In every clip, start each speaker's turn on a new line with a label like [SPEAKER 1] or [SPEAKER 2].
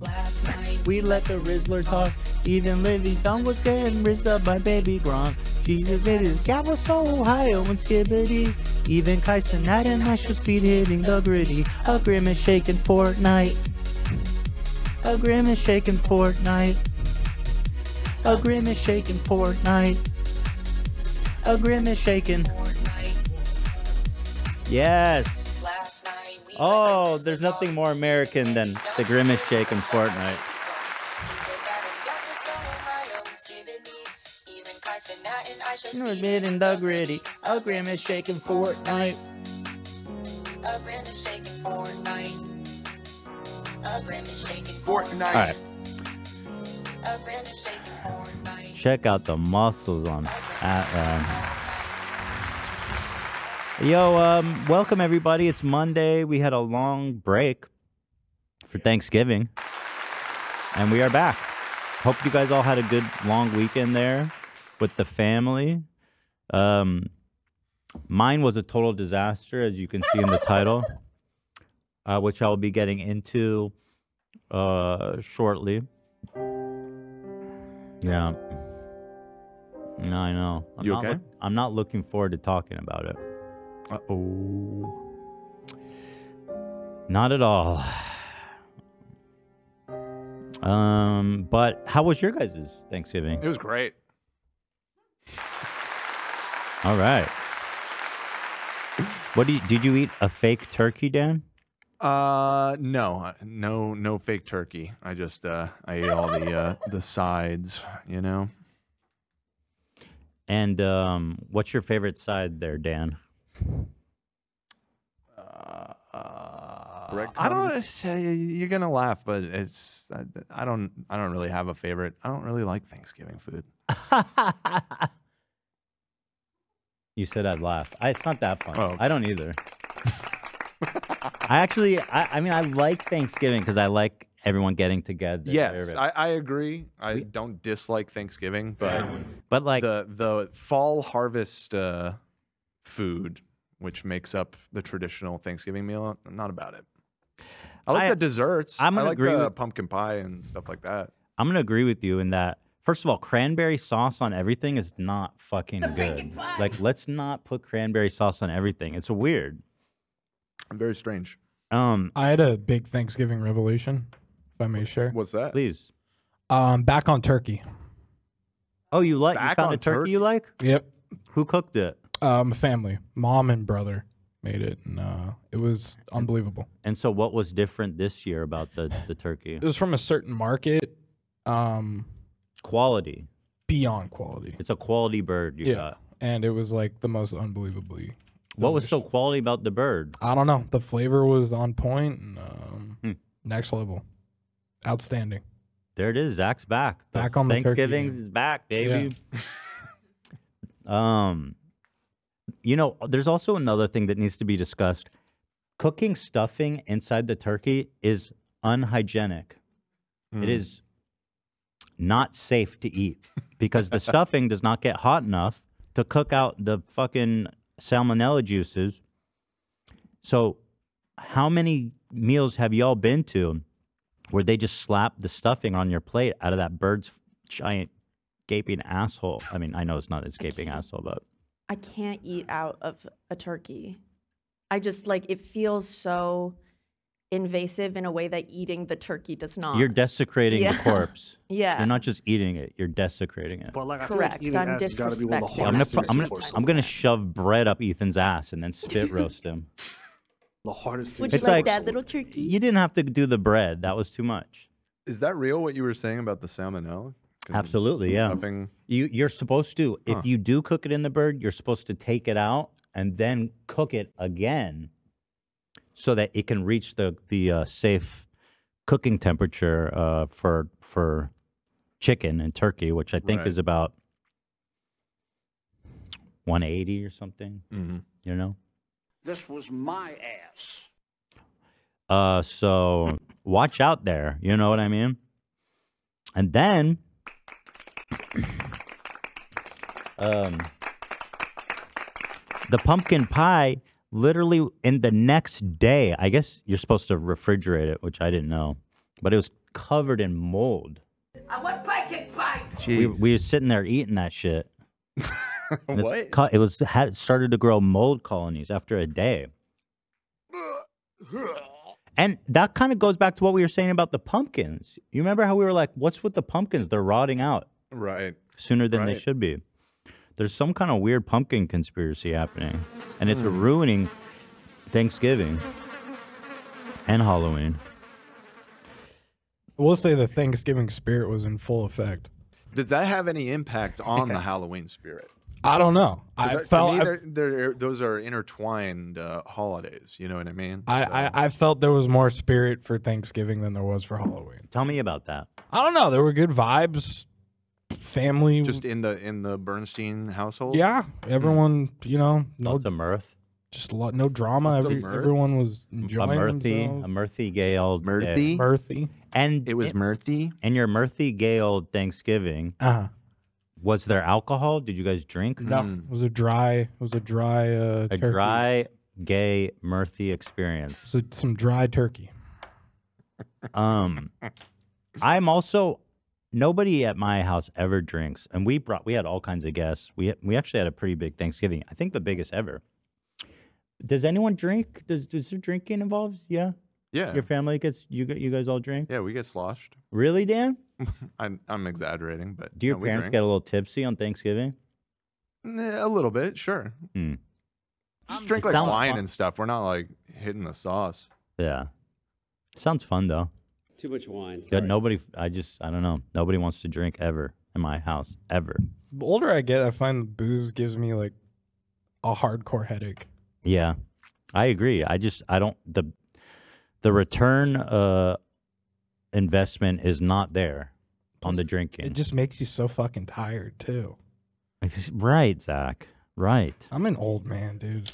[SPEAKER 1] Last night
[SPEAKER 2] We let the Rizzler talk. Even Livy Thumb was getting rizzed up by Baby Gronk. Jesus, it is Galvaso, Ohio, and Skibbity. Even Kai Sinat and National Speed hitting the gritty. A grimace shaking Fortnite. A grimace shaking Fortnite. A grimace shaking Fortnite. A grimace shaking.
[SPEAKER 3] Yes.
[SPEAKER 1] Last night we
[SPEAKER 3] Oh, there's nothing more American than the grimace shake in Fortnite.
[SPEAKER 1] oh,
[SPEAKER 2] We're hitting the gritty. A grimace shaking Fortnite.
[SPEAKER 1] A grimace shaking Fortnite. A grimace shaking
[SPEAKER 3] All
[SPEAKER 1] Fortnite.
[SPEAKER 3] right.
[SPEAKER 1] A grimace shaking Fortnite.
[SPEAKER 3] Check out the muscles on Atlan. Yo, um, welcome everybody. It's Monday. We had a long break for Thanksgiving, and we are back. Hope you guys all had a good long weekend there with the family. Um, mine was a total disaster, as you can see in the title, uh, which I will be getting into uh, shortly. Yeah. No, I know. I'm
[SPEAKER 4] You
[SPEAKER 3] not
[SPEAKER 4] okay?
[SPEAKER 3] look- I'm not looking forward to talking about it.
[SPEAKER 4] Uh oh.
[SPEAKER 3] Not at all. Um, but how was your guys' Thanksgiving?
[SPEAKER 4] It was great.
[SPEAKER 3] All right. What do you, did you eat a fake turkey, Dan?
[SPEAKER 4] Uh, no, uh, no, no fake turkey. I just uh, I ate all the uh, the sides. You know.
[SPEAKER 3] And um, what's your favorite side there, Dan?
[SPEAKER 4] Uh, I don't. Say, you're gonna laugh, but it's I, I don't. I don't really have a favorite. I don't really like Thanksgiving food.
[SPEAKER 3] you said I'd laugh. I, it's not that fun.
[SPEAKER 4] Oh.
[SPEAKER 3] I don't either. I actually, I, I mean, I like Thanksgiving because I like everyone getting together.
[SPEAKER 4] yes, I, I agree. I
[SPEAKER 3] We-
[SPEAKER 4] don't dislike Thanksgiving, but
[SPEAKER 3] but like,
[SPEAKER 4] the the fall harvest uh, food, which makes up the traditional Thanksgiving meal, I'm not about it. I like
[SPEAKER 3] I-
[SPEAKER 4] the desserts.
[SPEAKER 3] I'm
[SPEAKER 4] I
[SPEAKER 3] gonna
[SPEAKER 4] like
[SPEAKER 3] agree
[SPEAKER 4] the
[SPEAKER 3] with-
[SPEAKER 4] pumpkin pie and stuff like that.
[SPEAKER 3] I'm gonna agree with you in that. First of all, cranberry sauce on everything is not fucking good. Like, let's not put cranberry sauce on everything. It's weird.
[SPEAKER 4] Very strange.
[SPEAKER 3] Um,
[SPEAKER 5] I had a big Thanksgiving revelation, if I may share.
[SPEAKER 4] What's that?
[SPEAKER 3] please.
[SPEAKER 5] Um, back on turkey.
[SPEAKER 3] Oh, you like? You
[SPEAKER 4] Back
[SPEAKER 3] found
[SPEAKER 4] on
[SPEAKER 3] a turkey,
[SPEAKER 4] turkey?
[SPEAKER 3] you like?
[SPEAKER 5] Yep.
[SPEAKER 3] Who cooked it?
[SPEAKER 5] Um, family, mom and brother made it, and uh, it was unbelievable.
[SPEAKER 3] And so, what was different this year about the the turkey?
[SPEAKER 5] It was from a certain market, um,
[SPEAKER 3] Quality.
[SPEAKER 5] beyond quality,
[SPEAKER 3] It's a quality bird you
[SPEAKER 5] Yeah.
[SPEAKER 3] got.
[SPEAKER 5] and it was like the most unbelievably.
[SPEAKER 3] What was
[SPEAKER 5] delicious.
[SPEAKER 3] so quality about the bird?
[SPEAKER 5] I don't know. The flavor was on point. And, um,
[SPEAKER 3] Hmm.
[SPEAKER 5] Next level, outstanding.
[SPEAKER 3] There it is. Zach's back. The
[SPEAKER 5] Back on the turkey
[SPEAKER 3] Thanksgiving's
[SPEAKER 5] game.
[SPEAKER 3] is back, baby. um, you know, there's also another thing that needs to be discussed. Cooking stuffing inside the turkey is unhygienic.
[SPEAKER 5] Hmm.
[SPEAKER 3] It is not safe to eat because the stuffing does not get hot enough to cook out the fucking salmonella juices. So, how many meals have y'all been to where they just slap the stuffing on your plate out of that bird's giant gaping asshole? I mean, I know it's not its gaping asshole, but
[SPEAKER 6] I can't eat out of a turkey. I just like it feels so invasive in a way that eating the turkey does not.
[SPEAKER 3] you're desecrating the
[SPEAKER 6] Yeah.
[SPEAKER 3] corpse.
[SPEAKER 6] yeah.
[SPEAKER 3] You're not just eating it; you're desecrating it.
[SPEAKER 7] But like, I
[SPEAKER 6] Correct.
[SPEAKER 7] feel like eating
[SPEAKER 6] I'm
[SPEAKER 7] ass has got to be one of the
[SPEAKER 3] I'm
[SPEAKER 6] disrespecting
[SPEAKER 3] gonna,
[SPEAKER 7] hardest
[SPEAKER 3] pu-
[SPEAKER 7] things
[SPEAKER 3] I'm
[SPEAKER 7] to
[SPEAKER 3] gonna,
[SPEAKER 7] force.
[SPEAKER 3] I'm gonna shove bread up Ethan's ass and then spit roast him.
[SPEAKER 7] the hardest thing.
[SPEAKER 6] Would
[SPEAKER 7] to
[SPEAKER 6] you
[SPEAKER 3] It's
[SPEAKER 6] like,
[SPEAKER 3] like-
[SPEAKER 6] that little turkey?
[SPEAKER 3] You didn't have to do the bread; that was too much.
[SPEAKER 4] Is that real? What you were saying about the salmonella? 'Cause
[SPEAKER 3] Absolutely,
[SPEAKER 4] the
[SPEAKER 3] yeah.
[SPEAKER 4] Stuffing.
[SPEAKER 3] You you're supposed to
[SPEAKER 4] Huh.
[SPEAKER 3] if you do cook it in the bird, you're supposed to take it out and then cook it again, so that it can reach the the uh, safe cooking temperature uh, for for chicken and turkey, which I think
[SPEAKER 4] Right.
[SPEAKER 3] is about 180 or something.
[SPEAKER 4] hmm
[SPEAKER 3] You know.
[SPEAKER 7] This was my ass.
[SPEAKER 3] Uh, so watch out there. You know what I mean? And then, um, the pumpkin pie literally in the next day, I guess you're supposed to refrigerate it, which I didn't know, but it was covered in mold.
[SPEAKER 8] I want bacon bites.
[SPEAKER 3] We, we were sitting there eating that shit. And it
[SPEAKER 4] what?
[SPEAKER 3] co- It was had started to grow mold colonies after a day. And that kind of goes back to what we were saying about the pumpkins. You remember how we were like, what's with the pumpkins? They're rotting out
[SPEAKER 4] Right.
[SPEAKER 3] sooner than they
[SPEAKER 4] Right.
[SPEAKER 3] should be. There's some kind of weird pumpkin conspiracy happening, and it's
[SPEAKER 4] Hmm.
[SPEAKER 3] ruining Thanksgiving and Halloween.
[SPEAKER 5] We'll say the Thanksgiving spirit was in full effect.
[SPEAKER 4] Did that have any impact on the Halloween spirit?
[SPEAKER 5] I don't know.
[SPEAKER 4] 'Cause
[SPEAKER 5] I
[SPEAKER 4] that- to
[SPEAKER 5] felt
[SPEAKER 4] me,
[SPEAKER 5] I-
[SPEAKER 4] they're, they're- those are intertwined uh, holidays. You know what I mean?
[SPEAKER 5] I, I, I felt there was more spirit for Thanksgiving than there was for Halloween.
[SPEAKER 3] Tell me about that.
[SPEAKER 5] I don't know. There were good vibes, family.
[SPEAKER 4] just in the in the Bernstein household.
[SPEAKER 5] yeah,
[SPEAKER 3] Hmm.
[SPEAKER 5] everyone. You know, no,
[SPEAKER 3] Mm. Lots of mirth,
[SPEAKER 5] just lo- no drama.
[SPEAKER 4] Lots of
[SPEAKER 5] Every,
[SPEAKER 4] mirth.
[SPEAKER 5] everyone was
[SPEAKER 3] a
[SPEAKER 5] enjoying
[SPEAKER 3] mirthy, a
[SPEAKER 5] themselves.
[SPEAKER 3] mirthy gay old day.
[SPEAKER 4] Mirthy?
[SPEAKER 5] Mirthy.
[SPEAKER 3] and
[SPEAKER 4] It was mirthy.
[SPEAKER 3] and your mirthy gay old Thanksgiving.
[SPEAKER 5] Uh huh.
[SPEAKER 3] Was there alcohol? Did you guys drink?
[SPEAKER 5] No,
[SPEAKER 4] Hmm.
[SPEAKER 5] it was a dry. It was a dry. Uh,
[SPEAKER 3] A
[SPEAKER 5] turkey.
[SPEAKER 3] dry gay mirthy experience.
[SPEAKER 5] It was a- some dry turkey.
[SPEAKER 3] Um, I'm also nobody at my house ever drinks, and we brought we had all kinds of guests. We we actually had a pretty big Thanksgiving. I think the biggest ever. Does anyone drink? Does does there drinking involved? Yeah,
[SPEAKER 4] Yeah.
[SPEAKER 3] your family gets you. g- You guys all drink?
[SPEAKER 4] Yeah, we get sloshed.
[SPEAKER 3] Really, Dan?
[SPEAKER 4] I'm, I'm exaggerating, but
[SPEAKER 3] Do your
[SPEAKER 4] no, we
[SPEAKER 3] parents
[SPEAKER 4] drink.
[SPEAKER 3] get a little tipsy on Thanksgiving?
[SPEAKER 4] Nah, a little bit? Sure.
[SPEAKER 3] Hmm.
[SPEAKER 4] Just drink
[SPEAKER 3] It
[SPEAKER 4] like
[SPEAKER 3] sounds
[SPEAKER 4] wine
[SPEAKER 3] fun.
[SPEAKER 4] and stuff. We're not like hitting the sauce.
[SPEAKER 3] Yeah, sounds fun though.
[SPEAKER 9] Too much wine.
[SPEAKER 3] Yeah,
[SPEAKER 9] sorry.
[SPEAKER 3] nobody. I just I don't know. Nobody wants to drink ever in my house ever.
[SPEAKER 5] The older I get, I find booze gives me like a hardcore headache.
[SPEAKER 3] Yeah, I agree. I just I don't the the return uh investment is not there on the drinking.
[SPEAKER 5] It just makes you so fucking tired too.
[SPEAKER 3] right, Zach. Right.
[SPEAKER 5] I'm an old man, dude.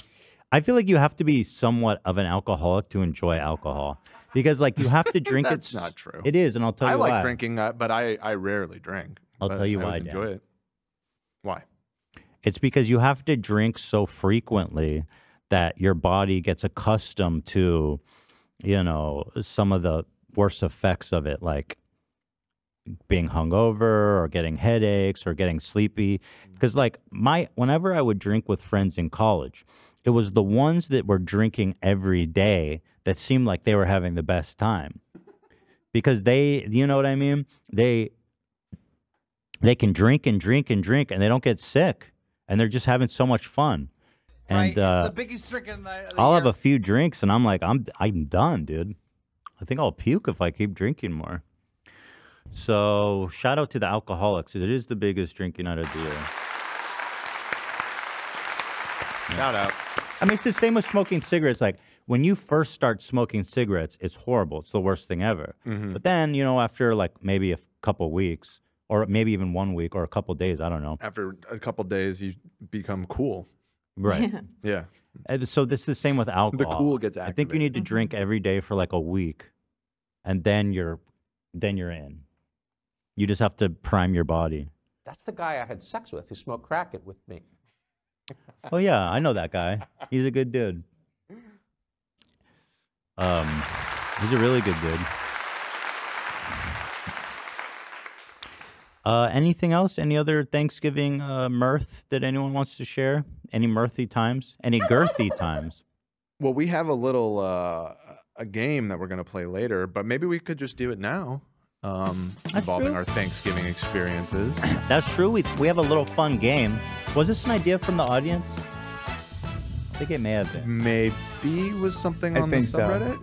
[SPEAKER 3] I feel like you have to be somewhat of an alcoholic to enjoy alcohol because like you have to drink.
[SPEAKER 4] That's
[SPEAKER 3] it s-
[SPEAKER 4] not true.
[SPEAKER 3] It is, and I'll tell
[SPEAKER 4] I
[SPEAKER 3] you
[SPEAKER 4] like
[SPEAKER 3] why.
[SPEAKER 4] drinking, uh, but I, I rarely drink.
[SPEAKER 3] I'll
[SPEAKER 4] but
[SPEAKER 3] tell you
[SPEAKER 4] I
[SPEAKER 3] why,
[SPEAKER 4] always
[SPEAKER 3] Dan.
[SPEAKER 4] Enjoy it. Why?
[SPEAKER 3] It's because you have to drink so frequently that your body gets accustomed to, you know, some of the worst effects of it, like being hungover or getting headaches or getting sleepy. Because, like, my whenever I would drink with friends in college, it was the ones that were drinking every day that seemed like they were having the best time because they, you know what I mean? They, they can drink and drink and drink and they don't get sick and they're just having so much fun. And uh,
[SPEAKER 10] biggest trick in the.
[SPEAKER 3] I'll have a few drinks and I'm like, I'm I'm done, dude. I think I'll puke if I keep drinking more. So shout out to the alcoholics. It is the biggest drinking night of the year.
[SPEAKER 4] Shout out.
[SPEAKER 3] I mean, it's the same with smoking cigarettes. Like when you first start smoking cigarettes, it's horrible. It's the worst thing ever.
[SPEAKER 4] Mm-hmm.
[SPEAKER 3] But then, you know, after like maybe a f- couple weeks, or maybe even one week, or a couple days, I don't know.
[SPEAKER 4] After a couple days, you become cool.
[SPEAKER 3] Right.
[SPEAKER 4] Yeah.
[SPEAKER 3] And so this is the same with alcohol.
[SPEAKER 4] cool gets
[SPEAKER 3] I think you need to drink every day for like a week, and then you're, then you're in. You just have to prime your body.
[SPEAKER 10] That's the guy I had sex with who smoked crack it with me.
[SPEAKER 3] Oh yeah, I know that guy. He's a good dude. Um, he's a really good dude. Uh, anything else? Any other Thanksgiving uh, mirth that anyone wants to share? Any mirthy times? Any girthy times?
[SPEAKER 4] Well, we have a little uh, a game that we're gonna play later, but maybe we could just do it now, um, involving
[SPEAKER 3] true.
[SPEAKER 4] our Thanksgiving experiences.
[SPEAKER 3] That's true. We, we have a little fun game. Was this an idea from the audience? I think it may have been.
[SPEAKER 4] maybe was something
[SPEAKER 11] I
[SPEAKER 4] on the
[SPEAKER 11] think so.
[SPEAKER 4] subreddit.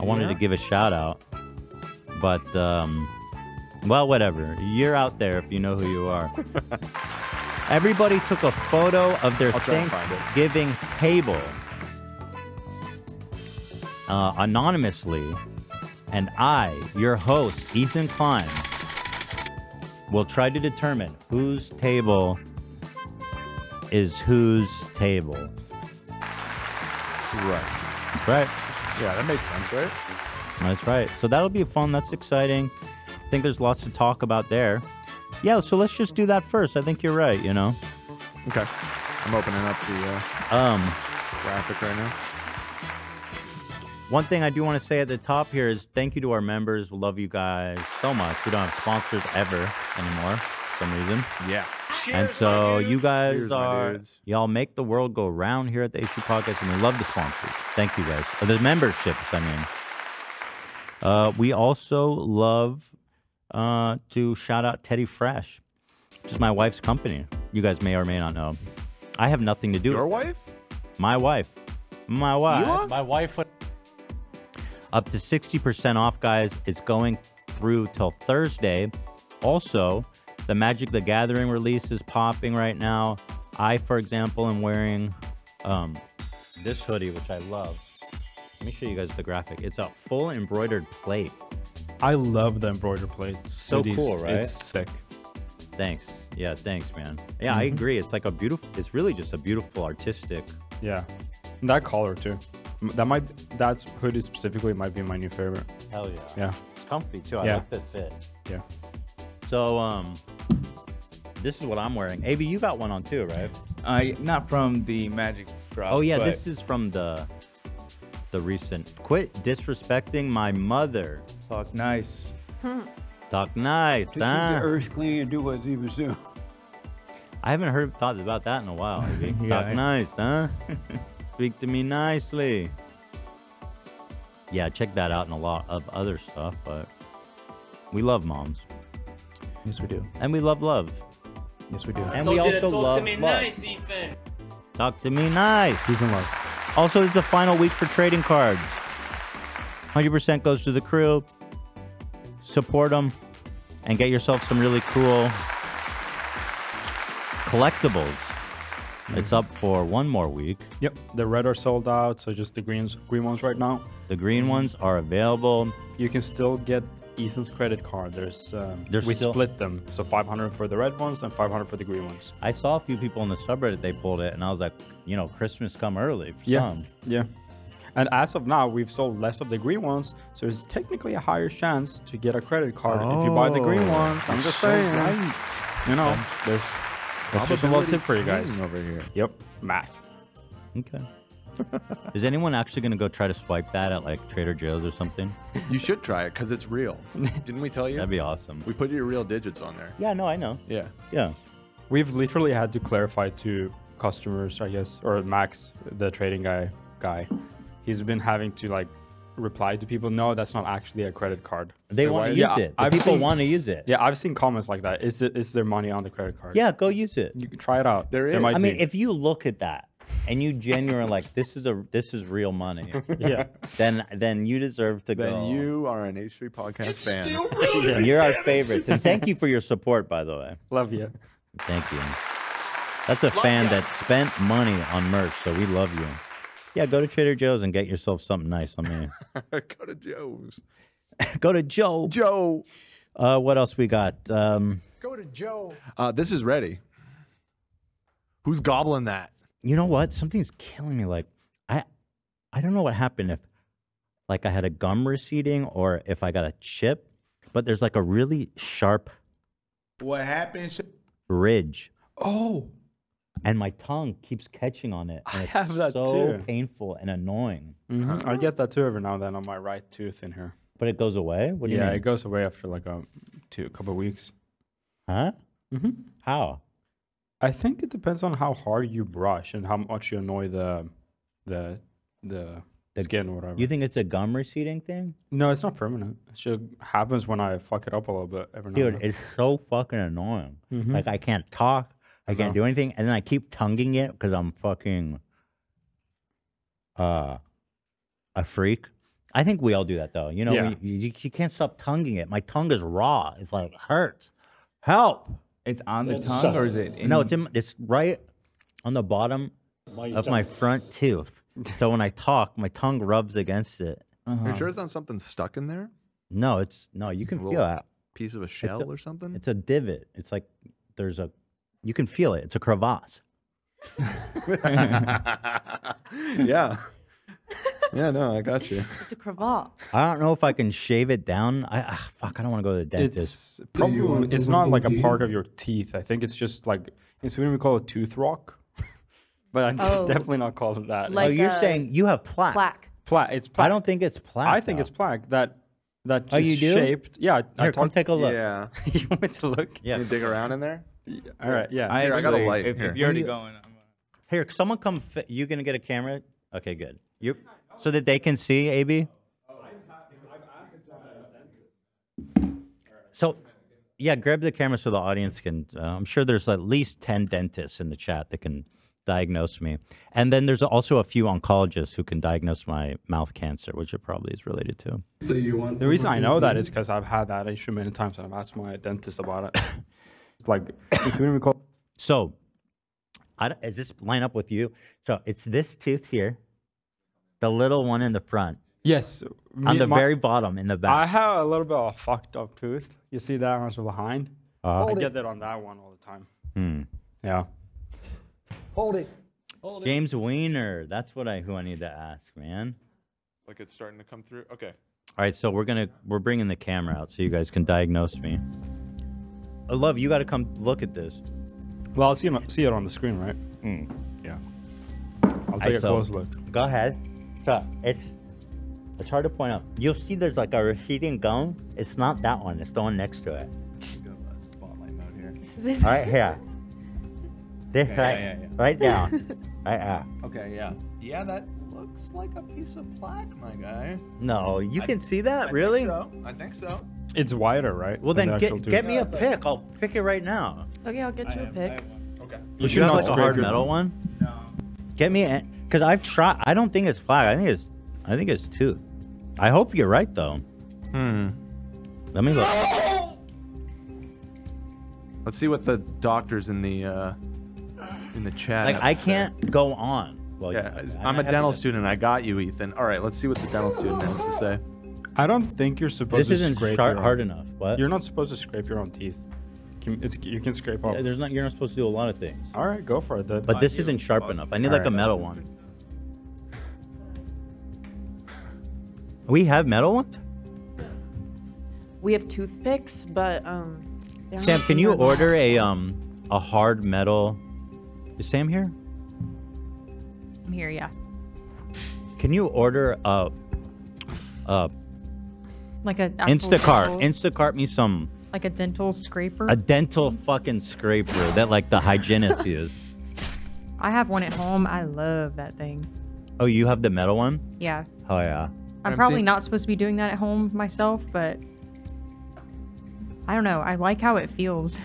[SPEAKER 3] I wanted to give a shout out, but um, well, whatever. You're out there if you know who you are. Everybody took a photo of their
[SPEAKER 4] I'll try and find it.
[SPEAKER 3] Thanksgiving table uh, anonymously, and I, your host, Ethan Klein, will try to determine whose table is whose table.
[SPEAKER 4] Right.
[SPEAKER 3] Right.
[SPEAKER 4] Yeah, that makes sense, right?
[SPEAKER 3] That's right. So that'll be fun. That's exciting. I think there's lots to talk about there. Yeah, so let's just do that first. I think you're right, you know.
[SPEAKER 4] Okay. I'm opening up the uh,
[SPEAKER 3] Um
[SPEAKER 4] graphic right now.
[SPEAKER 3] One thing I do want to say at the top here is thank you to our members. We love you guys so much. We don't have sponsors ever anymore for some reason.
[SPEAKER 4] Yeah.
[SPEAKER 3] and so you guys
[SPEAKER 4] Cheers, my
[SPEAKER 3] are
[SPEAKER 4] dudes.
[SPEAKER 3] y'all make the world go round here at the HC Podcast, and we love the sponsors. Thank you guys. Uh, The memberships, I mean. Uh, we also love uh, to shout out Teddy Fresh, which is my wife's company. You guys may or may not know. I have nothing to do
[SPEAKER 4] Your
[SPEAKER 3] with
[SPEAKER 4] wife?
[SPEAKER 3] it. my wife. My wife
[SPEAKER 4] Elon?
[SPEAKER 10] My wife would.
[SPEAKER 3] up to 60% off, guys. It's going through till Thursday. Also, the Magic the Gathering release is popping right now. I, for example, am wearing um, this hoodie, which I love. Let me show you guys the graphic. It's a full embroidered plate.
[SPEAKER 9] I love the embroidered plates.
[SPEAKER 3] So
[SPEAKER 9] It is-
[SPEAKER 3] cool, right?
[SPEAKER 9] It's sick. Mm-hmm.
[SPEAKER 3] Thanks. Yeah, thanks, man. Yeah, I agree. It's like a beautiful, it's really just a beautiful artistic.
[SPEAKER 9] Yeah. And that collar too. M- That might that's hoodie specifically might be my new favorite.
[SPEAKER 3] Hell yeah.
[SPEAKER 9] Yeah.
[SPEAKER 3] It's comfy too. I
[SPEAKER 9] Yeah.
[SPEAKER 3] like the fit.
[SPEAKER 9] Yeah.
[SPEAKER 3] So, um, this is what I'm wearing. AB, you got one on too, right?
[SPEAKER 11] I not from the magic drop.
[SPEAKER 3] Oh yeah,
[SPEAKER 11] but
[SPEAKER 3] this is from the the recent. Quit disrespecting my mother.
[SPEAKER 11] fuck nice.
[SPEAKER 3] Talk nice,
[SPEAKER 7] To keep the
[SPEAKER 3] huh?
[SPEAKER 7] earth clean and do what's even soon.
[SPEAKER 3] I haven't heard thought about that in a while. Ivy.
[SPEAKER 9] Yeah,
[SPEAKER 3] Talk
[SPEAKER 9] I-
[SPEAKER 3] nice, huh? Speak to me nicely. Yeah, check that out and a lot of other stuff, but we love moms
[SPEAKER 11] Yes we do.
[SPEAKER 3] and we love love.
[SPEAKER 11] Yes we do.
[SPEAKER 3] And we also love to me nice, Ethan. Talk to me nice.
[SPEAKER 9] He's in love.
[SPEAKER 3] Also, this is the final week for trading cards. 100% goes to the crew. Support them and get yourself some really cool collectibles.
[SPEAKER 9] Mm-hmm.
[SPEAKER 3] It's up for one more week.
[SPEAKER 9] Yep. The red are sold out, so just the greens green ones right now.
[SPEAKER 3] The green ones are available.
[SPEAKER 9] You can still get Ethan's credit card. There's um,
[SPEAKER 3] There's
[SPEAKER 9] we
[SPEAKER 3] still-
[SPEAKER 9] split them. So 500 for the red ones and 500 for the green ones.
[SPEAKER 3] I saw a few people in the subreddit, they pulled it, and I was like, you know, Christmas come early for
[SPEAKER 9] Yeah.
[SPEAKER 3] some.
[SPEAKER 9] Yeah. And as of now, we've sold less of the green ones, so it's technically a higher chance to get a credit card if you buy the green
[SPEAKER 4] Oh,
[SPEAKER 9] ones. I'm
[SPEAKER 4] you're
[SPEAKER 9] just
[SPEAKER 4] so
[SPEAKER 9] saying.
[SPEAKER 4] Right.
[SPEAKER 9] You know,
[SPEAKER 3] Um,
[SPEAKER 9] there's that's just a little
[SPEAKER 4] Probability
[SPEAKER 9] tip for you
[SPEAKER 4] king
[SPEAKER 9] guys.
[SPEAKER 4] over here.
[SPEAKER 9] Yep, math.
[SPEAKER 3] Okay. is anyone actually going to go try to swipe that at like Trader Joe's or something?
[SPEAKER 4] You should try it because it's real. Didn't we tell you?
[SPEAKER 3] That'd be awesome.
[SPEAKER 4] we put your real digits on there.
[SPEAKER 3] Yeah, no, I know.
[SPEAKER 4] Yeah.
[SPEAKER 3] Yeah.
[SPEAKER 9] We've literally had to clarify to customers, I guess, or Max, the trading guy guy. He's been having to like reply to people, no, that's not actually a credit card.
[SPEAKER 3] They want to use
[SPEAKER 9] Yeah,
[SPEAKER 3] it. The
[SPEAKER 9] I've
[SPEAKER 3] people
[SPEAKER 9] seen-
[SPEAKER 3] want to use it.
[SPEAKER 9] Yeah, I've seen comments like that. Is it is there money on the credit card?
[SPEAKER 3] Yeah, go use it.
[SPEAKER 9] You can try it out.
[SPEAKER 4] There is.
[SPEAKER 9] might
[SPEAKER 3] I mean,
[SPEAKER 9] be.
[SPEAKER 3] if you look at that and you genuinely are like this is a this is real money,
[SPEAKER 9] yeah.
[SPEAKER 3] then then you deserve to
[SPEAKER 4] Then
[SPEAKER 3] go.
[SPEAKER 4] you are an H3 podcast fan.
[SPEAKER 3] You're our favorites, and thank you for your support, by the way.
[SPEAKER 9] Love you.
[SPEAKER 3] Thank you. That's a fan that spent money on merch, so we love you. Yeah, go to Trader Joe's and get yourself something nice. I mean,
[SPEAKER 4] Go to Joe's.
[SPEAKER 3] go to Joe.
[SPEAKER 4] Joe.
[SPEAKER 3] Uh, what else we got? Um,
[SPEAKER 4] Uh, this is ready. Who's gobbling that?
[SPEAKER 3] you know what? Something's killing me. Like I, I don't know what happened. If like I had a gum receding or if I got a chip, but there's like a really sharp
[SPEAKER 7] What happens?
[SPEAKER 3] ridge,
[SPEAKER 9] Oh,
[SPEAKER 3] and my tongue keeps catching on it. And
[SPEAKER 9] I
[SPEAKER 3] it's
[SPEAKER 9] have that
[SPEAKER 3] so
[SPEAKER 9] too.
[SPEAKER 3] painful and annoying.
[SPEAKER 9] mhm, I get that too every now and then on my right tooth in
[SPEAKER 3] Uh-huh.
[SPEAKER 9] here.
[SPEAKER 3] But it goes away. What do
[SPEAKER 9] yeah,
[SPEAKER 3] you mean?
[SPEAKER 9] it goes away after like a two couple weeks.
[SPEAKER 3] huh?
[SPEAKER 9] hmm
[SPEAKER 3] How?
[SPEAKER 9] I think it depends on how hard you brush and how much you annoy the the the, skin or whatever.
[SPEAKER 3] You think it's a gum receding thing,
[SPEAKER 9] no, it's not permanent. It just happens when I fuck it up a little bit every now
[SPEAKER 3] dude?
[SPEAKER 9] and then.
[SPEAKER 3] It's so fucking annoying.
[SPEAKER 9] Mhm.
[SPEAKER 3] Like I can't talk. I can't
[SPEAKER 9] know.
[SPEAKER 3] do anything, and then I keep tonguing it because I'm fucking uh, a freak. I think we all do that though. You know,
[SPEAKER 9] Yeah.
[SPEAKER 3] when you, you, you can't stop tonguing it. My tongue is raw. It's like hurts. Help!
[SPEAKER 11] It's on the tongue or is it in
[SPEAKER 3] no, it's in, it's right on the bottom of my front tooth. So when I talk, my tongue rubs against it.
[SPEAKER 4] You sure it's not something stuck in there?
[SPEAKER 3] No, it's no. You can feel
[SPEAKER 4] Little-
[SPEAKER 3] that.
[SPEAKER 4] Piece of a shell or something?
[SPEAKER 3] It's a divot. It's like there's a. You can feel it. It's a crevasse.
[SPEAKER 4] yeah. Yeah, no, I got you.
[SPEAKER 6] It's a cravat.
[SPEAKER 3] I don't know if I can shave it down. I ah, fuck. I don't want to go to the dentist.
[SPEAKER 9] It's probably it's not like a part of your teeth. I think it's just like in Sweden we call it tooth rock, but it's
[SPEAKER 6] Oh.
[SPEAKER 9] definitely not called it that.
[SPEAKER 6] Like-
[SPEAKER 3] oh, you're
[SPEAKER 6] a
[SPEAKER 3] saying you have plaque.
[SPEAKER 6] Plaque.
[SPEAKER 9] Pla- it's plaque. I don't
[SPEAKER 3] think it's plaque.
[SPEAKER 9] I think it's plaque that that
[SPEAKER 3] Oh,
[SPEAKER 9] is
[SPEAKER 3] you do?
[SPEAKER 9] shaped. Yeah, I
[SPEAKER 3] Here, come
[SPEAKER 9] talked-
[SPEAKER 3] take a look.
[SPEAKER 4] Yeah.
[SPEAKER 9] you want me to look?
[SPEAKER 3] Yeah.
[SPEAKER 4] You dig around in there?
[SPEAKER 9] All right. Yeah.
[SPEAKER 3] I
[SPEAKER 4] Here, I got a
[SPEAKER 3] actually-
[SPEAKER 4] light.
[SPEAKER 3] if- if
[SPEAKER 4] here.
[SPEAKER 3] you're already going,
[SPEAKER 11] Going on.
[SPEAKER 3] Here, someone come. Fi- you gonna get a camera? Okay, good. You so that they can see AB. So, yeah, grab the camera so the audience can. Uh, I'm sure there's at least ten dentists in the chat that can diagnose me, and then there's also a few oncologists who can diagnose my mouth cancer, which it probably is related to.
[SPEAKER 9] So you want the reason I know that is because I've had that issue many times and I've asked my dentist about it. like,
[SPEAKER 3] So, I, d- does this line up with you? So it's this tooth here, the little one in the front.
[SPEAKER 9] Yes, me-
[SPEAKER 3] on the
[SPEAKER 9] my-
[SPEAKER 3] very bottom in the back.
[SPEAKER 9] I have a little bit of a fucked up tooth. You see that one's behind?
[SPEAKER 3] Uh,
[SPEAKER 9] I get that on that one all the time.
[SPEAKER 3] Hmm.
[SPEAKER 9] Yeah.
[SPEAKER 3] Hold it. James Weiner. That's what I who I need to ask, man.
[SPEAKER 4] Like it's starting to come through. Okay.
[SPEAKER 3] All right, so we're gonna we're bringing the camera out so you guys can diagnose me. I love you. Got to come look at this.
[SPEAKER 9] Well, I'll see him, see it on the screen, right?
[SPEAKER 4] Hmm,
[SPEAKER 9] Yeah. I'll take a close look.
[SPEAKER 3] Go ahead. So it's it's hard to point out. You'll see there's like a receding gum. It's not that one. It's the one next to it. All right, here. This
[SPEAKER 11] Yeah, yeah,
[SPEAKER 3] right,
[SPEAKER 11] yeah, yeah.
[SPEAKER 3] right down. right, uh,
[SPEAKER 11] Okay, yeah.
[SPEAKER 4] Yeah, that looks like a piece of plaque, my guy.
[SPEAKER 3] no, you
[SPEAKER 4] I-
[SPEAKER 3] can see
[SPEAKER 4] I
[SPEAKER 3] that
[SPEAKER 4] think
[SPEAKER 3] really.
[SPEAKER 4] so. I think so.
[SPEAKER 9] It's wider, right?
[SPEAKER 3] Well,
[SPEAKER 9] than
[SPEAKER 3] then
[SPEAKER 9] the actual
[SPEAKER 3] get
[SPEAKER 9] tooth.
[SPEAKER 3] get me a pick. I'll pick it right now.
[SPEAKER 6] Okay, I'll get you a pic.
[SPEAKER 4] Okay.
[SPEAKER 9] You
[SPEAKER 3] Do
[SPEAKER 9] should
[SPEAKER 3] you have
[SPEAKER 9] not
[SPEAKER 3] like a
[SPEAKER 9] scrape
[SPEAKER 3] hard
[SPEAKER 9] your-
[SPEAKER 3] metal one. No. Get me, because I've tried. I don't think it's flag. I think it's, I think it's tooth. I hope you're right though.
[SPEAKER 4] Hmm.
[SPEAKER 3] Let me look.
[SPEAKER 4] Let's see what the doctors in the uh, in the chat.
[SPEAKER 3] Like
[SPEAKER 4] have
[SPEAKER 3] I
[SPEAKER 4] to say.
[SPEAKER 3] can't go on. Well,
[SPEAKER 4] yeah,
[SPEAKER 3] you-
[SPEAKER 4] I'm a
[SPEAKER 3] happy
[SPEAKER 4] dental
[SPEAKER 3] to-
[SPEAKER 4] student. I got you, Ethan. All right, let's see what the dental student has to say.
[SPEAKER 9] I don't think you're supposed
[SPEAKER 3] This
[SPEAKER 9] to
[SPEAKER 3] isn't
[SPEAKER 9] scrape
[SPEAKER 3] shar-
[SPEAKER 9] your own-
[SPEAKER 3] hard enough. What?
[SPEAKER 9] You're not supposed to scrape your own teeth. Can- It's, you can scrape off.
[SPEAKER 3] Yeah, There's not. You're not supposed to do a lot of things.
[SPEAKER 9] All right, go for it. then.
[SPEAKER 3] But this isn't sharp enough. I need
[SPEAKER 9] All
[SPEAKER 3] like a
[SPEAKER 9] right.
[SPEAKER 3] metal one. We have metal ones.
[SPEAKER 6] We have toothpicks, but um. they aren't
[SPEAKER 3] Sam, can you
[SPEAKER 6] toothpicks.
[SPEAKER 3] order a um a hard metal? Is Sam here?
[SPEAKER 12] I'm here, yeah.
[SPEAKER 3] Can you order a a
[SPEAKER 12] Like a actual
[SPEAKER 3] Instacart?
[SPEAKER 12] dental-
[SPEAKER 3] Instacart me some
[SPEAKER 12] like a dental scraper.
[SPEAKER 3] a dental fucking scraper that like the hygienist use.
[SPEAKER 12] I have one at home. I love that thing.
[SPEAKER 3] Oh, you have the metal one?
[SPEAKER 12] Yeah.
[SPEAKER 3] Oh yeah.
[SPEAKER 12] I'm probably not supposed to be doing that at home myself, but I don't know. I like how it feels.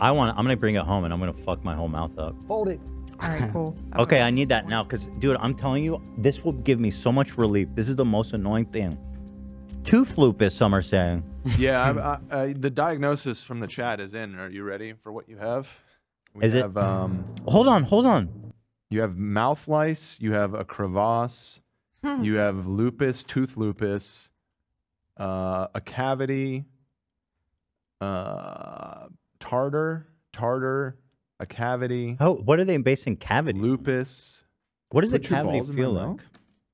[SPEAKER 3] I want. I'm gonna bring it home and I'm gonna fuck my whole mouth up.
[SPEAKER 12] Hold it. All right, cool.
[SPEAKER 3] Okay, I need that now because, dude, I'm telling you, this will give me so much relief. This is the most annoying thing. Tooth lupus, some are saying.
[SPEAKER 4] Yeah, I'm, I, uh, the diagnosis from the chat is in. Are you ready for what you have? We
[SPEAKER 3] Is it-
[SPEAKER 4] have, Um,
[SPEAKER 3] hold on, hold on.
[SPEAKER 4] You have mouth lice. You have a crevasse.
[SPEAKER 12] Hmm.
[SPEAKER 4] You have lupus, tooth lupus, uh, a cavity, uh, tartar, tartar, a cavity.
[SPEAKER 3] Oh, what are they basing cavity?
[SPEAKER 4] Lupus.
[SPEAKER 3] What does a
[SPEAKER 4] Put your
[SPEAKER 3] cavity
[SPEAKER 4] balls in my
[SPEAKER 3] feel
[SPEAKER 4] mouth?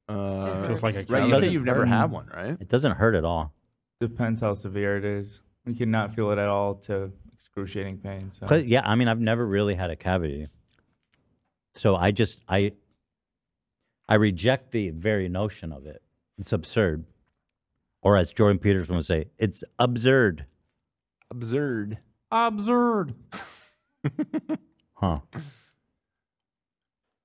[SPEAKER 3] like? Mm.
[SPEAKER 4] Uh,
[SPEAKER 11] feels like a
[SPEAKER 4] right, you
[SPEAKER 11] cavity.
[SPEAKER 4] say you've never had one, right?
[SPEAKER 3] It doesn't hurt at all.
[SPEAKER 11] Depends how severe it is. You cannot feel it at all to excruciating pain. So.
[SPEAKER 3] 'Cause- yeah, I mean, I've never really had a cavity, so I just I I reject the very notion of it. It's absurd, or as Jordan Peterson would say, it's absurd.
[SPEAKER 4] Absurd.
[SPEAKER 11] Absurd.
[SPEAKER 3] Huh.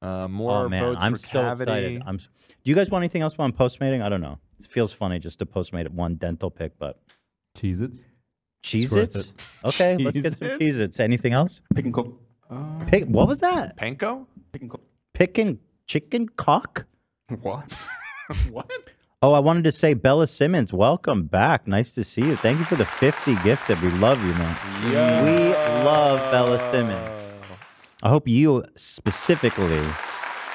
[SPEAKER 4] Uh, more
[SPEAKER 3] oh man,
[SPEAKER 4] votes
[SPEAKER 3] I'm
[SPEAKER 4] for
[SPEAKER 3] so
[SPEAKER 4] cavity.
[SPEAKER 3] excited. I'm. s- Do you guys want anything else while I'm postmating? I don't know. It feels funny just to postmate one dental pick, but
[SPEAKER 11] Cheez Its.
[SPEAKER 3] Cheez
[SPEAKER 11] worth
[SPEAKER 3] Its. Okay, let's get some Cheez Its. Anything else?
[SPEAKER 11] Pick and cook. Uh,
[SPEAKER 3] Pick. What was that?
[SPEAKER 4] Panko?
[SPEAKER 11] Pick and cook.
[SPEAKER 3] Pick and chicken cock.
[SPEAKER 11] What? what?
[SPEAKER 3] Oh, I wanted to say, Bella Simmons, welcome back. Nice to see you. Thank you for the 50 gifted. We love you, man. We love Bella Simmons. I hope you specifically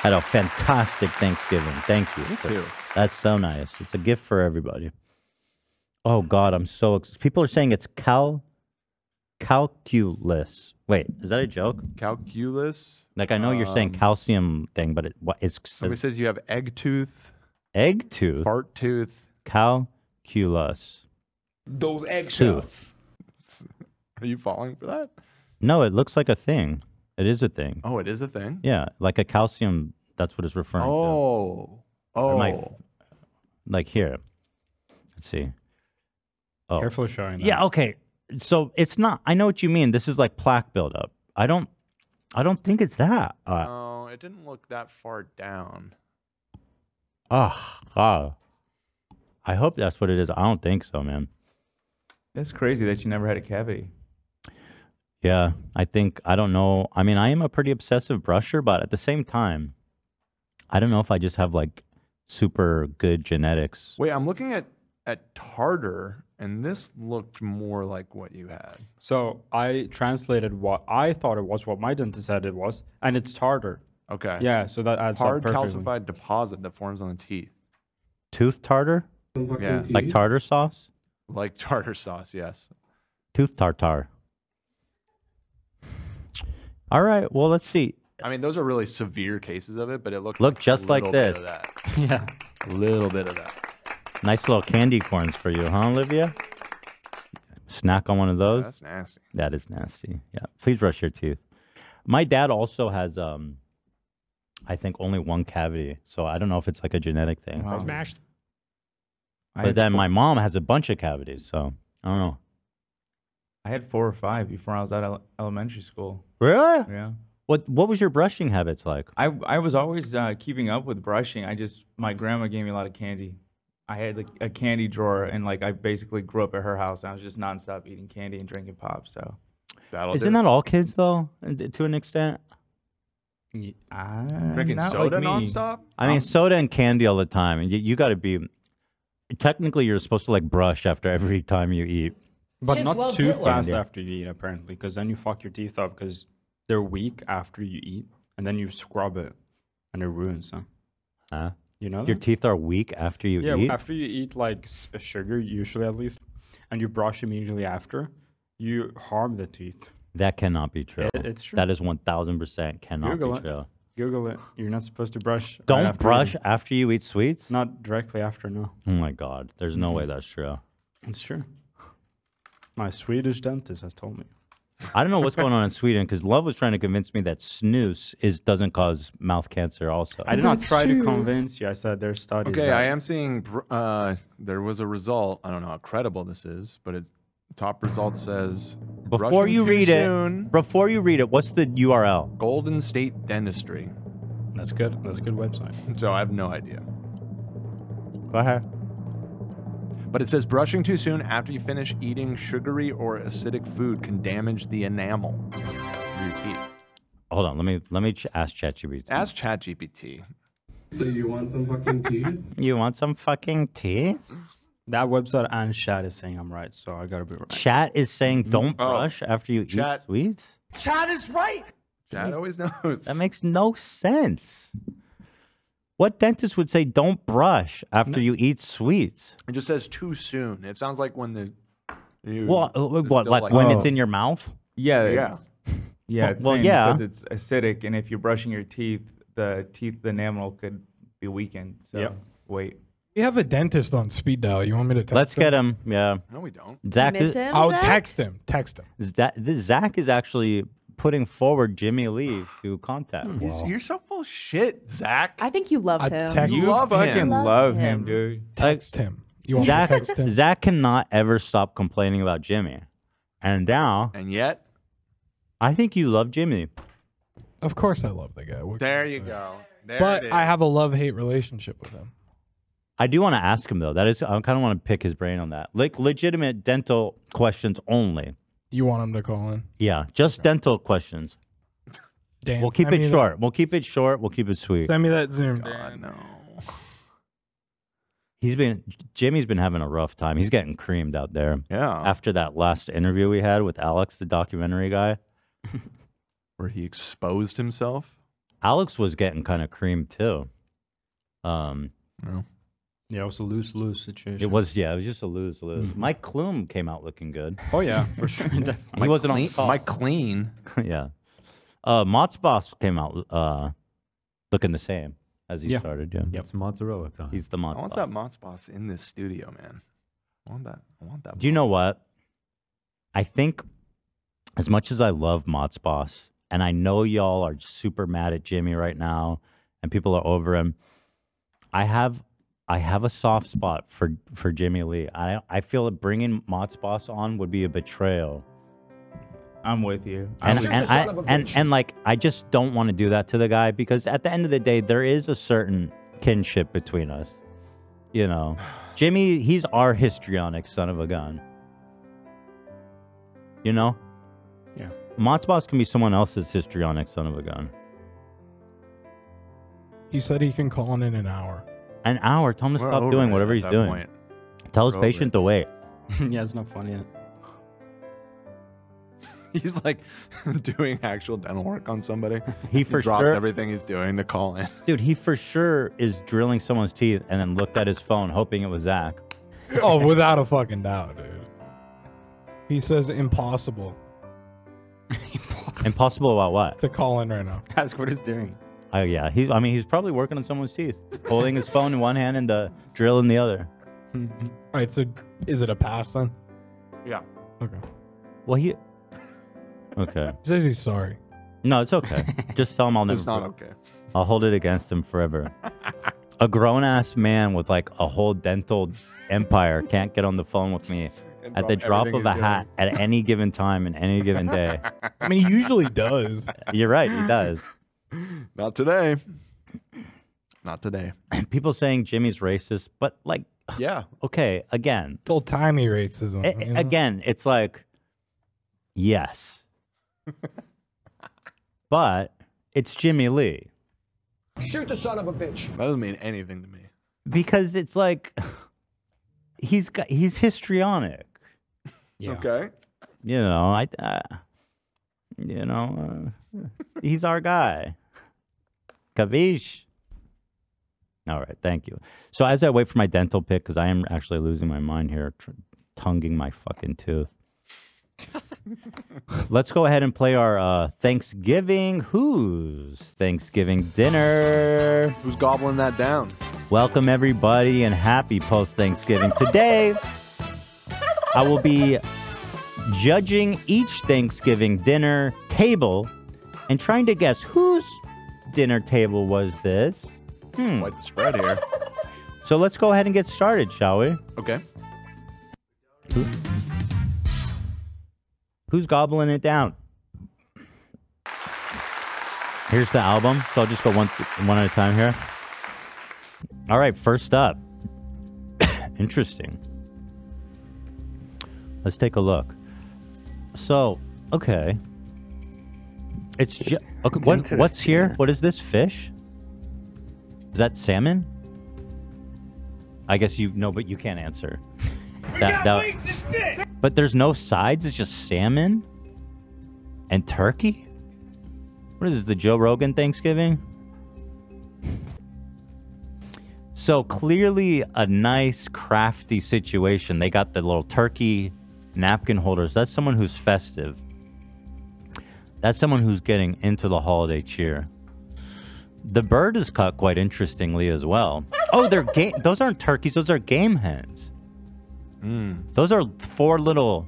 [SPEAKER 3] had a fantastic Thanksgiving. Thank you.
[SPEAKER 4] Me too.
[SPEAKER 3] That's so nice. It's a gift for everybody. Oh God, I'm so ex- people are saying it's cal calculus. Wait, is that a joke?
[SPEAKER 4] Calculus.
[SPEAKER 3] Like I know you're saying
[SPEAKER 4] Um,
[SPEAKER 3] calcium thing, but it what it's
[SPEAKER 4] Somebody says you have egg tooth.
[SPEAKER 3] egg tooth,
[SPEAKER 4] fart tooth,
[SPEAKER 3] calculus.
[SPEAKER 7] Those
[SPEAKER 3] eggshells.
[SPEAKER 4] Are you falling for that?
[SPEAKER 3] No, it looks like a thing. It is a thing.
[SPEAKER 4] Oh, it is a thing.
[SPEAKER 3] Yeah, like a calcium. That's what it's referring to.
[SPEAKER 4] Oh.
[SPEAKER 3] Or am I-
[SPEAKER 4] Oh.
[SPEAKER 3] like here. Let's see. Oh.
[SPEAKER 9] Careful showing that.
[SPEAKER 3] Yeah, okay. So it's not I know what you mean. This is like plaque buildup. I don't I don't think it's that. Uh
[SPEAKER 4] no, it didn't look that far down.
[SPEAKER 3] ah, ah. I hope that's what it is. I don't think so, man.
[SPEAKER 11] That's crazy that you never had a cavity.
[SPEAKER 3] Yeah, I think I don't know. I mean, I am a pretty obsessive brusher, but at the same time, I don't know if I just have like super good genetics.
[SPEAKER 4] Wait, I'm looking at at tartar, and this looked more like what you had.
[SPEAKER 9] So I translated what I thought it was, what my dentist said it was, and it's tartar.
[SPEAKER 4] Okay.
[SPEAKER 9] Yeah, so that adds
[SPEAKER 4] Hard
[SPEAKER 9] up perfectly.
[SPEAKER 4] calcified deposit that forms on the teeth,
[SPEAKER 3] Tooth tartar?
[SPEAKER 4] Yeah.
[SPEAKER 3] Like tartar sauce?
[SPEAKER 4] like tartar sauce. Yes.
[SPEAKER 3] Tooth tartar. All right. Well, let's see.
[SPEAKER 4] I mean, those are really severe cases of it, but it looked
[SPEAKER 3] Look
[SPEAKER 4] a
[SPEAKER 3] just like
[SPEAKER 4] little bit
[SPEAKER 3] this.
[SPEAKER 4] of that. yeah, a little bit of that.
[SPEAKER 3] Nice little candy corns for you, huh, Olivia? Snack on one of those.
[SPEAKER 4] that's nasty.
[SPEAKER 3] That is nasty. Yeah. Please brush your teeth. My dad also has, um, I think, only one cavity. So I don't know if it's like a genetic thing.
[SPEAKER 11] Wow.
[SPEAKER 13] Smashed.
[SPEAKER 11] I
[SPEAKER 3] But
[SPEAKER 11] had
[SPEAKER 3] then my mom has a bunch of cavities. So I don't know.
[SPEAKER 11] I had four or five before I was out of elementary school.
[SPEAKER 3] Really?
[SPEAKER 11] Yeah.
[SPEAKER 3] What What was your brushing habits like?
[SPEAKER 11] I I was always uh, keeping up with brushing. I just my grandma gave me a lot of candy. I had like a candy drawer, and like I basically grew up at her house, and I was just nonstop eating candy and drinking pop. So
[SPEAKER 4] That'll
[SPEAKER 3] Isn't that all kids though, and- to an extent?
[SPEAKER 11] I,
[SPEAKER 4] Drinking
[SPEAKER 11] not
[SPEAKER 4] soda
[SPEAKER 11] like me.
[SPEAKER 4] nonstop?
[SPEAKER 3] I
[SPEAKER 9] Um,
[SPEAKER 3] mean, soda and candy all the time, and you, you got to be. Technically, you're supposed to like brush after every time you eat.
[SPEAKER 9] But not too fast
[SPEAKER 3] Candy.
[SPEAKER 9] after you eat, apparently, because then you fuck your teeth up because they're weak after you eat, and then you scrub it, and it ruins them.
[SPEAKER 3] Huh?
[SPEAKER 9] You know
[SPEAKER 3] Your
[SPEAKER 9] that?
[SPEAKER 3] teeth are weak after you
[SPEAKER 9] yeah,
[SPEAKER 3] eat.
[SPEAKER 9] after you eat like s- sugar, usually at least, and you brush immediately after, you harm the teeth.
[SPEAKER 3] that cannot be true.
[SPEAKER 9] It- it's true.
[SPEAKER 3] That is one thousand percent cannot
[SPEAKER 9] Google
[SPEAKER 3] be
[SPEAKER 9] it.
[SPEAKER 3] true.
[SPEAKER 9] Google it. You're not supposed to brush. right
[SPEAKER 3] Don't
[SPEAKER 9] after
[SPEAKER 3] brush
[SPEAKER 9] eating.
[SPEAKER 3] after you eat sweets.
[SPEAKER 9] Not directly after. No,
[SPEAKER 3] Oh my God, there's no way that's true.
[SPEAKER 9] it's true. My Swedish dentist has told me.
[SPEAKER 3] I don't know what's going on in Sweden because Love was trying to convince me that snus is doesn't cause mouth cancer. Also,
[SPEAKER 9] I did not try to convince you. I said there's studies.
[SPEAKER 4] Okay,
[SPEAKER 9] that-
[SPEAKER 4] I am seeing br- uh, there was a result. I don't know how credible this is, but it's top result says
[SPEAKER 3] Before you read it, before you read it, what's the URL?
[SPEAKER 4] Golden State Dentistry.
[SPEAKER 9] That's good. That's a good website.
[SPEAKER 4] So I have no idea.
[SPEAKER 3] Go ahead.
[SPEAKER 4] But it says brushing too soon after you finish eating sugary or acidic food can damage the enamel of your teeth.
[SPEAKER 3] Hold on, let me let me ch- ask ChatGPT.
[SPEAKER 4] Ask ChatGPT.
[SPEAKER 14] So you want some fucking tea?
[SPEAKER 3] You want some fucking teeth?
[SPEAKER 9] That website and chat is saying I'm right, so I gotta be right.
[SPEAKER 3] Chat is saying don't
[SPEAKER 9] Oh.
[SPEAKER 3] brush after you
[SPEAKER 9] Chat.
[SPEAKER 3] eat sweets.
[SPEAKER 14] Chad is right.
[SPEAKER 4] Chad always knows.
[SPEAKER 3] That makes no sense. What dentist would say don't brush after you eat sweets?
[SPEAKER 4] It just says too soon. It sounds like when the you-
[SPEAKER 3] Well, uh,
[SPEAKER 4] there's
[SPEAKER 3] what,
[SPEAKER 4] still,
[SPEAKER 3] like when it's
[SPEAKER 11] Oh.
[SPEAKER 3] in your mouth?
[SPEAKER 4] Yeah.
[SPEAKER 11] Yeah. it's- yeah.
[SPEAKER 3] Well-
[SPEAKER 11] It's
[SPEAKER 3] well,
[SPEAKER 11] saying
[SPEAKER 3] yeah.
[SPEAKER 11] Because it's acidic, and if you're brushing your teeth, the teeth the enamel could be weakened. So
[SPEAKER 5] Yep.
[SPEAKER 11] wait.
[SPEAKER 5] We have a dentist on speed dial. You want me to text
[SPEAKER 3] Let's
[SPEAKER 5] him?
[SPEAKER 3] get him. Yeah.
[SPEAKER 4] No, we don't.
[SPEAKER 3] Zach,
[SPEAKER 5] Miss
[SPEAKER 3] is-
[SPEAKER 5] him, I'll Zach? text him. Text him.
[SPEAKER 3] Zach, this, Zach is actually putting forward Jimmy Lee to contact.
[SPEAKER 4] He's- You're so full of shit, Zach.
[SPEAKER 6] I think you love
[SPEAKER 5] I
[SPEAKER 6] him.
[SPEAKER 5] text-
[SPEAKER 11] You
[SPEAKER 4] love
[SPEAKER 11] fucking
[SPEAKER 4] him.
[SPEAKER 11] love him, dude.
[SPEAKER 5] Text him. You want
[SPEAKER 3] Zach,
[SPEAKER 5] me to text him?
[SPEAKER 3] Zach cannot ever stop complaining about Jimmy, and now
[SPEAKER 4] And yet,
[SPEAKER 3] I think you love Jimmy.
[SPEAKER 5] Of course, I love the guy. What-
[SPEAKER 4] there you go. There it
[SPEAKER 5] But
[SPEAKER 4] is.
[SPEAKER 5] I have a love hate relationship with him.
[SPEAKER 3] I do want to ask him though. That is, I kind of want to pick his brain on that. Like legitimate dental questions only.
[SPEAKER 5] You want him to call in?
[SPEAKER 3] Yeah, just dental questions.
[SPEAKER 5] Dan,
[SPEAKER 3] We'll keep
[SPEAKER 5] send
[SPEAKER 3] it
[SPEAKER 5] me that-
[SPEAKER 3] short. We'll keep it short. We'll keep it sweet.
[SPEAKER 5] Send me that Zoom. Dan.
[SPEAKER 4] no.
[SPEAKER 3] He's been Jimmy's been having a rough time. He's getting creamed out there.
[SPEAKER 4] Yeah.
[SPEAKER 3] After that last interview we had with Alex, the documentary guy,
[SPEAKER 4] Where he exposed himself.
[SPEAKER 3] Alex was getting kind of creamed too. Um,
[SPEAKER 9] Yeah, it was a loose lose situation. Mm-hmm.
[SPEAKER 3] it was yeah, it was just a lose lose. Mike Klum came out looking good.
[SPEAKER 9] Oh yeah, for sure. definitely.
[SPEAKER 3] he wasn't
[SPEAKER 4] clean,
[SPEAKER 3] on call.
[SPEAKER 4] My clean.
[SPEAKER 3] yeah. Uh, Mott's boss came out uh, looking the same as he
[SPEAKER 9] Yeah.
[SPEAKER 3] started. Yeah.
[SPEAKER 9] Yep.
[SPEAKER 13] It's mozzarella time.
[SPEAKER 3] He's the Mott's
[SPEAKER 4] I want
[SPEAKER 3] boss.
[SPEAKER 4] that Mott's boss in this studio, man. I want that. I want that.
[SPEAKER 3] Do you know what? I think as much as I love Mott's boss, and I know y'all are super mad at Jimmy right now, and people are over him, I have I have a soft spot for for Jimmy Lee. I I feel that bringing Mott's boss on would be a betrayal.
[SPEAKER 11] I'm with you.
[SPEAKER 3] And
[SPEAKER 11] I'm with
[SPEAKER 3] and,
[SPEAKER 11] you.
[SPEAKER 3] I, and and like I just don't want to do that to the guy because at the end of the day there is a certain kinship between us. You know. Jimmy, he's our histrionic son of a gun. You know?
[SPEAKER 9] Yeah.
[SPEAKER 3] Mott's boss can be someone else's histrionic son of a gun.
[SPEAKER 5] He said he can call in in an hour.
[SPEAKER 3] An hour. Tell him to
[SPEAKER 5] We're
[SPEAKER 3] stop
[SPEAKER 5] over
[SPEAKER 3] doing
[SPEAKER 5] it
[SPEAKER 3] whatever
[SPEAKER 5] at
[SPEAKER 3] he's
[SPEAKER 5] that
[SPEAKER 3] doing.
[SPEAKER 5] point.
[SPEAKER 3] Tell his
[SPEAKER 5] We're over it.
[SPEAKER 3] patient to wait.
[SPEAKER 9] yeah, it's not funny.
[SPEAKER 4] He's like doing actual dental work on somebody.
[SPEAKER 3] He for
[SPEAKER 4] drops
[SPEAKER 3] sure-
[SPEAKER 4] everything he's doing to call in.
[SPEAKER 3] Dude, he for sure is drilling someone's teeth and then looked at his phone hoping it was Zach.
[SPEAKER 5] oh, without a fucking doubt, dude. He says impossible
[SPEAKER 3] Impossible about what?
[SPEAKER 5] to call in right now.
[SPEAKER 9] Ask what he's doing.
[SPEAKER 3] Oh yeah, he's. I mean, he's probably working on someone's teeth, holding his phone in one hand and the drill in the other.
[SPEAKER 5] All right, so is it a pass then?
[SPEAKER 4] Yeah.
[SPEAKER 5] Okay.
[SPEAKER 3] Well, he. Okay.
[SPEAKER 5] He says he's sorry.
[SPEAKER 3] No, it's okay. Just tell him I'll never.
[SPEAKER 5] It's not
[SPEAKER 4] okay.
[SPEAKER 3] I'll hold it against him forever. a grown ass man with like a whole dental empire can't get on the phone with me
[SPEAKER 5] And
[SPEAKER 3] at the
[SPEAKER 5] drop
[SPEAKER 3] drop of
[SPEAKER 5] everything
[SPEAKER 3] a
[SPEAKER 5] he's
[SPEAKER 3] hat at any given time in any given day.
[SPEAKER 5] I mean, he usually does.
[SPEAKER 3] You're right. He does.
[SPEAKER 4] Not today. Not today.
[SPEAKER 3] People saying Jimmy's racist, but like,
[SPEAKER 4] yeah.
[SPEAKER 3] Okay. Again,
[SPEAKER 5] It's old timey racism.
[SPEAKER 3] A-
[SPEAKER 5] you know?
[SPEAKER 3] again, it's like, yes, but it's Jimmy Lee
[SPEAKER 4] Shoot the son of a bitch. That doesn't mean anything to me.
[SPEAKER 3] because it's like he's got he's histrionic.
[SPEAKER 4] Okay.
[SPEAKER 3] You know, I, I you know, uh, he's our guy. Kavish. All right, thank you. So as I wait for my dental pick, because I am actually losing my mind here, tr- tonguing my fucking tooth. Let's go ahead and play our uh, Thanksgiving Who's Thanksgiving dinner.
[SPEAKER 4] Who's gobbling that down?
[SPEAKER 3] Welcome everybody and happy post Thanksgiving. Today, I will be judging each Thanksgiving dinner table and trying to guess whose dinner table was this. Hmm.
[SPEAKER 4] Quite the spread here.
[SPEAKER 3] So let's go ahead and get started, shall we?
[SPEAKER 4] Okay.
[SPEAKER 3] Who's gobbling it down? Here's the album. So I'll just go one one at a time here. All right, first up. Interesting. Let's take a look. So, okay. It's ju- okay.
[SPEAKER 13] It's
[SPEAKER 3] What, what's
[SPEAKER 13] interesting,
[SPEAKER 3] here? What is this fish? Is that salmon? I guess you know, but you can't answer. That, that, but there's no sides. It's just salmon and turkey. What is this, the Joe Rogan Thanksgiving? So clearly a nice crafty situation. They got the little turkey napkin holders. That's someone who's festive. That's someone who's getting into the holiday cheer. The bird is cut quite interestingly as well. Oh, they're game. Those aren't turkeys. Those are game hens. Those are four little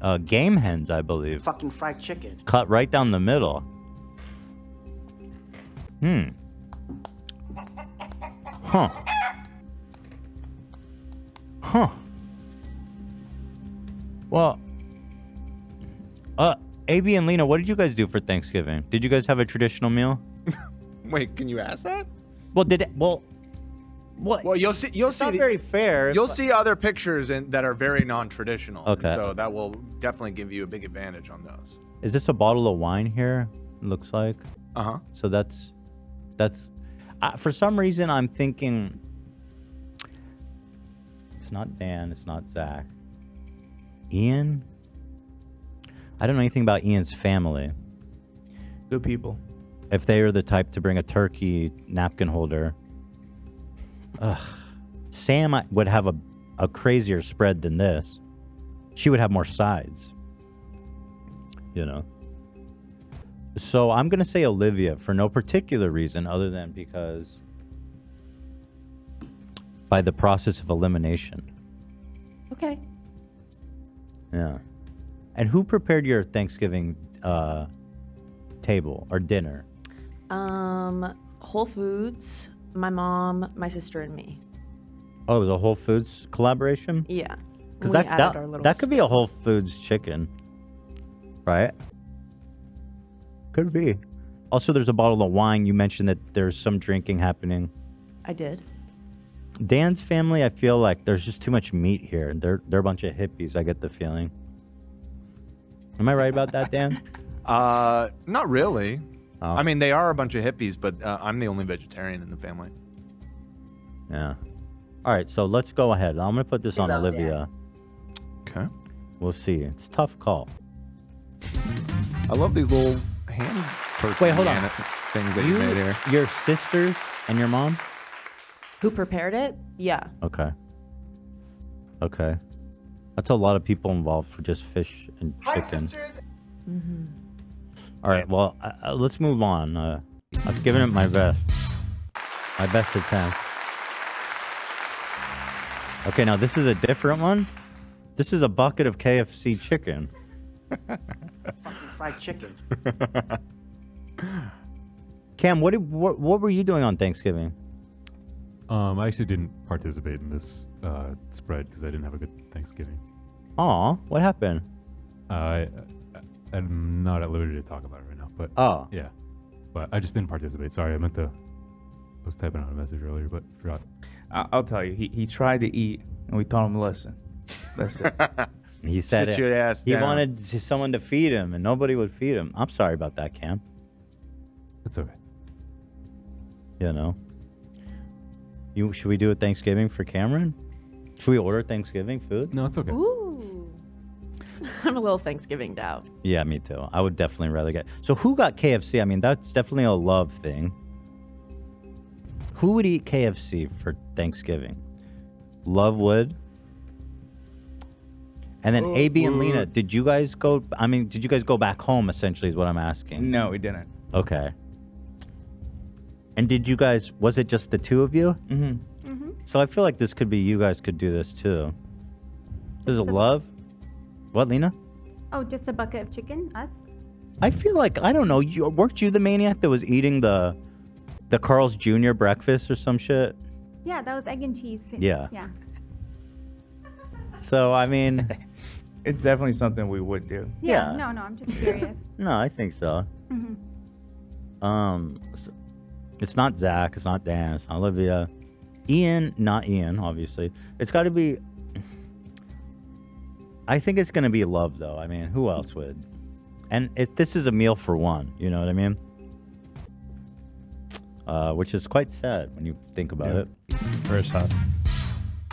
[SPEAKER 3] uh, game hens, I believe,
[SPEAKER 15] Fucking fried chicken.
[SPEAKER 3] cut right down the middle. Hmm. Huh. Huh. Well, uh, AB and Lena, what did you guys do for Thanksgiving? Did you guys have a traditional meal?
[SPEAKER 4] Wait, can you ask that?
[SPEAKER 3] Well, did it, well, what?
[SPEAKER 4] Well, you'll see. You'll see.
[SPEAKER 3] not very fair.
[SPEAKER 4] You'll see other pictures and that are very non-traditional. and
[SPEAKER 3] Okay.
[SPEAKER 4] So that will definitely give you a big advantage on those.
[SPEAKER 3] Is this a bottle of wine here? It looks like.
[SPEAKER 4] Uh huh.
[SPEAKER 3] So that's that's uh, for some reason I'm thinking it's not Dan, it's not Zach, Ian. I don't know anything about Ian's family.
[SPEAKER 11] Good people.
[SPEAKER 3] If they are the type to bring a turkey napkin holder, ugh, Sam I- would have a a crazier spread than this. She would have more sides. You know. So I'm going to say Olivia for no particular reason other than because by the process of elimination.
[SPEAKER 6] Okay.
[SPEAKER 3] Yeah. And who prepared your Thanksgiving uh, table or dinner?
[SPEAKER 6] Um, Whole Foods, my mom, my sister, and me.
[SPEAKER 3] Oh, it was a Whole Foods collaboration?
[SPEAKER 6] Yeah.
[SPEAKER 3] Because
[SPEAKER 6] We
[SPEAKER 3] that,
[SPEAKER 6] added our
[SPEAKER 3] that,
[SPEAKER 6] little
[SPEAKER 3] that could be a Whole Foods chicken. Right? Could be. Also, there's a bottle of wine. You mentioned that there's some drinking happening.
[SPEAKER 6] I did.
[SPEAKER 3] Dan's family, I feel like there's just too much meat here. They're they're a bunch of hippies, I get the feeling. Am I right about that, Dan? Oh.
[SPEAKER 4] Uh, not really. I mean, they are a bunch of hippies, but uh, I'm the only vegetarian in the family.
[SPEAKER 3] Yeah. All right, so let's go ahead. I'm gonna put this on
[SPEAKER 4] Hello, Dan.
[SPEAKER 3] Olivia.
[SPEAKER 4] Okay.
[SPEAKER 3] We'll see. It's a tough call.
[SPEAKER 4] I love these little hand turkey
[SPEAKER 3] Wait, hold on.
[SPEAKER 4] ana- things that you, made here.
[SPEAKER 3] Your sisters and your mom?
[SPEAKER 6] Who prepared it? Yeah.
[SPEAKER 3] Okay. Okay. That's a lot of people involved for just fish and chicken.
[SPEAKER 6] hmm
[SPEAKER 3] All right, well, uh, uh, let's move on. Uh, I've given it my best. My best attempt. Okay, now this is a different one. This is a bucket of KFC chicken.
[SPEAKER 13] Fucking fried chicken.
[SPEAKER 3] Cam, what, did, what what were you doing on Thanksgiving?
[SPEAKER 15] Um, I actually didn't participate in this uh, spread because I didn't have a good Thanksgiving. Uh,
[SPEAKER 3] Aw, what happened?
[SPEAKER 15] I I- I'm not at liberty to talk about it right now, but
[SPEAKER 3] Oh.
[SPEAKER 15] yeah, but I just didn't participate. Sorry, I meant to. I was typing out a message earlier, but forgot.
[SPEAKER 11] I- I'll tell you, he, he tried to eat, and we told him, listen, that's it.
[SPEAKER 3] He said it. he wanted to- someone to feed him, and nobody would feed him. I'm sorry about that, Cam.
[SPEAKER 15] It's okay.
[SPEAKER 3] You know. You should we do a Thanksgiving for Cameron? Should we order Thanksgiving food?
[SPEAKER 15] No, it's okay.
[SPEAKER 6] Ooh. I'm a little Thanksgiving doubt.
[SPEAKER 3] Yeah, me too. I would definitely rather get. So who got KFC? I mean, that's definitely a love thing. Who would eat KFC for Thanksgiving? Love would. And then
[SPEAKER 11] Love
[SPEAKER 3] AB and
[SPEAKER 11] would.
[SPEAKER 3] Lena, did you guys go? I mean, did you guys go back home? Essentially, is what I'm asking.
[SPEAKER 11] No, we didn't.
[SPEAKER 3] Okay. And did you guys? Was it just the two of you?
[SPEAKER 11] Mm-hmm.
[SPEAKER 3] So I feel like this could be you guys could do this too. There's a love. What, Lena?
[SPEAKER 16] Oh, just a bucket of chicken? Us?
[SPEAKER 3] I feel like I don't know. You, weren't you the maniac that was eating the the Carl's Jr. breakfast or some shit?
[SPEAKER 16] Yeah, that was egg and cheese.
[SPEAKER 3] Yeah.
[SPEAKER 16] Yeah.
[SPEAKER 3] So I mean,
[SPEAKER 11] it's definitely something we would do.
[SPEAKER 3] yeah.
[SPEAKER 16] No, no, I'm just curious.
[SPEAKER 3] No, I think so.
[SPEAKER 16] hmm
[SPEAKER 3] Um, s- it's not Zach. It's not Dan. It's not Olivia. Ian, not Ian, obviously. It's got to be. I think it's gonna be love though. I mean, who else would? And if this is a meal for one, you know what I mean? Uh, which is quite sad when you think about
[SPEAKER 9] Yeah.
[SPEAKER 3] it. Very sad.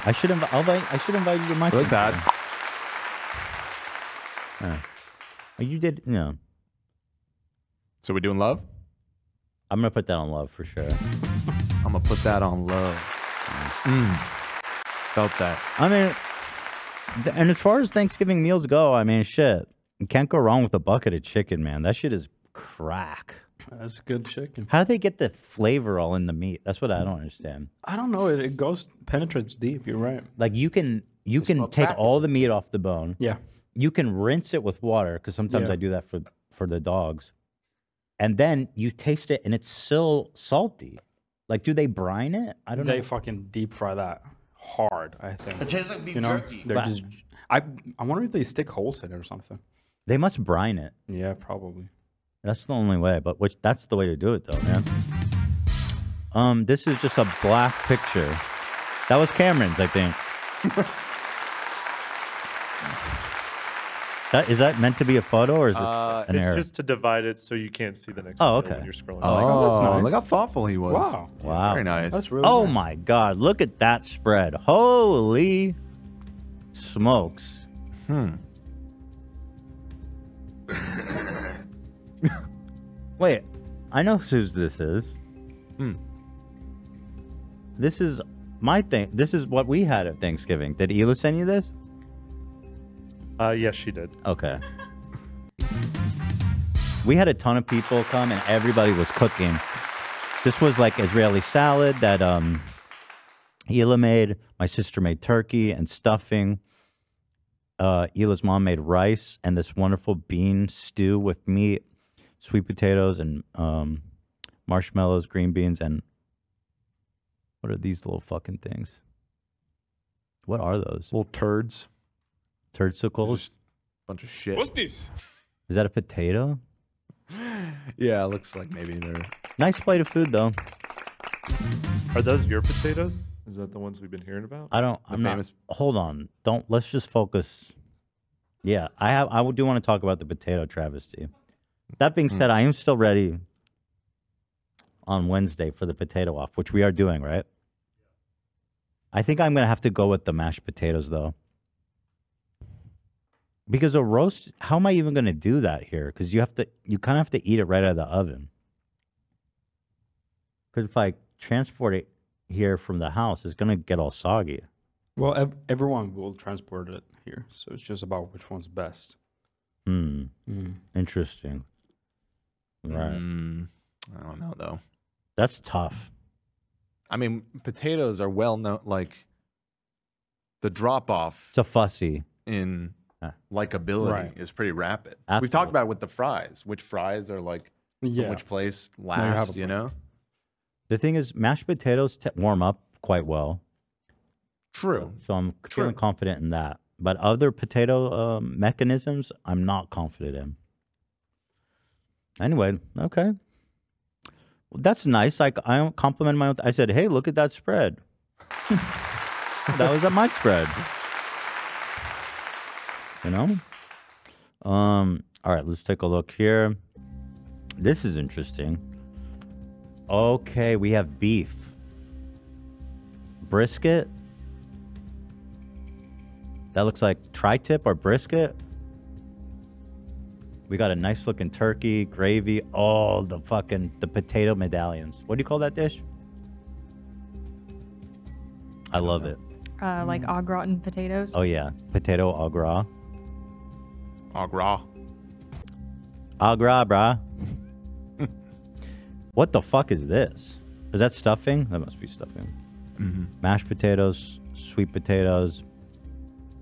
[SPEAKER 3] I should invite. I'll invite. I should invite you to my. Very sad. Oh, You did. No.
[SPEAKER 4] So we're doing love.
[SPEAKER 3] I'm gonna put that on love for sure.
[SPEAKER 4] I'm gonna put that on love. Mm. Felt that.
[SPEAKER 3] I mean, th- and as far as Thanksgiving meals go, I mean, shit, you can't go wrong with a bucket of chicken, man. That shit is crack.
[SPEAKER 9] That's good chicken.
[SPEAKER 3] How do they get the flavor all in the meat? That's what I don't understand.
[SPEAKER 9] I don't know. It, it goes penetrates deep. You're right.
[SPEAKER 3] Like you can you can take all the meat off the bone.
[SPEAKER 9] Yeah.
[SPEAKER 3] You can rinse it with water because sometimes
[SPEAKER 9] Yeah.
[SPEAKER 3] I do that for for the dogs, and then you taste it and it's still salty. Like, do they brine it? I don't
[SPEAKER 9] they
[SPEAKER 3] know.
[SPEAKER 9] fucking deep fry that hard. I think
[SPEAKER 13] It tastes like beef
[SPEAKER 9] you know,
[SPEAKER 13] jerky.
[SPEAKER 9] They're
[SPEAKER 3] But-
[SPEAKER 9] just. I I wonder if they stick holes in it or something.
[SPEAKER 3] They must brine it.
[SPEAKER 9] Yeah, probably.
[SPEAKER 3] That's the only way, but which that's the way to do it though, man. Um, this is just a black picture. That was Cameron's, I think. that is that meant to be a photo or is it
[SPEAKER 17] Uh,
[SPEAKER 3] an
[SPEAKER 17] it's
[SPEAKER 3] error?
[SPEAKER 17] just to divide it so you can't see the next.
[SPEAKER 3] oh,
[SPEAKER 17] photo
[SPEAKER 3] okay.
[SPEAKER 17] When you're scrolling. oh,
[SPEAKER 4] Oh, look how thoughtful he was.
[SPEAKER 17] Wow.
[SPEAKER 3] Wow.
[SPEAKER 4] Very nice. That's really
[SPEAKER 3] oh
[SPEAKER 4] nice.
[SPEAKER 3] my god, look at that spread. Holy smokes.
[SPEAKER 4] Hmm.
[SPEAKER 3] Wait, I know whose this is.
[SPEAKER 4] Hmm.
[SPEAKER 3] This is my thing. This is what we had at Thanksgiving. Did Ela send you this?
[SPEAKER 17] Uh, yes, she did.
[SPEAKER 3] Okay. We had a ton of people come and everybody was cooking. This was like Israeli salad that um Hila made. My sister made turkey and stuffing. Uh Hila's mom made rice and this wonderful bean stew with meat, sweet potatoes and um marshmallows, green beans and what are these little fucking things? What are those?
[SPEAKER 4] Little turds.
[SPEAKER 3] Turdsicles.
[SPEAKER 4] Bunch of shit.
[SPEAKER 14] this?
[SPEAKER 3] Is that a potato?
[SPEAKER 4] Yeah, it looks like maybe they're.
[SPEAKER 3] Nice plate of food though.
[SPEAKER 17] Are those your potatoes? Is that the ones we've been hearing about?
[SPEAKER 3] I don't.
[SPEAKER 17] The
[SPEAKER 3] I'm not. Hold on. Don't. Let's just focus. Yeah, I have. I do want to talk about the potato travesty. That being said, I am still ready on Wednesday for the potato off, which we are doing, right? I think I'm gonna have to go with the mashed potatoes though, because a roast. How am I even gonna do that here? Because you have to. You kind of have to eat it right out of the oven. Because if I transport it here from the house, it's gonna get all soggy.
[SPEAKER 9] Well, ev- everyone will transport it here, so it's just about which one's best.
[SPEAKER 3] Hmm.
[SPEAKER 9] Mm.
[SPEAKER 3] Interesting. Right.
[SPEAKER 4] Hmm. I don't know though.
[SPEAKER 3] That's tough.
[SPEAKER 4] I mean, potatoes are well known. Like the drop off
[SPEAKER 3] It's a fussy.
[SPEAKER 4] in likability
[SPEAKER 3] Right.
[SPEAKER 4] is pretty rapid. We've talked about it with the fries, which fries are like from
[SPEAKER 3] Yeah.
[SPEAKER 4] which place
[SPEAKER 3] you have
[SPEAKER 4] last,
[SPEAKER 3] a
[SPEAKER 4] you know?
[SPEAKER 3] The thing is, mashed potatoes te- warm up quite well.
[SPEAKER 4] True.
[SPEAKER 3] So I'm feeling
[SPEAKER 4] True.
[SPEAKER 3] confident in that. But other potato uh, mechanisms, I'm not confident in. Anyway, okay. Well, that's nice. Like I compliment my own. I said, "Hey, look at that spread." that was a my spread. You know. Um. All right. Let's take a look here. This is interesting. Okay, we have beef, brisket. That looks like tri-tip or brisket. We got a nice looking turkey, gravy, all the fucking the potato medallions. What do you call that dish? I love it.
[SPEAKER 12] Uh, like au gratin potatoes.
[SPEAKER 3] Mm. Oh yeah, potato au gras.
[SPEAKER 4] Au gras.
[SPEAKER 3] Au gras, brah. what the fuck is this? Is that stuffing? That must be stuffing.
[SPEAKER 4] Mhm.
[SPEAKER 3] Mashed potatoes, sweet potatoes.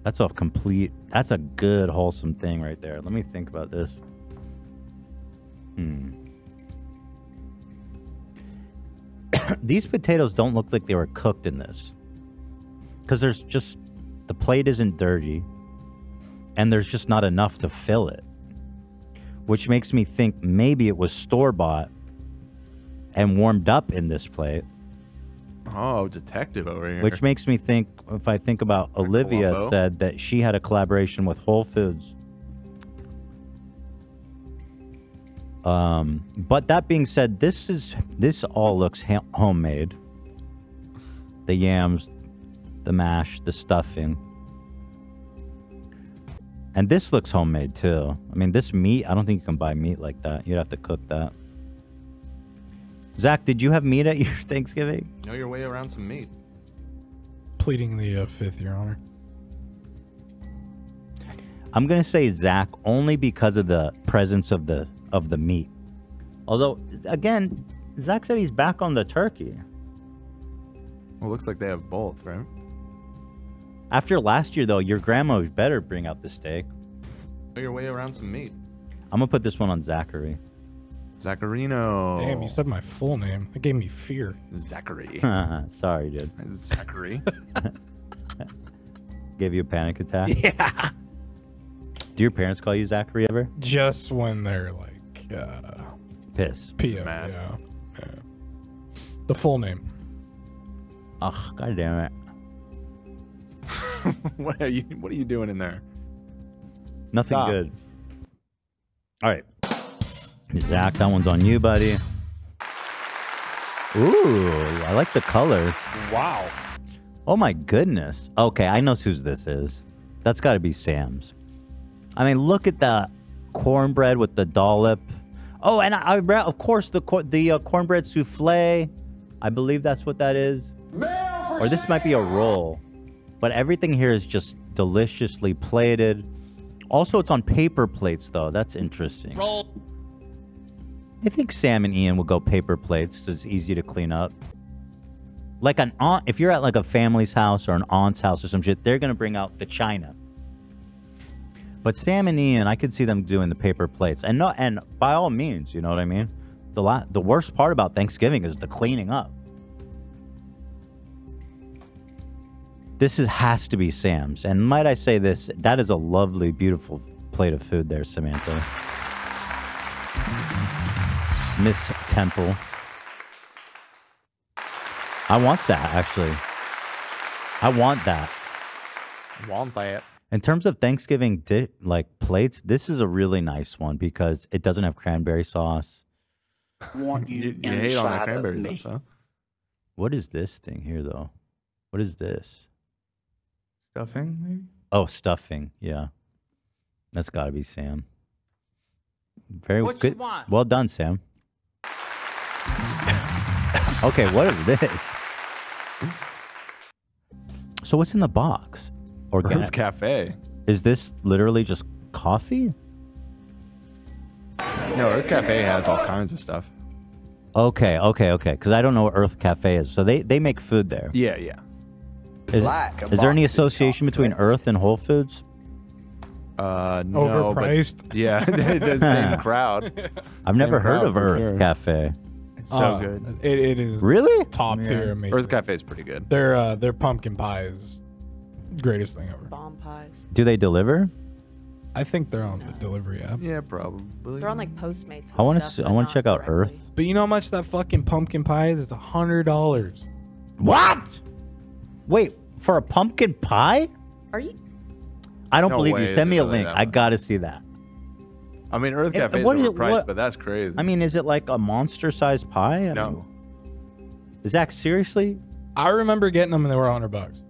[SPEAKER 3] That's a complete. That's a good wholesome thing right there. Let me think about this. Hmm. These potatoes don't look like they were cooked in this, because there's just the plate isn't dirty, and there's just not enough to fill it which makes me think maybe it was store bought and warmed up in this plate.
[SPEAKER 4] Oh, detective over here.
[SPEAKER 3] Which makes me think if I think about Olivia
[SPEAKER 4] Columbo.
[SPEAKER 3] said that she had a collaboration with Whole Foods. Um, but that being said, this is this all looks ha- homemade. The yams, the mash, the stuffing. And this looks homemade too. I mean, this meat, I don't think you can buy meat like that. You'd have to cook that. Zach, did you have meat at your Thanksgiving?
[SPEAKER 4] Know your way around some meat.
[SPEAKER 5] Pleading the uh, fifth, Your Honor.
[SPEAKER 3] I'm gonna say Zach only because of the presence of the of the meat. Although, again, Zach said he's back on the turkey.
[SPEAKER 4] Well, looks like they have both, right?
[SPEAKER 3] After last year, though, your grandma better bring out the steak.
[SPEAKER 4] Know your way around some meat.
[SPEAKER 3] I'm gonna put this one on Zachary.
[SPEAKER 4] Zacharino.
[SPEAKER 5] Damn, you said my full name. That gave me fear.
[SPEAKER 4] Zachary.
[SPEAKER 3] Sorry, dude.
[SPEAKER 4] Zachary.
[SPEAKER 3] Gave you a panic attack. Yeah. Do your parents call you Zachary ever?
[SPEAKER 5] Just when they're like, uh,
[SPEAKER 3] Piss.
[SPEAKER 5] PO. Yeah. yeah. The full name.
[SPEAKER 3] Ugh, god damn it.
[SPEAKER 4] what are you what are you doing in there?
[SPEAKER 3] Nothing good. All right. Zach, that one's on you, buddy. Ooh, I like the colors.
[SPEAKER 9] Wow.
[SPEAKER 3] Oh my goodness. Okay, I know whose this is. That's got to be Sam's. I mean, look at the cornbread with the dollop. Oh, and I, I re- of course the cor- the uh, cornbread souffle. I believe that's what that is. Or this might be a roll. But everything here is just deliciously plated. Also, it's on paper plates though. That's interesting.
[SPEAKER 1] Roll.
[SPEAKER 3] I think Sam and Ian will go paper plates. 'cause it's easy to clean up. Like an aunt, if you're at like a family's house or an aunt's house or some shit, they're gonna bring out the china. But Sam and Ian, I could see them doing the paper plates, and no, and by all means, you know what I mean. The la- the worst part about Thanksgiving is the cleaning up. This is, has to be Sam's. And might I say this, that is a lovely, beautiful plate of food there, Samantha. Miss Temple. I want that, actually. I want that.
[SPEAKER 4] Want that.
[SPEAKER 3] In terms of Thanksgiving di- like plates, this is a really nice one because it doesn't have cranberry sauce.
[SPEAKER 13] Want you,
[SPEAKER 4] You hate on the
[SPEAKER 13] inside of
[SPEAKER 4] cranberries,
[SPEAKER 13] me.
[SPEAKER 4] that's, huh?
[SPEAKER 3] What is this thing here though? What is this?
[SPEAKER 11] Stuffing, maybe?
[SPEAKER 3] Oh, stuffing. Yeah, that's got to be Sam. Very
[SPEAKER 11] What you
[SPEAKER 3] good.
[SPEAKER 11] want?
[SPEAKER 3] Well done, Sam. okay, what is this? So what's in the box?
[SPEAKER 4] Burns Cafe.
[SPEAKER 3] Is this literally just coffee?
[SPEAKER 4] No, Earth Cafe has all kinds of stuff.
[SPEAKER 3] Okay, okay, okay. Because I don't know what Earth Cafe is. So they they make food there.
[SPEAKER 4] Yeah, yeah.
[SPEAKER 3] Is,
[SPEAKER 4] Black
[SPEAKER 3] is there any
[SPEAKER 4] boxes,
[SPEAKER 3] association between Earth and Whole Foods?
[SPEAKER 4] Uh, no, but-
[SPEAKER 5] Overpriced?
[SPEAKER 4] yeah, the same crowd.
[SPEAKER 3] I've never
[SPEAKER 4] Same
[SPEAKER 3] heard
[SPEAKER 4] crowd,
[SPEAKER 3] of
[SPEAKER 4] for
[SPEAKER 3] Earth
[SPEAKER 4] sure.
[SPEAKER 3] Cafe.
[SPEAKER 5] It's so Uh, good. it- it is
[SPEAKER 3] really
[SPEAKER 5] top Yeah. tier amazing.
[SPEAKER 4] Earth Cafe is pretty good.
[SPEAKER 5] Their uh, their pumpkin pie is greatest thing ever.
[SPEAKER 6] Bomb pies.
[SPEAKER 3] Do they deliver?
[SPEAKER 5] I think they're on the delivery app.
[SPEAKER 4] Yeah, probably.
[SPEAKER 6] They're on like Postmates.
[SPEAKER 3] I want to. I want to check out Earth.
[SPEAKER 5] But you know how much that fucking pumpkin pie is? It's a hundred dollars.
[SPEAKER 3] What? Wait for a pumpkin pie?
[SPEAKER 6] Are you?
[SPEAKER 3] I don't
[SPEAKER 4] No
[SPEAKER 3] believe
[SPEAKER 4] way
[SPEAKER 3] you.
[SPEAKER 4] is
[SPEAKER 3] Send
[SPEAKER 4] it
[SPEAKER 3] me a
[SPEAKER 4] really
[SPEAKER 3] link.
[SPEAKER 4] that
[SPEAKER 3] I gotta see that.
[SPEAKER 4] I mean, Earth
[SPEAKER 3] Yeah,
[SPEAKER 4] Cafe
[SPEAKER 3] what
[SPEAKER 4] is
[SPEAKER 3] is it-
[SPEAKER 4] overpriced,
[SPEAKER 3] what-
[SPEAKER 4] but that's crazy.
[SPEAKER 3] I mean, is it like a monster-sized pie? I no. Mean, Zach, seriously?
[SPEAKER 5] I remember getting them and they were hundred bucks.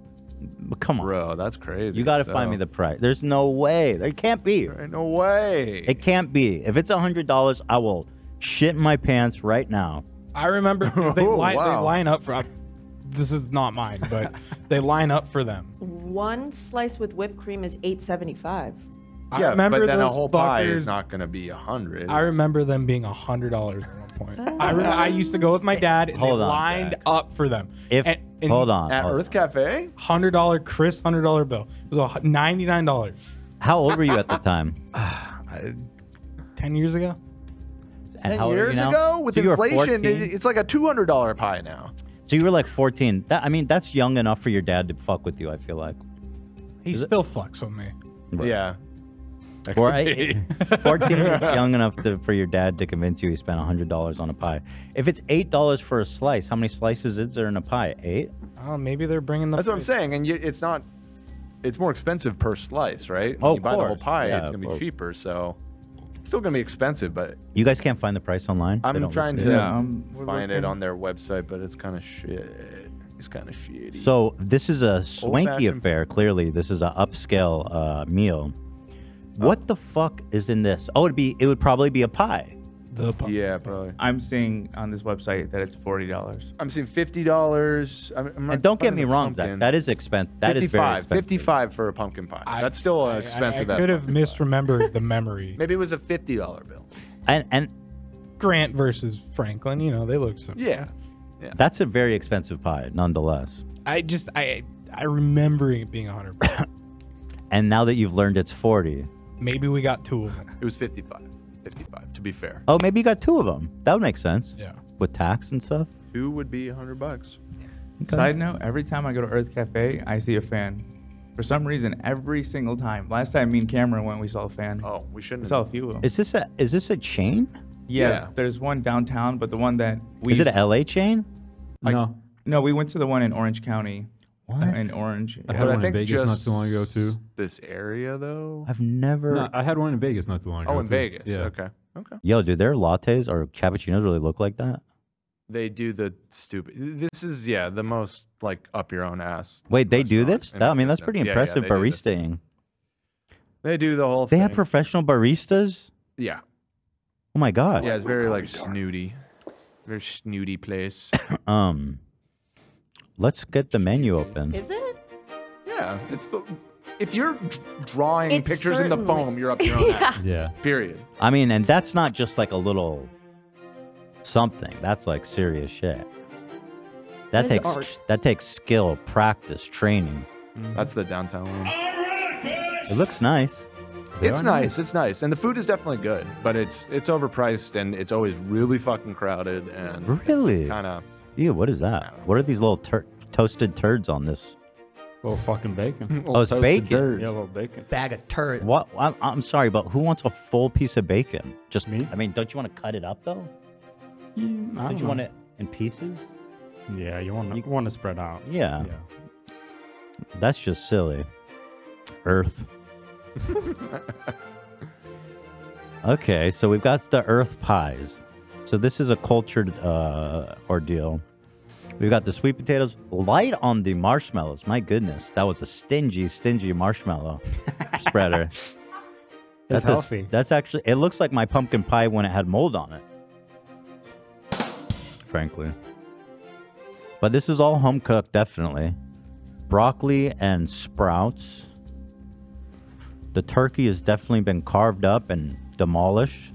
[SPEAKER 3] Come on,
[SPEAKER 4] bro, that's crazy.
[SPEAKER 3] You gotta find me
[SPEAKER 4] So-
[SPEAKER 3] the price. There's no way. There can't be. There
[SPEAKER 4] ain't no way.
[SPEAKER 3] It can't be. If it's a hundred dollars, I will shit my pants right now.
[SPEAKER 5] I remember 'cause they,
[SPEAKER 3] Oh,
[SPEAKER 5] line, they
[SPEAKER 3] wow.
[SPEAKER 5] line up for. I, this is not mine, but they line up for them.
[SPEAKER 6] One slice with whipped cream is eight seventy five.
[SPEAKER 5] I
[SPEAKER 4] yeah,
[SPEAKER 5] remember
[SPEAKER 4] but then a
[SPEAKER 5] those
[SPEAKER 4] whole pie
[SPEAKER 5] fuckers-
[SPEAKER 4] is not gonna be a hundred.
[SPEAKER 5] I remember them being a hundred dollars at one point. I, rem- I used to go with my dad and
[SPEAKER 4] Hold
[SPEAKER 5] they
[SPEAKER 4] on,
[SPEAKER 5] lined up for them.
[SPEAKER 3] If hold on,
[SPEAKER 5] at
[SPEAKER 3] hold
[SPEAKER 5] Earth
[SPEAKER 4] Cafe,
[SPEAKER 5] hundred dollar Chris hundred dollar bill. It was a ninety nine dollars.
[SPEAKER 3] How old were you at the time?
[SPEAKER 5] Ten years ago.
[SPEAKER 3] And
[SPEAKER 4] Ten
[SPEAKER 3] how old are you
[SPEAKER 4] years
[SPEAKER 3] now?
[SPEAKER 4] ago with
[SPEAKER 3] So you were
[SPEAKER 4] inflation,
[SPEAKER 3] 14?
[SPEAKER 4] it, it's like a two hundred dollar pie now.
[SPEAKER 3] So you were like 14. That I mean, that's young enough for your dad to fuck with you. I feel like.
[SPEAKER 5] He still fucks with me.
[SPEAKER 4] Yeah.
[SPEAKER 3] Or
[SPEAKER 4] could be.
[SPEAKER 3] I, 14 is young enough to, for your dad to convince you he spent $100 on a pie. If it's $8 for a slice, how many slices is there in a pie? Eight?
[SPEAKER 5] Oh, maybe they're bringing the.
[SPEAKER 4] That's what I'm saying, and you, it's not. It's more expensive per slice, right? When
[SPEAKER 3] Oh,
[SPEAKER 4] you buy the whole
[SPEAKER 3] course.
[SPEAKER 4] pie,
[SPEAKER 3] Yeah,
[SPEAKER 4] it's
[SPEAKER 3] of
[SPEAKER 4] gonna be
[SPEAKER 3] course.
[SPEAKER 4] cheaper, so it's still gonna be expensive. But
[SPEAKER 3] You guys can't find the price online? They
[SPEAKER 4] I'm
[SPEAKER 3] don't
[SPEAKER 4] trying
[SPEAKER 3] list
[SPEAKER 4] to
[SPEAKER 3] it?
[SPEAKER 5] um,
[SPEAKER 4] find it on their website, but it's kind of shit. It's kind of shitty.
[SPEAKER 3] So this is a swanky
[SPEAKER 4] Old-fashioned-
[SPEAKER 3] affair. Clearly, this is an upscale uh, meal. What the fuck is in this? Oh, it'd be it would probably be a pie.
[SPEAKER 5] The
[SPEAKER 4] yeah, probably.
[SPEAKER 11] I'm seeing on this website that it's forty dollars.
[SPEAKER 4] I'm seeing fifty dollars. And
[SPEAKER 3] And don't get me wrong, Zach. That is expensive. That is very
[SPEAKER 4] 55,
[SPEAKER 3] expensive.
[SPEAKER 4] 55 for a pumpkin pie. That's still an expensive.
[SPEAKER 5] I, I
[SPEAKER 4] ass
[SPEAKER 5] could have
[SPEAKER 4] pumpkin.
[SPEAKER 5] misremembered the memory.
[SPEAKER 4] Maybe it was a fifty dollar bill.
[SPEAKER 3] And and
[SPEAKER 5] Grant versus Franklin, you know, they look so.
[SPEAKER 4] Yeah.
[SPEAKER 3] That's a very expensive pie, nonetheless.
[SPEAKER 5] I just I I remember it being a hundred. bucks.
[SPEAKER 3] And now that you've learned it's forty,
[SPEAKER 5] Maybe we got two of them.
[SPEAKER 4] It was 55. 55 to be fair.
[SPEAKER 3] oh, maybe you got two of them. That would make sense.
[SPEAKER 5] Yeah.
[SPEAKER 3] With tax and stuff.
[SPEAKER 4] Two would be 100 bucks.
[SPEAKER 11] Side note: Every time I go to Earth Cafe, I see a fan. For some reason, every single time. Last time me and Cameron went, we saw a fan.
[SPEAKER 4] Oh, we shouldn't.
[SPEAKER 11] We saw a few of them.
[SPEAKER 3] Is this a is this a chain?
[SPEAKER 11] yeah, there's one downtown, but the one that we
[SPEAKER 3] is it
[SPEAKER 11] used-
[SPEAKER 3] a LA chain?
[SPEAKER 11] no, no, we went to the one in Orange County. Uh,
[SPEAKER 3] What?
[SPEAKER 11] In Orange.
[SPEAKER 15] I
[SPEAKER 11] yeah.
[SPEAKER 15] had one in Vegas not too long ago too.
[SPEAKER 4] This area though.
[SPEAKER 3] I've never.
[SPEAKER 15] No, I had one in Vegas not too long ago.
[SPEAKER 4] Oh, in
[SPEAKER 15] too.
[SPEAKER 4] Vegas.
[SPEAKER 15] Yeah.
[SPEAKER 4] Okay. Okay.
[SPEAKER 3] Yo, do their lattes or cappuccinos really look like that?
[SPEAKER 4] They do the stupid. This is yeah the most like up your own ass.
[SPEAKER 3] Wait, they do
[SPEAKER 4] restaurant
[SPEAKER 3] this?
[SPEAKER 4] in
[SPEAKER 3] That, I mean, that's
[SPEAKER 4] Vegas.
[SPEAKER 3] pretty
[SPEAKER 4] Yeah, yeah,
[SPEAKER 3] impressive
[SPEAKER 4] they do this.
[SPEAKER 3] baristaing.
[SPEAKER 4] They do the whole
[SPEAKER 3] They
[SPEAKER 4] thing.
[SPEAKER 3] have professional baristas.
[SPEAKER 4] yeah.
[SPEAKER 3] Oh my god.
[SPEAKER 4] Yeah, it's very like snooty. Very snooty place.
[SPEAKER 3] Um, let's get the menu open.
[SPEAKER 6] Is it?
[SPEAKER 4] yeah, it's the. If you're d- drawing
[SPEAKER 6] It's
[SPEAKER 4] pictures in the
[SPEAKER 6] certainly-
[SPEAKER 4] foam, you're up your own
[SPEAKER 6] Yeah.
[SPEAKER 4] ass.
[SPEAKER 15] Yeah.
[SPEAKER 4] Period.
[SPEAKER 3] I mean, and that's not just like a little something. That's like serious shit. That
[SPEAKER 6] That's
[SPEAKER 3] takes
[SPEAKER 6] art.
[SPEAKER 3] that takes skill, practice, training.
[SPEAKER 4] That's the downtown one.
[SPEAKER 3] It looks nice. They
[SPEAKER 4] um, It's
[SPEAKER 3] are
[SPEAKER 4] nice. It's nice, and the food is definitely good, but it's it's overpriced and it's always really fucking crowded and
[SPEAKER 3] Really?
[SPEAKER 4] kind of
[SPEAKER 3] Yeah. What is that? What are these little tur- toasted turds on this?
[SPEAKER 9] Well, fucking bacon.
[SPEAKER 3] Oh, it's bacon.
[SPEAKER 9] Yeah, well, bacon.
[SPEAKER 5] Bag of turret.
[SPEAKER 3] What? I'm, I'm sorry, but who wants a full piece of bacon? Just me. I mean, don't you want to cut it up though?
[SPEAKER 9] I
[SPEAKER 3] don't
[SPEAKER 9] don't
[SPEAKER 3] you want
[SPEAKER 9] know.
[SPEAKER 3] it in pieces?
[SPEAKER 9] Yeah, you want to you want to spread out.
[SPEAKER 3] Yeah. That's just silly. Earth. Okay, so we've got the earth pies. So this is a cultured uh, ordeal. We've got the sweet potatoes. Light on the marshmallows. My goodness, that was a stingy, stingy marshmallow spreader.
[SPEAKER 9] It's
[SPEAKER 3] a-
[SPEAKER 9] healthy.
[SPEAKER 3] that's actually. It looks like my pumpkin pie when it had mold on it. Frankly, but this is all home cooked, definitely. Broccoli and sprouts. The turkey has definitely been carved up and demolished.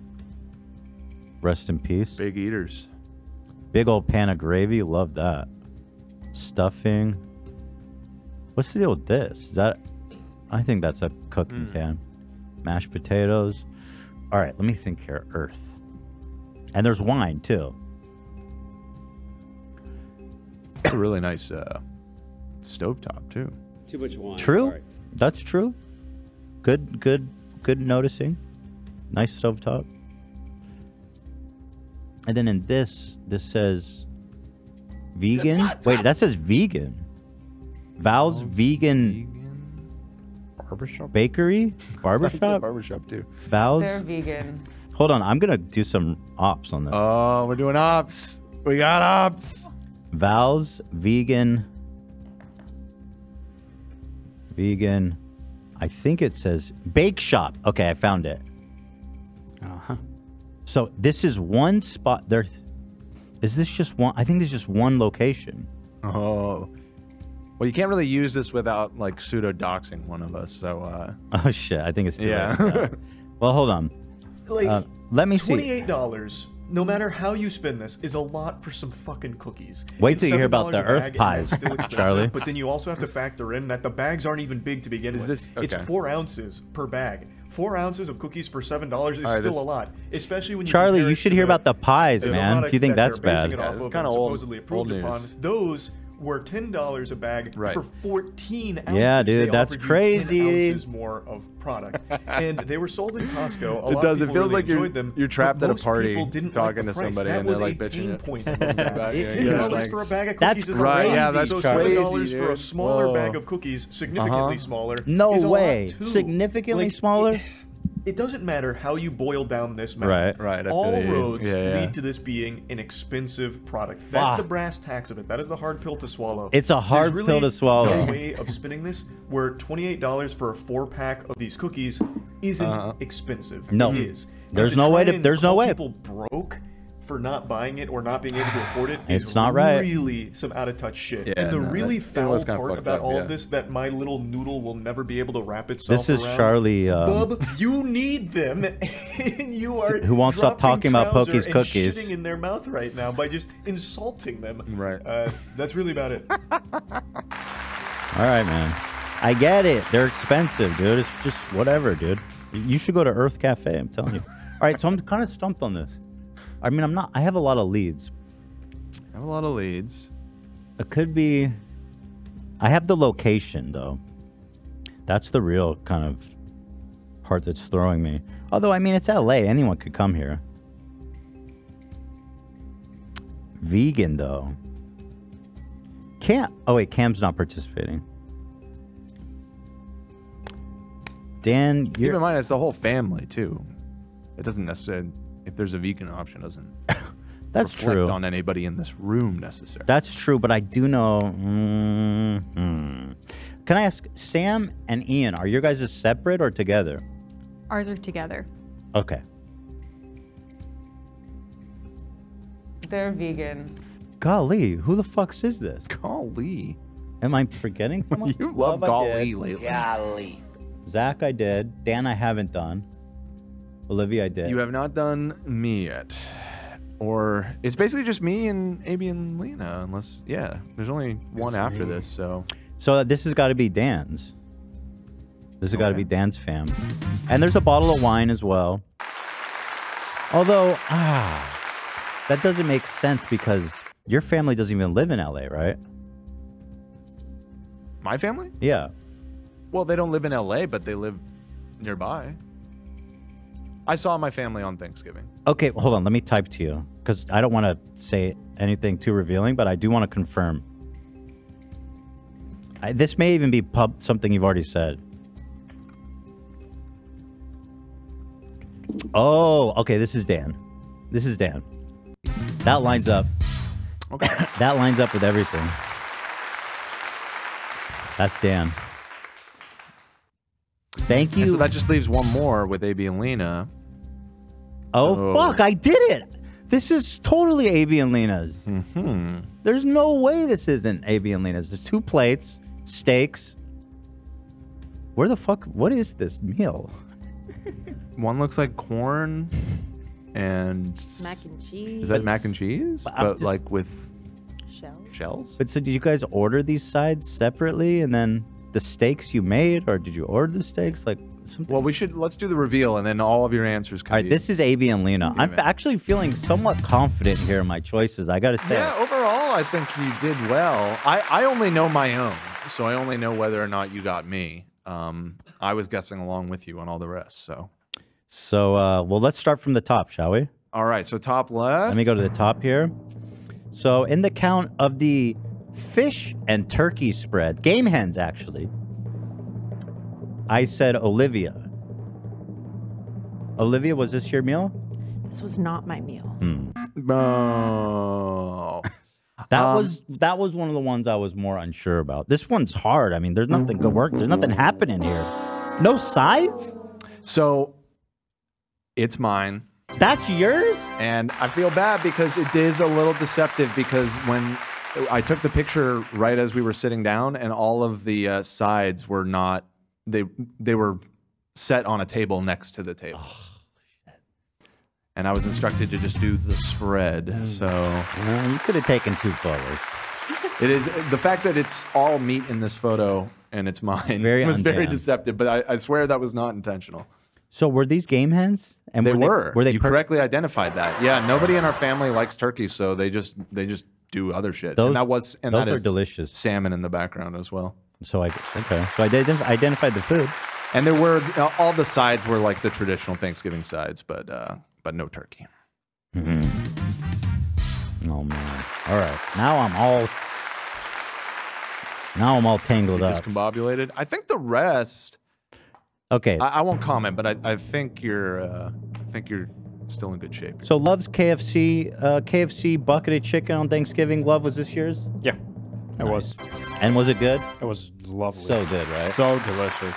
[SPEAKER 3] Rest in peace. Big eaters. Big old pan of gravy. Love that. Stuffing. What's the deal with this? Is that? I think that's a cooking
[SPEAKER 4] Hmm.
[SPEAKER 3] pan. Mashed potatoes. All right, let me think here. Earth. And there's wine too.
[SPEAKER 4] a really nice uh, stovetop too.
[SPEAKER 15] Too much wine.
[SPEAKER 3] True.
[SPEAKER 15] Sorry.
[SPEAKER 3] That's true. Good, good, good noticing. Nice stovetop. And then in this, this says vegan. Wait, that says vegan. Val's vegan, barbershop bakery barbershop
[SPEAKER 4] barbershop too.
[SPEAKER 3] Val's.
[SPEAKER 11] They're vegan.
[SPEAKER 3] Hold on, I'm gonna do some ops on this.
[SPEAKER 4] Oh, we're doing ops. We got ops.
[SPEAKER 3] Val's vegan. Vegan. I think it says bake shop. Okay, I found it.
[SPEAKER 9] Uh
[SPEAKER 4] Uh-huh.
[SPEAKER 9] huh.
[SPEAKER 3] So this is one spot. There is this just one. I think there's just one location.
[SPEAKER 4] Oh. Well, you can't really use this without like pseudo doxing one of us. So uh,
[SPEAKER 3] Oh shit! I think it's too late
[SPEAKER 4] Yeah.
[SPEAKER 3] for that. well, hold on.
[SPEAKER 18] Like,
[SPEAKER 3] Uh, let me see.
[SPEAKER 18] Twenty-eight dollars, no matter how you spend this, is a lot for some fucking cookies.
[SPEAKER 3] Wait
[SPEAKER 18] It's
[SPEAKER 3] till you hear
[SPEAKER 18] $7
[SPEAKER 3] about the
[SPEAKER 18] a
[SPEAKER 3] Earth
[SPEAKER 18] bag, and
[SPEAKER 3] pies,
[SPEAKER 18] that's still expensive,
[SPEAKER 3] Charlie.
[SPEAKER 18] But then you also have to factor in that the bags aren't even big to begin with.
[SPEAKER 4] this-
[SPEAKER 18] It's
[SPEAKER 4] okay.
[SPEAKER 18] four ounces per bag. Four ounces of cookies for seven dollars is
[SPEAKER 4] All right,
[SPEAKER 18] still
[SPEAKER 4] this-
[SPEAKER 18] a lot, especially when you
[SPEAKER 3] Charlie,
[SPEAKER 18] compare
[SPEAKER 3] you
[SPEAKER 18] it
[SPEAKER 3] should
[SPEAKER 18] to
[SPEAKER 3] hear
[SPEAKER 18] the-
[SPEAKER 3] about the pies,
[SPEAKER 18] there's a
[SPEAKER 3] man,
[SPEAKER 18] lot
[SPEAKER 3] if you think
[SPEAKER 18] that they're
[SPEAKER 3] that's bad.
[SPEAKER 18] basing it
[SPEAKER 3] Yeah,
[SPEAKER 18] off
[SPEAKER 3] it's
[SPEAKER 18] of and
[SPEAKER 3] kinda old-
[SPEAKER 18] supposedly
[SPEAKER 3] old
[SPEAKER 18] approved upon.
[SPEAKER 3] news.
[SPEAKER 18] Those were ten dollars a bag
[SPEAKER 3] Right.
[SPEAKER 18] for fourteen ounces.
[SPEAKER 3] Yeah, dude,
[SPEAKER 18] They
[SPEAKER 3] that's
[SPEAKER 18] offered you 10
[SPEAKER 3] crazy.
[SPEAKER 18] ounces more of product, and they were sold in Costco. A
[SPEAKER 4] It
[SPEAKER 18] lot
[SPEAKER 4] does.
[SPEAKER 18] Of
[SPEAKER 4] It feels
[SPEAKER 18] people really
[SPEAKER 4] like you're-
[SPEAKER 18] enjoyed them,
[SPEAKER 4] you're
[SPEAKER 18] but
[SPEAKER 4] trapped at a
[SPEAKER 18] most
[SPEAKER 4] party
[SPEAKER 18] people didn't
[SPEAKER 4] talking
[SPEAKER 18] like
[SPEAKER 4] to
[SPEAKER 18] the price.
[SPEAKER 4] somebody
[SPEAKER 18] that
[SPEAKER 4] and they're,
[SPEAKER 18] was
[SPEAKER 4] like,
[SPEAKER 18] a
[SPEAKER 4] bitching
[SPEAKER 18] pain
[SPEAKER 4] it.
[SPEAKER 18] point for them.
[SPEAKER 4] About you,
[SPEAKER 18] It-
[SPEAKER 4] you're
[SPEAKER 18] Ten
[SPEAKER 4] just
[SPEAKER 18] dollars
[SPEAKER 4] like-
[SPEAKER 18] for a bag of
[SPEAKER 4] That's
[SPEAKER 18] cookies is a
[SPEAKER 4] right,
[SPEAKER 18] lot.
[SPEAKER 4] yeah, that's
[SPEAKER 18] So
[SPEAKER 4] crazy,
[SPEAKER 18] Seven dollars for a
[SPEAKER 4] dude.
[SPEAKER 18] smaller
[SPEAKER 4] Whoa.
[SPEAKER 18] bag of cookies, significantly
[SPEAKER 4] Uh-huh.
[SPEAKER 18] smaller.
[SPEAKER 3] No
[SPEAKER 18] is a lot
[SPEAKER 3] way.
[SPEAKER 18] too.
[SPEAKER 3] Significantly
[SPEAKER 18] Like,
[SPEAKER 3] smaller.
[SPEAKER 18] it doesn't matter how you boil down this map.
[SPEAKER 3] Right. Right, I
[SPEAKER 18] All
[SPEAKER 3] feel you.
[SPEAKER 18] roads
[SPEAKER 3] Yeah, yeah.
[SPEAKER 18] lead to this being an expensive product. That's the
[SPEAKER 3] Fuck.
[SPEAKER 18] brass tacks of it. That is the hard pill to swallow.
[SPEAKER 3] It's a
[SPEAKER 18] There's
[SPEAKER 3] hard
[SPEAKER 18] really
[SPEAKER 3] pill to swallow.
[SPEAKER 18] No way of spinning this. Where twenty-eight dollars for a four-pack of these cookies isn't
[SPEAKER 3] Uh-huh.
[SPEAKER 18] expensive.
[SPEAKER 3] No.
[SPEAKER 18] it is. And
[SPEAKER 3] There's no
[SPEAKER 18] Hmm. try
[SPEAKER 3] way to-
[SPEAKER 18] and
[SPEAKER 3] there's no
[SPEAKER 18] call
[SPEAKER 3] way.
[SPEAKER 18] People broke for not buying it or not being able to afford it.
[SPEAKER 3] It's
[SPEAKER 18] is
[SPEAKER 3] not right.
[SPEAKER 18] Really, some out-of-touch shit.
[SPEAKER 3] Yeah,
[SPEAKER 18] and the
[SPEAKER 3] no, that-
[SPEAKER 18] really
[SPEAKER 3] that
[SPEAKER 18] foul
[SPEAKER 3] was kinda
[SPEAKER 18] part
[SPEAKER 3] fucked
[SPEAKER 18] about
[SPEAKER 3] up,
[SPEAKER 18] all
[SPEAKER 3] yeah.
[SPEAKER 18] of this that my little noodle will never be able to wrap itself.
[SPEAKER 3] This is
[SPEAKER 18] around.
[SPEAKER 3] Charlie, um,
[SPEAKER 18] Bub, you need them, and you are
[SPEAKER 3] Who won't stop talking
[SPEAKER 18] dropping
[SPEAKER 3] about
[SPEAKER 18] trouser
[SPEAKER 3] Pokey's
[SPEAKER 18] and
[SPEAKER 3] cookies.
[SPEAKER 18] shitting in their mouth right now by just insulting them.
[SPEAKER 3] Right.
[SPEAKER 18] Uh, that's really about it.
[SPEAKER 3] All right, man. I get it. They're expensive, dude. It's just whatever, dude. You should go to Earth Cafe. I'm telling you. All right, so I'm kind of stumped on this. I mean, I'm not. I have a lot of leads.
[SPEAKER 4] I have a lot of leads.
[SPEAKER 3] It could be. I have the location though. That's the real kind of part that's throwing me. Although, I mean, it's LA. Anyone could come here. Vegan though. Cam. Oh wait, Cam's not participating. Dan, you're.
[SPEAKER 4] keep in mind it's the whole family too. It doesn't necessarily if there's a vegan option it doesn't.
[SPEAKER 3] That's
[SPEAKER 4] reflect
[SPEAKER 3] true.
[SPEAKER 4] On anybody in this room necessarily.
[SPEAKER 3] That's true, but I do know. Mhm. Can I ask Sam and Ian? Are your guys separate or together?
[SPEAKER 12] Ours are together.
[SPEAKER 3] Okay.
[SPEAKER 11] They're vegan.
[SPEAKER 3] Golly, who the fuck is this?
[SPEAKER 4] Golly.
[SPEAKER 3] Am I forgetting someone?
[SPEAKER 4] You love
[SPEAKER 3] Bob, I
[SPEAKER 4] golly
[SPEAKER 3] did.
[SPEAKER 4] lately.
[SPEAKER 1] Golly.
[SPEAKER 3] Zach, I did. Dan, I haven't done. Olivia, I did.
[SPEAKER 4] You have not done me yet. Or it's basically just me and AB and Lena, unless yeah. There's only one after this, so
[SPEAKER 3] So this has got to be Dan's. This has got to be Dan's fam. And there's a bottle of wine as well. Although, ah, that doesn't make sense because your family doesn't even live in LA, right?
[SPEAKER 4] My family?
[SPEAKER 3] Yeah.
[SPEAKER 4] Well, they don't live in LA, but they live nearby. I saw my family on Thanksgiving.
[SPEAKER 3] Okay, well, hold on. Let me type to you because I don't want to say anything too revealing, but I do want to confirm. I, this may even be pub- something you've already said. Oh, okay. This is Dan. This is Dan. That lines up.
[SPEAKER 4] Okay.
[SPEAKER 3] that lines up with everything. That's Dan. Thank
[SPEAKER 4] And
[SPEAKER 3] you.
[SPEAKER 4] so that just leaves one more with AB and Lena.
[SPEAKER 3] Oh, fuck, I did it. This is totally AB and Lena's.
[SPEAKER 4] Mm-hmm.
[SPEAKER 3] There's no way this isn't AB and Lena's. There's two plates, steaks. Where the fuck? What is this meal?
[SPEAKER 4] One looks like corn and
[SPEAKER 6] Mac and cheese.
[SPEAKER 4] Is that mac and cheese?
[SPEAKER 3] But
[SPEAKER 4] But,
[SPEAKER 3] I'm just-
[SPEAKER 4] like with
[SPEAKER 6] Shell.
[SPEAKER 4] shells?
[SPEAKER 3] But so, did you guys order these sides separately and then the steaks you made, or did you order the steaks? Like, something.
[SPEAKER 4] Well, we should let's do the reveal and then all of your answers can
[SPEAKER 3] all right, this is AB and Lena. I'm actually feeling somewhat confident here in my choices. I gotta say.
[SPEAKER 4] Yeah, overall I think you did well. I, I only know my own. So I only know whether or not you got me. Um I was guessing along with you on all the rest, so
[SPEAKER 3] So, uh, well, let's start from the top, shall we?
[SPEAKER 4] all right, so top left.
[SPEAKER 3] Let me go to the top here. So, in the count of the fish and turkey spread, game hens actually, I said Olivia. Olivia, was this your meal? Hmm.
[SPEAKER 6] This was not my meal.
[SPEAKER 4] No.
[SPEAKER 3] That
[SPEAKER 4] Um,
[SPEAKER 3] was that was one of the ones I was more unsure about. This one's hard. I mean, there's nothing good work. There's nothing happening here. No sides.
[SPEAKER 4] So it's mine.
[SPEAKER 3] That's yours?
[SPEAKER 4] And I feel bad because it is a little deceptive because when I took the picture right as we were sitting down and all of the uh, sides were not they they were set on a table next to the table.
[SPEAKER 3] Oh,
[SPEAKER 4] And I was instructed to just do the spread. So
[SPEAKER 3] Mm. you could have taken two photos.
[SPEAKER 4] It is the fact that it's all meat in this photo and it's mine
[SPEAKER 3] Very
[SPEAKER 4] was very
[SPEAKER 3] unbanned.
[SPEAKER 4] deceptive, but I, I swear that was not intentional.
[SPEAKER 3] So were these game hens? And
[SPEAKER 4] they
[SPEAKER 3] were
[SPEAKER 4] were.
[SPEAKER 3] they- were they
[SPEAKER 4] you
[SPEAKER 3] per-
[SPEAKER 4] correctly identified that? Yeah. Nobody in our family likes turkey, so they just they just do other shit.
[SPEAKER 3] Those-
[SPEAKER 4] and that was and
[SPEAKER 3] those
[SPEAKER 4] that is
[SPEAKER 3] are delicious.
[SPEAKER 4] Salmon in the background as well.
[SPEAKER 3] So I okay. So I did identified the food.
[SPEAKER 4] And there were uh, all the sides were like the traditional Thanksgiving sides, but uh, but no turkey.
[SPEAKER 3] Oh man! All right, now I'm all now I'm all tangled up.
[SPEAKER 4] Discombobulated. I think the rest.
[SPEAKER 3] Okay,
[SPEAKER 4] I, I won't comment, but I, I think you're uh, I think you're still in good shape.
[SPEAKER 3] so loves KFC, uh, KFC bucket of chicken on Thanksgiving. Love was this year's?
[SPEAKER 9] Yeah, it was.
[SPEAKER 3] And was it good?
[SPEAKER 9] It was lovely.
[SPEAKER 3] So good, right? Mm-hmm.
[SPEAKER 9] So delicious.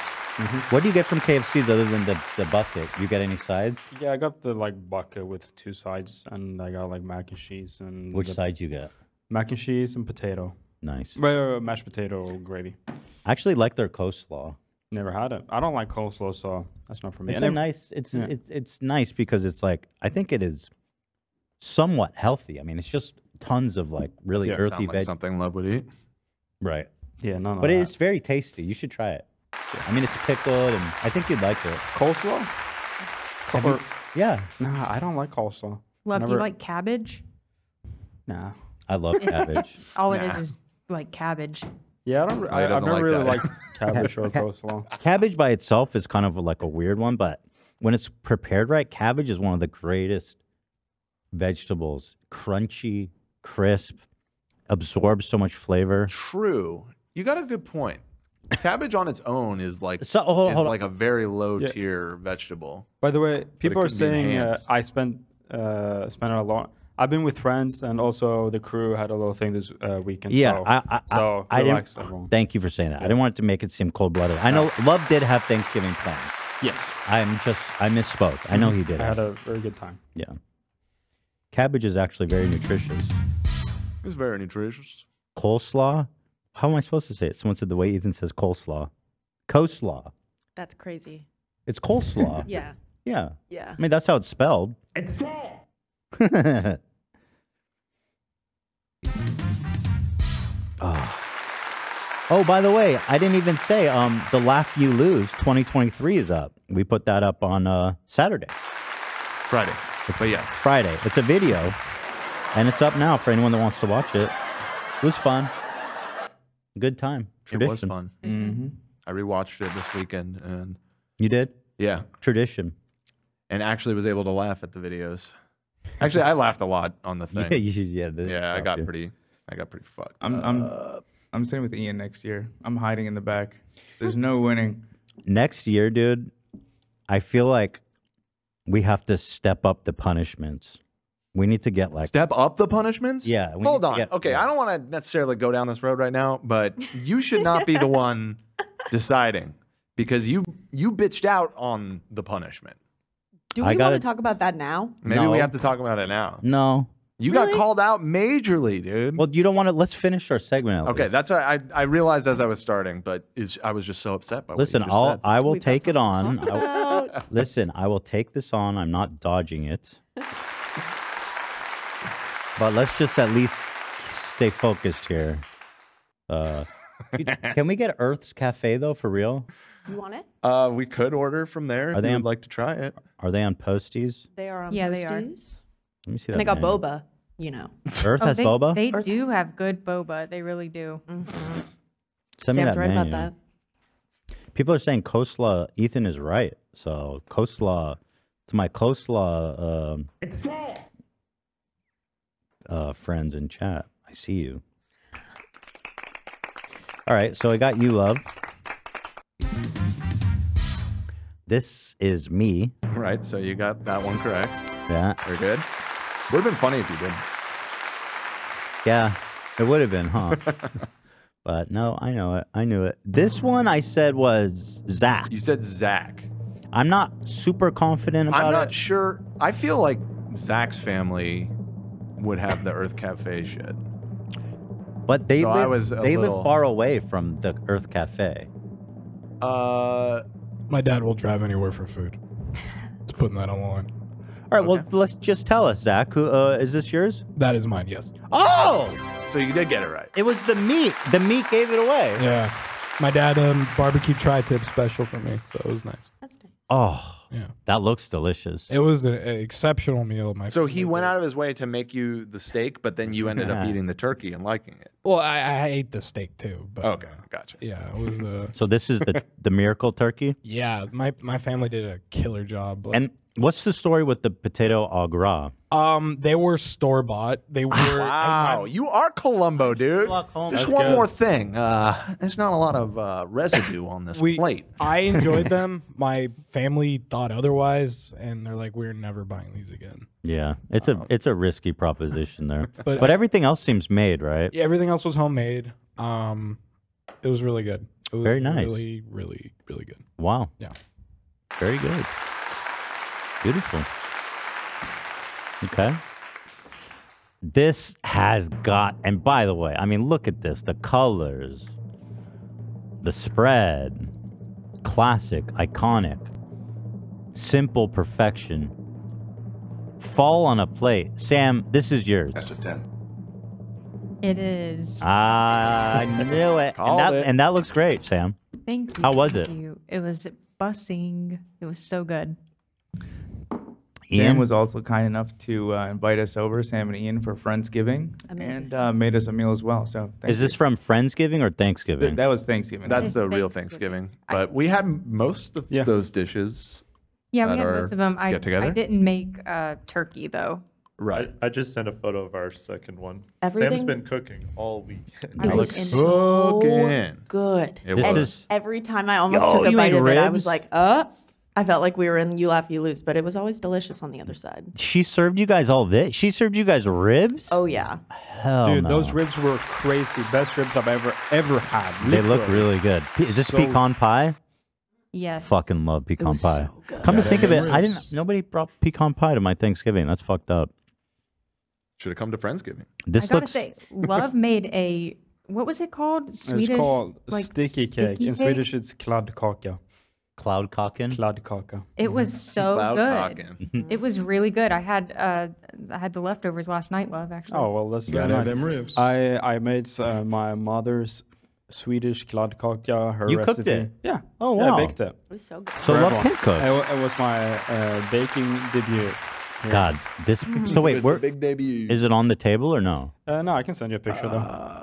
[SPEAKER 3] What do you get from KFC's other than the, the bucket? You get any sides?
[SPEAKER 9] Yeah, I got the like bucket with two sides, and I got like mac and cheese and.
[SPEAKER 3] Which
[SPEAKER 9] the-
[SPEAKER 3] side you get?
[SPEAKER 9] Mac and cheese and potato.
[SPEAKER 3] Nice.
[SPEAKER 9] Right, right, right, mashed potato gravy.
[SPEAKER 3] I actually like their coleslaw.
[SPEAKER 9] Never had it. I don't like coleslaw, so that's not for me.
[SPEAKER 3] It's
[SPEAKER 9] And
[SPEAKER 3] a
[SPEAKER 9] it-
[SPEAKER 3] nice. It's
[SPEAKER 9] yeah.
[SPEAKER 3] it, it's nice because it's like I think it is somewhat healthy. I mean, it's just tons of like really
[SPEAKER 4] Yeah, sound
[SPEAKER 3] earthy
[SPEAKER 4] like
[SPEAKER 3] veg.
[SPEAKER 4] something love would eat.
[SPEAKER 3] Right.
[SPEAKER 9] Yeah, no, no.
[SPEAKER 3] but
[SPEAKER 9] I-
[SPEAKER 3] it's very tasty. You should try it. I mean, it's pickled, and I think you'd like it.
[SPEAKER 9] Coleslaw?
[SPEAKER 3] Have you-
[SPEAKER 9] or-
[SPEAKER 3] yeah.
[SPEAKER 9] Nah, I don't like coleslaw.
[SPEAKER 12] Love, do you
[SPEAKER 9] Never-
[SPEAKER 12] like cabbage?
[SPEAKER 9] Nah.
[SPEAKER 3] I love cabbage.
[SPEAKER 12] All it is is like cabbage.
[SPEAKER 9] Yeah, I don't. re-
[SPEAKER 3] Oh, he
[SPEAKER 9] I, I've
[SPEAKER 3] doesn't
[SPEAKER 9] never
[SPEAKER 3] like
[SPEAKER 9] really
[SPEAKER 3] that.
[SPEAKER 9] liked cabbage or
[SPEAKER 3] Okay.
[SPEAKER 9] coleslaw.
[SPEAKER 3] Cabbage by itself is kind of like a weird one, but when it's prepared right, cabbage is one of the greatest vegetables. Crunchy, crisp, absorbs so much flavor.
[SPEAKER 4] True. You got a good point. Cabbage on its own is like
[SPEAKER 3] So- hold on,
[SPEAKER 4] is
[SPEAKER 3] hold on.
[SPEAKER 4] like a very low tier vegetable.
[SPEAKER 9] By the way, people are
[SPEAKER 4] could be
[SPEAKER 9] saying uh,
[SPEAKER 4] enhanced.
[SPEAKER 9] I spent uh, spent a lot. I've been with friends, and also the crew had a little thing this uh, weekend.
[SPEAKER 3] yeah,
[SPEAKER 9] so,
[SPEAKER 3] I, I, I-
[SPEAKER 9] so
[SPEAKER 3] I
[SPEAKER 9] relax,
[SPEAKER 3] didn't.
[SPEAKER 9] everyone.
[SPEAKER 3] Thank you for saying that. I didn't want it to make it seem cold blooded. I know Love did have Thanksgiving plans.
[SPEAKER 9] Yes.
[SPEAKER 3] I'm just. I misspoke. I know he did.
[SPEAKER 9] I
[SPEAKER 3] have-
[SPEAKER 9] had a very good time.
[SPEAKER 3] Yeah. Cabbage is actually very nutritious.
[SPEAKER 4] It's very nutritious.
[SPEAKER 3] Coleslaw? How am I supposed to say it? Someone said the way Ethan says coleslaw. Coleslaw.
[SPEAKER 6] That's crazy.
[SPEAKER 3] It's coleslaw.
[SPEAKER 6] Yeah.
[SPEAKER 3] Yeah.
[SPEAKER 6] Yeah.
[SPEAKER 3] I mean, that's how it's spelled. oh. Ah. oh, by the way, I didn't even say um, the Laugh You Lose 2023 is up. We put that up on uh, Saturday.
[SPEAKER 4] Friday. But yes.
[SPEAKER 3] Friday. It's a video, and it's up now for anyone that wants to watch it. It was fun. Good time.
[SPEAKER 4] It was
[SPEAKER 3] Tradition.
[SPEAKER 4] fun.
[SPEAKER 9] Mm-hmm.
[SPEAKER 3] Mhm.
[SPEAKER 4] I rewatched it this weekend and
[SPEAKER 3] You did?
[SPEAKER 4] yeah,
[SPEAKER 3] Tradition.
[SPEAKER 4] and actually was able to laugh at the videos. Actually, I laughed a lot on the thing.
[SPEAKER 3] Yeah, you should, yeah, the-
[SPEAKER 4] yeah, I got
[SPEAKER 3] yeah.
[SPEAKER 4] pretty, I got pretty fucked.
[SPEAKER 11] I'm
[SPEAKER 4] Uh,
[SPEAKER 11] I'm I'm staying with Ian next year. I'm hiding in the back. There's no winning.
[SPEAKER 3] Next year, dude, I feel like we have to step up the punishments. We need to get like
[SPEAKER 4] step up the punishments.
[SPEAKER 3] Yeah. we need
[SPEAKER 4] Hold
[SPEAKER 3] to
[SPEAKER 4] on.
[SPEAKER 3] get-
[SPEAKER 4] okay, I don't want to necessarily go down this road right now, but you should not be the one deciding because you you bitched out on the punishment.
[SPEAKER 6] Do
[SPEAKER 4] I
[SPEAKER 6] we want
[SPEAKER 4] gotta-
[SPEAKER 6] to talk about that now?
[SPEAKER 4] Maybe
[SPEAKER 3] No.
[SPEAKER 4] we have to talk about it now.
[SPEAKER 3] No.
[SPEAKER 4] You got called out majorly, dude.
[SPEAKER 3] Well, you don't want to. Let's finish our segment. At
[SPEAKER 4] Okay,
[SPEAKER 3] least.
[SPEAKER 4] that's I I I realized as I was starting, but it's, I was just so upset by
[SPEAKER 3] Listen,
[SPEAKER 4] what you just
[SPEAKER 3] I'll,
[SPEAKER 4] said.
[SPEAKER 3] I will take it on. I will- listen, I will take this on. I'm not dodging it. but let's just at least stay focused here. Uh, can we get Earth's Cafe though for real?
[SPEAKER 6] You want it?
[SPEAKER 4] Uh, we could order from there.
[SPEAKER 3] Are
[SPEAKER 4] If
[SPEAKER 3] they
[SPEAKER 4] you
[SPEAKER 3] on-
[SPEAKER 4] would like to try it?
[SPEAKER 3] Are they on posties?
[SPEAKER 6] They are on
[SPEAKER 12] Yeah, they are.
[SPEAKER 6] Posties.
[SPEAKER 3] Let me see that.
[SPEAKER 6] And they got
[SPEAKER 3] menu.
[SPEAKER 6] boba, you know.
[SPEAKER 3] Earth
[SPEAKER 12] Oh,
[SPEAKER 3] has
[SPEAKER 12] they,
[SPEAKER 3] boba.
[SPEAKER 12] They do have good boba. They really do.
[SPEAKER 3] Send me
[SPEAKER 12] Sam's
[SPEAKER 3] that
[SPEAKER 12] right about
[SPEAKER 3] menu. People are saying coleslaw. Ethan is right. So coleslaw to my coleslaw um, uh, friends in chat. I see you. All right, so I got you, love. This is me.
[SPEAKER 4] Right. So you got that one correct.
[SPEAKER 3] Yeah.
[SPEAKER 4] Very good. Would have been funny if you didn't.
[SPEAKER 3] Yeah, it would have been, huh? but no, I know it. I knew it. This one I said was Zach. You
[SPEAKER 4] said Zach.
[SPEAKER 3] I'm not super confident about
[SPEAKER 4] I'm not
[SPEAKER 3] it.
[SPEAKER 4] sure. I feel like Zach's family would have the Earth Cafe shit.
[SPEAKER 3] But they
[SPEAKER 4] So I
[SPEAKER 3] live,
[SPEAKER 4] was a
[SPEAKER 3] they
[SPEAKER 4] little-
[SPEAKER 3] live far away from the Earth Cafe.
[SPEAKER 4] Uh,
[SPEAKER 5] my dad will drive anywhere for food. Just putting that on the line.
[SPEAKER 3] All right, well, let's just tell us, Zach. Who, uh, is this yours?
[SPEAKER 5] That is mine. Yes.
[SPEAKER 3] Oh!
[SPEAKER 4] So you did get it right.
[SPEAKER 3] It was the meat. The meat gave it away.
[SPEAKER 5] Yeah. My dad um barbecue tri-tip special for me, so it was nice.
[SPEAKER 3] Oh,
[SPEAKER 5] yeah.
[SPEAKER 3] That looks delicious.
[SPEAKER 5] It was an exceptional meal. My
[SPEAKER 4] So he went out of his way to make you the steak, but then you ended up eating the turkey and liking it.
[SPEAKER 5] well, I, I ate the steak too, but uh,
[SPEAKER 4] Okay, gotcha.
[SPEAKER 5] yeah, it was uh
[SPEAKER 3] So this is the, the miracle turkey.
[SPEAKER 5] yeah. My my family did a killer job. Like,
[SPEAKER 3] And what's the story with the potato au gras?
[SPEAKER 5] um, they were store bought. They were
[SPEAKER 4] Wow, you are Columbo, dude. Just
[SPEAKER 5] That's
[SPEAKER 4] one
[SPEAKER 5] good.
[SPEAKER 4] more thing. Uh, there's not a lot of uh, residue on this
[SPEAKER 5] we
[SPEAKER 4] plate.
[SPEAKER 5] I enjoyed them. My family thought otherwise, and they're like, "We're never buying these again."
[SPEAKER 3] Yeah, it's a it's a risky proposition there.
[SPEAKER 5] Uh, But-
[SPEAKER 3] But, everything else seems made, right?
[SPEAKER 5] Yeah, everything else was homemade. Um, it was really good. It was
[SPEAKER 3] Very nice.
[SPEAKER 5] Really, really, really good.
[SPEAKER 3] Wow.
[SPEAKER 5] Yeah.
[SPEAKER 3] Very good. Beautiful. Okay. This has got, and by the way, I mean, look at this the colors, the spread, classic, iconic, simple perfection. Fall on a plate. Sam, this is yours. That's a 10.
[SPEAKER 12] It is.
[SPEAKER 3] I knew it. and,
[SPEAKER 12] Called
[SPEAKER 3] that,
[SPEAKER 12] it.
[SPEAKER 3] and that looks great, Sam.
[SPEAKER 12] Thank you.
[SPEAKER 3] How was
[SPEAKER 12] thank
[SPEAKER 3] it?
[SPEAKER 12] you. It was bussing. It was so good.
[SPEAKER 3] Ian?
[SPEAKER 11] Sam was also kind enough to uh, invite us over, Sam and Ian, for Friendsgiving, and uh, made us a meal as well. So thank
[SPEAKER 3] Is this
[SPEAKER 11] you.
[SPEAKER 3] from Friendsgiving or Thanksgiving?
[SPEAKER 11] Th- that was Thanksgiving?
[SPEAKER 4] That's the real Thanksgiving. But we had most of those dishes.
[SPEAKER 12] Yeah,
[SPEAKER 4] at
[SPEAKER 12] we had
[SPEAKER 4] our
[SPEAKER 12] most of them. I,
[SPEAKER 4] get together.
[SPEAKER 12] I didn't make uh, turkey though.
[SPEAKER 4] Right.
[SPEAKER 17] I, I just sent a photo of our second one. Sam's
[SPEAKER 6] Everything-
[SPEAKER 17] been cooking all week.
[SPEAKER 6] It was so good.
[SPEAKER 17] It
[SPEAKER 6] And
[SPEAKER 17] was.
[SPEAKER 6] Every time I almost
[SPEAKER 17] Yo,
[SPEAKER 6] took a
[SPEAKER 17] you
[SPEAKER 6] bite
[SPEAKER 17] ate
[SPEAKER 6] of it, I
[SPEAKER 17] ribs?
[SPEAKER 6] was like, uh, I felt like we were in You Laugh, You Lose, but it was always delicious on the other side.
[SPEAKER 3] She served you guys all this. She served you guys ribs.
[SPEAKER 6] Oh, yeah.
[SPEAKER 3] Hell
[SPEAKER 9] Dude,
[SPEAKER 3] no.
[SPEAKER 9] those ribs were crazy. Best ribs I've ever ever had.
[SPEAKER 3] they look
[SPEAKER 9] literally.
[SPEAKER 3] really good. Pe- Is this
[SPEAKER 9] So-
[SPEAKER 3] pecan pie?
[SPEAKER 12] Yes.
[SPEAKER 3] Fucking love pecan
[SPEAKER 12] was
[SPEAKER 3] pie.
[SPEAKER 12] so good.
[SPEAKER 3] Come to
[SPEAKER 12] Yeah,
[SPEAKER 3] think of
[SPEAKER 12] they
[SPEAKER 3] it,
[SPEAKER 12] were
[SPEAKER 3] I
[SPEAKER 12] ribs.
[SPEAKER 3] didn't. Nobody brought pecan pie to my Thanksgiving. That's fucked up.
[SPEAKER 4] Should have come to Friendsgiving.
[SPEAKER 3] This
[SPEAKER 12] I gotta
[SPEAKER 3] looks.
[SPEAKER 12] say, Love made a what was it called? Swedish.
[SPEAKER 9] it's called
[SPEAKER 12] like,
[SPEAKER 9] sticky cake.
[SPEAKER 12] sticky
[SPEAKER 9] In Swedish, it's kladdkaka.
[SPEAKER 3] Cloudkaken.
[SPEAKER 9] Kladdkaka.
[SPEAKER 12] It was
[SPEAKER 4] Mm-hmm.
[SPEAKER 12] so
[SPEAKER 3] Mm-hmm.
[SPEAKER 12] good. it was really good. I had uh, I had the leftovers last night, Love. Actually.
[SPEAKER 9] Oh well, that's
[SPEAKER 12] Gotta
[SPEAKER 9] very
[SPEAKER 12] have
[SPEAKER 9] nice.
[SPEAKER 12] them
[SPEAKER 9] ribs. I I made uh, my mother's Swedish kladdkaka. Her
[SPEAKER 12] You
[SPEAKER 9] recipe.
[SPEAKER 12] cooked it?
[SPEAKER 9] Yeah.
[SPEAKER 12] Oh,
[SPEAKER 9] Yeah,
[SPEAKER 12] wow.
[SPEAKER 9] I baked it.
[SPEAKER 6] It was so good.
[SPEAKER 3] So
[SPEAKER 9] For
[SPEAKER 3] love can
[SPEAKER 9] everyone.
[SPEAKER 3] cook.
[SPEAKER 9] It, wa- it was my uh, baking debut.
[SPEAKER 3] God, this.
[SPEAKER 6] Mm-hmm.
[SPEAKER 12] Mm.
[SPEAKER 3] So wait, we're, is it on the table or no?
[SPEAKER 9] Uh, no, I can send you a picture
[SPEAKER 3] Uh,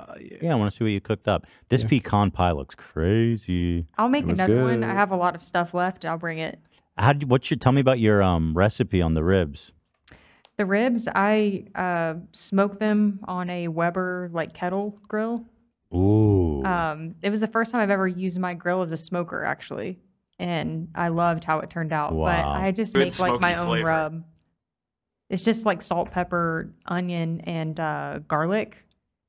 [SPEAKER 4] though. Yeah,
[SPEAKER 3] I want to see what you cooked up. This pecan pie looks crazy.
[SPEAKER 12] I'll make another one. I have a lot of stuff left. I'll bring it.
[SPEAKER 3] How? Did, what you tell me about your um recipe on the ribs?
[SPEAKER 12] The ribs, I uh, smoked them on a Weber like kettle grill.
[SPEAKER 3] Ooh.
[SPEAKER 6] Uh,
[SPEAKER 12] Um, it was the first time I've ever used my grill as a smoker, actually, and I loved how it turned out. But
[SPEAKER 3] Wow.
[SPEAKER 12] I just
[SPEAKER 19] Good
[SPEAKER 12] make like my
[SPEAKER 19] smoky
[SPEAKER 12] own
[SPEAKER 19] flavor.
[SPEAKER 12] rub. It's just like salt, pepper, onion, and uh, garlic.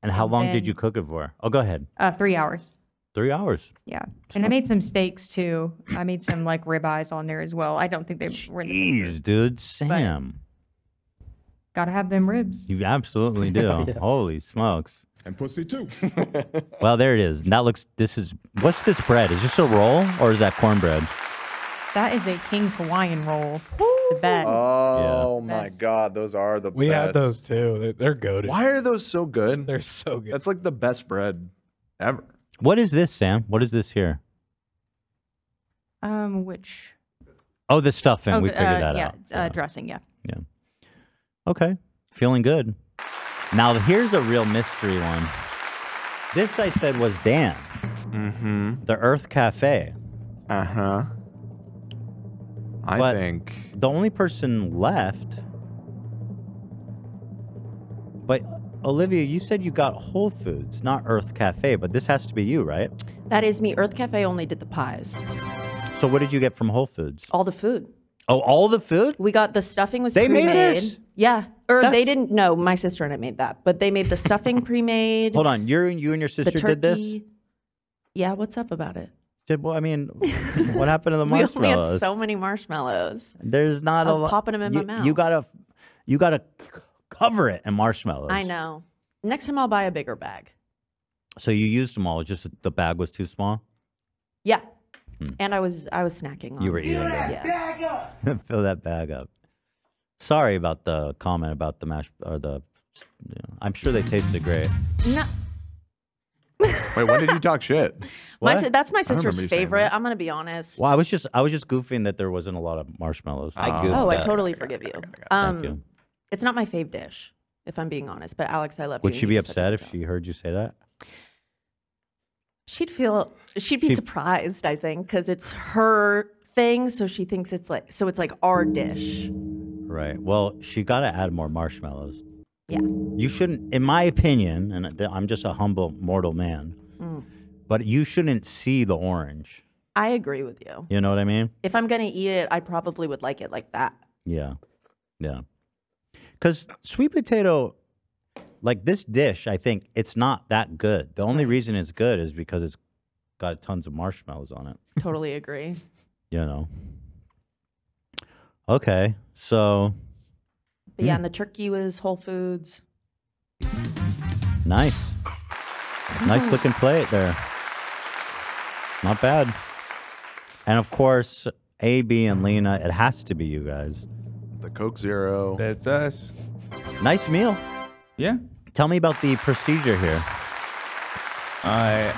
[SPEAKER 3] And how long did
[SPEAKER 12] then-
[SPEAKER 3] you cook it for? Oh, go ahead.
[SPEAKER 12] Uh, three hours.
[SPEAKER 3] Three hours.
[SPEAKER 12] Yeah, and I made some steaks too. I made some like ribeyes on there as well. I don't think they were. in the-
[SPEAKER 3] Jeez, dude, Sam,
[SPEAKER 12] Gotta have them ribs.
[SPEAKER 3] you absolutely do.
[SPEAKER 12] Yeah.
[SPEAKER 3] Holy smokes!
[SPEAKER 18] And pussy too.
[SPEAKER 3] Well, there it is. That looks. This is. What's this bread? Is this a roll or is that cornbread?
[SPEAKER 12] That is a King's Hawaiian roll. The best.
[SPEAKER 4] Oh
[SPEAKER 12] Yeah.
[SPEAKER 4] my
[SPEAKER 12] Best.
[SPEAKER 4] God, those are the
[SPEAKER 5] We
[SPEAKER 4] best.
[SPEAKER 5] had those too. They're, they're goaded.
[SPEAKER 4] Why are those so good?
[SPEAKER 5] They're so good.
[SPEAKER 4] That's like the best bread ever.
[SPEAKER 3] What is this, Sam? What is this here?
[SPEAKER 12] Um, which
[SPEAKER 3] Oh, the stuffing.
[SPEAKER 12] oh,
[SPEAKER 3] we
[SPEAKER 12] the-
[SPEAKER 3] figured
[SPEAKER 12] uh,
[SPEAKER 3] that
[SPEAKER 12] yeah,
[SPEAKER 3] out.
[SPEAKER 12] Uh, dressing. Yeah.
[SPEAKER 3] Yeah. Okay. Feeling good. Now here's a real mystery one. This I said was Dan. Mm-hmm. The Earth Cafe.
[SPEAKER 4] Uh-huh. I think
[SPEAKER 3] the only person left. But Olivia, you said you got Whole Foods, not Earth Cafe, but this has to be you, right?
[SPEAKER 6] That is me. Earth Cafe only did the pies.
[SPEAKER 3] So what did you get from Whole Foods?
[SPEAKER 6] All the food.
[SPEAKER 3] Oh, all the food?
[SPEAKER 6] We got the stuffing was
[SPEAKER 3] They made
[SPEAKER 6] pre-made.
[SPEAKER 3] this?
[SPEAKER 6] Yeah, or
[SPEAKER 3] That's-
[SPEAKER 6] they didn't. No, my sister and I made that, but they made the stuffing pre-made.
[SPEAKER 3] Hold on, you you and your
[SPEAKER 6] the
[SPEAKER 3] sister did this?
[SPEAKER 6] turkey. Yeah, what's up about it?
[SPEAKER 3] Did, well, I mean, what happened to the
[SPEAKER 6] we only
[SPEAKER 3] marshmallows?
[SPEAKER 6] had so many marshmallows.
[SPEAKER 3] There's not
[SPEAKER 6] I
[SPEAKER 3] a
[SPEAKER 6] was
[SPEAKER 3] lot.
[SPEAKER 6] popping 'em in
[SPEAKER 3] you,
[SPEAKER 6] my mouth.
[SPEAKER 3] You gotta, you gotta c- cover it in marshmallows.
[SPEAKER 6] I know. Next time I'll buy a bigger bag.
[SPEAKER 3] So you used them all. It's just that the bag was too small.
[SPEAKER 6] Yeah.
[SPEAKER 3] Hmm.
[SPEAKER 6] And I was I was snacking. on
[SPEAKER 3] You were
[SPEAKER 6] it.
[SPEAKER 3] eating them. Fill that bag up. Sorry about the comment about the mash or the. you know, I'm sure they tasted great.
[SPEAKER 6] No,
[SPEAKER 4] Wait, when did you talk shit?
[SPEAKER 6] my,
[SPEAKER 3] What?
[SPEAKER 6] si- that's
[SPEAKER 3] I
[SPEAKER 6] my
[SPEAKER 3] remember
[SPEAKER 6] sister's
[SPEAKER 3] you saying
[SPEAKER 6] favorite. I'm gonna be honest.
[SPEAKER 3] Well, I was just I was just goofing that there wasn't a lot of marshmallows.
[SPEAKER 6] Oh, I totally forgive you. Um,
[SPEAKER 3] you.
[SPEAKER 6] It's not my fave dish, if I'm being honest. But Alex, I love you.
[SPEAKER 3] Would she
[SPEAKER 6] and
[SPEAKER 3] be
[SPEAKER 6] you
[SPEAKER 3] upset
[SPEAKER 6] said-
[SPEAKER 3] if she heard you say that?
[SPEAKER 6] She'd feel. She'd be
[SPEAKER 3] She-
[SPEAKER 6] surprised, I think, because it's her thing. So she thinks it's like. So it's like our dish.
[SPEAKER 3] Right. Well, she got to add more marshmallows.
[SPEAKER 6] Yeah.
[SPEAKER 3] You shouldn't, in my opinion, and th- I'm just a humble mortal man,
[SPEAKER 6] Mm.
[SPEAKER 3] but you shouldn't see the orange.
[SPEAKER 6] I agree with you.
[SPEAKER 3] You know what I mean?
[SPEAKER 6] If I'm gonna eat it, I probably would like it like that.
[SPEAKER 3] Yeah. Yeah. Because sweet potato, like this dish, I think it's not that good. The only reason it's good is because it's got tons of marshmallows on it,
[SPEAKER 6] Totally agree.
[SPEAKER 3] you know? Okay. So
[SPEAKER 6] But yeah, and the turkey was Whole Foods.
[SPEAKER 3] nice. Nice looking plate there. Not bad. And of course, A, B, and Lena, it has to be you guys.
[SPEAKER 4] The Coke Zero.
[SPEAKER 3] That's us. Nice meal. Yeah. Tell me about the procedure here.
[SPEAKER 11] Uh,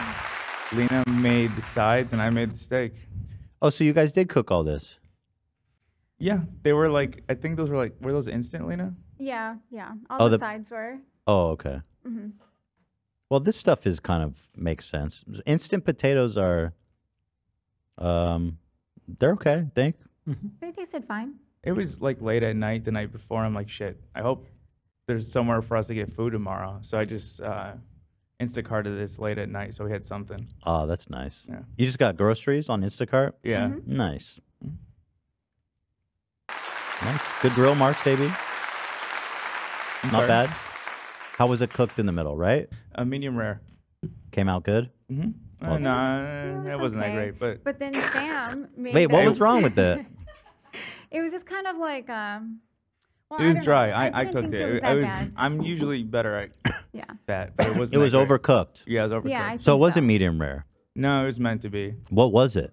[SPEAKER 11] Lena made the sides and I made the steak.
[SPEAKER 3] Oh, so you guys did cook all this?
[SPEAKER 11] Yeah, they were like I think those were like were those instant, Lena?
[SPEAKER 16] Yeah, yeah. All
[SPEAKER 3] Oh,
[SPEAKER 16] the,
[SPEAKER 3] the-
[SPEAKER 16] sides were.
[SPEAKER 3] Oh, okay.
[SPEAKER 16] hmm
[SPEAKER 3] Well, this stuff is kind of makes sense. Instant potatoes are, um, they're okay. I think.
[SPEAKER 11] Mm-hmm.
[SPEAKER 16] They tasted fine.
[SPEAKER 11] It was like late at night the night before. I'm like, shit. I hope there's somewhere for us to get food tomorrow. So I just uh, Instacarted this late at night, so we had something.
[SPEAKER 3] Oh, that's nice.
[SPEAKER 11] Yeah.
[SPEAKER 3] You just got groceries on Instacart.
[SPEAKER 11] Yeah. Mhm.
[SPEAKER 16] Mm-hmm.
[SPEAKER 3] Nice. Nice. Good grill marks, baby. Not
[SPEAKER 11] sorry?
[SPEAKER 3] bad. How was it cooked in the middle? Right.
[SPEAKER 11] A medium rare.
[SPEAKER 3] Came out good.
[SPEAKER 11] Mm-hmm.
[SPEAKER 3] Well-
[SPEAKER 11] no, it wasn't
[SPEAKER 16] okay.
[SPEAKER 11] that great, but
[SPEAKER 16] But then Sam made.
[SPEAKER 3] Wait, what
[SPEAKER 16] the-
[SPEAKER 3] was wrong with it?
[SPEAKER 16] It was just kind of like um. Well,
[SPEAKER 11] it
[SPEAKER 16] I
[SPEAKER 11] was
[SPEAKER 16] don't know.
[SPEAKER 11] dry. I, I,
[SPEAKER 16] didn't
[SPEAKER 11] cooked
[SPEAKER 16] think
[SPEAKER 11] it.
[SPEAKER 16] It was
[SPEAKER 11] I
[SPEAKER 16] that bad.
[SPEAKER 11] I'm usually better at
[SPEAKER 16] Yeah.
[SPEAKER 11] that, but it wasn't.
[SPEAKER 3] It
[SPEAKER 11] that
[SPEAKER 3] was
[SPEAKER 11] great.
[SPEAKER 3] overcooked.
[SPEAKER 11] Yeah, it was overcooked.
[SPEAKER 16] Yeah, I
[SPEAKER 3] So it
[SPEAKER 16] think
[SPEAKER 3] wasn't medium rare.
[SPEAKER 11] No, it was meant to be
[SPEAKER 3] What was it?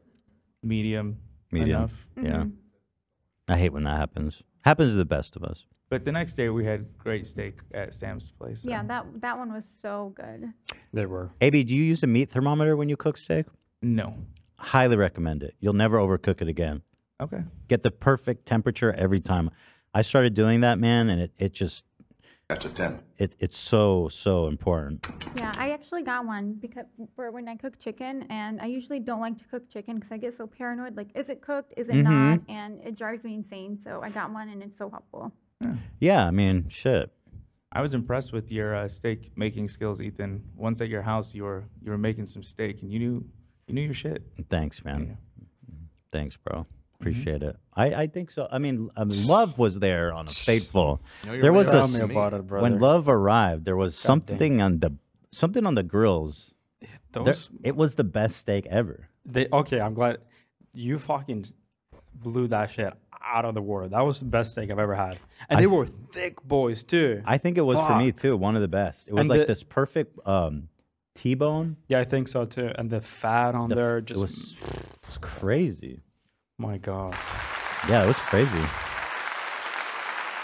[SPEAKER 11] medium.
[SPEAKER 3] Medium.
[SPEAKER 11] Enough.
[SPEAKER 3] Yeah. I hate when that happens. Happens to the best of us.
[SPEAKER 11] But the next day we had great steak at Sam's place.
[SPEAKER 16] Yeah, that that one was so good.
[SPEAKER 11] They were.
[SPEAKER 3] AB, do you use a meat thermometer when you cook steak?
[SPEAKER 11] No.
[SPEAKER 3] Highly recommend it. You'll never overcook it again.
[SPEAKER 11] Okay.
[SPEAKER 3] Get the perfect temperature every time. I started doing that, man, and it, it just
[SPEAKER 19] That's a 10.
[SPEAKER 3] it it's so so important.
[SPEAKER 16] Yeah, I actually got one because for when I cook chicken, and I usually don't like to cook chicken because I get so paranoid. Like, is it cooked? Is it not?
[SPEAKER 3] Mhm.
[SPEAKER 16] And it drives me insane. So I got one, and it's so helpful.
[SPEAKER 3] Yeah, I mean, shit.
[SPEAKER 11] I was impressed with your uh, steak making skills, Ethan. Once at your house, you were you were making some steak, and you knew you knew your shit.
[SPEAKER 3] Thanks, man. Thanks, bro.
[SPEAKER 18] Mm-hmm.
[SPEAKER 3] Appreciate it. I, I think so. I mean, I mean, love was there on a fateful.
[SPEAKER 18] No, you're
[SPEAKER 3] there was
[SPEAKER 18] right.
[SPEAKER 3] a
[SPEAKER 18] Tell me
[SPEAKER 3] s-
[SPEAKER 18] about it, brother.
[SPEAKER 3] when love arrived. There was something on the something on the grills. There-
[SPEAKER 9] those-
[SPEAKER 3] it was the best steak ever.
[SPEAKER 9] They okay. I'm glad you fucking blew that shit out of the water. That was the best steak I've ever had, and
[SPEAKER 3] I-
[SPEAKER 9] they were thick boys too.
[SPEAKER 3] I think it was for me too. One of the best. It was
[SPEAKER 9] And
[SPEAKER 3] like
[SPEAKER 9] the-
[SPEAKER 3] this perfect um, T-bone.
[SPEAKER 9] Yeah, I think so too. And the fat on
[SPEAKER 3] The f-
[SPEAKER 9] there
[SPEAKER 3] it
[SPEAKER 9] just
[SPEAKER 3] was- It was crazy.
[SPEAKER 9] My God.
[SPEAKER 3] Yeah, it was crazy.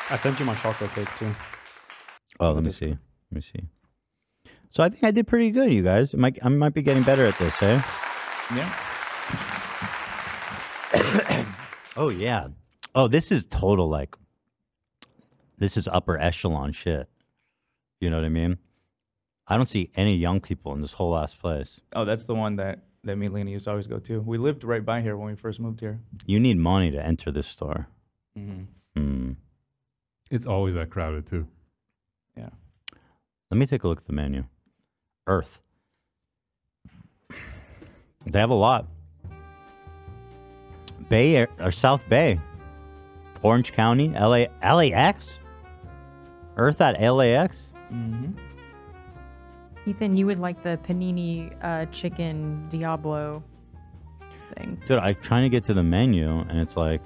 [SPEAKER 9] I sent you my chocolate cake too.
[SPEAKER 3] Oh, let me see. Let me see. So I think I did pretty good, you guys. Might, I might be getting better at this, eh?
[SPEAKER 11] Yeah.
[SPEAKER 3] Oh yeah. Oh, this is total like this is upper echelon shit. You know what I mean? I don't see any young people in this whole ass place.
[SPEAKER 11] Oh, that's the one that that me and Lena used to always go to. We lived right by here when we first moved here.
[SPEAKER 3] You need money to enter this store.
[SPEAKER 17] Mm-hmm.
[SPEAKER 11] Mhm.
[SPEAKER 3] Mm.
[SPEAKER 15] It's always that crowded too.
[SPEAKER 3] Let me take a look at the menu. Earth. They have a lot. Bay Air- or South Bay, Orange County, LA, LAX. Earth at LAX.
[SPEAKER 11] Mm-hmm.
[SPEAKER 12] Ethan, you would like the panini uh, chicken Diablo thing.
[SPEAKER 3] Dude, I'm trying to get to the menu, and it's like,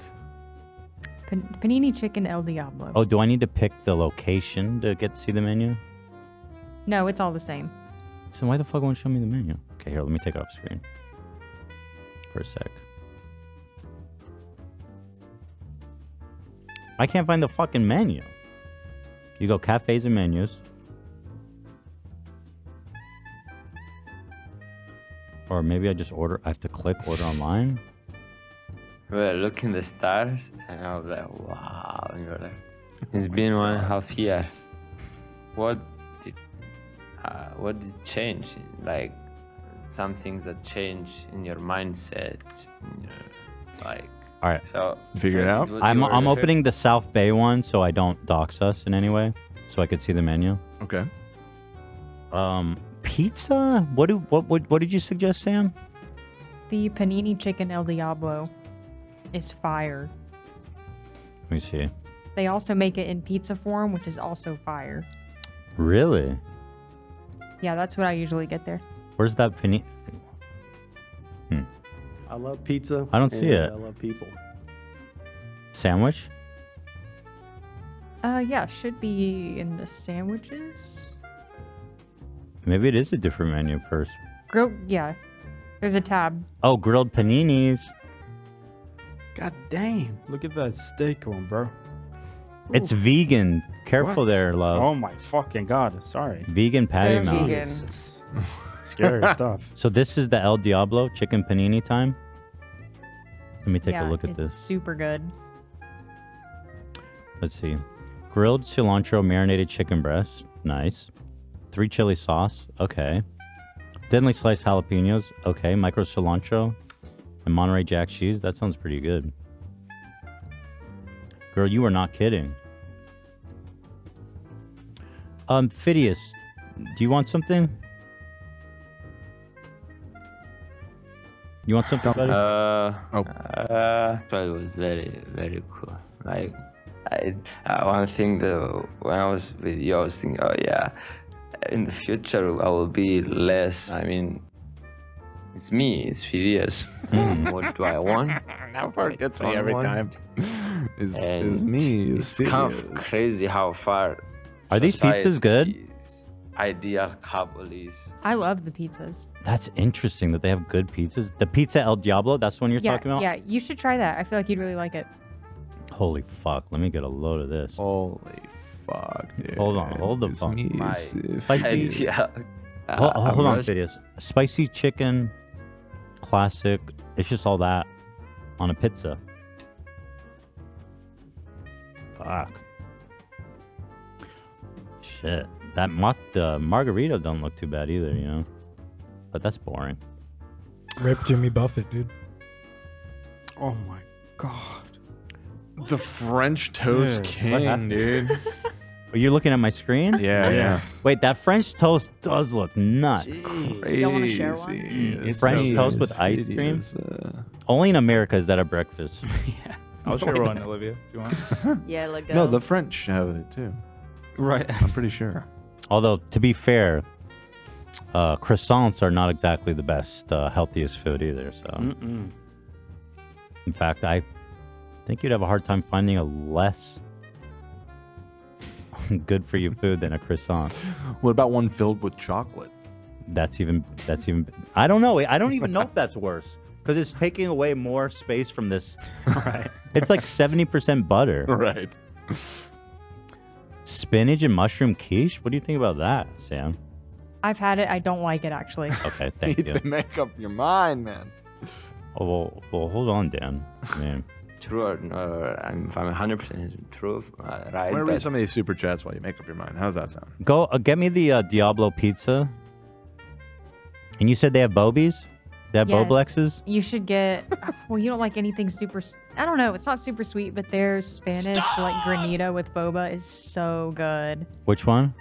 [SPEAKER 12] Pan- panini chicken El Diablo.
[SPEAKER 3] oh, do I need to pick the location to get to see the menu?
[SPEAKER 12] No, it's all the same.
[SPEAKER 3] So why the fuck won't it show me the menu? Okay, here, let me take it off screen for a sec. I can't find the fucking menu. You go cafes and menus. Or maybe I just order. I have to click order online.
[SPEAKER 20] We're looking the stars, and I was like, wow. And you're like, it's been one and a half year. What did, uh, what did change? Like, some things that change in your mindset, in your, like,
[SPEAKER 3] All right.
[SPEAKER 20] So
[SPEAKER 4] Figure it
[SPEAKER 20] first
[SPEAKER 4] out.
[SPEAKER 20] was
[SPEAKER 3] I'm
[SPEAKER 20] your
[SPEAKER 3] I'm
[SPEAKER 20] research.
[SPEAKER 3] opening the South Bay one so I don't dox us in any way, so I could see the menu.
[SPEAKER 4] Okay.
[SPEAKER 3] Um, pizza. What do what what what did you suggest, Sam?
[SPEAKER 12] The panini chicken El Diablo is fire.
[SPEAKER 3] Let me see.
[SPEAKER 12] They also make it in pizza form, which is also fire.
[SPEAKER 3] Really?
[SPEAKER 12] Yeah, that's what I usually get there.
[SPEAKER 3] Where's that panini?
[SPEAKER 21] I love pizza.
[SPEAKER 3] I don't see
[SPEAKER 21] and
[SPEAKER 3] it.
[SPEAKER 21] I love people.
[SPEAKER 3] Sandwich?
[SPEAKER 12] Uh, yeah, should be in the sandwiches.
[SPEAKER 3] Maybe it is a different menu first.
[SPEAKER 12] Grill, yeah. There's a tab.
[SPEAKER 3] Oh, grilled paninis.
[SPEAKER 9] God damn! Look at that steak one, bro.
[SPEAKER 3] It's
[SPEAKER 9] Ooh.
[SPEAKER 3] vegan. Careful
[SPEAKER 9] What?
[SPEAKER 3] there, love.
[SPEAKER 9] Oh my fucking god! Sorry.
[SPEAKER 3] Vegan patty
[SPEAKER 9] They're
[SPEAKER 3] melt.
[SPEAKER 9] vegan. Jesus. Scary stuff.
[SPEAKER 3] So this is the El Diablo chicken panini time. Let me take
[SPEAKER 12] Yeah,
[SPEAKER 3] a look at
[SPEAKER 12] it's
[SPEAKER 3] this.
[SPEAKER 12] Super good.
[SPEAKER 3] Let's see. Grilled cilantro marinated chicken breast. Nice. Three chili sauce. Okay. Thinly sliced jalapenos. Okay. Micro cilantro. And Monterey Jack cheese. That sounds pretty good. Girl, you are not kidding. Um, Phidias, do you want something? You want something, buddy?
[SPEAKER 20] Uh, uh, so it was very, very cool. Like, I, uh, one thing that when I was with you, I was thinking, oh yeah, in the future I will be less. I mean, it's me, it's Phidias. what do I want?
[SPEAKER 4] That
[SPEAKER 20] part
[SPEAKER 4] gets
[SPEAKER 20] me every time.
[SPEAKER 4] Is
[SPEAKER 20] is
[SPEAKER 4] me? Is
[SPEAKER 20] It's kind of crazy how far.
[SPEAKER 3] Are these pizzas good?
[SPEAKER 20] society's Ideal couple is.
[SPEAKER 12] I love the pizzas.
[SPEAKER 3] That's interesting that they have good pizzas. The pizza El Diablo, that's the one you're
[SPEAKER 12] yeah,
[SPEAKER 3] talking about?
[SPEAKER 12] yeah, you should try that. I feel like you'd really like it.
[SPEAKER 3] Holy fuck, let me get a load of this.
[SPEAKER 4] Holy fuck, dude.
[SPEAKER 3] Hold on, hold the phone.
[SPEAKER 20] My
[SPEAKER 3] Spicy,
[SPEAKER 20] ideal.
[SPEAKER 3] Hol-
[SPEAKER 20] uh,
[SPEAKER 3] hold on,
[SPEAKER 20] most-
[SPEAKER 3] videos. Spicy chicken, classic. It's just all that on a pizza. Fuck. Shit. That mo- the margarita don't look too bad either, you know. But that's boring.
[SPEAKER 5] Rip Jimmy Buffett, dude.
[SPEAKER 9] Oh my god.
[SPEAKER 4] The French toast
[SPEAKER 3] Dude, what
[SPEAKER 4] king,
[SPEAKER 3] happened?
[SPEAKER 4] dude.
[SPEAKER 3] Are you looking at my screen?
[SPEAKER 4] Yeah, yeah.
[SPEAKER 3] Wait, that French toast does look nuts.
[SPEAKER 4] Y'all wanna share one? Crazy.
[SPEAKER 3] Mm, French
[SPEAKER 4] It's
[SPEAKER 3] toast
[SPEAKER 4] so-
[SPEAKER 3] with ice
[SPEAKER 4] it
[SPEAKER 3] cream.
[SPEAKER 4] is, uh,
[SPEAKER 3] Only in America is that a breakfast. yeah.
[SPEAKER 11] I'll
[SPEAKER 5] Oh,
[SPEAKER 11] share one, Olivia, if you want.
[SPEAKER 6] Yeah, let
[SPEAKER 4] No, the French have it too.
[SPEAKER 9] Right.
[SPEAKER 4] I'm pretty sure.
[SPEAKER 3] Although, to be fair, uh, croissants are not exactly the best, uh, healthiest food either. So,
[SPEAKER 9] Mm-mm.
[SPEAKER 3] in fact, I think you'd have a hard time finding a less good for you food than a croissant.
[SPEAKER 4] What about one filled with chocolate?
[SPEAKER 3] That's even. That's even. I don't know. I don't even know if that's worse because it's taking away more space from this. Right. It's like seventy percent butter.
[SPEAKER 4] Right.
[SPEAKER 3] Spinach and mushroom quiche. What do you think about that, Sam?
[SPEAKER 12] I've had it. I don't like it actually.
[SPEAKER 3] Okay, thank you.
[SPEAKER 4] make up your mind, man.
[SPEAKER 3] Oh, well, well, hold on, Dan. Man.
[SPEAKER 20] True or no? I'm, if I'm 100% true, uh, right?
[SPEAKER 4] I'm gonna
[SPEAKER 20] but-
[SPEAKER 4] read some of these super chats while you make up your mind. How's that sound?
[SPEAKER 3] Go uh, get me the uh, Diablo pizza. And you said they have Bobies? They have
[SPEAKER 12] Yes.
[SPEAKER 3] Boblexes?
[SPEAKER 12] You should get. uh, Well, you don't like anything super. s- I don't know. It's not super sweet, but their Spanish like granita with boba is so good.
[SPEAKER 3] Which one?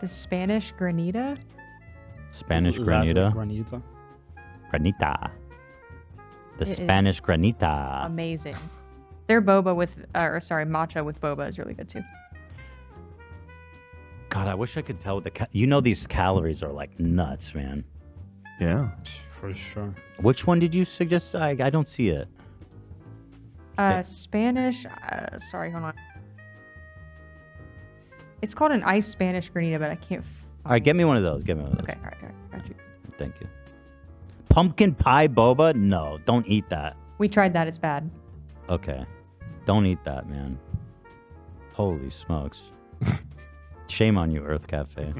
[SPEAKER 12] The Spanish granita.
[SPEAKER 3] Spanish
[SPEAKER 9] Latte
[SPEAKER 3] granita.
[SPEAKER 9] Granita.
[SPEAKER 3] Granita. The
[SPEAKER 12] It is
[SPEAKER 3] Spanish granita.
[SPEAKER 12] Amazing. Their boba with, or sorry, matcha with boba is really good too.
[SPEAKER 3] God, I wish I could tell what the. Ca- you know, these calories are like nuts, man.
[SPEAKER 4] Yeah.
[SPEAKER 9] For sure.
[SPEAKER 3] Which one did you suggest? I, I don't see it.
[SPEAKER 12] Uh, Spanish. Uh, sorry, hold on. It's called an iced Spanish granita, but I can't. F-
[SPEAKER 3] All right, get me one of those. Get me one of those.
[SPEAKER 12] okay, all right, all right, got you.
[SPEAKER 3] Thank you. Pumpkin pie boba? No, don't eat that.
[SPEAKER 12] We tried that. It's bad.
[SPEAKER 3] Okay. Don't eat that, man. Holy smokes. Shame on you, Earth Cafe.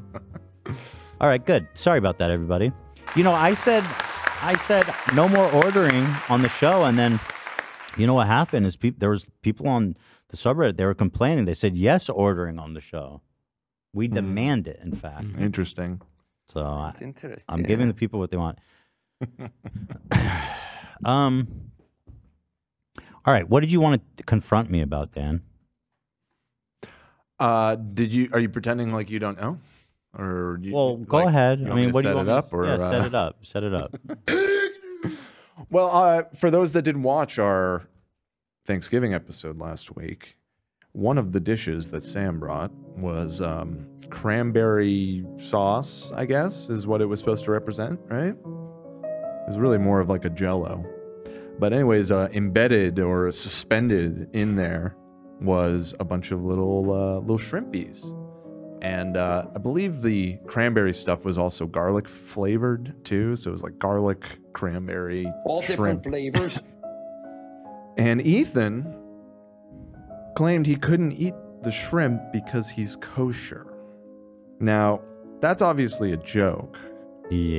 [SPEAKER 3] All right, good. Sorry about that, everybody. You know, I said I said no more ordering on the show and then you know what happened is peop there was people on the subreddit they were complaining. They said yes ordering on the show. We demand it, in fact.
[SPEAKER 4] Interesting.
[SPEAKER 3] So I,
[SPEAKER 20] It's interesting.
[SPEAKER 3] I'm giving the people what they want. um. All right. What did you want to confront me about, Dan?
[SPEAKER 4] Uh, did you? Are you pretending like you don't know? Or you,
[SPEAKER 3] Well, go
[SPEAKER 4] like,
[SPEAKER 3] ahead.
[SPEAKER 4] you
[SPEAKER 3] I
[SPEAKER 4] want
[SPEAKER 3] mean,
[SPEAKER 4] me to
[SPEAKER 3] what do
[SPEAKER 4] set
[SPEAKER 3] you want
[SPEAKER 4] it
[SPEAKER 3] me-
[SPEAKER 4] up? Or
[SPEAKER 3] yeah,
[SPEAKER 4] uh,
[SPEAKER 3] set it up. Set it up.
[SPEAKER 4] Well, uh, for those that didn't watch our Thanksgiving episode last week, one of the dishes that Sam brought was um, cranberry sauce, I guess, is what it was supposed to represent, right? It was really more of like a jello. But, anyways, uh, embedded or suspended in there was a bunch of little uh, little shrimpies. And uh, I believe the cranberry stuff was also garlic flavored too. So it was like garlic, cranberry,
[SPEAKER 19] All
[SPEAKER 4] shrimp.
[SPEAKER 19] different flavors.
[SPEAKER 4] And Ethan claimed he couldn't eat the shrimp because he's kosher. Now, that's obviously a joke.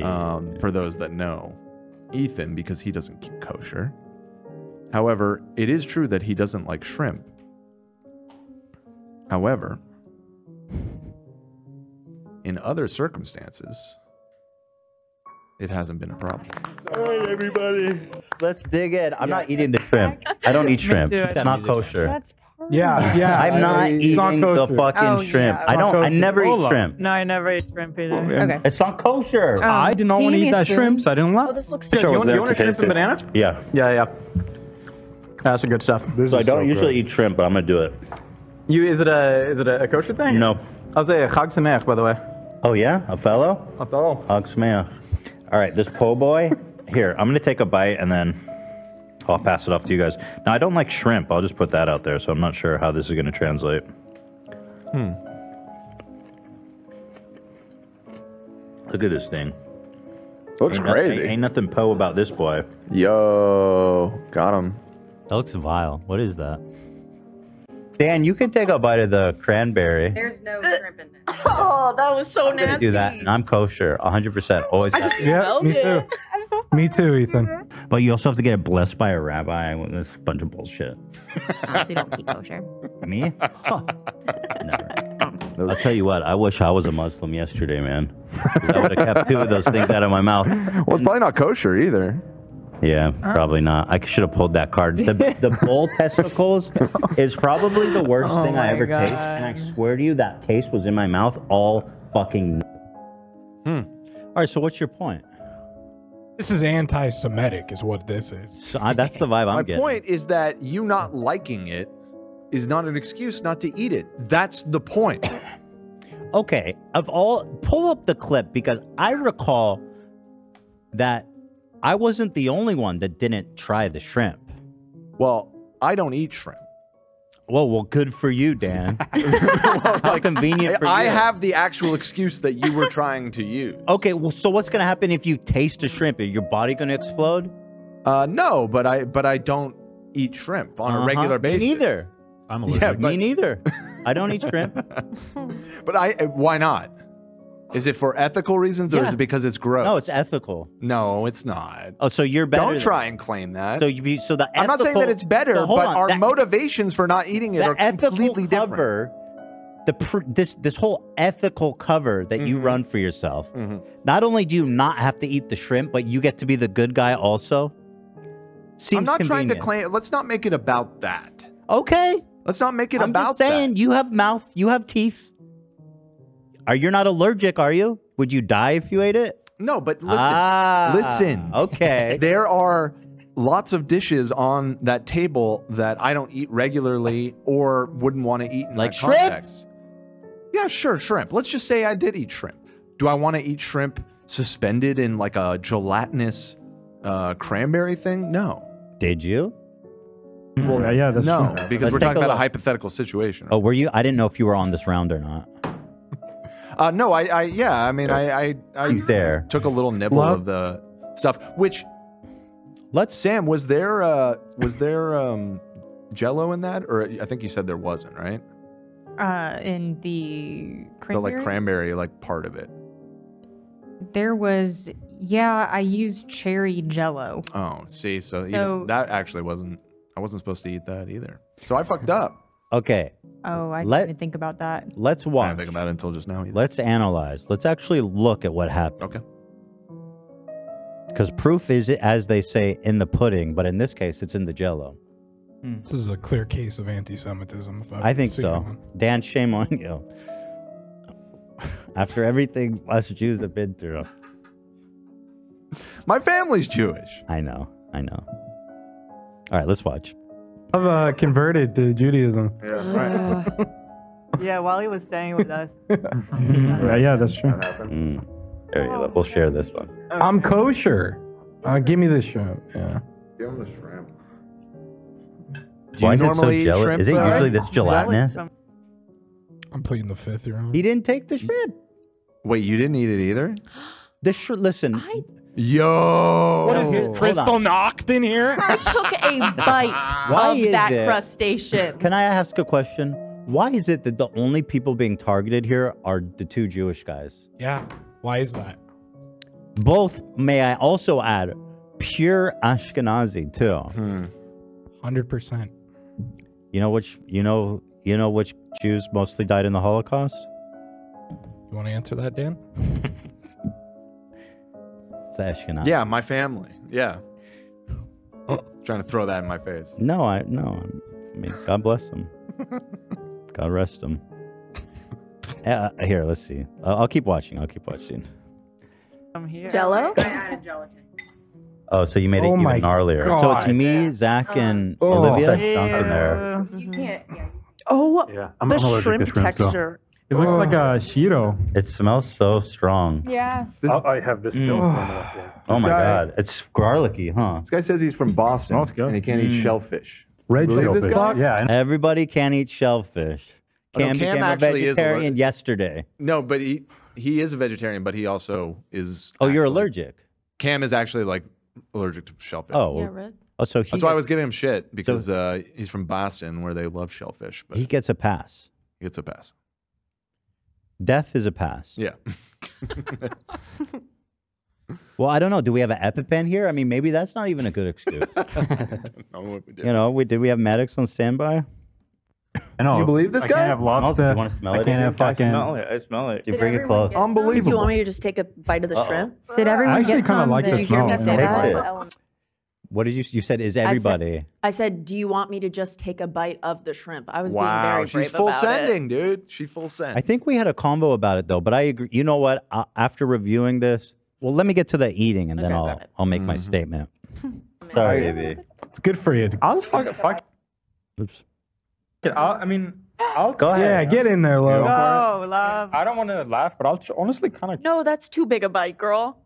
[SPEAKER 4] Um, for those that know Ethan, because he doesn't keep kosher. However, it is true that he doesn't like shrimp. However, in other circumstances, it hasn't been a problem.
[SPEAKER 3] All right, everybody. Let's dig in. I'm not eating the shrimp. I don't eat shrimp.
[SPEAKER 4] too, I
[SPEAKER 3] It's
[SPEAKER 4] don't
[SPEAKER 3] not
[SPEAKER 4] either.
[SPEAKER 3] kosher.
[SPEAKER 4] Yeah, yeah, I
[SPEAKER 3] I'm not
[SPEAKER 4] mean, it's
[SPEAKER 3] eating
[SPEAKER 4] not
[SPEAKER 3] the
[SPEAKER 4] kosher.
[SPEAKER 3] fucking
[SPEAKER 4] Oh, yeah,
[SPEAKER 3] shrimp. I
[SPEAKER 4] it's not
[SPEAKER 3] don't. I
[SPEAKER 4] kosher.
[SPEAKER 3] never eat
[SPEAKER 4] Hold
[SPEAKER 3] shrimp.
[SPEAKER 22] No, I never ate shrimp either. okay.
[SPEAKER 3] It's not kosher.
[SPEAKER 22] Um,
[SPEAKER 3] I
[SPEAKER 22] I
[SPEAKER 3] did
[SPEAKER 22] did
[SPEAKER 3] not
[SPEAKER 22] not
[SPEAKER 3] want
[SPEAKER 22] wanna
[SPEAKER 3] to
[SPEAKER 22] can you
[SPEAKER 3] eat
[SPEAKER 22] eat
[SPEAKER 3] that
[SPEAKER 22] that guys do-
[SPEAKER 3] shrimp,
[SPEAKER 22] shrimp,
[SPEAKER 3] so I didn't
[SPEAKER 22] Oh,
[SPEAKER 3] want.
[SPEAKER 22] this looks so good.
[SPEAKER 3] want to taste it. Yeah.
[SPEAKER 18] Yeah, yeah. That's some good stuff.
[SPEAKER 3] So I don't usually eat shrimp, but I'm gonna do it.
[SPEAKER 18] You is it a is it a, a kosher thing? No. I'll say Chag Sameach, by the way.
[SPEAKER 3] Oh yeah, a fellow.
[SPEAKER 18] A fellow.
[SPEAKER 3] Hugs me. All right, this po' boy. Here, I'm gonna take a bite and then I'll pass it off to you guys. Now I don't like shrimp. I'll just put that out there, so I'm not sure how this is gonna translate.
[SPEAKER 4] Hmm.
[SPEAKER 3] Look at this thing.
[SPEAKER 4] Looks
[SPEAKER 3] ain't
[SPEAKER 4] crazy.
[SPEAKER 3] ain't nothing po about this boy.
[SPEAKER 4] Yo, got him.
[SPEAKER 3] That looks vile. What is that? Dan, you can take a bite of the cranberry.
[SPEAKER 6] There's no shrimp in there. Uh, Oh, that was so
[SPEAKER 3] I
[SPEAKER 6] nasty.
[SPEAKER 3] do that, and I'm kosher, 100%. Always.
[SPEAKER 6] I
[SPEAKER 3] have
[SPEAKER 6] just
[SPEAKER 3] been.
[SPEAKER 6] smelled it.
[SPEAKER 5] Me too, Ethan.
[SPEAKER 3] But you also have to get it blessed by a rabbi. Well, That's a bunch of bullshit.
[SPEAKER 12] Honestly, don't eat kosher.
[SPEAKER 3] Me? Never. I'll tell you what. I wish I was a Muslim yesterday, man. 'Cause I would have kept two of those things out of my mouth.
[SPEAKER 4] Well, it's probably not kosher either.
[SPEAKER 3] Yeah, probably not. I should have pulled that card. The, the bull testicles is probably the worst
[SPEAKER 2] Oh
[SPEAKER 3] thing I
[SPEAKER 2] my
[SPEAKER 3] ever taste, and I swear to you, that taste was in my mouth all fucking. Hmm. All right. So what's your point?
[SPEAKER 5] This is anti-Semitic, is what this is.
[SPEAKER 3] that's the vibe
[SPEAKER 4] My point is that you not liking it is not an excuse not to eat it. That's the point.
[SPEAKER 3] Okay, of all, pull up the clip because I recall that I wasn't the only one that didn't try the shrimp.
[SPEAKER 4] Well, I don't eat shrimp.
[SPEAKER 3] Well, well, good for you, Dan. How convenient for
[SPEAKER 4] I
[SPEAKER 3] you.
[SPEAKER 4] have the actual excuse that you were trying to use.
[SPEAKER 3] Okay, well, so what's gonna happen if you taste a shrimp? Is your body gonna explode?
[SPEAKER 4] Uh, no, but I but I don't eat shrimp on a
[SPEAKER 3] Uh-huh.
[SPEAKER 4] regular
[SPEAKER 3] Me
[SPEAKER 4] basis.
[SPEAKER 3] neither.
[SPEAKER 15] I'm
[SPEAKER 4] Yeah, but,
[SPEAKER 3] Me neither. I don't eat shrimp.
[SPEAKER 4] but I uh, why not? Is it for ethical reasons or
[SPEAKER 3] Yeah.
[SPEAKER 4] is it because it's gross?
[SPEAKER 3] No, it's ethical.
[SPEAKER 4] No, it's not.
[SPEAKER 3] Oh, so you're better.
[SPEAKER 4] Don't
[SPEAKER 3] than-
[SPEAKER 4] try and claim that.
[SPEAKER 3] So you be so the.
[SPEAKER 4] I'm not saying that
[SPEAKER 3] ethical-
[SPEAKER 4] it's better,
[SPEAKER 3] No, hold
[SPEAKER 4] but
[SPEAKER 3] on.
[SPEAKER 4] our
[SPEAKER 3] That-
[SPEAKER 4] motivations for not eating it
[SPEAKER 3] that
[SPEAKER 4] are
[SPEAKER 3] ethical
[SPEAKER 4] completely different.
[SPEAKER 3] cover, the pr- this this whole ethical cover that
[SPEAKER 4] Mm-hmm.
[SPEAKER 3] you run for yourself. Not only do you not have to eat the shrimp, but you get to be the good guy also. Seems
[SPEAKER 4] I'm not trying to
[SPEAKER 3] convenient.
[SPEAKER 4] claim. Let's not make it about that.
[SPEAKER 3] Okay.
[SPEAKER 4] Let's not make it
[SPEAKER 3] I'm
[SPEAKER 4] about
[SPEAKER 3] just saying you have mouth, you have teeth. Are you're not allergic? Are you? Would you die if you ate it?
[SPEAKER 4] No, but listen,
[SPEAKER 3] Ah,
[SPEAKER 4] listen.
[SPEAKER 3] Okay.
[SPEAKER 4] there are lots of dishes on that table that I don't eat regularly or wouldn't want to eat in
[SPEAKER 3] Like
[SPEAKER 4] that
[SPEAKER 3] shrimp?
[SPEAKER 4] context. Yeah, sure, shrimp. Let's just say I did eat shrimp. Do I want to eat shrimp suspended in like a gelatinous uh, cranberry thing? No.
[SPEAKER 3] Did you?
[SPEAKER 4] Well,
[SPEAKER 15] yeah,
[SPEAKER 3] that's
[SPEAKER 4] no,
[SPEAKER 3] true.
[SPEAKER 4] because
[SPEAKER 3] Let's
[SPEAKER 4] we're
[SPEAKER 3] take
[SPEAKER 4] talking
[SPEAKER 3] a
[SPEAKER 4] about a
[SPEAKER 3] look.
[SPEAKER 4] hypothetical situation.
[SPEAKER 3] Oh, were you? I didn't know if you were on this round or not.
[SPEAKER 4] Uh, no, I, I, yeah, I mean, I, I, I
[SPEAKER 3] there.
[SPEAKER 4] took a little nibble of the stuff, which
[SPEAKER 3] let's.
[SPEAKER 4] Sam, was there, uh, was there um, Jello in that, or I think you said there wasn't, right?
[SPEAKER 12] Uh, in the
[SPEAKER 4] The like
[SPEAKER 12] cranberry?
[SPEAKER 4] cranberry, like part of it.
[SPEAKER 12] there was yeah, I used cherry jello.
[SPEAKER 4] Oh, see, so,
[SPEAKER 12] So-
[SPEAKER 4] even, that actually wasn't. I wasn't supposed to eat that either, so I fucked up.
[SPEAKER 3] Okay.
[SPEAKER 12] Oh, I
[SPEAKER 3] Let-
[SPEAKER 12] didn't even think about that.
[SPEAKER 3] Let's watch. I didn't
[SPEAKER 4] think about it until just now.
[SPEAKER 3] Let's analyze. Let's actually look at what happened.
[SPEAKER 4] Okay.
[SPEAKER 3] Because proof is, as they say, in the pudding, but in this case, it's in the jello.
[SPEAKER 5] This is a clear case of anti-Semitism. If I've
[SPEAKER 3] Hmm. I think
[SPEAKER 5] seen
[SPEAKER 3] so.
[SPEAKER 5] one.
[SPEAKER 3] Dan, shame on you. After everything us Jews have been through.
[SPEAKER 4] My family's Jewish.
[SPEAKER 3] I know. I know. All right, let's watch.
[SPEAKER 19] I've uh, converted to Judaism.
[SPEAKER 3] Yeah,
[SPEAKER 6] Uh,
[SPEAKER 22] yeah, while he was staying with us.
[SPEAKER 19] yeah, yeah, that's true.
[SPEAKER 3] Mm. There you go. We'll share this one.
[SPEAKER 19] I'm kosher. Uh, give me this shrimp. Yeah.
[SPEAKER 14] Give him the shrimp.
[SPEAKER 3] Do you normally so shrimp? uh, Is it usually this gelatinous?
[SPEAKER 5] I'm pleading the fifth here.
[SPEAKER 3] He didn't take the shrimp.
[SPEAKER 4] Wait, you didn't eat it either?
[SPEAKER 3] The shrimp. Listen.
[SPEAKER 4] Yo.
[SPEAKER 5] What is
[SPEAKER 3] Oh. Hold
[SPEAKER 5] this, Crystal
[SPEAKER 3] on.
[SPEAKER 5] Noct in here?
[SPEAKER 6] I took a bite
[SPEAKER 3] Why
[SPEAKER 6] of
[SPEAKER 3] is
[SPEAKER 6] that
[SPEAKER 3] it-
[SPEAKER 6] crustacean.
[SPEAKER 3] Can I ask a question? Why is it that the only people being targeted here are the two Jewish guys?
[SPEAKER 5] Yeah. Why is that?
[SPEAKER 3] Both, may I also add, pure Ashkenazi too.
[SPEAKER 4] Hmm.
[SPEAKER 5] Hundred percent.
[SPEAKER 3] You know which you know you know which Jews mostly died in the Holocaust?
[SPEAKER 5] You want to answer that, Dan?
[SPEAKER 3] It's the Ashkenazi.
[SPEAKER 4] Yeah, my family. Yeah. Trying to throw that in my face.
[SPEAKER 3] No, I no. I mean, God bless them. God rest them. Uh, here, let's see. Uh, I'll keep watching. I'll keep watching.
[SPEAKER 22] I'm here.
[SPEAKER 6] Jello?
[SPEAKER 22] I added Jello.
[SPEAKER 3] Oh, so you made it
[SPEAKER 19] Oh
[SPEAKER 3] even
[SPEAKER 19] my
[SPEAKER 3] gnarlier. So it's
[SPEAKER 19] God.
[SPEAKER 3] me, Zach,
[SPEAKER 6] Uh,
[SPEAKER 3] and
[SPEAKER 19] Oh,
[SPEAKER 3] Olivia.
[SPEAKER 19] that junk in there.
[SPEAKER 6] You can't. Yeah.
[SPEAKER 22] Oh,
[SPEAKER 19] Yeah,
[SPEAKER 22] the shrimp, texture.
[SPEAKER 19] It looks like a shiro.
[SPEAKER 3] It smells so strong.
[SPEAKER 16] Yeah.
[SPEAKER 19] I have this
[SPEAKER 3] still. Oh my god, it's garlicky, huh?
[SPEAKER 21] This guy says he's from Boston
[SPEAKER 19] Smells good.
[SPEAKER 21] and he can't eat shellfish.
[SPEAKER 19] Mm. Red
[SPEAKER 21] Believe this
[SPEAKER 19] shellfish.
[SPEAKER 21] guy?
[SPEAKER 19] Yeah.
[SPEAKER 3] Everybody can eat shellfish.
[SPEAKER 4] Oh, no,
[SPEAKER 3] Cam
[SPEAKER 4] Cam
[SPEAKER 3] became a
[SPEAKER 4] actually is
[SPEAKER 3] vegetarian
[SPEAKER 4] allergic.
[SPEAKER 3] yesterday.
[SPEAKER 4] No, but he he is a vegetarian, but he also is.
[SPEAKER 3] Oh, you're allergic.
[SPEAKER 4] Cam is actually like allergic to shellfish.
[SPEAKER 3] Oh, oh, so he
[SPEAKER 4] that's why I
[SPEAKER 3] gets-
[SPEAKER 4] was giving him shit because uh, he's from Boston where they love shellfish, but
[SPEAKER 3] he gets a pass.
[SPEAKER 4] he gets a pass.
[SPEAKER 3] Death is a pass.
[SPEAKER 4] Yeah.
[SPEAKER 3] Well, I don't know. Do we have an EpiPen here? I mean, maybe that's not even a good excuse.
[SPEAKER 2] know what we did.
[SPEAKER 3] you know, we did we have Maddox on standby?
[SPEAKER 7] I know. You believe this I can't guy? have lobster.
[SPEAKER 3] You want to smell
[SPEAKER 7] I
[SPEAKER 3] it?
[SPEAKER 7] can't have
[SPEAKER 3] I
[SPEAKER 7] fucking-
[SPEAKER 3] smell
[SPEAKER 7] it. I smell it.
[SPEAKER 3] Dude, bring it close.
[SPEAKER 6] Do you want me to just take a bite of the
[SPEAKER 3] Uh-oh.
[SPEAKER 6] shrimp?
[SPEAKER 12] Did everyone
[SPEAKER 3] I actually
[SPEAKER 12] get
[SPEAKER 3] kinda
[SPEAKER 12] some?
[SPEAKER 3] like
[SPEAKER 12] Did
[SPEAKER 3] the
[SPEAKER 12] you hear me
[SPEAKER 3] smell.
[SPEAKER 12] say
[SPEAKER 3] I
[SPEAKER 12] that?
[SPEAKER 3] liked it. What did you you said is everybody.
[SPEAKER 6] I said, "Do you want me to just take a bite of the shrimp?" I was
[SPEAKER 3] Wow,
[SPEAKER 6] being very
[SPEAKER 3] she's
[SPEAKER 6] brave
[SPEAKER 4] full
[SPEAKER 6] about
[SPEAKER 4] sending,
[SPEAKER 6] it.
[SPEAKER 4] dude. She full send.
[SPEAKER 3] I think we had a convo about it though, but I agree. You know what? I, after reviewing this, well, let me get to the eating and then I'll I'll make my statement.
[SPEAKER 7] Sorry,
[SPEAKER 3] baby.
[SPEAKER 7] It's good for you.
[SPEAKER 9] I'll fuck fuck.
[SPEAKER 3] Oops.
[SPEAKER 9] I'll, I mean, I'll
[SPEAKER 7] Go ahead. Yeah, get in there, Lo.
[SPEAKER 9] Go for
[SPEAKER 6] No,
[SPEAKER 9] it.
[SPEAKER 6] love.
[SPEAKER 9] I don't want to laugh, but I'll tr- honestly kind of.
[SPEAKER 6] No, that's too big a bite, girl.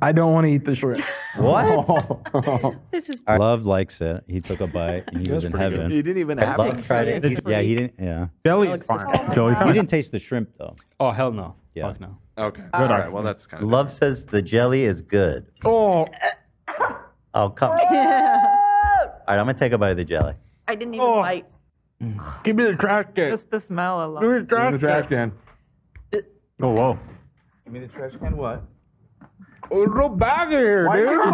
[SPEAKER 7] I don't want to eat the shrimp.
[SPEAKER 3] What?
[SPEAKER 6] This is
[SPEAKER 3] Love likes it. He took a bite and he was in heaven.
[SPEAKER 4] He didn't even have
[SPEAKER 3] Love
[SPEAKER 4] it.
[SPEAKER 3] tried it. Yeah, he didn't. Yeah.
[SPEAKER 9] Jelly is fine.
[SPEAKER 7] Jelly
[SPEAKER 3] You didn't taste the shrimp though.
[SPEAKER 9] Oh hell no.
[SPEAKER 3] Yeah.
[SPEAKER 9] Fuck no.
[SPEAKER 4] Okay.
[SPEAKER 9] All right, well,
[SPEAKER 4] that's
[SPEAKER 3] kind of. Love says the jelly is good.
[SPEAKER 9] Oh.
[SPEAKER 3] Oh come. All
[SPEAKER 4] Oh.
[SPEAKER 3] right, I'm gonna take a bite of the jelly.
[SPEAKER 6] I didn't even bite.
[SPEAKER 7] Give me the trash can.
[SPEAKER 22] Just the smell alone.
[SPEAKER 7] Give me the trash, can. Oh, whoa.
[SPEAKER 11] Give me the trash can. What?
[SPEAKER 7] Oh, no bag in here,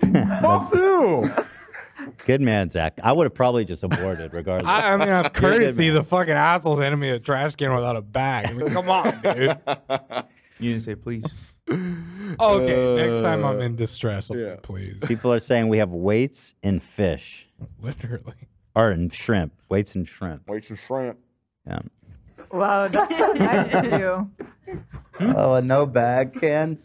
[SPEAKER 7] dude. Fuck you.
[SPEAKER 3] Good man, Zach. I would have probably just aborted regardless.
[SPEAKER 5] I, I mean,
[SPEAKER 3] You're a
[SPEAKER 5] out of
[SPEAKER 3] good
[SPEAKER 5] courtesy,
[SPEAKER 3] man.
[SPEAKER 5] the fucking asshole's handed me a trash can without a bag. I mean, come on, dude.
[SPEAKER 11] You didn't say please.
[SPEAKER 5] Okay, next time I'm in distress, I'll say, please.
[SPEAKER 3] People are saying we have weights in fish,
[SPEAKER 5] Literally.
[SPEAKER 3] or in shrimp. Weights in shrimp.
[SPEAKER 2] Wait your shrimp.
[SPEAKER 3] Yeah.
[SPEAKER 22] Wow, that's so nice of you. Hmm?
[SPEAKER 3] Oh, a no bag can.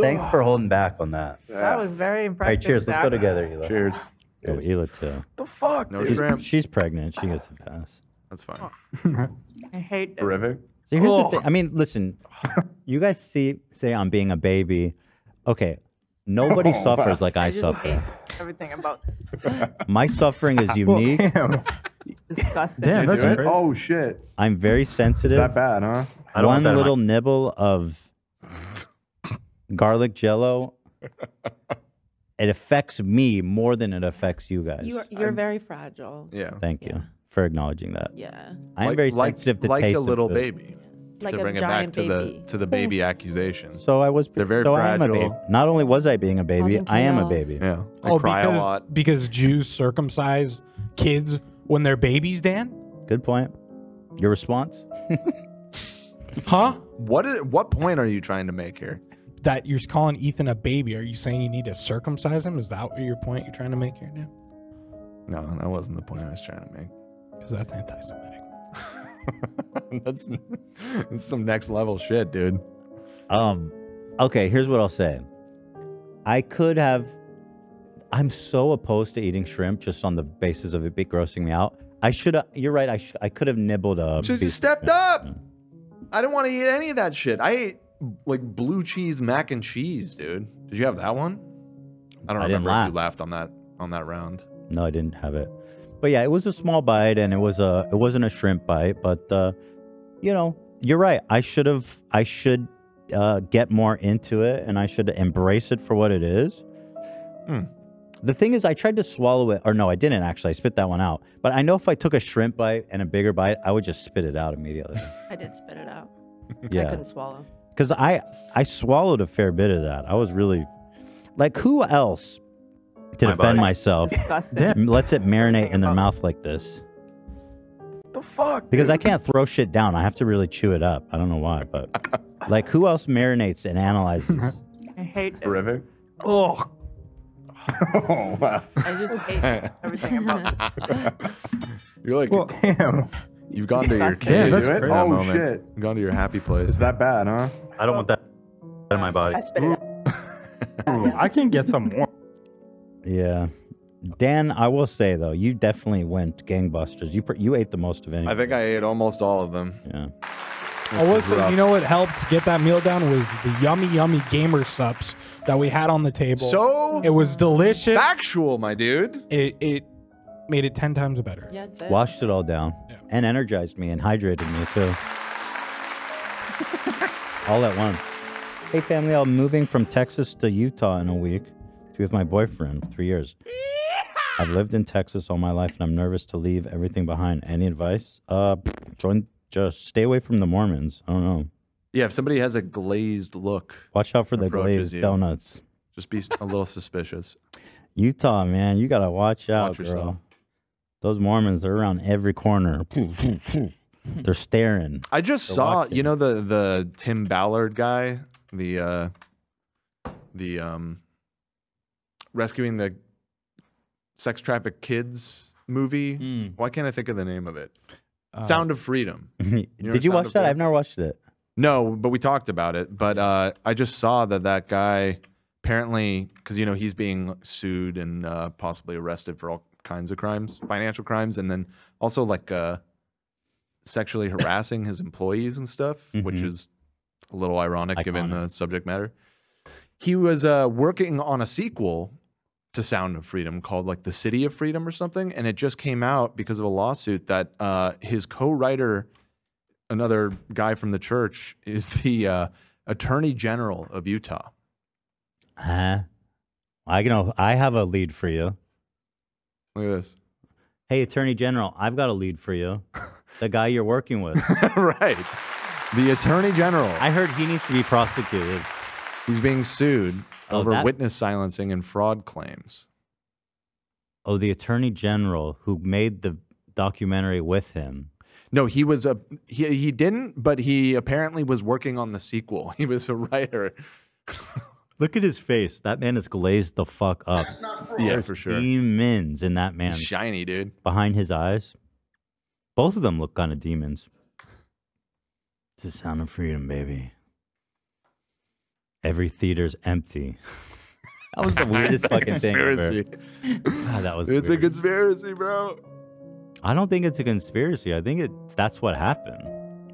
[SPEAKER 3] Thanks for holding back on that.
[SPEAKER 22] That was very
[SPEAKER 3] All right,
[SPEAKER 22] impressive.
[SPEAKER 3] cheers. Let's go
[SPEAKER 22] Zach.
[SPEAKER 3] together, Hila. Cheers. Go with Oh, Hila too.
[SPEAKER 22] The fuck?
[SPEAKER 4] No
[SPEAKER 3] she's,
[SPEAKER 4] shrimp.
[SPEAKER 3] she's pregnant. She gets a pass.
[SPEAKER 4] That's fine.
[SPEAKER 22] I hate it.
[SPEAKER 4] Terrific.
[SPEAKER 3] So here's the thing. I mean, listen, you guys see, say I'm being a baby. Okay, nobody
[SPEAKER 22] Oh.
[SPEAKER 3] suffers like I,
[SPEAKER 22] just
[SPEAKER 3] suffer.
[SPEAKER 22] hate Everything about
[SPEAKER 3] My suffering is unique.
[SPEAKER 22] disgusting.
[SPEAKER 3] Damn, that's
[SPEAKER 7] Dude,
[SPEAKER 3] crazy.
[SPEAKER 7] Oh, shit.
[SPEAKER 3] I'm very sensitive.
[SPEAKER 7] That bad, huh? I don't want
[SPEAKER 3] One
[SPEAKER 7] that in my-
[SPEAKER 3] little nibble of garlic jello, it affects me more than it affects you guys.
[SPEAKER 6] You're you're very fragile.
[SPEAKER 4] Yeah.
[SPEAKER 3] Thank you for acknowledging that.
[SPEAKER 6] Yeah.
[SPEAKER 3] I'm
[SPEAKER 4] Like-
[SPEAKER 3] very
[SPEAKER 4] like-
[SPEAKER 3] sensitive to
[SPEAKER 4] like a
[SPEAKER 3] taste of
[SPEAKER 4] little
[SPEAKER 3] food.
[SPEAKER 4] baby.
[SPEAKER 6] Like
[SPEAKER 4] to
[SPEAKER 6] a
[SPEAKER 4] bring it back
[SPEAKER 6] giant
[SPEAKER 4] to
[SPEAKER 6] baby.
[SPEAKER 4] the to the baby accusation.
[SPEAKER 3] So I was.
[SPEAKER 4] They're very
[SPEAKER 3] so I am a
[SPEAKER 4] fragile.
[SPEAKER 3] baby. Not only was I being a baby,
[SPEAKER 4] Causing
[SPEAKER 3] I am a
[SPEAKER 4] chaos.
[SPEAKER 3] baby.
[SPEAKER 4] Yeah.
[SPEAKER 5] oh, because, because Jews circumcise kids when they're babies, Dan?
[SPEAKER 3] Good point. Your response?
[SPEAKER 5] huh?
[SPEAKER 4] What did, what point are you trying to make here?
[SPEAKER 5] That you're calling Ethan a baby. Are you saying you need to circumcise him? Is that what your point you're trying to make here, Dan?
[SPEAKER 4] No, that wasn't the point I was trying to make.
[SPEAKER 5] Because that's anti-Semitic.
[SPEAKER 4] that's, that's some next level shit, dude.
[SPEAKER 3] Um, okay, here's what I'll say. I could have. I'm so opposed to eating shrimp just on the basis of it be grossing me out. I should have. You're right. I sh- I could have nibbled a.
[SPEAKER 4] Should you
[SPEAKER 3] piece of
[SPEAKER 4] stepped
[SPEAKER 3] shrimp.
[SPEAKER 4] up? I didn't want to eat any of that shit. I ate like blue cheese mac and cheese, dude. Did you have that one? I don't
[SPEAKER 3] I didn't
[SPEAKER 4] remember if you laughed on that on that round.
[SPEAKER 3] No, I didn't have it. But yeah, it was a small bite, and it was a. It wasn't a shrimp bite, but uh, you know, you're right. I should have. I should uh, get more into it, and I should embrace it for what it is.
[SPEAKER 22] Hmm.
[SPEAKER 3] The thing is, I tried to swallow it, or no, I didn't actually. I spit that one out. But I know if I took a shrimp bite and a bigger bite, I would just spit it out immediately.
[SPEAKER 6] I did spit it out.
[SPEAKER 3] Yeah.
[SPEAKER 6] I couldn't swallow.
[SPEAKER 3] Because I I swallowed a fair bit of that. I was really like, who else to
[SPEAKER 6] My
[SPEAKER 3] defend
[SPEAKER 6] body.
[SPEAKER 3] myself
[SPEAKER 6] Disgusting.
[SPEAKER 3] lets it marinate in their mouth like this?
[SPEAKER 7] The fuck?
[SPEAKER 3] Because I
[SPEAKER 7] dude?
[SPEAKER 3] can't throw shit down. I have to really chew it up. I don't know why, but like, who else marinates and analyzes?
[SPEAKER 22] I hate it.
[SPEAKER 7] Terrific. Oh. oh, wow.
[SPEAKER 22] I just hate everything about
[SPEAKER 4] You're like,
[SPEAKER 7] damn.
[SPEAKER 4] You've gone to your
[SPEAKER 7] Damn,
[SPEAKER 4] cave
[SPEAKER 7] that's
[SPEAKER 4] at that
[SPEAKER 7] crazy. Oh,
[SPEAKER 4] moment.
[SPEAKER 7] shit.
[SPEAKER 4] You've gone to your happy place.
[SPEAKER 7] It's that bad, huh?
[SPEAKER 3] I don't want that in my body.
[SPEAKER 9] I can get some more.
[SPEAKER 3] Yeah. Dan, I will say though, you definitely went gangbusters. You pr- you ate the most of
[SPEAKER 4] I
[SPEAKER 3] anything.
[SPEAKER 4] think I ate almost all of them.
[SPEAKER 3] Yeah.
[SPEAKER 5] I was
[SPEAKER 3] Uh,
[SPEAKER 5] saying, you know what helped get that meal down was the yummy, yummy gamer subs that we had on the table.
[SPEAKER 4] So
[SPEAKER 5] it was delicious.
[SPEAKER 4] Factual, my dude.
[SPEAKER 5] It it made it ten times better.
[SPEAKER 6] Yeah,
[SPEAKER 3] Washed it all down and energized me and hydrated me too. all at once. Hey family, I'm moving from Texas to Utah in a week to be with my boyfriend, three years. I've lived in Texas all my life and I'm nervous to leave everything behind. Any advice? Uh join just stay away from the Mormons. I don't know.
[SPEAKER 4] Yeah, if somebody has a glazed look,
[SPEAKER 3] Watch out for the
[SPEAKER 4] Approaches
[SPEAKER 3] glazed
[SPEAKER 4] you.
[SPEAKER 3] donuts.
[SPEAKER 4] just be a little suspicious.
[SPEAKER 3] Utah, man, you gotta watch out,
[SPEAKER 4] yourself.
[SPEAKER 3] girl. Those Mormons, they're around every corner. they're staring.
[SPEAKER 4] I just
[SPEAKER 3] They're
[SPEAKER 4] saw,
[SPEAKER 3] watching.
[SPEAKER 4] you know, the the Tim Ballard guy, the uh, the um, rescuing the sex trafficked kids movie. Why can't I think of the name of it?
[SPEAKER 3] Hmm. Uh,
[SPEAKER 4] Sound of Freedom. know
[SPEAKER 3] Did you
[SPEAKER 4] Sound
[SPEAKER 3] watch
[SPEAKER 4] of
[SPEAKER 3] that?
[SPEAKER 4] Freedom?
[SPEAKER 3] I've never watched it.
[SPEAKER 4] No, but we talked about it. But uh, I just saw that that guy apparently, because you know he's being sued and uh, possibly arrested for all kinds of crimes, financial crimes, and then also like uh, sexually harassing his employees and stuff, which
[SPEAKER 3] Mm-hmm.
[SPEAKER 2] Mhm.
[SPEAKER 4] is a little ironic given the subject matter. He was uh, working on a sequel to Sound of Freedom called like The City of Freedom or something, and it just came out because of a lawsuit that uh, his co-writer another guy from the church is the uh, attorney general of Utah.
[SPEAKER 3] Huh? Uh-huh. I know. I have a lead for you.
[SPEAKER 4] Look at this.
[SPEAKER 3] Hey, Attorney General, I've got a lead for you. The guy you're working with.
[SPEAKER 4] right. The attorney general.
[SPEAKER 3] I heard he needs to be prosecuted.
[SPEAKER 4] He's being sued
[SPEAKER 3] Oh,
[SPEAKER 4] over
[SPEAKER 3] that-
[SPEAKER 4] witness silencing and fraud claims.
[SPEAKER 3] Oh, the Attorney General who made the documentary with him.
[SPEAKER 4] No, he was a he, he didn't, but he apparently was working on the sequel. He was a writer.
[SPEAKER 3] Look at his face. That man is glazed the fuck up.
[SPEAKER 4] Yeah, for sure.
[SPEAKER 3] Demons in that man.
[SPEAKER 4] shiny, dude.
[SPEAKER 3] Behind his eyes. Both of them look kind of demons. It's the sound of freedom, baby. Every theater's empty. That was the
[SPEAKER 4] It's
[SPEAKER 3] weirdest
[SPEAKER 4] a
[SPEAKER 3] fucking thing ever. God, Ah, that was
[SPEAKER 4] It's
[SPEAKER 3] weird.
[SPEAKER 4] a conspiracy, bro.
[SPEAKER 3] I don't think it's a conspiracy. I think it's that's what happened.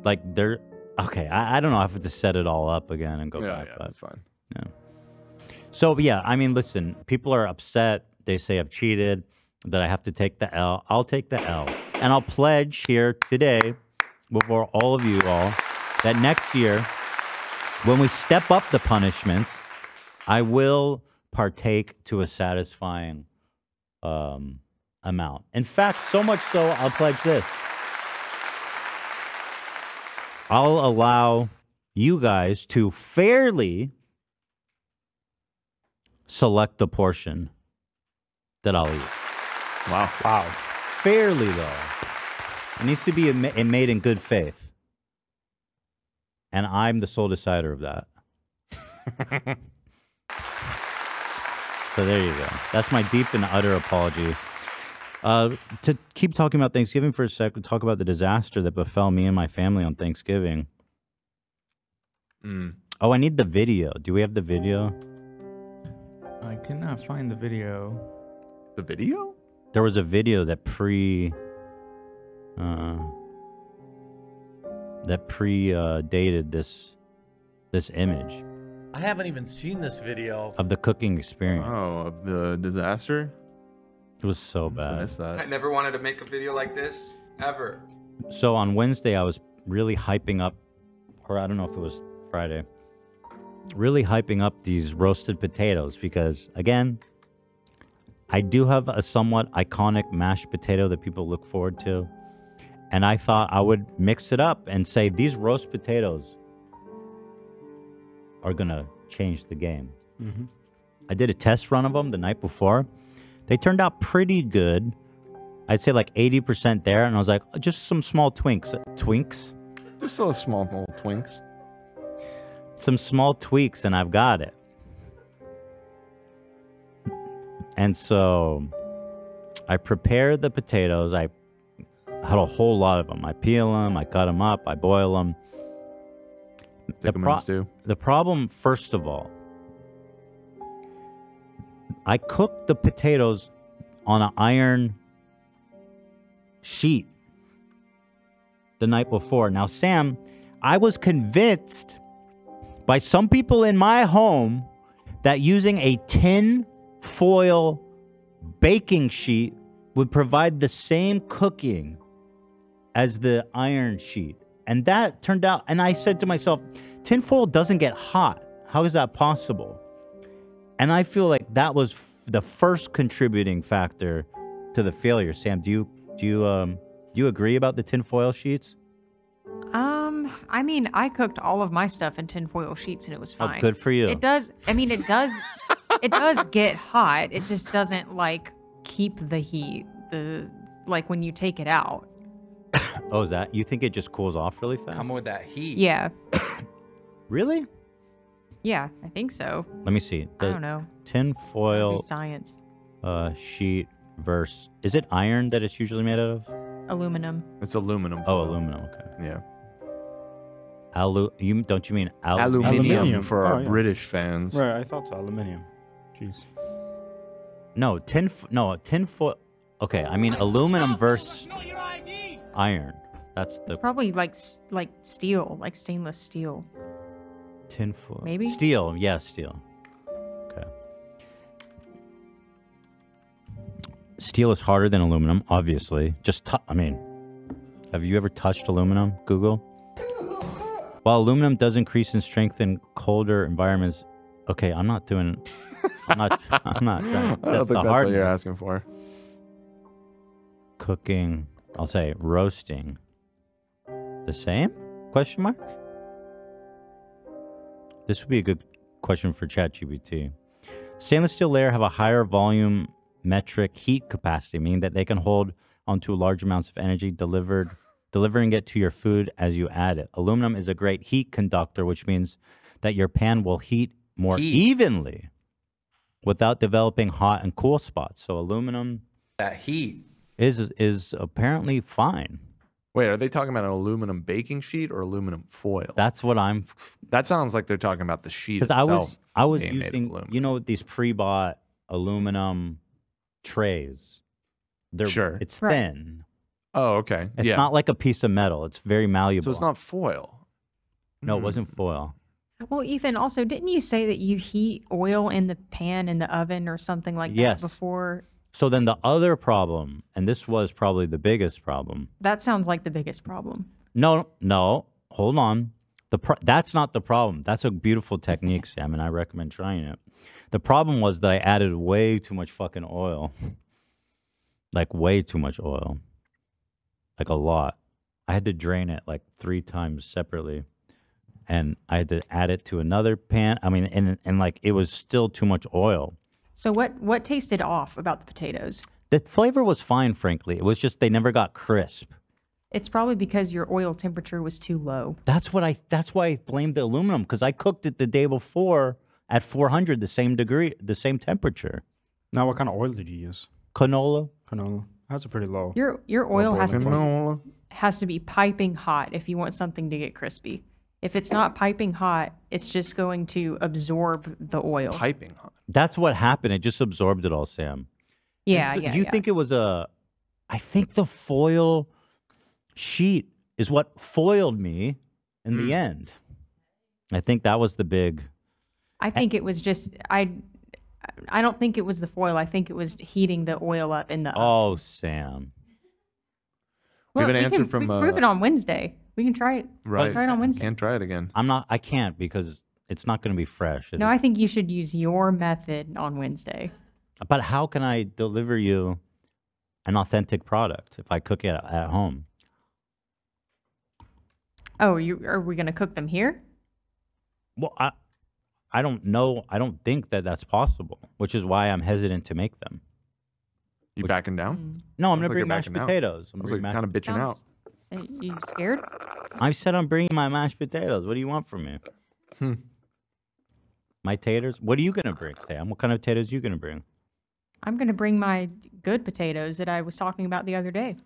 [SPEAKER 3] Like they're okay. I, I don't know. I have to set it all up again and go
[SPEAKER 4] Yeah,
[SPEAKER 3] back.
[SPEAKER 4] yeah,
[SPEAKER 3] but,
[SPEAKER 4] that's fine.
[SPEAKER 3] Yeah. So but yeah, I mean, listen. People are upset. They say I've cheated. That I have to take the L. I'll take the L, and I'll pledge here today, before all of you all, that next year, when we step up the punishments, I will partake to a satisfying um, amount. In fact, so much so, I'll pledge this. I'll allow you guys to fairly select the portion that I'll eat.
[SPEAKER 4] Wow.
[SPEAKER 3] Wow. Fairly, though. It needs to be ma- made in good faith. And I'm the sole decider of that. So there you go. That's my deep and utter apology. Uh, to keep talking about Thanksgiving for a sec, we'll talk about the disaster that befell me and my family on Thanksgiving.
[SPEAKER 4] Mm.
[SPEAKER 3] Oh, I need the video. Do we have the video?
[SPEAKER 11] I could not find the video.
[SPEAKER 4] The video?
[SPEAKER 3] There was a video that pre, uh, that pre uh, dated this this image
[SPEAKER 1] I haven't even seen this video.
[SPEAKER 3] of the cooking experience.
[SPEAKER 4] Oh, of the disaster.
[SPEAKER 3] It was so bad.
[SPEAKER 8] I never wanted to make a video like this ever.
[SPEAKER 3] So on Wednesday, I was really hyping up, or I don't know if it was Friday, really hyping up these roasted potatoes because, again, I do have a somewhat iconic mashed potato that people look forward to. And I thought I would mix it up and say these roast potatoes are going to change the game.
[SPEAKER 9] Mhm.
[SPEAKER 3] I did a test run of them the night before. They turned out pretty good. I'd say like 80% there. And I was like, "Oh, just some small twinks. Twinks?
[SPEAKER 4] Just a small little twinks.
[SPEAKER 3] Some small tweaks, and I've got it. And so I prepare the potatoes. I had a whole lot of them. I peel them, I cut them up, I boil them. The,
[SPEAKER 4] 'em in a stew.
[SPEAKER 3] the problem, first of all, I cooked the potatoes on an iron sheet the night before. Now, Sam, I was convinced by some people in my home that using a tin foil baking sheet would provide the same cooking as the iron sheet. And that turned out, and I said to myself, tinfoil doesn't get hot. How is that possible? And I feel like that was f- the first contributing factor to the failure. Sam, do you do you um do you agree about the tinfoil sheets?
[SPEAKER 12] Um, I mean, I cooked all of my stuff in tinfoil sheets and it was
[SPEAKER 3] Oh,
[SPEAKER 12] fine.
[SPEAKER 3] good for you.
[SPEAKER 12] It does. I mean, it does. it does get hot. It just doesn't like keep the heat. The like when you take it out.
[SPEAKER 3] Oh, is that? You think it just cools off really fast?
[SPEAKER 8] Come with that heat.
[SPEAKER 12] Yeah.
[SPEAKER 3] Really?
[SPEAKER 12] Yeah, I think so.
[SPEAKER 3] Let me see.
[SPEAKER 12] I don't know.
[SPEAKER 3] Tin foil
[SPEAKER 12] Through science,
[SPEAKER 3] uh, sheet verse. Is it iron that it's usually made out of?
[SPEAKER 12] aluminum.
[SPEAKER 4] It's aluminum.
[SPEAKER 3] Oh, aluminum. Okay.
[SPEAKER 4] Yeah.
[SPEAKER 3] Alu. You don't you mean al-
[SPEAKER 4] Aluminium,
[SPEAKER 9] Aluminium.
[SPEAKER 4] for our
[SPEAKER 9] Oh, yeah.
[SPEAKER 4] British fans.
[SPEAKER 9] Right, I thought so. Aluminium. Jeez.
[SPEAKER 3] No, tin. f- No, tin foil. Okay, I mean aluminum versus iron. That's the
[SPEAKER 12] Probably like s- like steel, like stainless steel.
[SPEAKER 3] tin foil.
[SPEAKER 12] Maybe?
[SPEAKER 3] steel. Yeah, steel. Okay. Steel is harder than aluminum, obviously. Just, tou- I mean, have you ever touched aluminum? Google. While aluminum does increase in strength in colder environments, okay, I'm not doing. I'm not. I'm not.
[SPEAKER 4] I don't
[SPEAKER 3] That's
[SPEAKER 4] think
[SPEAKER 3] the
[SPEAKER 4] that's
[SPEAKER 3] hard
[SPEAKER 4] what you're asking for.
[SPEAKER 3] cooking i'll say roasting the same question mark this would be a good question for chatgpt stainless steel layer have a higher volume metric heat capacity meaning that they can hold onto large amounts of energy delivered delivering it to your food as you add it aluminum is a great heat conductor which means that your pan will heat more evenly without developing hot and cool spots so aluminum
[SPEAKER 8] That heat.
[SPEAKER 3] is is apparently fine.
[SPEAKER 4] Wait, are they talking about an aluminum baking sheet or aluminum foil?
[SPEAKER 3] That's what I'm.
[SPEAKER 4] That sounds like they're talking about the sheet
[SPEAKER 3] Because
[SPEAKER 4] itself.
[SPEAKER 3] I was I was
[SPEAKER 4] being made of
[SPEAKER 3] using you know these pre-bought aluminum trays. They're
[SPEAKER 4] Sure.
[SPEAKER 3] It's
[SPEAKER 4] Right.
[SPEAKER 3] thin.
[SPEAKER 4] Oh, okay.
[SPEAKER 3] It's
[SPEAKER 4] yeah.
[SPEAKER 3] not like a piece of metal. It's very malleable.
[SPEAKER 4] so it's not foil. Hmm.
[SPEAKER 3] No, it wasn't foil.
[SPEAKER 12] Well, Ethan, also, didn't you say that you heat oil in the pan in the oven or something like
[SPEAKER 3] Yes.
[SPEAKER 12] that before?
[SPEAKER 3] So then the other problem, and this was probably the biggest problem.
[SPEAKER 12] That sounds like the biggest problem.
[SPEAKER 3] No, no, hold on. The pro- that's not the problem. That's a beautiful technique, Sam, and I recommend trying it. The problem was that I added way too much fucking oil, like way too much oil, like a lot. I had to drain it like three times separately, and I had to add it to another pan. I mean, and and like it was still too much oil.
[SPEAKER 12] So what what tasted off about the potatoes?
[SPEAKER 3] The flavor was fine, frankly. It was just they never got crisp.
[SPEAKER 12] It's probably because your oil temperature was too low.
[SPEAKER 3] That's what I. That's why I blamed the aluminum because I cooked it the day before at 400, the same degree, the same temperature.
[SPEAKER 9] Now, what kind of oil did you use?
[SPEAKER 3] Canola.
[SPEAKER 9] Canola. That's a pretty low.
[SPEAKER 12] Your your oil has to be,
[SPEAKER 4] Canola.
[SPEAKER 12] has to be piping hot if you want something to get crispy. If it's not piping hot, it's just going to absorb the oil.
[SPEAKER 4] Piping hot.
[SPEAKER 3] That's what happened. It just absorbed it all, Sam.
[SPEAKER 12] Yeah,
[SPEAKER 3] It's-
[SPEAKER 12] yeah.
[SPEAKER 3] Do you
[SPEAKER 12] yeah.
[SPEAKER 3] think it was a? I think the foil sheet is what foiled me in the
[SPEAKER 4] Hmm.
[SPEAKER 3] end. I think that was the big.
[SPEAKER 12] I think it was just I. I don't think it was the foil. I think it was heating the oil up in the.
[SPEAKER 3] Oh, Sam.
[SPEAKER 4] We have an
[SPEAKER 12] we
[SPEAKER 4] answer
[SPEAKER 12] can,
[SPEAKER 4] from,
[SPEAKER 12] We can prove
[SPEAKER 4] uh,
[SPEAKER 12] it on Wednesday. We can try it.
[SPEAKER 4] Right.
[SPEAKER 12] Try it on Wednesday.
[SPEAKER 4] Can't try it again.
[SPEAKER 3] I'm not. I can't because it's not going to be fresh.
[SPEAKER 12] No, I think you should use your method on Wednesday.
[SPEAKER 3] But how can I deliver you an authentic product if I cook it at home?
[SPEAKER 12] Oh, you are we gonna cook them here?
[SPEAKER 3] Well, I, I don't know. I don't think that that's possible, which is why I'm hesitant to make them.
[SPEAKER 4] You backing down?
[SPEAKER 3] No, I'm
[SPEAKER 4] Sounds
[SPEAKER 3] gonna
[SPEAKER 4] like
[SPEAKER 3] bring
[SPEAKER 4] you're
[SPEAKER 3] mashed
[SPEAKER 4] backing out.
[SPEAKER 3] potatoes. I'm
[SPEAKER 4] Sounds
[SPEAKER 3] bringing
[SPEAKER 4] like
[SPEAKER 3] mashed-
[SPEAKER 4] kind of bitching out.
[SPEAKER 12] Mm-hmm. Sounds- Uh, You scared?
[SPEAKER 3] I said I'm bringing my mashed potatoes. What do you want from me?
[SPEAKER 4] Hmm.
[SPEAKER 3] My taters. What are you gonna bring, Sam? What kind of potatoes you gonna bring?
[SPEAKER 12] I'm gonna bring my good potatoes that I was talking about the other day.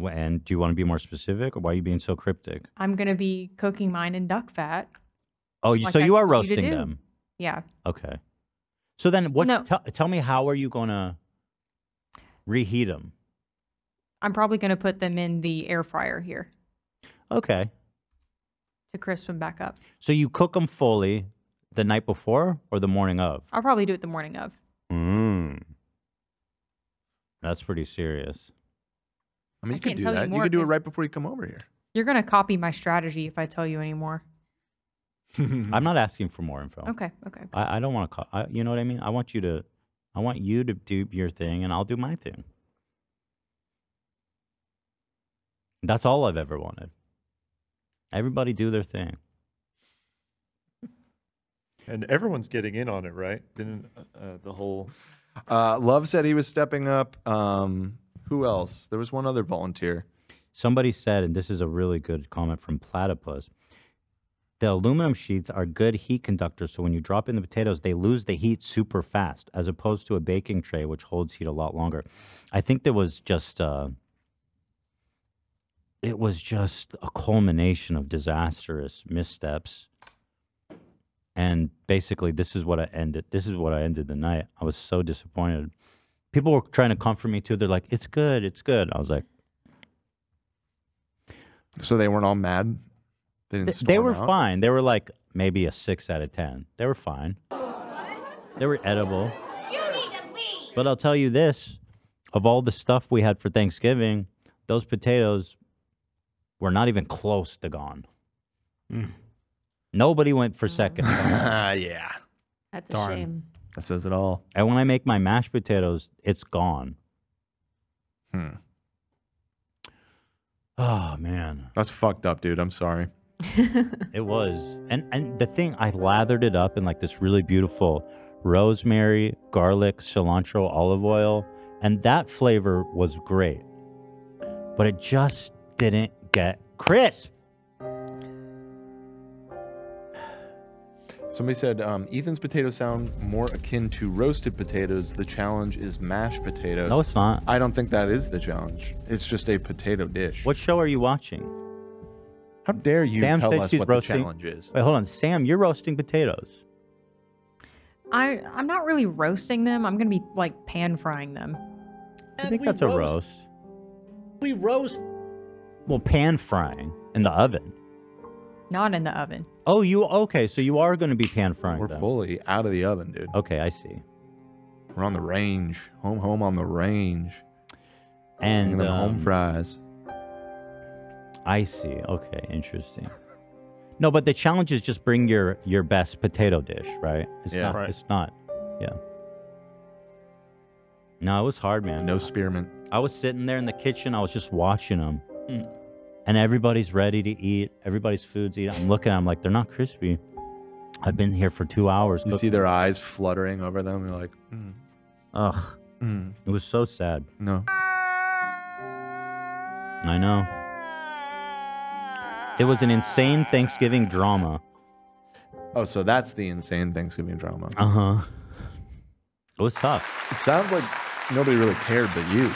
[SPEAKER 3] Wh- And do you want to be more specific, or why are you being so cryptic?
[SPEAKER 12] I'm gonna be cooking mine in duck fat.
[SPEAKER 3] Oh, you,
[SPEAKER 12] like
[SPEAKER 3] so
[SPEAKER 12] I
[SPEAKER 3] you are
[SPEAKER 12] told to
[SPEAKER 3] roasting
[SPEAKER 12] do.
[SPEAKER 3] them.
[SPEAKER 12] Yeah.
[SPEAKER 3] Okay. So then, what?
[SPEAKER 12] No.
[SPEAKER 3] tell- tell me, how are you gonna reheat them?
[SPEAKER 12] I'm probably gonna put them in the air fryer here
[SPEAKER 3] Okay.
[SPEAKER 12] to crisp them back up.
[SPEAKER 3] So you cook them fully the night before or the morning of?
[SPEAKER 12] I'll probably do it the morning of.
[SPEAKER 3] Mm. That's pretty serious.
[SPEAKER 4] I mean,
[SPEAKER 12] I
[SPEAKER 4] you could
[SPEAKER 12] can't
[SPEAKER 4] do
[SPEAKER 12] tell you
[SPEAKER 4] that. You,
[SPEAKER 12] more
[SPEAKER 4] could do it
[SPEAKER 12] 'cause-
[SPEAKER 4] right before you come over here.
[SPEAKER 12] You're gonna copy my strategy if I tell you any more.
[SPEAKER 3] I'm not asking for more info.
[SPEAKER 12] Okay, okay.
[SPEAKER 3] I, I don't want to call. I, you know what I mean? I want you to, I want you to do your thing, and I'll do my thing. That's all I've ever wanted. Everybody do their thing.
[SPEAKER 17] And everyone's getting in on it, right? Didn't uh, the whole
[SPEAKER 4] Uh, Love said he was stepping up. Um, who else? There was one other volunteer.
[SPEAKER 3] Somebody said, and this is a really good comment from Platypus. The aluminum sheets are good heat conductors, so when you drop in the potatoes, they lose the heat super fast, as opposed to a baking tray, which holds heat a lot longer. I think there was just uh, it was just a culmination of disastrous missteps, and basically, this is what I ended. This is what I ended the night. I was so disappointed. People were trying to comfort me too. They're like, "It's good, it's good." I was like.
[SPEAKER 4] So they weren't all mad. They didn't.
[SPEAKER 3] Th- they
[SPEAKER 4] storm
[SPEAKER 3] were
[SPEAKER 4] out?
[SPEAKER 3] fine. They were like maybe a six out of ten. They were fine. They were edible. But I'll tell you this: of all the stuff we had for Thanksgiving, those potatoes were not even close to gone.
[SPEAKER 4] Mm.
[SPEAKER 3] Nobody went for second.
[SPEAKER 4] yeah.
[SPEAKER 6] That's
[SPEAKER 3] Darn.
[SPEAKER 6] a shame.
[SPEAKER 4] That says it all.
[SPEAKER 3] And when I make my mashed potatoes, it's gone.
[SPEAKER 4] Hmm.
[SPEAKER 3] Oh man.
[SPEAKER 4] That's fucked up, dude. I'm sorry.
[SPEAKER 3] It was. And and the thing I lathered it up in like this really beautiful rosemary, garlic, cilantro, olive oil, and that flavor was great. But it just didn't get crisp.
[SPEAKER 4] Somebody said um, Ethan's potatoes sound more akin to roasted potatoes. The challenge is mashed potatoes.
[SPEAKER 3] No, it's not.
[SPEAKER 4] I don't think that is the challenge. It's just a potato dish.
[SPEAKER 3] What show are you watching?
[SPEAKER 4] How dare you
[SPEAKER 3] Sam
[SPEAKER 4] tell
[SPEAKER 3] said
[SPEAKER 4] us
[SPEAKER 3] she's
[SPEAKER 4] what
[SPEAKER 3] roasting.
[SPEAKER 4] the challenge is?
[SPEAKER 3] Wait, hold on. Sam, you're roasting potatoes.
[SPEAKER 12] I I'm not really roasting them. I'm gonna be like pan frying them.
[SPEAKER 3] I think that's a roast.
[SPEAKER 1] We roast.
[SPEAKER 3] Well, pan frying in the oven.
[SPEAKER 12] Not in the oven.
[SPEAKER 3] Oh, you okay? So you are going to be pan frying.
[SPEAKER 4] We're fully out of the oven, dude.
[SPEAKER 3] Okay, I see.
[SPEAKER 4] We're on the range. Home, home on the range.
[SPEAKER 3] And,
[SPEAKER 4] Bringing them home
[SPEAKER 3] um,
[SPEAKER 4] fries.
[SPEAKER 3] I see. Okay, interesting. No, but the challenge is just bring your your best potato dish, right? It's
[SPEAKER 4] Yeah.
[SPEAKER 3] not,
[SPEAKER 4] Right.
[SPEAKER 3] It's not. Yeah. No, it was hard, man.
[SPEAKER 4] No spearmint.
[SPEAKER 3] I was sitting there in the kitchen. I was just watching them,
[SPEAKER 11] Mm.
[SPEAKER 3] and everybody's ready to eat. Everybody's food's eating. I'm looking. at 'em, I'm like, they're not crispy. I've been here for two hours.
[SPEAKER 4] You see their eyes fluttering over them. You're like, mm.
[SPEAKER 3] Ugh.
[SPEAKER 4] Mm.
[SPEAKER 3] It was so sad.
[SPEAKER 4] No.
[SPEAKER 3] I know. It was an insane Thanksgiving drama.
[SPEAKER 4] oh, so that's the insane Thanksgiving drama.
[SPEAKER 3] Uh huh. It was tough.
[SPEAKER 4] It sounds like nobody really cared but you.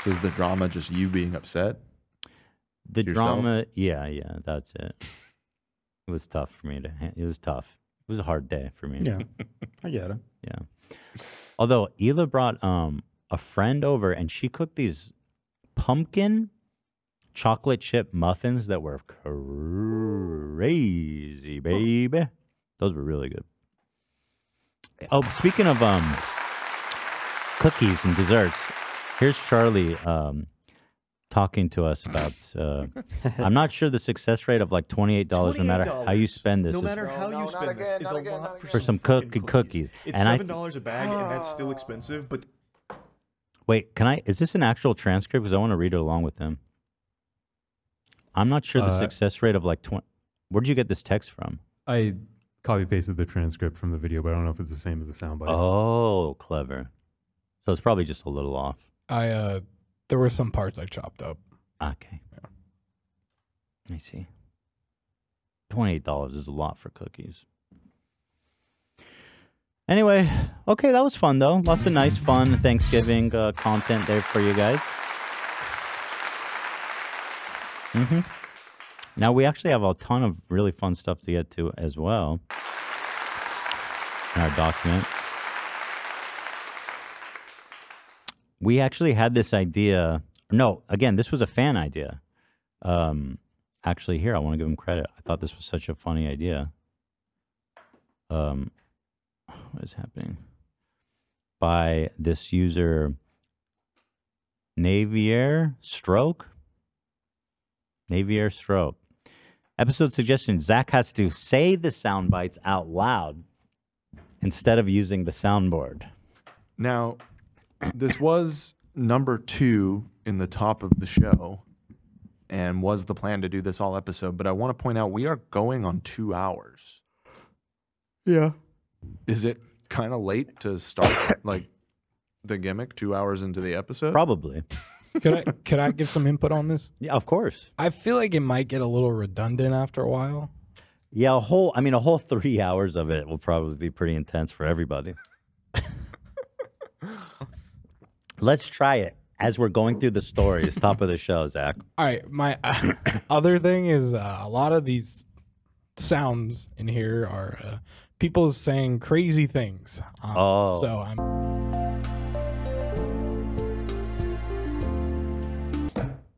[SPEAKER 4] So is the drama just you being upset?
[SPEAKER 3] The
[SPEAKER 4] Yourself?
[SPEAKER 3] drama, yeah, yeah, that's it. It was tough for me to. ha- It was tough. It was a hard day for me.
[SPEAKER 9] Yeah. I get it.
[SPEAKER 3] yeah. Although Ela brought um a friend over and she cooked these pumpkin chocolate chip muffins that were crazy, baby. Those were really good. Oh, speaking of um cookies and desserts, here's Charlie um talking to us about uh, I'm not sure the success rate of like $28, no matter how you spend this
[SPEAKER 10] No
[SPEAKER 3] is
[SPEAKER 10] matter how you spend this is a lot for,
[SPEAKER 3] for some cook- cookies.
[SPEAKER 10] It's
[SPEAKER 3] and I
[SPEAKER 10] seven dollars a bag, and that's
[SPEAKER 2] Ah.
[SPEAKER 10] still expensive. But
[SPEAKER 3] Wait, can I? Is this an actual transcript? Because I want to read it along with them. I'm not sure the
[SPEAKER 15] Uh,
[SPEAKER 3] success rate of like 20. Where'd you get this text from?
[SPEAKER 15] I copy pasted the transcript from the video, but I don't know if it's the same as the soundbite.
[SPEAKER 3] Oh, clever. So it's probably just a little off.
[SPEAKER 5] I uh, there were some parts I chopped up.
[SPEAKER 3] Okay. I see. $28 is a lot for cookies. Anyway, okay, that was fun though. Lots of nice, fun Thanksgiving uh, content there for you guys. hmm Now we actually have a ton of really fun stuff to get to as well in our document. we actually had this idea. No, again, this was a fan idea. Um, actually, here I want to give him credit. I thought this was such a funny idea. Um, what is happening? By this user, Navier Stroke. Navier Stroke. Episode suggestion: Zach has to say the sound bites out loud instead of using the soundboard.
[SPEAKER 4] Now, this was number two in the top of the show. and was the plan to do this all episode. But I want to point out we are going on two hours.
[SPEAKER 5] Yeah.
[SPEAKER 4] Is it kind of late to start like the gimmick two hours into the episode?
[SPEAKER 3] Probably.
[SPEAKER 5] could I could I give some input on this?
[SPEAKER 3] Yeah, of course.
[SPEAKER 5] I feel like it might get a little redundant after a while.
[SPEAKER 3] Yeah, a whole I mean a whole three hours of it will probably be pretty intense for everybody. Let's try it as we're going through the stories, top of the show, Zach.
[SPEAKER 5] All right, my uh, other thing is uh, a lot of these sounds in here are uh, people saying crazy things. Um,
[SPEAKER 3] Oh.
[SPEAKER 5] so I'm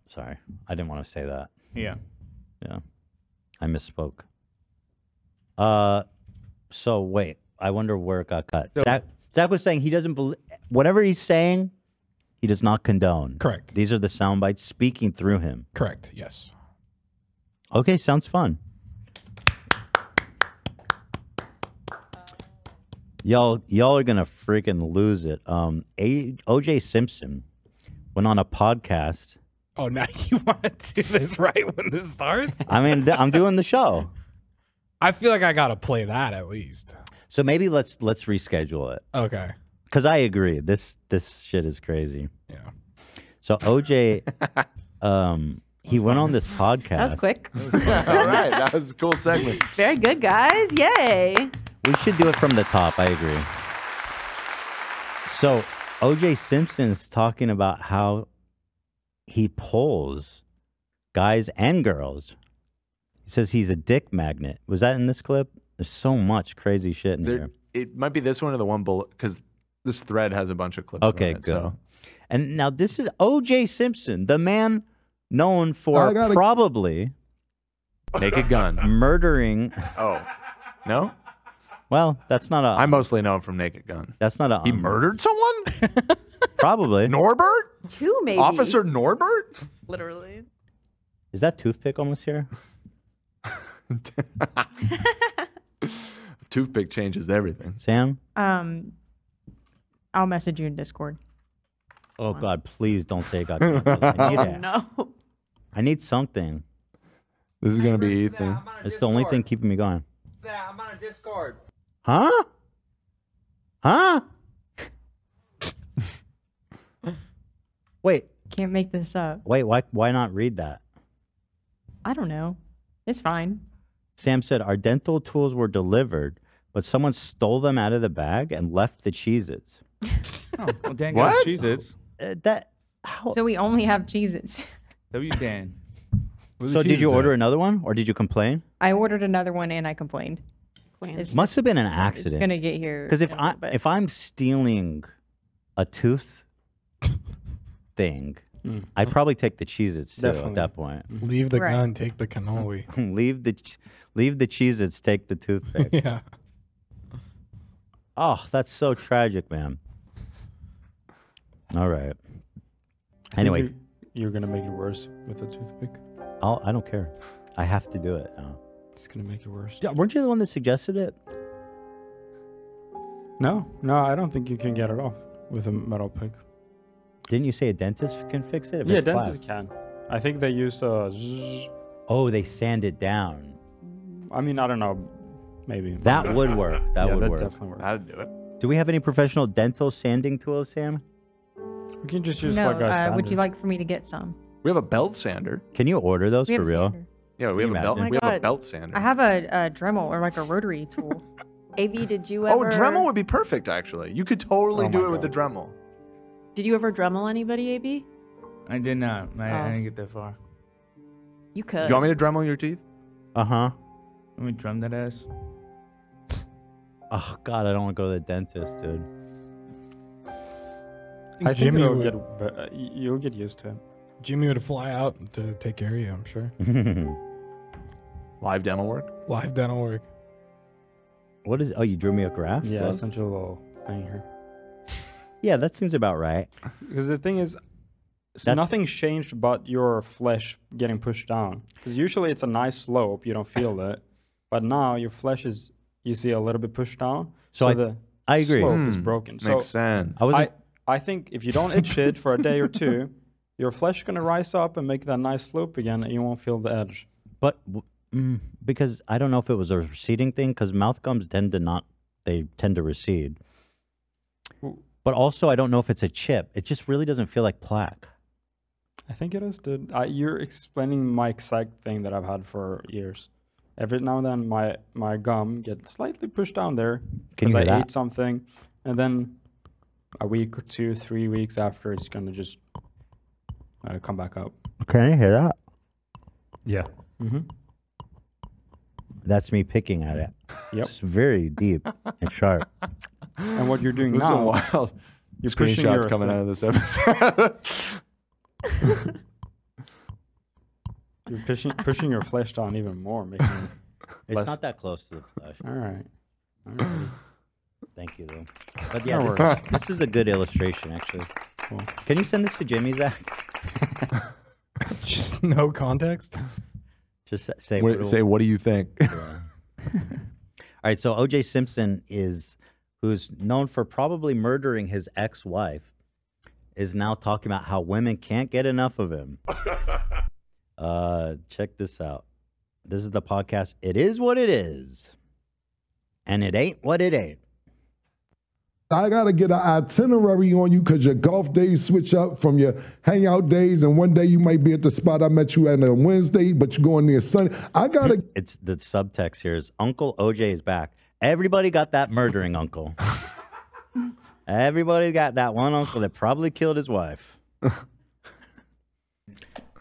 [SPEAKER 3] Sorry. I didn't want to say that.
[SPEAKER 11] Yeah.
[SPEAKER 3] Yeah. I misspoke. Uh so wait, I wonder where it got cut. Zach, Zach was saying he doesn't believe whatever he's saying, he does not condone.
[SPEAKER 5] Correct.
[SPEAKER 3] These are the sound bites speaking through him.
[SPEAKER 5] correct. Yes.
[SPEAKER 3] Okay, sounds fun. Y'all, y'all are gonna freaking lose it. Um, a- OJ Simpson went on a podcast.
[SPEAKER 5] Oh, now you want to do this right when this starts?
[SPEAKER 3] I mean, th- I'm doing the show,
[SPEAKER 5] I feel like I gotta play that at least.
[SPEAKER 3] so maybe let's let's reschedule it.
[SPEAKER 5] Okay.
[SPEAKER 3] Because I agree, this this shit is crazy.
[SPEAKER 5] Yeah.
[SPEAKER 3] So OJ, um, he went on this podcast.
[SPEAKER 6] That was quick.
[SPEAKER 4] all right, that was a cool segment.
[SPEAKER 6] Very good, guys. Yay.
[SPEAKER 3] We should do it from the top. I agree. So OJ Simpson's talking about how he pulls guys and girls. He says he's a dick magnet. Was that in this clip? There's so much crazy shit in
[SPEAKER 4] There,
[SPEAKER 3] here.
[SPEAKER 4] it might be this one or the one bullet because this thread has a bunch of clips. on
[SPEAKER 3] Okay,
[SPEAKER 4] it,
[SPEAKER 3] good.
[SPEAKER 4] so-
[SPEAKER 3] And now this is OJ Simpson, the man known for probably
[SPEAKER 4] Naked Gun
[SPEAKER 3] murdering.
[SPEAKER 4] Oh, no.
[SPEAKER 3] Well, that's not a.
[SPEAKER 4] I mostly know him from Naked Gun.
[SPEAKER 3] That's not a.
[SPEAKER 4] He murdered someone.
[SPEAKER 3] Probably
[SPEAKER 4] Norbert,
[SPEAKER 6] Two, maybe.
[SPEAKER 4] Officer Norbert.
[SPEAKER 6] Literally.
[SPEAKER 3] Is that toothpick almost here?
[SPEAKER 4] Toothpick changes everything.
[SPEAKER 3] Sam.
[SPEAKER 12] Um, I'll message you in Discord.
[SPEAKER 3] Oh God, please don't say God. I need it.
[SPEAKER 12] no.
[SPEAKER 3] I need something.
[SPEAKER 4] This is gonna be Ethan.
[SPEAKER 3] It's the only thing keeping me going.
[SPEAKER 8] Nah, I'm on a Discord.
[SPEAKER 3] Huh? Huh? Wait.
[SPEAKER 12] Can't make this up.
[SPEAKER 3] Wait, why why not read that?
[SPEAKER 12] I don't know. It's fine.
[SPEAKER 3] Sam said our dental tools were delivered, but someone stole them out of the bag and left the Cheez-Its.
[SPEAKER 11] Oh, well, Dan
[SPEAKER 3] What? Uh,
[SPEAKER 11] got Cheez-Its.
[SPEAKER 3] that
[SPEAKER 12] So we only have Cheez-Its.
[SPEAKER 11] W Dan. Where's the
[SPEAKER 3] So did you
[SPEAKER 11] Cheez-Its
[SPEAKER 3] order
[SPEAKER 11] at?
[SPEAKER 3] another one or did you complain?
[SPEAKER 12] I ordered another one and I complained. It's
[SPEAKER 3] Must have been an accident.
[SPEAKER 12] gonna get here
[SPEAKER 3] Because if
[SPEAKER 12] in a
[SPEAKER 3] I
[SPEAKER 12] little bit.
[SPEAKER 3] if I'm stealing a tooth thing,
[SPEAKER 5] Mm.
[SPEAKER 3] I'd probably take the Cheez-Its too
[SPEAKER 5] Definitely.
[SPEAKER 3] at that point.
[SPEAKER 5] Leave the
[SPEAKER 12] Right.
[SPEAKER 5] gun, take the cannoli.
[SPEAKER 3] leave the ch- leave the Cheez-Its, take the toothpick.
[SPEAKER 5] yeah.
[SPEAKER 3] Oh, that's so tragic, man. All right.
[SPEAKER 9] I think
[SPEAKER 3] Anyway,
[SPEAKER 9] you're, you're gonna make it worse with a toothpick.
[SPEAKER 3] I'll, I don't care. I have to do it now.
[SPEAKER 9] It's gonna make it worse.
[SPEAKER 3] Yeah, weren't you the one that suggested it?
[SPEAKER 9] No, no, I don't think you can get it off with a metal pick.
[SPEAKER 3] Didn't you say a dentist can fix it? if
[SPEAKER 9] yeah,
[SPEAKER 3] it's black?
[SPEAKER 9] dentists can. I think they use uh. zzz-
[SPEAKER 3] Oh, they sand it down.
[SPEAKER 9] I mean, I don't know. Maybe
[SPEAKER 3] That would work. That
[SPEAKER 9] Yeah,
[SPEAKER 3] would
[SPEAKER 9] that
[SPEAKER 3] work.
[SPEAKER 9] definitely work.
[SPEAKER 4] That'd do it.
[SPEAKER 3] Do we have any professional dental sanding tools, Sam?
[SPEAKER 9] We can just use
[SPEAKER 12] no,
[SPEAKER 9] like a
[SPEAKER 12] uh, would
[SPEAKER 9] sander.
[SPEAKER 12] you like for me to get some?
[SPEAKER 4] We have a belt sander.
[SPEAKER 3] Can you order those
[SPEAKER 12] We
[SPEAKER 3] for
[SPEAKER 12] have
[SPEAKER 3] real?
[SPEAKER 12] sander.
[SPEAKER 4] Yeah, we have
[SPEAKER 3] Can you
[SPEAKER 4] a belt.
[SPEAKER 3] imagine?
[SPEAKER 4] we have a
[SPEAKER 6] God.
[SPEAKER 4] belt sander.
[SPEAKER 12] I have a, a Dremel or like a rotary tool.
[SPEAKER 6] AV, did you
[SPEAKER 4] Oh,
[SPEAKER 6] ever?
[SPEAKER 4] Dremel would be perfect actually. You could totally
[SPEAKER 11] Oh
[SPEAKER 4] do
[SPEAKER 11] my
[SPEAKER 4] it with the Dremel.
[SPEAKER 6] Did you ever Dremel anybody, AB?
[SPEAKER 11] I did not. I, I
[SPEAKER 6] Oh.
[SPEAKER 11] didn't get that far.
[SPEAKER 6] You
[SPEAKER 4] Do
[SPEAKER 6] could.
[SPEAKER 4] you want me to Dremel your teeth?
[SPEAKER 3] Uh huh.
[SPEAKER 11] Uh-huh. Let me drum that ass.
[SPEAKER 3] Oh God, I don't want to go to the dentist, dude.
[SPEAKER 9] I think
[SPEAKER 5] Jimmy
[SPEAKER 9] Jimmy
[SPEAKER 5] would-
[SPEAKER 9] get. ve- uh, y- You'll get used to it.
[SPEAKER 5] Jimmy would fly out to take care of you, I'm sure.
[SPEAKER 3] Mm-hmm.
[SPEAKER 4] Live dental work.
[SPEAKER 5] Live dental work.
[SPEAKER 3] What is? Oh, you drew me a graph.
[SPEAKER 9] Yeah,
[SPEAKER 3] Well,
[SPEAKER 9] essential little thing here.
[SPEAKER 3] yeah, that seems about right.
[SPEAKER 9] Because the thing is, s
[SPEAKER 3] That-
[SPEAKER 9] nothing's changed but your flesh getting pushed down. Because usually it's a nice slope, you don't feel it. But now your flesh is, you see, a little bit pushed down.
[SPEAKER 3] So
[SPEAKER 9] So,
[SPEAKER 3] I-
[SPEAKER 9] the
[SPEAKER 3] I agree.
[SPEAKER 9] slope is
[SPEAKER 4] Hmm,
[SPEAKER 9] broken.
[SPEAKER 4] Makes
[SPEAKER 9] so
[SPEAKER 4] sense.
[SPEAKER 9] I, I think if you don't itch it for a day or two, your flesh gonna rise up and make that nice loop again, and you won't feel the edge.
[SPEAKER 3] But w- mm, because I don't know if it was a receding thing, because mouth gums tend to not, they tend to recede. But also, I don't know if it's a chip. It just really doesn't feel like plaque.
[SPEAKER 9] I think it is, dude. I, you're explaining my exact thing that I've had for years. Every now and then, my my gum gets slightly pushed down there
[SPEAKER 3] Can you
[SPEAKER 9] I
[SPEAKER 3] hear that?
[SPEAKER 9] ate something, and then a week or two, three weeks after, it's gonna just uh, come back up.
[SPEAKER 3] Can you hear that?
[SPEAKER 15] Yeah.
[SPEAKER 9] Mm-hmm.
[SPEAKER 3] That's me picking at it.
[SPEAKER 9] Yep.
[SPEAKER 3] It's very deep and sharp.
[SPEAKER 9] And what you're doing
[SPEAKER 4] This is a
[SPEAKER 9] now,
[SPEAKER 4] wild
[SPEAKER 9] you're pushing your
[SPEAKER 4] screenshots coming
[SPEAKER 9] thing-
[SPEAKER 4] out of this episode.
[SPEAKER 9] You're pushing pushing your flesh down even more, making it
[SPEAKER 3] It's
[SPEAKER 9] less-
[SPEAKER 3] not that close to the flesh.
[SPEAKER 9] All right. All right.
[SPEAKER 3] Thank you, though. But yeah,
[SPEAKER 9] No
[SPEAKER 3] this, this is a good illustration, actually. Can you send this to Jimmy, Zach?
[SPEAKER 5] Just no context.
[SPEAKER 3] Just sa- say
[SPEAKER 4] Wait, say, what do you think?
[SPEAKER 3] All right, so O.J. Simpson is, who's known for probably murdering his ex-wife, is now talking about how women can't get enough of him. uh, check this out. This is the podcast. It is what it is, and it ain't what it ain't.
[SPEAKER 13] I gotta get an itinerary on you because your golf days switch up from your hangout days, and one day you might be at the spot I met you at on Wednesday, but you're going there Sunday. I gotta
[SPEAKER 3] It's the subtext here is Uncle O.J. is back. Everybody got that murdering uncle. Everybody got that one uncle that probably killed his wife.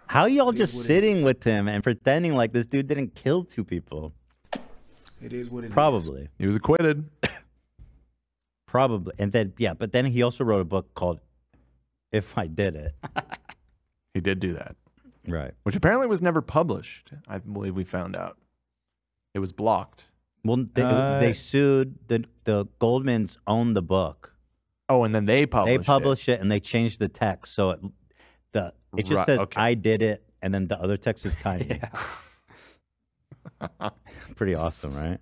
[SPEAKER 3] How y'all just sitting with him and pretending like this dude didn't kill two people?
[SPEAKER 10] It is what it is.
[SPEAKER 3] Probably.
[SPEAKER 4] He was acquitted.
[SPEAKER 3] Probably. And then, yeah, but then he also wrote a book called If I Did It.
[SPEAKER 4] he did do that.
[SPEAKER 3] Right.
[SPEAKER 4] Which apparently was never published, I believe we found out. It was blocked.
[SPEAKER 3] Well, They,
[SPEAKER 4] Uh,
[SPEAKER 3] they sued, the, the Goldmans owned the book.
[SPEAKER 4] Oh, and then they published
[SPEAKER 3] They
[SPEAKER 4] it.
[SPEAKER 3] published it. and they changed the text. So it, the, it just
[SPEAKER 4] Right,
[SPEAKER 3] says,
[SPEAKER 4] okay.
[SPEAKER 3] I did it. And then the other text is tiny. Pretty awesome, right?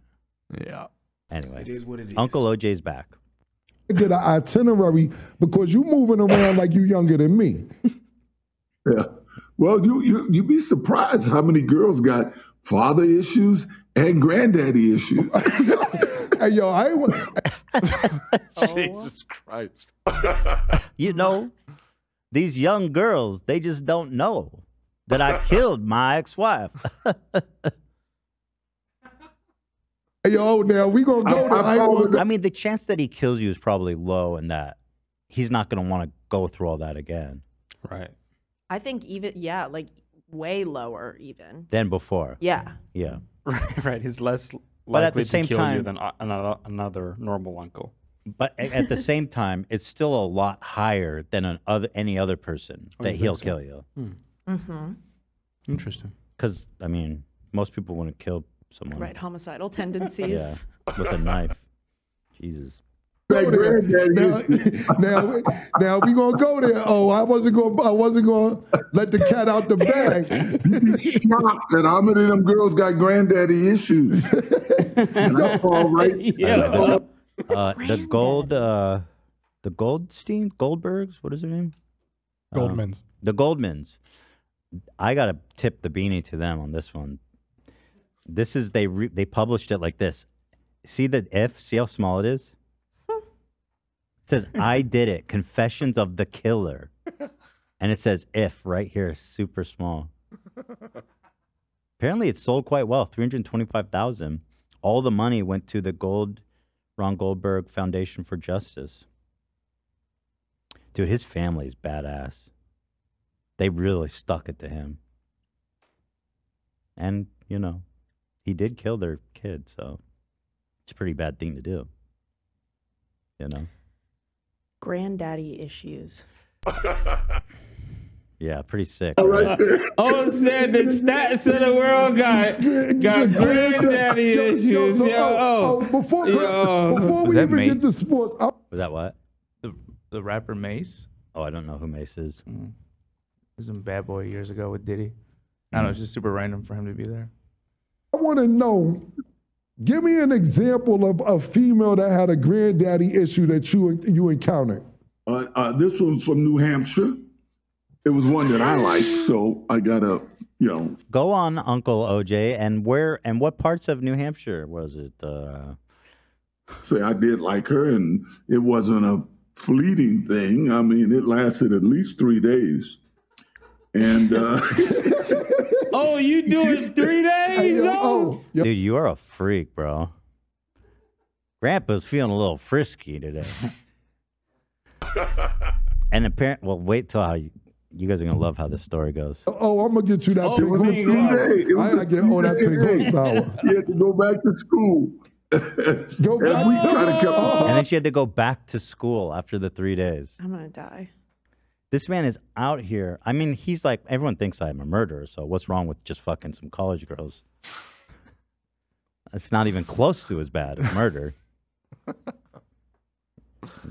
[SPEAKER 4] Yeah.
[SPEAKER 3] Anyway,
[SPEAKER 13] It is what it is.
[SPEAKER 3] Uncle OJ's back.
[SPEAKER 13] get an itinerary because you moving around like you younger than me.
[SPEAKER 23] Yeah. Well, you you you'd be surprised how many girls got father issues and granddaddy issues.
[SPEAKER 13] Hey yo, I ain't wa-
[SPEAKER 4] Jesus Christ.
[SPEAKER 3] You know, these young girls, they just don't know that I killed my ex wife.
[SPEAKER 13] hey yo, now we gonna go to I, ain't wa-
[SPEAKER 3] I mean, the chance that he kills you is probably low, and that he's not going to want to go through all that again.
[SPEAKER 9] Right.
[SPEAKER 6] I think even yeah, like way lower even.
[SPEAKER 3] Than before.
[SPEAKER 6] Yeah.
[SPEAKER 3] Yeah.
[SPEAKER 9] Right, right. He's less likely
[SPEAKER 3] But at the same
[SPEAKER 9] to kill you
[SPEAKER 3] time-
[SPEAKER 9] than a- Uh, another, another normal uncle.
[SPEAKER 3] But a- at the same time, it's still a lot higher than an other, any other person
[SPEAKER 9] Oh,
[SPEAKER 3] that
[SPEAKER 9] you think
[SPEAKER 3] he'll
[SPEAKER 9] so?
[SPEAKER 3] kill you.
[SPEAKER 6] Mm-hmm.
[SPEAKER 9] Interesting.
[SPEAKER 3] Because, I mean, most people wouldn't kill someone.
[SPEAKER 6] Right. Homicidal tendencies.
[SPEAKER 3] Yeah. With a knife. Jesus.
[SPEAKER 13] go there. Now, now, now we gonna go there. Oh, I wasn't gonna, I wasn't gonna let the cat out the bag.
[SPEAKER 23] You'd be shocked at how many of them girls got granddaddy issues. And that's all right.
[SPEAKER 3] Uh, the, uh, the gold, uh, the Goldstein, Goldbergs. What is her name? Uh,
[SPEAKER 5] Goldmans.
[SPEAKER 3] the Goldmans. I gotta tip the beanie to them on this one. This is they re- they published it like this. See the if. See how small it is. It says I did it. Confessions of the killer, and it says if right here, super small. Apparently, it sold quite well, three hundred twenty-five thousand. All the money went to the Gold Ron Goldberg Foundation for Justice. Dude, his family is badass. They really stuck it to him. And you know, he did kill their kid, so it's a pretty bad thing to do. You know,
[SPEAKER 6] Granddaddy issues.
[SPEAKER 3] yeah, pretty sick.
[SPEAKER 23] All
[SPEAKER 3] right?
[SPEAKER 23] right there.
[SPEAKER 20] Oh, said the stats of the world got got granddaddy
[SPEAKER 13] Yo, yo,
[SPEAKER 20] issues.
[SPEAKER 13] so,
[SPEAKER 20] Yo,
[SPEAKER 13] oh, oh, before,
[SPEAKER 20] Yo.
[SPEAKER 13] before
[SPEAKER 20] Was
[SPEAKER 13] we
[SPEAKER 20] that
[SPEAKER 13] even
[SPEAKER 20] Mace?
[SPEAKER 13] get to sports, I,
[SPEAKER 3] Was that what?
[SPEAKER 20] The, the rapper Mace Mm.
[SPEAKER 3] Oh, I don't know who Mace is.
[SPEAKER 20] was in Bad Boy years ago with Diddy. I
[SPEAKER 3] Mm.
[SPEAKER 20] don't know, it's just super random for him to be there.
[SPEAKER 13] I want to know. Give me an example of a female that had a granddaddy issue that you you encountered.
[SPEAKER 23] Uh, uh, this one's from New Hampshire. It was one that I liked, so I gotta, you know.
[SPEAKER 3] Go on, Uncle OJ, and where and what parts of New Hampshire was it? Uh,
[SPEAKER 23] say I did like her, and it wasn't a fleeting thing. I mean, it lasted at least three days. And uh,
[SPEAKER 20] Oh, you do it three days? Oh.
[SPEAKER 3] Dude, you are a freak, bro. Grandpa's feeling a little frisky today. and apparent, well, wait till how you, you guys are gonna love how this story goes.
[SPEAKER 13] Oh, I'm gonna get you that
[SPEAKER 23] Oh,
[SPEAKER 13] pink
[SPEAKER 23] it was
[SPEAKER 13] horse
[SPEAKER 23] a
[SPEAKER 13] power.
[SPEAKER 23] three-day. It was
[SPEAKER 13] I gotta
[SPEAKER 23] a
[SPEAKER 13] get all that pink
[SPEAKER 23] three-day.
[SPEAKER 13] horse power.
[SPEAKER 23] you had to go back to school.
[SPEAKER 13] Go
[SPEAKER 23] back. we kind of kept
[SPEAKER 3] And then she had to go back to school after the three days.
[SPEAKER 6] I'm gonna die.
[SPEAKER 3] This man is out here. I mean, he's like everyone thinks I'm a murderer. So what's wrong with just fucking some college girls? It's not even close to as bad as murder.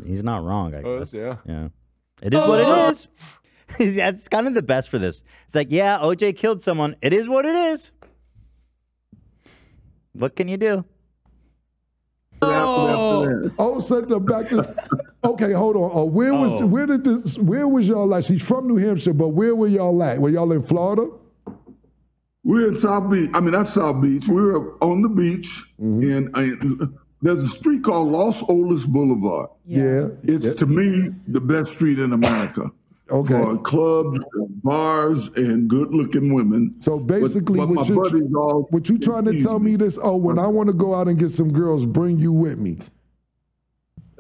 [SPEAKER 3] he's not wrong. I
[SPEAKER 4] Oh,
[SPEAKER 3] guess.
[SPEAKER 4] yeah.
[SPEAKER 3] Yeah. It is what
[SPEAKER 4] Oh.
[SPEAKER 3] it is. That's kind of the best for this. It's like, yeah, OJ killed someone. It is what it is. What can you do?
[SPEAKER 13] Oh, sent her back to. Okay, hold on. Uh, where was
[SPEAKER 3] Oh.
[SPEAKER 13] where did this? Where was y'all at? She's from New Hampshire, but where were y'all at? Were y'all in Florida?
[SPEAKER 23] We're in South Beach. I mean, not South Beach. We were on the beach,
[SPEAKER 13] Mm-hmm.
[SPEAKER 23] and, and there's a street called Los Olas Boulevard.
[SPEAKER 13] Yeah. Oh.
[SPEAKER 23] It's to me the best street in America.
[SPEAKER 13] Okay.
[SPEAKER 23] For clubs, bars, and good-looking women.
[SPEAKER 13] So basically,
[SPEAKER 23] but, but
[SPEAKER 13] what
[SPEAKER 23] my
[SPEAKER 13] you-
[SPEAKER 23] buddies all
[SPEAKER 13] What you trying to
[SPEAKER 23] tease
[SPEAKER 13] tell me this? Oh, when I want to go out and get some girls, bring you with me.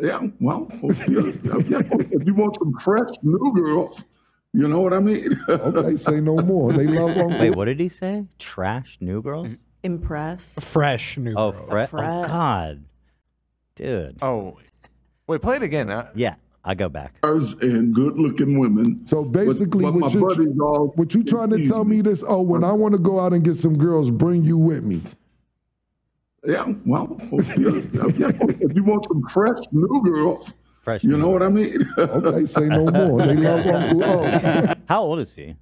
[SPEAKER 23] Yeah, well, oh, yeah, yeah. if you want some fresh new girls, you know what I mean.
[SPEAKER 13] okay, say no more. They love
[SPEAKER 3] Wait, what did he say? Trash new girls?
[SPEAKER 6] Impress.
[SPEAKER 5] Fresh new
[SPEAKER 3] oh, fre- Oh, God. Dude.
[SPEAKER 4] Oh, wait, play it again. Uh,
[SPEAKER 3] yeah, I go back.
[SPEAKER 23] Bars and good-looking women.
[SPEAKER 13] So basically,
[SPEAKER 23] but,
[SPEAKER 13] what,
[SPEAKER 23] my
[SPEAKER 13] you,
[SPEAKER 23] buddies all
[SPEAKER 13] what you trying to
[SPEAKER 23] tease
[SPEAKER 13] tell me this? Oh, when I want to go out and get some girls, bring you with me.
[SPEAKER 23] Yeah, well, yeah, yeah. if you want some fresh new girls,
[SPEAKER 3] fresh
[SPEAKER 23] you know what I mean.
[SPEAKER 13] okay, say no more. They love Uncle O.
[SPEAKER 3] How old is he?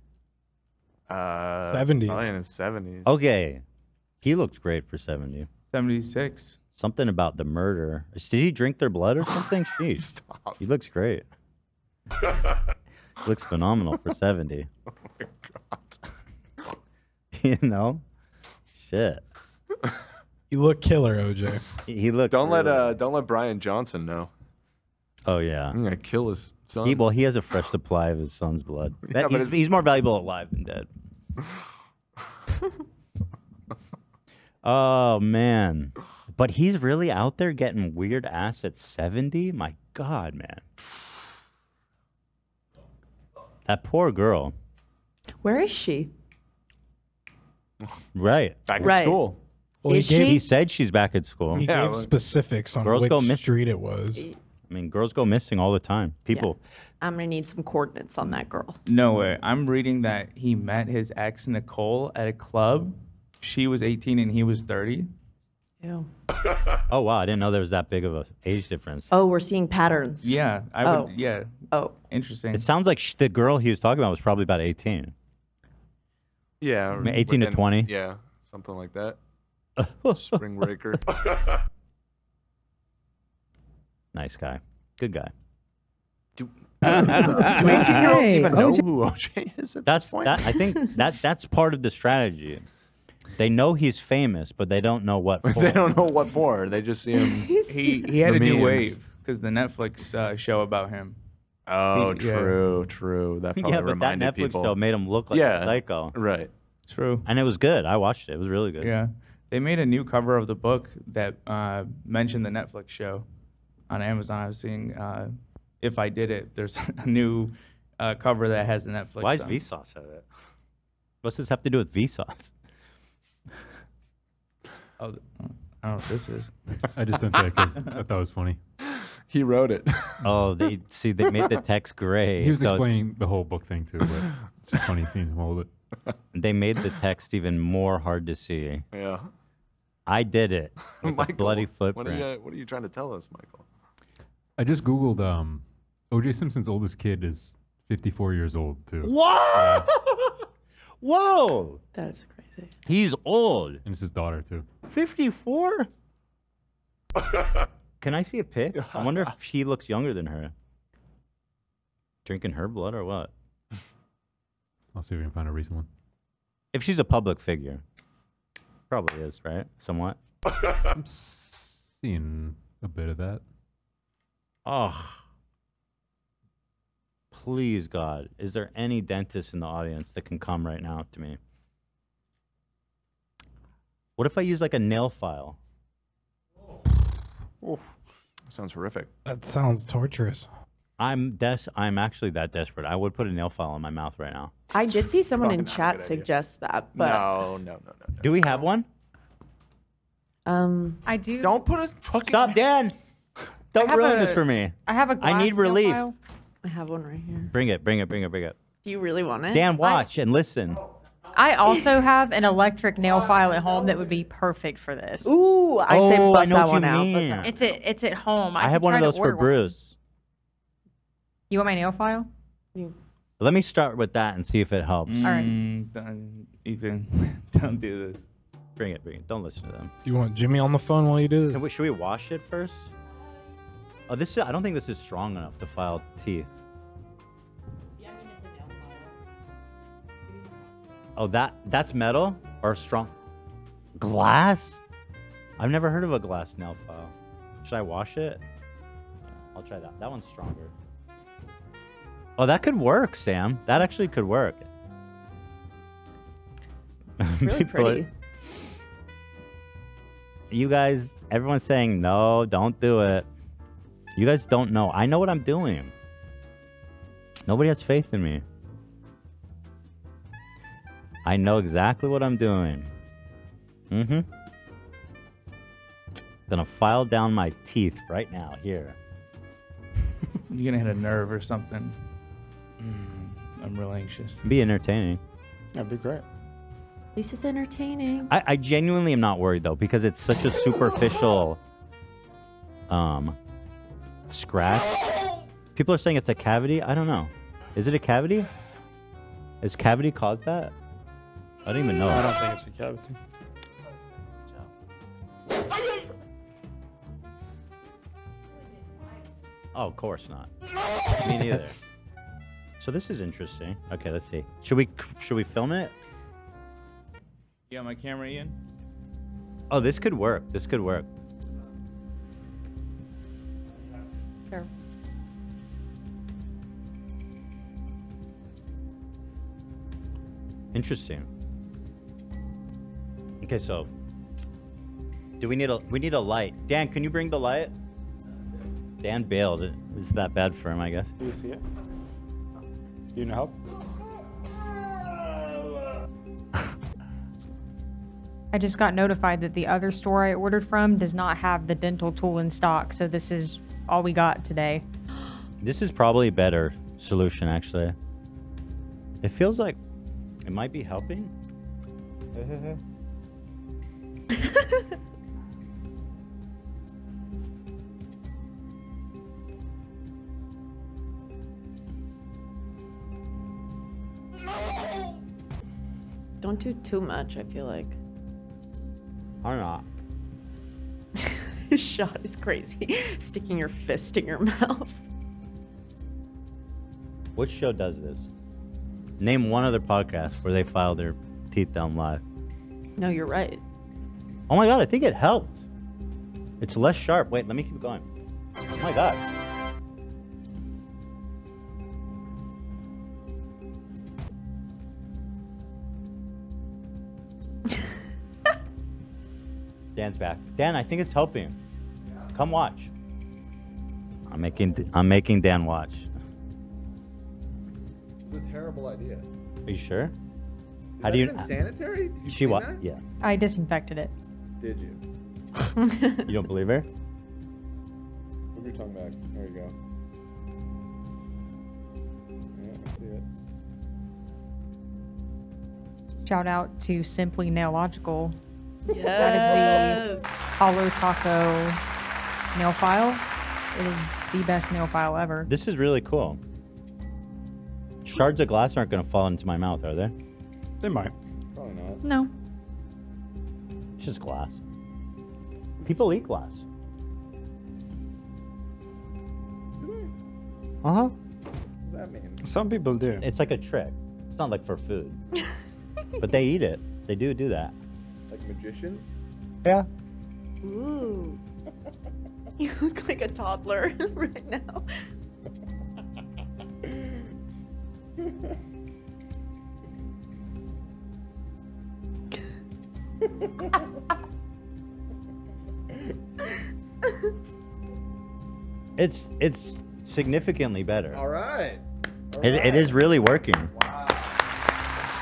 [SPEAKER 4] Uh,
[SPEAKER 5] 70.
[SPEAKER 4] Probably in his 70s.
[SPEAKER 3] Okay. He looked great for 70.
[SPEAKER 11] 76.
[SPEAKER 3] Something about the murder. Did he drink their blood or something? Jeez. He looks great. looks phenomenal for 70. Oh my God. you know? Shit.
[SPEAKER 5] You look killer, OJ.
[SPEAKER 3] He looked.
[SPEAKER 4] Don't let uh, don't let Brian Johnson know.
[SPEAKER 3] Oh, yeah. I'm
[SPEAKER 4] going to kill his son.
[SPEAKER 3] He, well, he has a fresh supply of his son's blood. That-
[SPEAKER 4] but
[SPEAKER 3] he's,
[SPEAKER 4] it's-
[SPEAKER 3] he's more valuable alive than dead. oh man, but he's really out there getting weird ass at seventy. My God, man, that poor girl.
[SPEAKER 6] Where is she?
[SPEAKER 3] Right,
[SPEAKER 4] back
[SPEAKER 6] at Right. school. Well, he Is gave- she?
[SPEAKER 3] he said she's back at school.
[SPEAKER 5] He gave specifics on
[SPEAKER 3] Girls
[SPEAKER 5] which
[SPEAKER 3] go miss-
[SPEAKER 5] street it was.
[SPEAKER 3] I mean, girls go missing all the time. People.
[SPEAKER 6] I'm gonna need some coordinates on that girl.
[SPEAKER 11] No way. I'm reading that he met his ex Nicole at a club. She was 18 and he was 30.
[SPEAKER 6] Ew.
[SPEAKER 3] Oh wow, I didn't know there was that big of a age difference.
[SPEAKER 6] Oh, we're seeing patterns.
[SPEAKER 11] Yeah, I
[SPEAKER 6] oh.
[SPEAKER 11] would. Yeah.
[SPEAKER 6] Oh.
[SPEAKER 11] Interesting.
[SPEAKER 3] It sounds like sh- the girl he was talking about was probably about eighteen.
[SPEAKER 4] Yeah. or
[SPEAKER 3] Ma- 18 to
[SPEAKER 4] within-
[SPEAKER 3] 20.
[SPEAKER 4] Yeah, something like that. Spring breaker.
[SPEAKER 3] Nice guy, good guy.
[SPEAKER 4] Do 18 year olds even know who OJ is at
[SPEAKER 3] That's
[SPEAKER 4] this point?
[SPEAKER 3] that, I think that that's part of the strategy. They know he's famous, but they don't know what.
[SPEAKER 4] they don't know Oh, what for. They just see him.
[SPEAKER 11] He, he had
[SPEAKER 4] The
[SPEAKER 11] a new
[SPEAKER 4] memes.
[SPEAKER 11] wave because the Netflix uh, show about him.
[SPEAKER 4] Oh,
[SPEAKER 11] He- yeah.
[SPEAKER 4] true, true. That probably
[SPEAKER 3] yeah, but that
[SPEAKER 4] reminded
[SPEAKER 3] Netflix
[SPEAKER 4] people.
[SPEAKER 3] show made him look like
[SPEAKER 4] Yeah,
[SPEAKER 3] a psycho,
[SPEAKER 4] Right.
[SPEAKER 11] True.
[SPEAKER 3] and it was good. I watched it; it was really good.
[SPEAKER 11] Yeah. They made a new cover of the book that uh, mentioned the Netflix show on Amazon. I was seeing uh, If I Did It. There's a new uh, cover that has the Netflix.
[SPEAKER 3] Why is
[SPEAKER 11] on.
[SPEAKER 3] Vsauce at it? What's this have to do with Vsauce?
[SPEAKER 11] Oh, th- oh, I don't know what this is.
[SPEAKER 15] I just sent that because I thought it was funny.
[SPEAKER 4] He wrote it.
[SPEAKER 3] Oh, they see they made the text gray.
[SPEAKER 15] He was
[SPEAKER 3] so it's-
[SPEAKER 15] explaining the whole book thing too, but it's just funny seeing him hold it.
[SPEAKER 3] They made the text even more hard to see.
[SPEAKER 4] Yeah.
[SPEAKER 3] I did it with a
[SPEAKER 4] Michael,
[SPEAKER 3] bloody
[SPEAKER 4] Oh What are,
[SPEAKER 3] footprint.
[SPEAKER 4] you, what are you trying to tell us, Michael?
[SPEAKER 15] I just googled um, O.J. Simpson's oldest kid is 54 years old too.
[SPEAKER 3] Whoa! Whoa!
[SPEAKER 6] That's crazy.
[SPEAKER 3] He's old.
[SPEAKER 15] And it's his daughter too.
[SPEAKER 3] Fifty-four. Can I see a pic? I wonder if she looks younger than her. Drinking her blood or what?
[SPEAKER 15] see if we can find a recent one.
[SPEAKER 3] If she's a public figure, probably is, right? Somewhat.
[SPEAKER 15] I'm seeing a bit of that.
[SPEAKER 3] Ugh. Please, God, is there any dentist in the audience that can come right now to me? What if I use like a nail file?
[SPEAKER 4] Sounds horrific.
[SPEAKER 5] That sounds torturous.
[SPEAKER 3] I'm des. I'm actually that desperate. I would put a nail file in my mouth right now.
[SPEAKER 6] I did see someone
[SPEAKER 3] Probably
[SPEAKER 6] in
[SPEAKER 3] not a
[SPEAKER 6] chat
[SPEAKER 3] good idea.
[SPEAKER 6] suggest that, but
[SPEAKER 4] no, no, no, no.
[SPEAKER 3] Do we have one?
[SPEAKER 6] Um,
[SPEAKER 12] I do.
[SPEAKER 4] Don't put us fucking.
[SPEAKER 3] Stop, Dan. Don't
[SPEAKER 6] have
[SPEAKER 3] ruin
[SPEAKER 6] a-
[SPEAKER 3] this for me.
[SPEAKER 12] I have a
[SPEAKER 3] I need
[SPEAKER 12] glass nail
[SPEAKER 3] relief.
[SPEAKER 12] file.
[SPEAKER 6] I have one right here.
[SPEAKER 3] Bring it. Bring it. Bring it. Bring it.
[SPEAKER 6] Do you really want it?
[SPEAKER 3] Dan, watch and listen.
[SPEAKER 12] I also have an electric nail file at home that would be perfect for this.
[SPEAKER 6] Ooh, I say
[SPEAKER 3] Oh, I
[SPEAKER 6] bust
[SPEAKER 3] know what
[SPEAKER 6] that
[SPEAKER 3] you
[SPEAKER 6] one out. bust
[SPEAKER 3] mean.
[SPEAKER 6] that one
[SPEAKER 12] It's at it's at home.
[SPEAKER 3] I
[SPEAKER 12] could
[SPEAKER 3] have one of
[SPEAKER 12] try to
[SPEAKER 3] those for
[SPEAKER 12] order one.
[SPEAKER 3] Bruce.
[SPEAKER 12] You want my nail file?
[SPEAKER 3] Let me start with that and see if it helps.
[SPEAKER 12] All right.
[SPEAKER 11] Mm, Ethan, don't do this.
[SPEAKER 3] Bring it, bring it. Don't listen to them.
[SPEAKER 5] Do you want Jimmy on the phone while you do this?
[SPEAKER 3] Can we, should we wash it first? Oh, this is, I don't think this is strong enough to file teeth. Oh, that that's metal or strong glass? I've never heard of a glass nail file. Should I wash it? Yeah, I'll try that. That one's stronger. Oh, that could work, Sam. That actually could work.
[SPEAKER 6] really
[SPEAKER 3] People are-
[SPEAKER 6] pretty.
[SPEAKER 3] you guys, everyone's saying, no, don't do it. You guys don't know. I know what I'm doing. Nobody has faith in me. I know exactly what I'm doing. Mm hmm. Gonna file down my teeth right now, here.
[SPEAKER 11] You're gonna hit a nerve or something. I'm real anxious.
[SPEAKER 3] Be entertaining.
[SPEAKER 11] Mm. That'd be great.
[SPEAKER 6] At least it's entertaining.
[SPEAKER 3] I, I genuinely am not worried though because it's such a superficial um scratch. People are saying it's a cavity. I don't know. Is it a cavity? Is cavity caused that? I don't even know.
[SPEAKER 9] I don't think it's a cavity.
[SPEAKER 3] Oh, of course not. Me neither. So this is interesting. Okay, let's see. Should we should we film it?
[SPEAKER 11] You got my camera, Ian?
[SPEAKER 3] Oh, this could work. This could work.
[SPEAKER 6] Sure.
[SPEAKER 3] Interesting. Okay, so do we need a we need a light? Dan, can you bring the light? Dan bailed. It's that bad for him, I guess.
[SPEAKER 9] Do you see it? You need help?
[SPEAKER 12] I just got notified that the other store I ordered from does not have the dental tool in stock, so this is all we got today.
[SPEAKER 3] This is probably a better solution, actually. It feels like it might be helping.
[SPEAKER 6] Don't do too much. I feel like
[SPEAKER 3] Or not.
[SPEAKER 6] this shot is crazy. Sticking your fist in your mouth.
[SPEAKER 3] Which show does this? Name one other podcast where they file their teeth down live.
[SPEAKER 6] No, you're right.
[SPEAKER 3] Oh my god, I think it helped. It's less sharp. Wait, let me keep going. Oh my god. Dan's back. Dan, I think it's helping. Come watch. I'm making I'm making Dan watch.
[SPEAKER 14] It's a terrible idea.
[SPEAKER 3] Are you sure? How do you
[SPEAKER 14] sanitary? Did you
[SPEAKER 3] She
[SPEAKER 14] clean
[SPEAKER 3] wa-
[SPEAKER 14] that?
[SPEAKER 3] yeah.
[SPEAKER 12] I disinfected it.
[SPEAKER 14] Did you?
[SPEAKER 3] You don't believe her?
[SPEAKER 17] Move your tongue back. There you go. Yeah, I see it.
[SPEAKER 12] Shout out to Simply Nailogical. That is the Hollow Taco nail file. It is the best nail file ever.
[SPEAKER 3] This is really cool. Shards of glass aren't going to fall into my mouth, are they?
[SPEAKER 9] They might.
[SPEAKER 17] Probably not.
[SPEAKER 12] No.
[SPEAKER 3] It's just glass. People eat glass. Uh huh.
[SPEAKER 17] What does that mean?
[SPEAKER 9] Uh-huh. Some people do.
[SPEAKER 3] It's like a trick. It's not like for food, but they eat it. They do do that.
[SPEAKER 14] Like a magician?
[SPEAKER 3] Yeah.
[SPEAKER 6] Ooh. You look like a toddler right now.
[SPEAKER 3] It's it's significantly better.
[SPEAKER 14] All right. All
[SPEAKER 3] It, it is
[SPEAKER 14] right.
[SPEAKER 3] really working.
[SPEAKER 14] Wow.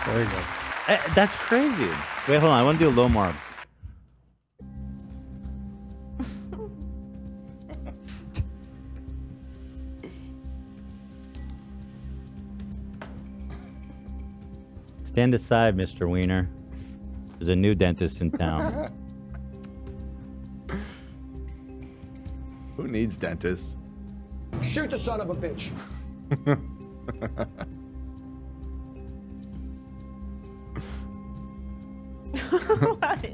[SPEAKER 3] There you go. that's crazy. Wait, hold on. I want to do a little more. Stand aside, Mr. Wiener. There's a new dentist in town.
[SPEAKER 4] Who needs dentists?
[SPEAKER 10] Shoot the son of a bitch.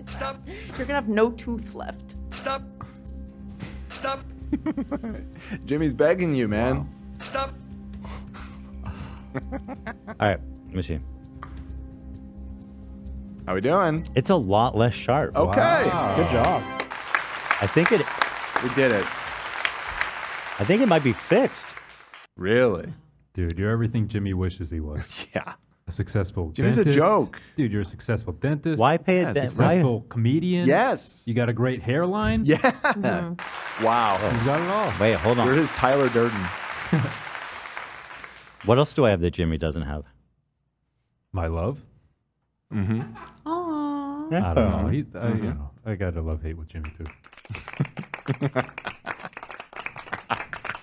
[SPEAKER 6] Stop. You're gonna have no tooth left. Stop. Stop.
[SPEAKER 4] Jimmy's begging you, man.
[SPEAKER 6] Stop.
[SPEAKER 3] All right, let me see.
[SPEAKER 4] How we doing?
[SPEAKER 3] It's a lot less sharp.
[SPEAKER 4] Okay. Wow. Good job.
[SPEAKER 3] I think it.
[SPEAKER 4] We did it.
[SPEAKER 3] I think it might be fixed.
[SPEAKER 4] Really?
[SPEAKER 15] Dude, you're everything Jimmy wishes he was.
[SPEAKER 4] yeah.
[SPEAKER 15] A successful
[SPEAKER 4] Jimmy's a
[SPEAKER 15] dentist.
[SPEAKER 4] joke.
[SPEAKER 15] Dude, you're a successful dentist.
[SPEAKER 3] Why pay a
[SPEAKER 15] a
[SPEAKER 3] dent- why-
[SPEAKER 15] successful comedian?
[SPEAKER 4] Yes.
[SPEAKER 15] You got a great hairline?
[SPEAKER 4] Yeah.
[SPEAKER 15] Mhm.
[SPEAKER 4] Wow.
[SPEAKER 15] He's got it all.
[SPEAKER 3] Wait, hold on.
[SPEAKER 4] There is Tyler Durden.
[SPEAKER 3] Hmm. What else do I have that Jimmy doesn't have?
[SPEAKER 15] My love.
[SPEAKER 4] Mm-hmm.
[SPEAKER 6] Aww.
[SPEAKER 15] I don't know. He, I,
[SPEAKER 4] Mhm.
[SPEAKER 3] Mm-hmm.
[SPEAKER 15] you know, I got a love hate with Jimmy too.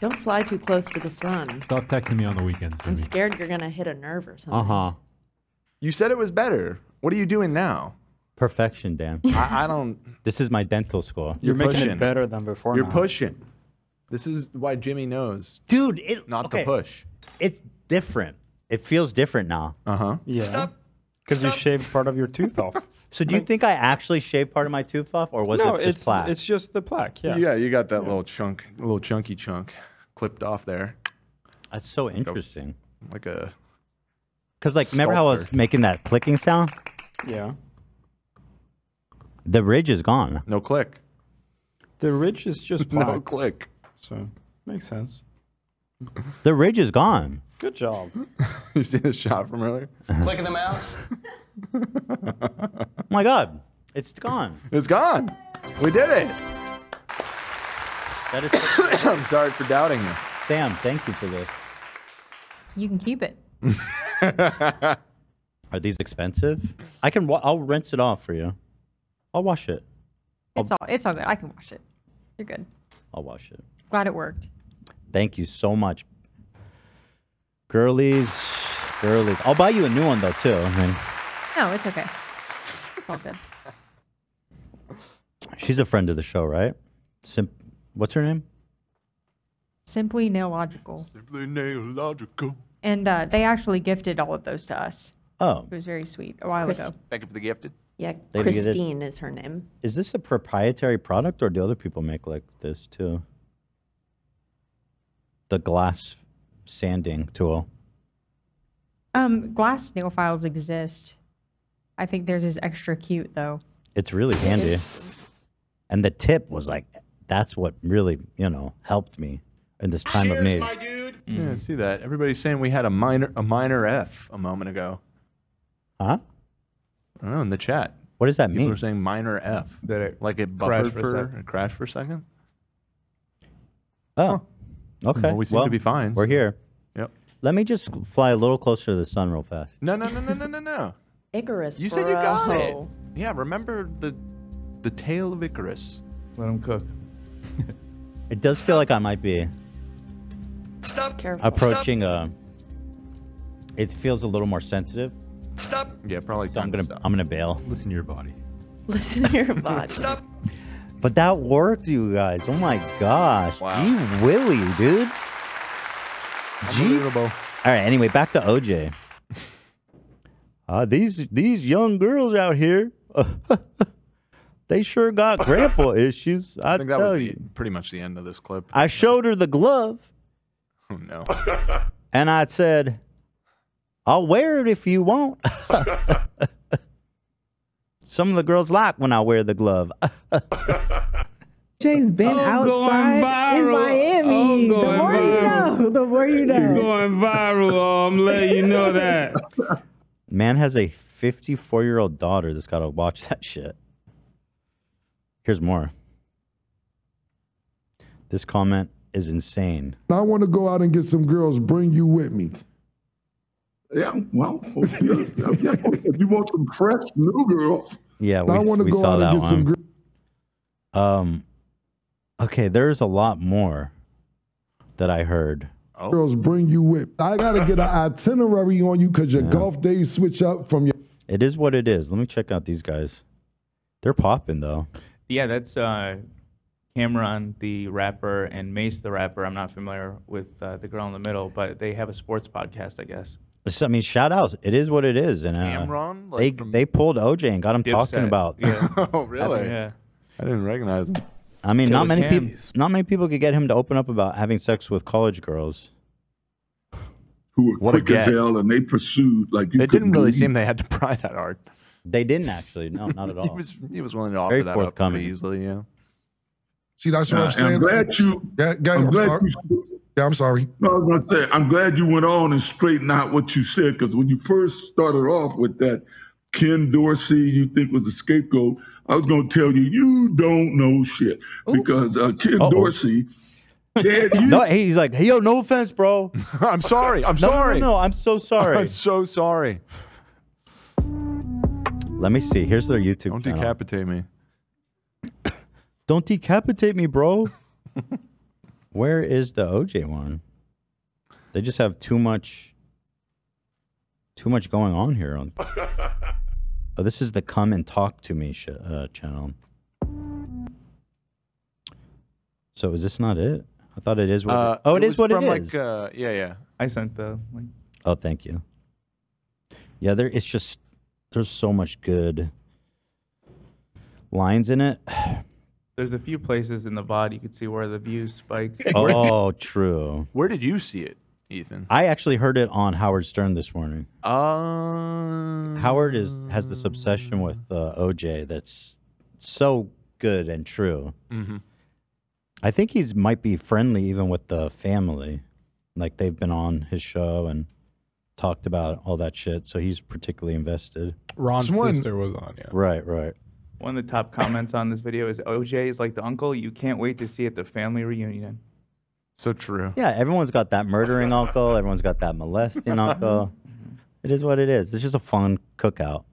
[SPEAKER 6] Don't fly too close to the sun.
[SPEAKER 15] Stop texting me on the weekends,
[SPEAKER 6] I'm
[SPEAKER 15] Jimmy.
[SPEAKER 6] scared you're gonna hit a nerve or something.
[SPEAKER 3] huh.
[SPEAKER 4] You said it was better. What are you doing now?
[SPEAKER 3] Perfection, Dan.
[SPEAKER 4] I, I don't.
[SPEAKER 3] This is my dental school.
[SPEAKER 4] You're You're making it pushing. better
[SPEAKER 9] than before.
[SPEAKER 4] You're pushing. This is why Jimmy knows.
[SPEAKER 3] Dude, it,
[SPEAKER 4] not
[SPEAKER 3] okay.
[SPEAKER 4] to push.
[SPEAKER 3] It's different. It feels different now.
[SPEAKER 4] Uh huh.
[SPEAKER 9] Yeah. Stop. Because you shaved part of your tooth off.
[SPEAKER 3] So do you think I actually shaved part of my tooth off, or was
[SPEAKER 9] no,
[SPEAKER 3] it
[SPEAKER 9] it's
[SPEAKER 3] just flat?
[SPEAKER 9] it's just the plaque. Yeah.
[SPEAKER 4] Yeah, you got that little chunk, little chunky chunk, clipped off there.
[SPEAKER 3] That's so
[SPEAKER 4] a-
[SPEAKER 3] interesting.
[SPEAKER 4] Like a.
[SPEAKER 3] Because like, remember how I was making that clicking sound?
[SPEAKER 9] Yeah.
[SPEAKER 3] The ridge is gone.
[SPEAKER 4] No click.
[SPEAKER 9] The ridge is just
[SPEAKER 4] No
[SPEAKER 9] plaque.
[SPEAKER 4] click.
[SPEAKER 9] So makes sense.
[SPEAKER 3] The ridge is gone.
[SPEAKER 9] Good job.
[SPEAKER 4] you see the shot from earlier?
[SPEAKER 10] Click of the mouse.
[SPEAKER 3] Oh my God, it's gone.
[SPEAKER 4] It's gone. We did it.
[SPEAKER 3] That is.
[SPEAKER 4] I'm sorry for doubting you.
[SPEAKER 3] Sam, thank you for this.
[SPEAKER 12] You can keep it.
[SPEAKER 3] Are these expensive? I can. Wa- I'll rinse it off for you. I'll wash it.
[SPEAKER 14] Oh.
[SPEAKER 12] It's all it's all good. I can wash it. You're good.
[SPEAKER 3] I'll wash it.
[SPEAKER 12] Glad it worked.
[SPEAKER 3] Thank you so much, girlies. Girlies. I'll buy you a new one though too. I mean,
[SPEAKER 12] No, it's okay. It's all good.
[SPEAKER 3] she's a friend of the show, right? Simp. What's her name?
[SPEAKER 12] Simply nail logical.
[SPEAKER 4] Simply nail logical.
[SPEAKER 12] And uh, they actually gifted all of those to us.
[SPEAKER 3] Oh.
[SPEAKER 12] It was very sweet a while
[SPEAKER 6] Chris-
[SPEAKER 12] ago.
[SPEAKER 4] Thank you for the gifted.
[SPEAKER 6] Yeah,
[SPEAKER 3] They did it.
[SPEAKER 6] Christine is her name.
[SPEAKER 3] Is this a proprietary product, or do other people make like this too? The glass sanding tool.
[SPEAKER 12] Um, glass nail files exist. I think theirs is extra cute though.
[SPEAKER 3] It's really handy. And the tip was like, that's what really, you know, helped me in this time of need.
[SPEAKER 4] dude.
[SPEAKER 3] Mm-hmm.
[SPEAKER 4] Yeah, I see that. Everybody's saying we had a minor a minor F a moment ago.
[SPEAKER 3] Huh?
[SPEAKER 4] I don't know in the chat.
[SPEAKER 3] What does that
[SPEAKER 4] People
[SPEAKER 3] mean?
[SPEAKER 4] are saying minor F.
[SPEAKER 11] That it
[SPEAKER 4] like it
[SPEAKER 11] crashed
[SPEAKER 4] buffered
[SPEAKER 11] for a
[SPEAKER 4] for
[SPEAKER 11] second.
[SPEAKER 4] it crashed for a second.
[SPEAKER 3] Oh, okay.
[SPEAKER 4] Well, we seem to be fine.
[SPEAKER 3] We're here.
[SPEAKER 4] Yep.
[SPEAKER 3] Let me just fly a little closer to the sun real fast.
[SPEAKER 4] No, no, no, no, no, no, no.
[SPEAKER 6] Icarus.
[SPEAKER 4] You said you
[SPEAKER 6] bro.
[SPEAKER 4] got it.
[SPEAKER 11] Oh.
[SPEAKER 4] Yeah, remember the the tale of Icarus.
[SPEAKER 11] Let him cook.
[SPEAKER 3] It does feel like I might be
[SPEAKER 6] Stop. Careful.
[SPEAKER 3] approaching a. It feels a little more sensitive.
[SPEAKER 6] Stop.
[SPEAKER 4] Yeah, probably.
[SPEAKER 3] So I'm gonna I'm gonna bail.
[SPEAKER 15] Listen to your body.
[SPEAKER 6] Listen to your body. Stop.
[SPEAKER 3] But that worked, you guys. Oh my gosh. Gee Willie, dude.
[SPEAKER 4] Unbelievable.
[SPEAKER 3] All right. Anyway, back to OJ. Uh, these these young girls out here, they sure got grandpa issues. I,
[SPEAKER 4] I think that
[SPEAKER 3] tell
[SPEAKER 4] was the,
[SPEAKER 3] you.
[SPEAKER 4] pretty much the end of this clip.
[SPEAKER 3] I showed her the glove,
[SPEAKER 4] Oh no.
[SPEAKER 3] and I said, I'll wear it if you want. Some of the girls like when I wear the glove.
[SPEAKER 16] Jay's been outside in Miami. The more you know, the more you know.
[SPEAKER 20] going viral. I'm letting you know that.
[SPEAKER 3] Man has a 54 year old daughter that's got to watch that shit. Here's more. This comment is insane.
[SPEAKER 13] I want to go out and get some girls. Bring you with me.
[SPEAKER 23] Yeah, well, okay. Yeah, if you want some fresh new girls,
[SPEAKER 3] Yeah, we,
[SPEAKER 23] I
[SPEAKER 3] s-
[SPEAKER 23] wanna
[SPEAKER 3] we
[SPEAKER 23] go
[SPEAKER 3] saw
[SPEAKER 23] out and
[SPEAKER 3] that
[SPEAKER 23] get some
[SPEAKER 3] one. um, okay, there's a lot more that I heard.
[SPEAKER 13] Girls, bring you with. I gotta get an itinerary on you because your golf days switch up from your.
[SPEAKER 3] It is what it is. Let me check out these guys. They're popping though.
[SPEAKER 20] Yeah, that's uh, Cameron the rapper and Mace the rapper. I'm not familiar with uh, the girl in the middle, but they have a sports podcast, I guess.
[SPEAKER 3] So, I mean, shout outs. It is what it is. And uh,
[SPEAKER 20] Cameron? Like
[SPEAKER 3] they they pulled OJ and got him talking
[SPEAKER 20] Dipset.
[SPEAKER 3] about.
[SPEAKER 20] Yeah.
[SPEAKER 4] oh, really?
[SPEAKER 20] Yeah.
[SPEAKER 4] I didn't recognize him.
[SPEAKER 3] I mean,
[SPEAKER 4] Kill
[SPEAKER 3] not
[SPEAKER 4] the
[SPEAKER 3] many
[SPEAKER 4] cam.
[SPEAKER 3] people. Not many people could get him to open up about having sex with college girls.
[SPEAKER 23] who were
[SPEAKER 3] What a
[SPEAKER 23] quick as
[SPEAKER 3] get.
[SPEAKER 23] hell, and they pursued like you.
[SPEAKER 3] It didn't
[SPEAKER 23] couldn't
[SPEAKER 3] really
[SPEAKER 23] believe.
[SPEAKER 3] seem
[SPEAKER 4] they had to pry that hard.
[SPEAKER 3] They didn't actually. No, not at all.
[SPEAKER 4] he was he was willing to offer
[SPEAKER 3] Very
[SPEAKER 4] that up pretty
[SPEAKER 3] forthcoming.
[SPEAKER 4] easily. Yeah.
[SPEAKER 13] See, that's what
[SPEAKER 23] Uh,
[SPEAKER 13] I'm saying.
[SPEAKER 23] I'm glad you.
[SPEAKER 13] Yeah, go ahead,
[SPEAKER 23] I'm
[SPEAKER 13] I'm
[SPEAKER 23] glad
[SPEAKER 13] sorry. Yeah, I'm sorry.
[SPEAKER 23] No, I was gonna say I'm glad you went on and straightened out what you said because when you first started off with that Ken Dorsey, you think was a scapegoat. I was gonna tell you you don't know shit because uh, Ken
[SPEAKER 3] Uh-oh.
[SPEAKER 23] Dorsey. Dad, you,
[SPEAKER 3] No, he's like, hey, yo, no offense, bro.
[SPEAKER 4] I'm sorry. I'm
[SPEAKER 3] No, no, no,
[SPEAKER 4] sorry.
[SPEAKER 3] no, I'm so sorry.
[SPEAKER 4] I'm so sorry.
[SPEAKER 3] Let me see. Here's their YouTube.
[SPEAKER 4] Don't
[SPEAKER 3] channel.
[SPEAKER 4] decapitate me.
[SPEAKER 3] Don't decapitate me, bro. Where is the OJ one? They just have too much too much going on here on Oh, this is the come and talk to me sh- uh, channel. So is this not it? I thought it is what
[SPEAKER 4] Uh,
[SPEAKER 3] it, Oh, it
[SPEAKER 4] it
[SPEAKER 3] is
[SPEAKER 4] was
[SPEAKER 3] what it
[SPEAKER 4] from
[SPEAKER 3] is.
[SPEAKER 4] like, uh, yeah, yeah.
[SPEAKER 20] I sent the link.
[SPEAKER 3] Oh, thank you. Yeah, there it's just there's so much good lines in it.
[SPEAKER 20] There's a few places in the VOD you can see where the views spiked.
[SPEAKER 3] Oh, true.
[SPEAKER 4] Where did you see it, Ethan?
[SPEAKER 3] I actually heard it on Howard Stern this morning.
[SPEAKER 4] Um,
[SPEAKER 3] Howard is has this obsession with uh, OJ that's so good and true.
[SPEAKER 4] Mhm.
[SPEAKER 3] I think he's might be friendly even with the family, like they've been on his show and talked about all that shit. So he's particularly invested.
[SPEAKER 5] Ron's sister was on. Yeah.
[SPEAKER 3] Right, right.
[SPEAKER 20] One of the top comments on this video is OJ is like the uncle you can't wait to see at the family reunion.
[SPEAKER 4] So true.
[SPEAKER 3] Yeah, everyone's got that murdering uncle. Everyone's got that molesting uncle. It is what it is. It's just a fun cookout.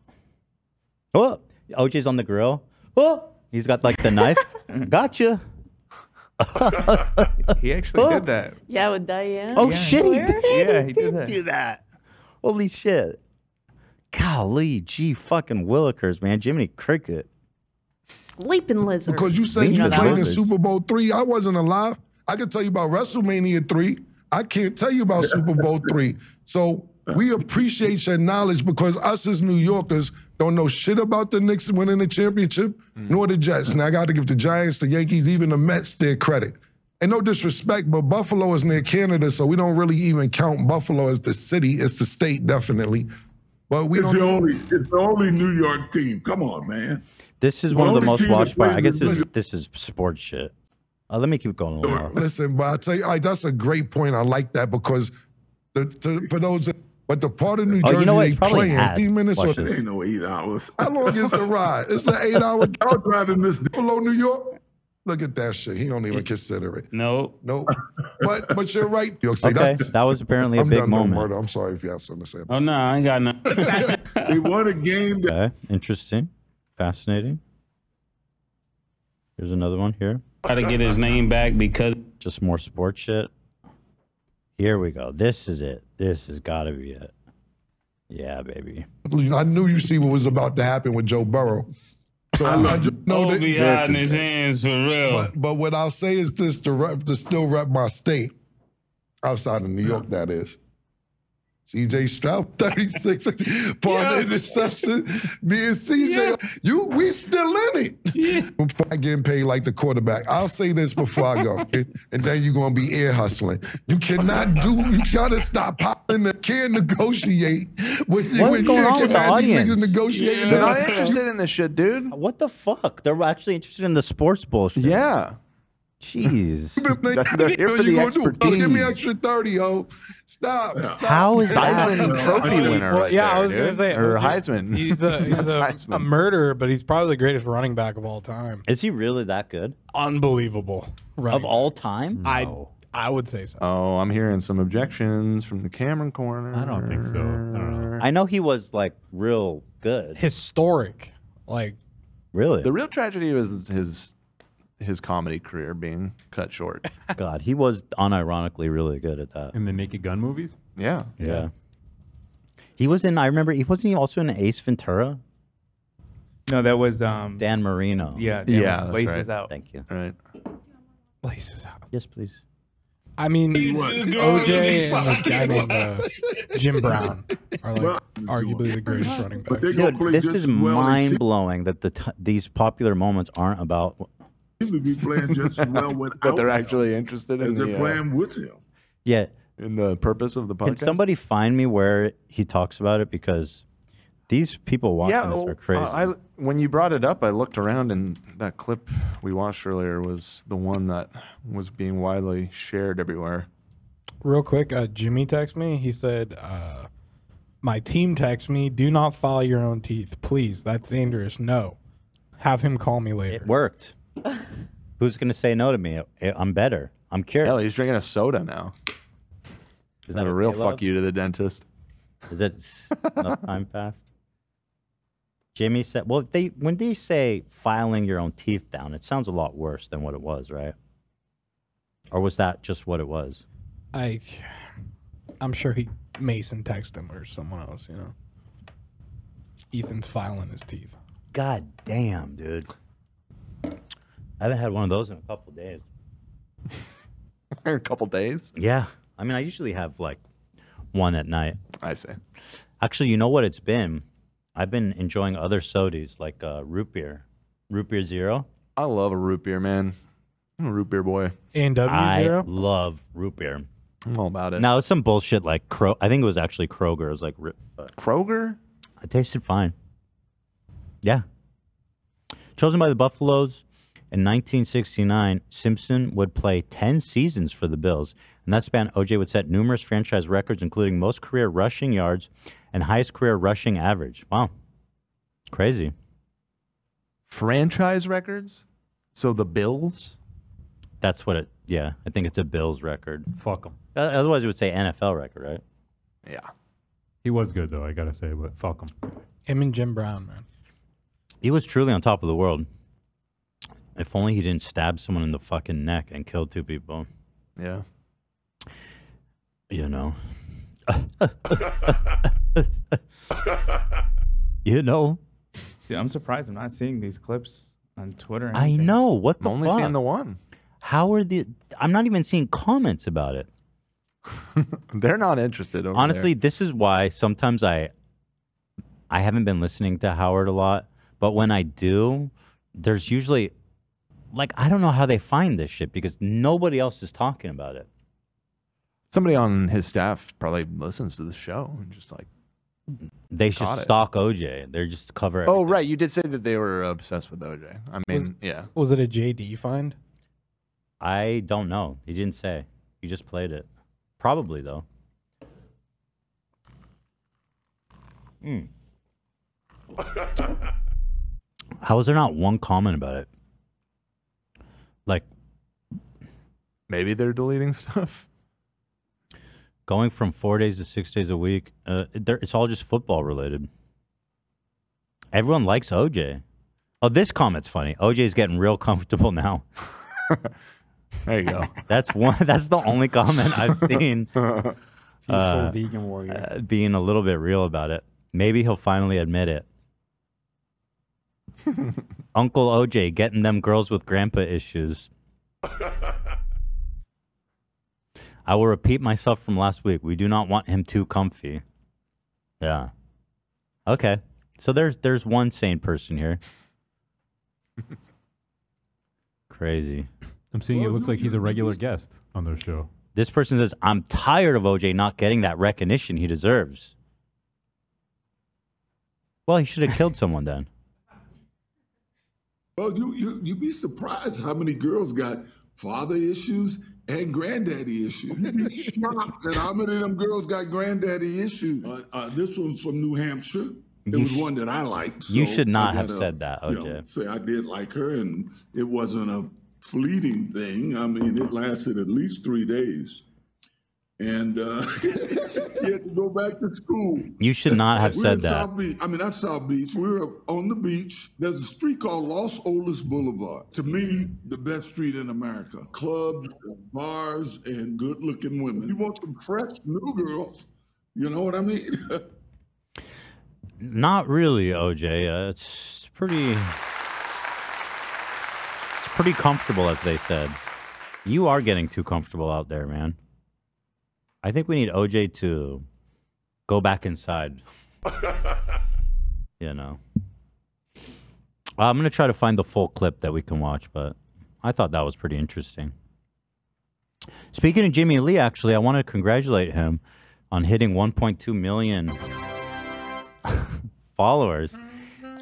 [SPEAKER 3] Oh, OJ's on the grill. Oh, he's got like the knife. gotcha.
[SPEAKER 20] he actually
[SPEAKER 3] Oh.
[SPEAKER 20] did that.
[SPEAKER 6] Yeah, with Diane.
[SPEAKER 3] Oh shit, he
[SPEAKER 6] Where?
[SPEAKER 3] did. Yeah, he did, do that. Holy shit. Golly, gee, fucking Willikers, man. Jiminy Cricket.
[SPEAKER 6] Leaping lizard.
[SPEAKER 13] Because you said
[SPEAKER 3] Leaping
[SPEAKER 13] you played in
[SPEAKER 3] lizards.
[SPEAKER 13] Super Bowl three. I wasn't alive. I could tell you about WrestleMania three. I can't tell you about Super Bowl three. So we appreciate your knowledge because us as New Yorkers don't know shit about the Knicks winning the championship, nor the Jets. And I got to give the Giants, the Yankees, even the Mets their credit. And no disrespect, but Buffalo is near Canada, so we don't really even count Buffalo as the city. It's the state, definitely. But we
[SPEAKER 23] it's
[SPEAKER 13] don't.
[SPEAKER 23] the only it's the only New York team. Come on, man.
[SPEAKER 3] This is
[SPEAKER 23] The
[SPEAKER 3] one of the
[SPEAKER 23] only
[SPEAKER 3] most
[SPEAKER 23] team that
[SPEAKER 3] watched by
[SPEAKER 23] played
[SPEAKER 3] I guess
[SPEAKER 23] this
[SPEAKER 3] this,
[SPEAKER 23] league.
[SPEAKER 3] this is sports shit. Uh, let me keep going a little more.
[SPEAKER 13] Listen, but I tell you, I, that's a great point. I like that because the, to, for those, that, but the part of New
[SPEAKER 3] Oh,
[SPEAKER 13] Jersey
[SPEAKER 3] you know what?
[SPEAKER 13] they
[SPEAKER 3] It's probably
[SPEAKER 13] play in,
[SPEAKER 3] ad.
[SPEAKER 13] three minutes or
[SPEAKER 3] Watch
[SPEAKER 13] three.
[SPEAKER 3] this.
[SPEAKER 23] Ain't no eight hours.
[SPEAKER 13] How long is the ride? It's an eight-hour.
[SPEAKER 23] I was driving this.
[SPEAKER 13] Buffalo, New York. Look at that shit. He don't even consider it.
[SPEAKER 20] No.
[SPEAKER 13] Nope. But but you're right. New York City.
[SPEAKER 3] Okay,
[SPEAKER 13] That's-
[SPEAKER 3] that was apparently a
[SPEAKER 13] I'm
[SPEAKER 3] big
[SPEAKER 13] done with
[SPEAKER 3] moment.
[SPEAKER 13] murder. I'm sorry if you have something to say.
[SPEAKER 20] Oh no, I ain't got nothing.
[SPEAKER 23] They won a game that
[SPEAKER 3] Okay, interesting, fascinating. Here's another one here.
[SPEAKER 18] Try to get his name back because
[SPEAKER 3] Just more sports shit. Here we go. This is it. This has got to be it. Yeah, baby.
[SPEAKER 13] I knew you see what was about to happen with Joe Burrow. So I, I just know that.
[SPEAKER 18] OVI in his hands for real.
[SPEAKER 13] But, but what I'll say is this to, rep, to still rep my state outside of New York, that is. CJ Stroud, 36 part
[SPEAKER 16] Yeah.
[SPEAKER 13] interception. Me and CJ, you we still in it. Before I getting paid like the quarterback. I'll say this before I go, okay? and then you're gonna be air hustling. You cannot do. You gotta stop popping. The can negotiate. When, you-
[SPEAKER 4] What's
[SPEAKER 13] when you
[SPEAKER 4] going on with
[SPEAKER 13] can't
[SPEAKER 4] the
[SPEAKER 13] have these niggas
[SPEAKER 4] audience?
[SPEAKER 13] Negotiating
[SPEAKER 4] They're not interested in this shit, dude.
[SPEAKER 3] What the fuck? They're actually interested in the sports bullshit.
[SPEAKER 4] Yeah.
[SPEAKER 3] Jeez.
[SPEAKER 4] They're here for the
[SPEAKER 13] Oh, give me
[SPEAKER 4] expertise.
[SPEAKER 13] extra 30, yo. Stop. stop.
[SPEAKER 3] How is that?
[SPEAKER 4] Heisman Trophy winner,
[SPEAKER 5] Well,
[SPEAKER 4] right
[SPEAKER 5] yeah, I
[SPEAKER 4] there,
[SPEAKER 5] was gonna
[SPEAKER 4] dude.
[SPEAKER 5] say
[SPEAKER 4] or
[SPEAKER 5] I was-
[SPEAKER 4] Heisman.
[SPEAKER 5] He's a he's
[SPEAKER 4] That's
[SPEAKER 5] a,
[SPEAKER 4] Heisman.
[SPEAKER 5] a murderer, but he's probably the greatest running back of all time.
[SPEAKER 3] Is he really that good?
[SPEAKER 5] Unbelievable. Running
[SPEAKER 3] Of all time?
[SPEAKER 5] I I would say so.
[SPEAKER 4] Oh, I'm hearing some objections from the Cameron corner. I don't think so. I don't know.
[SPEAKER 3] I know he was like real good.
[SPEAKER 5] Historic. Like
[SPEAKER 3] Really?
[SPEAKER 4] The real tragedy was his his comedy career being cut short.
[SPEAKER 3] God, he was unironically really good at that.
[SPEAKER 15] In the Naked Gun movies?
[SPEAKER 4] Yeah.
[SPEAKER 3] Yeah. He was in I remember he wasn't he also in Ace Ventura?
[SPEAKER 20] No, that was um
[SPEAKER 3] Dan Marino.
[SPEAKER 20] Yeah, Dan Yeah, Marino. that's Laces right. out.
[SPEAKER 3] Thank you.
[SPEAKER 4] Right.
[SPEAKER 5] Laces out.
[SPEAKER 3] Yes, please.
[SPEAKER 5] I mean OJ and this guy named uh, Jim Brown are
[SPEAKER 23] Well,
[SPEAKER 5] like arguably the greatest running back.
[SPEAKER 23] But they gonna play
[SPEAKER 3] this
[SPEAKER 23] just
[SPEAKER 3] is
[SPEAKER 23] as well in
[SPEAKER 3] mind blowing that the t- these popular moments aren't about.
[SPEAKER 23] He'll be playing just as well without
[SPEAKER 4] But they're
[SPEAKER 23] him
[SPEAKER 4] actually interested
[SPEAKER 23] as
[SPEAKER 4] in
[SPEAKER 23] they're
[SPEAKER 4] the, uh,
[SPEAKER 23] playing with him.
[SPEAKER 3] Yeah,
[SPEAKER 4] in the purpose of the
[SPEAKER 3] can
[SPEAKER 4] podcast.
[SPEAKER 3] somebody find me where he talks about it because these people watching
[SPEAKER 4] yeah,
[SPEAKER 3] this
[SPEAKER 4] well,
[SPEAKER 3] are crazy.
[SPEAKER 4] uh, I, when you brought it up, I looked around and that clip we watched earlier was the one that was being widely shared everywhere.
[SPEAKER 5] Real quick, uh, Jimmy texted me. He said, uh, "My team texted me. Do not file your own teeth, please. That's dangerous. No, have him call me later."
[SPEAKER 3] it worked. Who's gonna say no to me? I- I'm better. I'm cured.
[SPEAKER 4] Hell, he's drinking a soda now.
[SPEAKER 3] Is
[SPEAKER 4] Is that a
[SPEAKER 3] okay,
[SPEAKER 4] real
[SPEAKER 3] love?
[SPEAKER 4] fuck you to the dentist?
[SPEAKER 3] Is that enough time passed? Jimmy said, "Well, they when they say filing your own teeth down, it sounds a lot worse than what it was, right? Or was that just what it was?
[SPEAKER 5] I, I'm sure he Mason texted him or someone else. You know, Ethan's filing his teeth.
[SPEAKER 3] God damn, dude! I haven't had one of those in a couple days.
[SPEAKER 4] a couple days?
[SPEAKER 3] Yeah, I mean, I usually have like one at night.
[SPEAKER 4] I see.
[SPEAKER 3] Actually, you know what it's been? I've been enjoying other sodas like uh, root beer, root beer zero.
[SPEAKER 4] I love a root beer, man. I'm a root beer boy.
[SPEAKER 5] A&W
[SPEAKER 3] I
[SPEAKER 5] zero?
[SPEAKER 3] love root beer.
[SPEAKER 4] I'm all about it.
[SPEAKER 3] Now it's some bullshit like Kro. I think it was actually Kroger. It was like rip,
[SPEAKER 4] Kroger.
[SPEAKER 3] It tasted fine. Yeah. Chosen by the Buffaloes in 1969, Simpson would play 10 seasons for the Bills. In that span, OJ would set numerous franchise records, including most career rushing yards and highest career rushing average. Wow. Crazy.
[SPEAKER 4] Franchise records? So the Bills?
[SPEAKER 3] That's what it, yeah. I think it's a Bills record.
[SPEAKER 15] Fuck him.
[SPEAKER 3] Otherwise, it would say NFL record, right?
[SPEAKER 4] Yeah.
[SPEAKER 15] He was good though, I gotta say, but fuck him.
[SPEAKER 5] Him and Jim Brown, man.
[SPEAKER 3] He was truly on top of the world. If only he didn't stab someone in the fucking neck and kill two people.
[SPEAKER 4] Yeah.
[SPEAKER 3] You know. you know.
[SPEAKER 20] Dude, I'm surprised I'm not seeing these clips on Twitter. and
[SPEAKER 3] I
[SPEAKER 20] anything.
[SPEAKER 3] know. What the
[SPEAKER 20] I'm only
[SPEAKER 3] fuck?
[SPEAKER 20] seeing the
[SPEAKER 4] one.
[SPEAKER 3] How are the? I'm not even seeing comments about it.
[SPEAKER 4] They're not interested. Over
[SPEAKER 3] Honestly, this is why sometimes I, I haven't been listening to Howard a lot, but when I do, there's usually, like, I don't know how they find this shit because nobody else is talking about it.
[SPEAKER 4] somebody on his staff probably listens to the show and just like,
[SPEAKER 3] They should
[SPEAKER 4] Caught it.
[SPEAKER 3] stalk OJ. They're just cover.
[SPEAKER 4] oh right, you did say that they were obsessed with OJ. I mean, yeah.
[SPEAKER 5] Was it a JD find?
[SPEAKER 3] I don't know. He didn't say. He just played it. Probably though. Mm. How is there not one comment about it? Like
[SPEAKER 4] maybe they're deleting stuff.
[SPEAKER 3] Going from four days to six days a week, uh, there- it's all just football related. Everyone likes OJ. Oh, this comment's funny. OJ's getting real comfortable now.
[SPEAKER 4] there you go.
[SPEAKER 3] That's one. That's the only comment I've seen. Peaceful
[SPEAKER 9] vegan warrior.
[SPEAKER 3] Uh, being a little bit real about it. Maybe he'll finally admit it. Uncle OJ getting them girls with grandpa issues. I will repeat myself from last week. We do not want him too comfy. Yeah. Okay. So there's there's one sane person here. Crazy.
[SPEAKER 15] I'm seeing it looks like he's a regular guest on their show.
[SPEAKER 3] This person says, I'm tired of OJ not getting that recognition he deserves. Well, he should have killed someone then.
[SPEAKER 23] Well, you you you'd be surprised how many girls got father issues and granddaddy issues. You'd be shocked at how many of them girls got granddaddy issues. Uh, uh, this one's from New Hampshire. It
[SPEAKER 3] You
[SPEAKER 23] was
[SPEAKER 3] sh-
[SPEAKER 23] one that I liked.
[SPEAKER 3] you should not
[SPEAKER 23] I
[SPEAKER 3] have
[SPEAKER 23] gotta,
[SPEAKER 3] said that,
[SPEAKER 23] you know,
[SPEAKER 3] OJ.
[SPEAKER 23] say I did like her, and it wasn't a fleeting thing. I mean, it lasted at least three days, and uh, you had to go back to school.
[SPEAKER 3] You should not have
[SPEAKER 23] We were
[SPEAKER 3] said
[SPEAKER 23] in
[SPEAKER 3] that.
[SPEAKER 23] South Beach. I mean, that's South Beach. We were on the beach. There's a street called Los Olas Boulevard. To me, the best street in America. Clubs, bars, and good-looking women. You want some fresh new girls? You know what I mean?
[SPEAKER 3] Not really, OJ. Uh, it's pretty. It's pretty comfortable, as they said. You are getting too comfortable out there, man. I think we need OJ to go back inside. you know. I'm gonna try to find the full clip that we can watch, but I thought that was pretty interesting. Speaking of Jimmy Lee, actually, I want to congratulate him on hitting 1.2 million followers.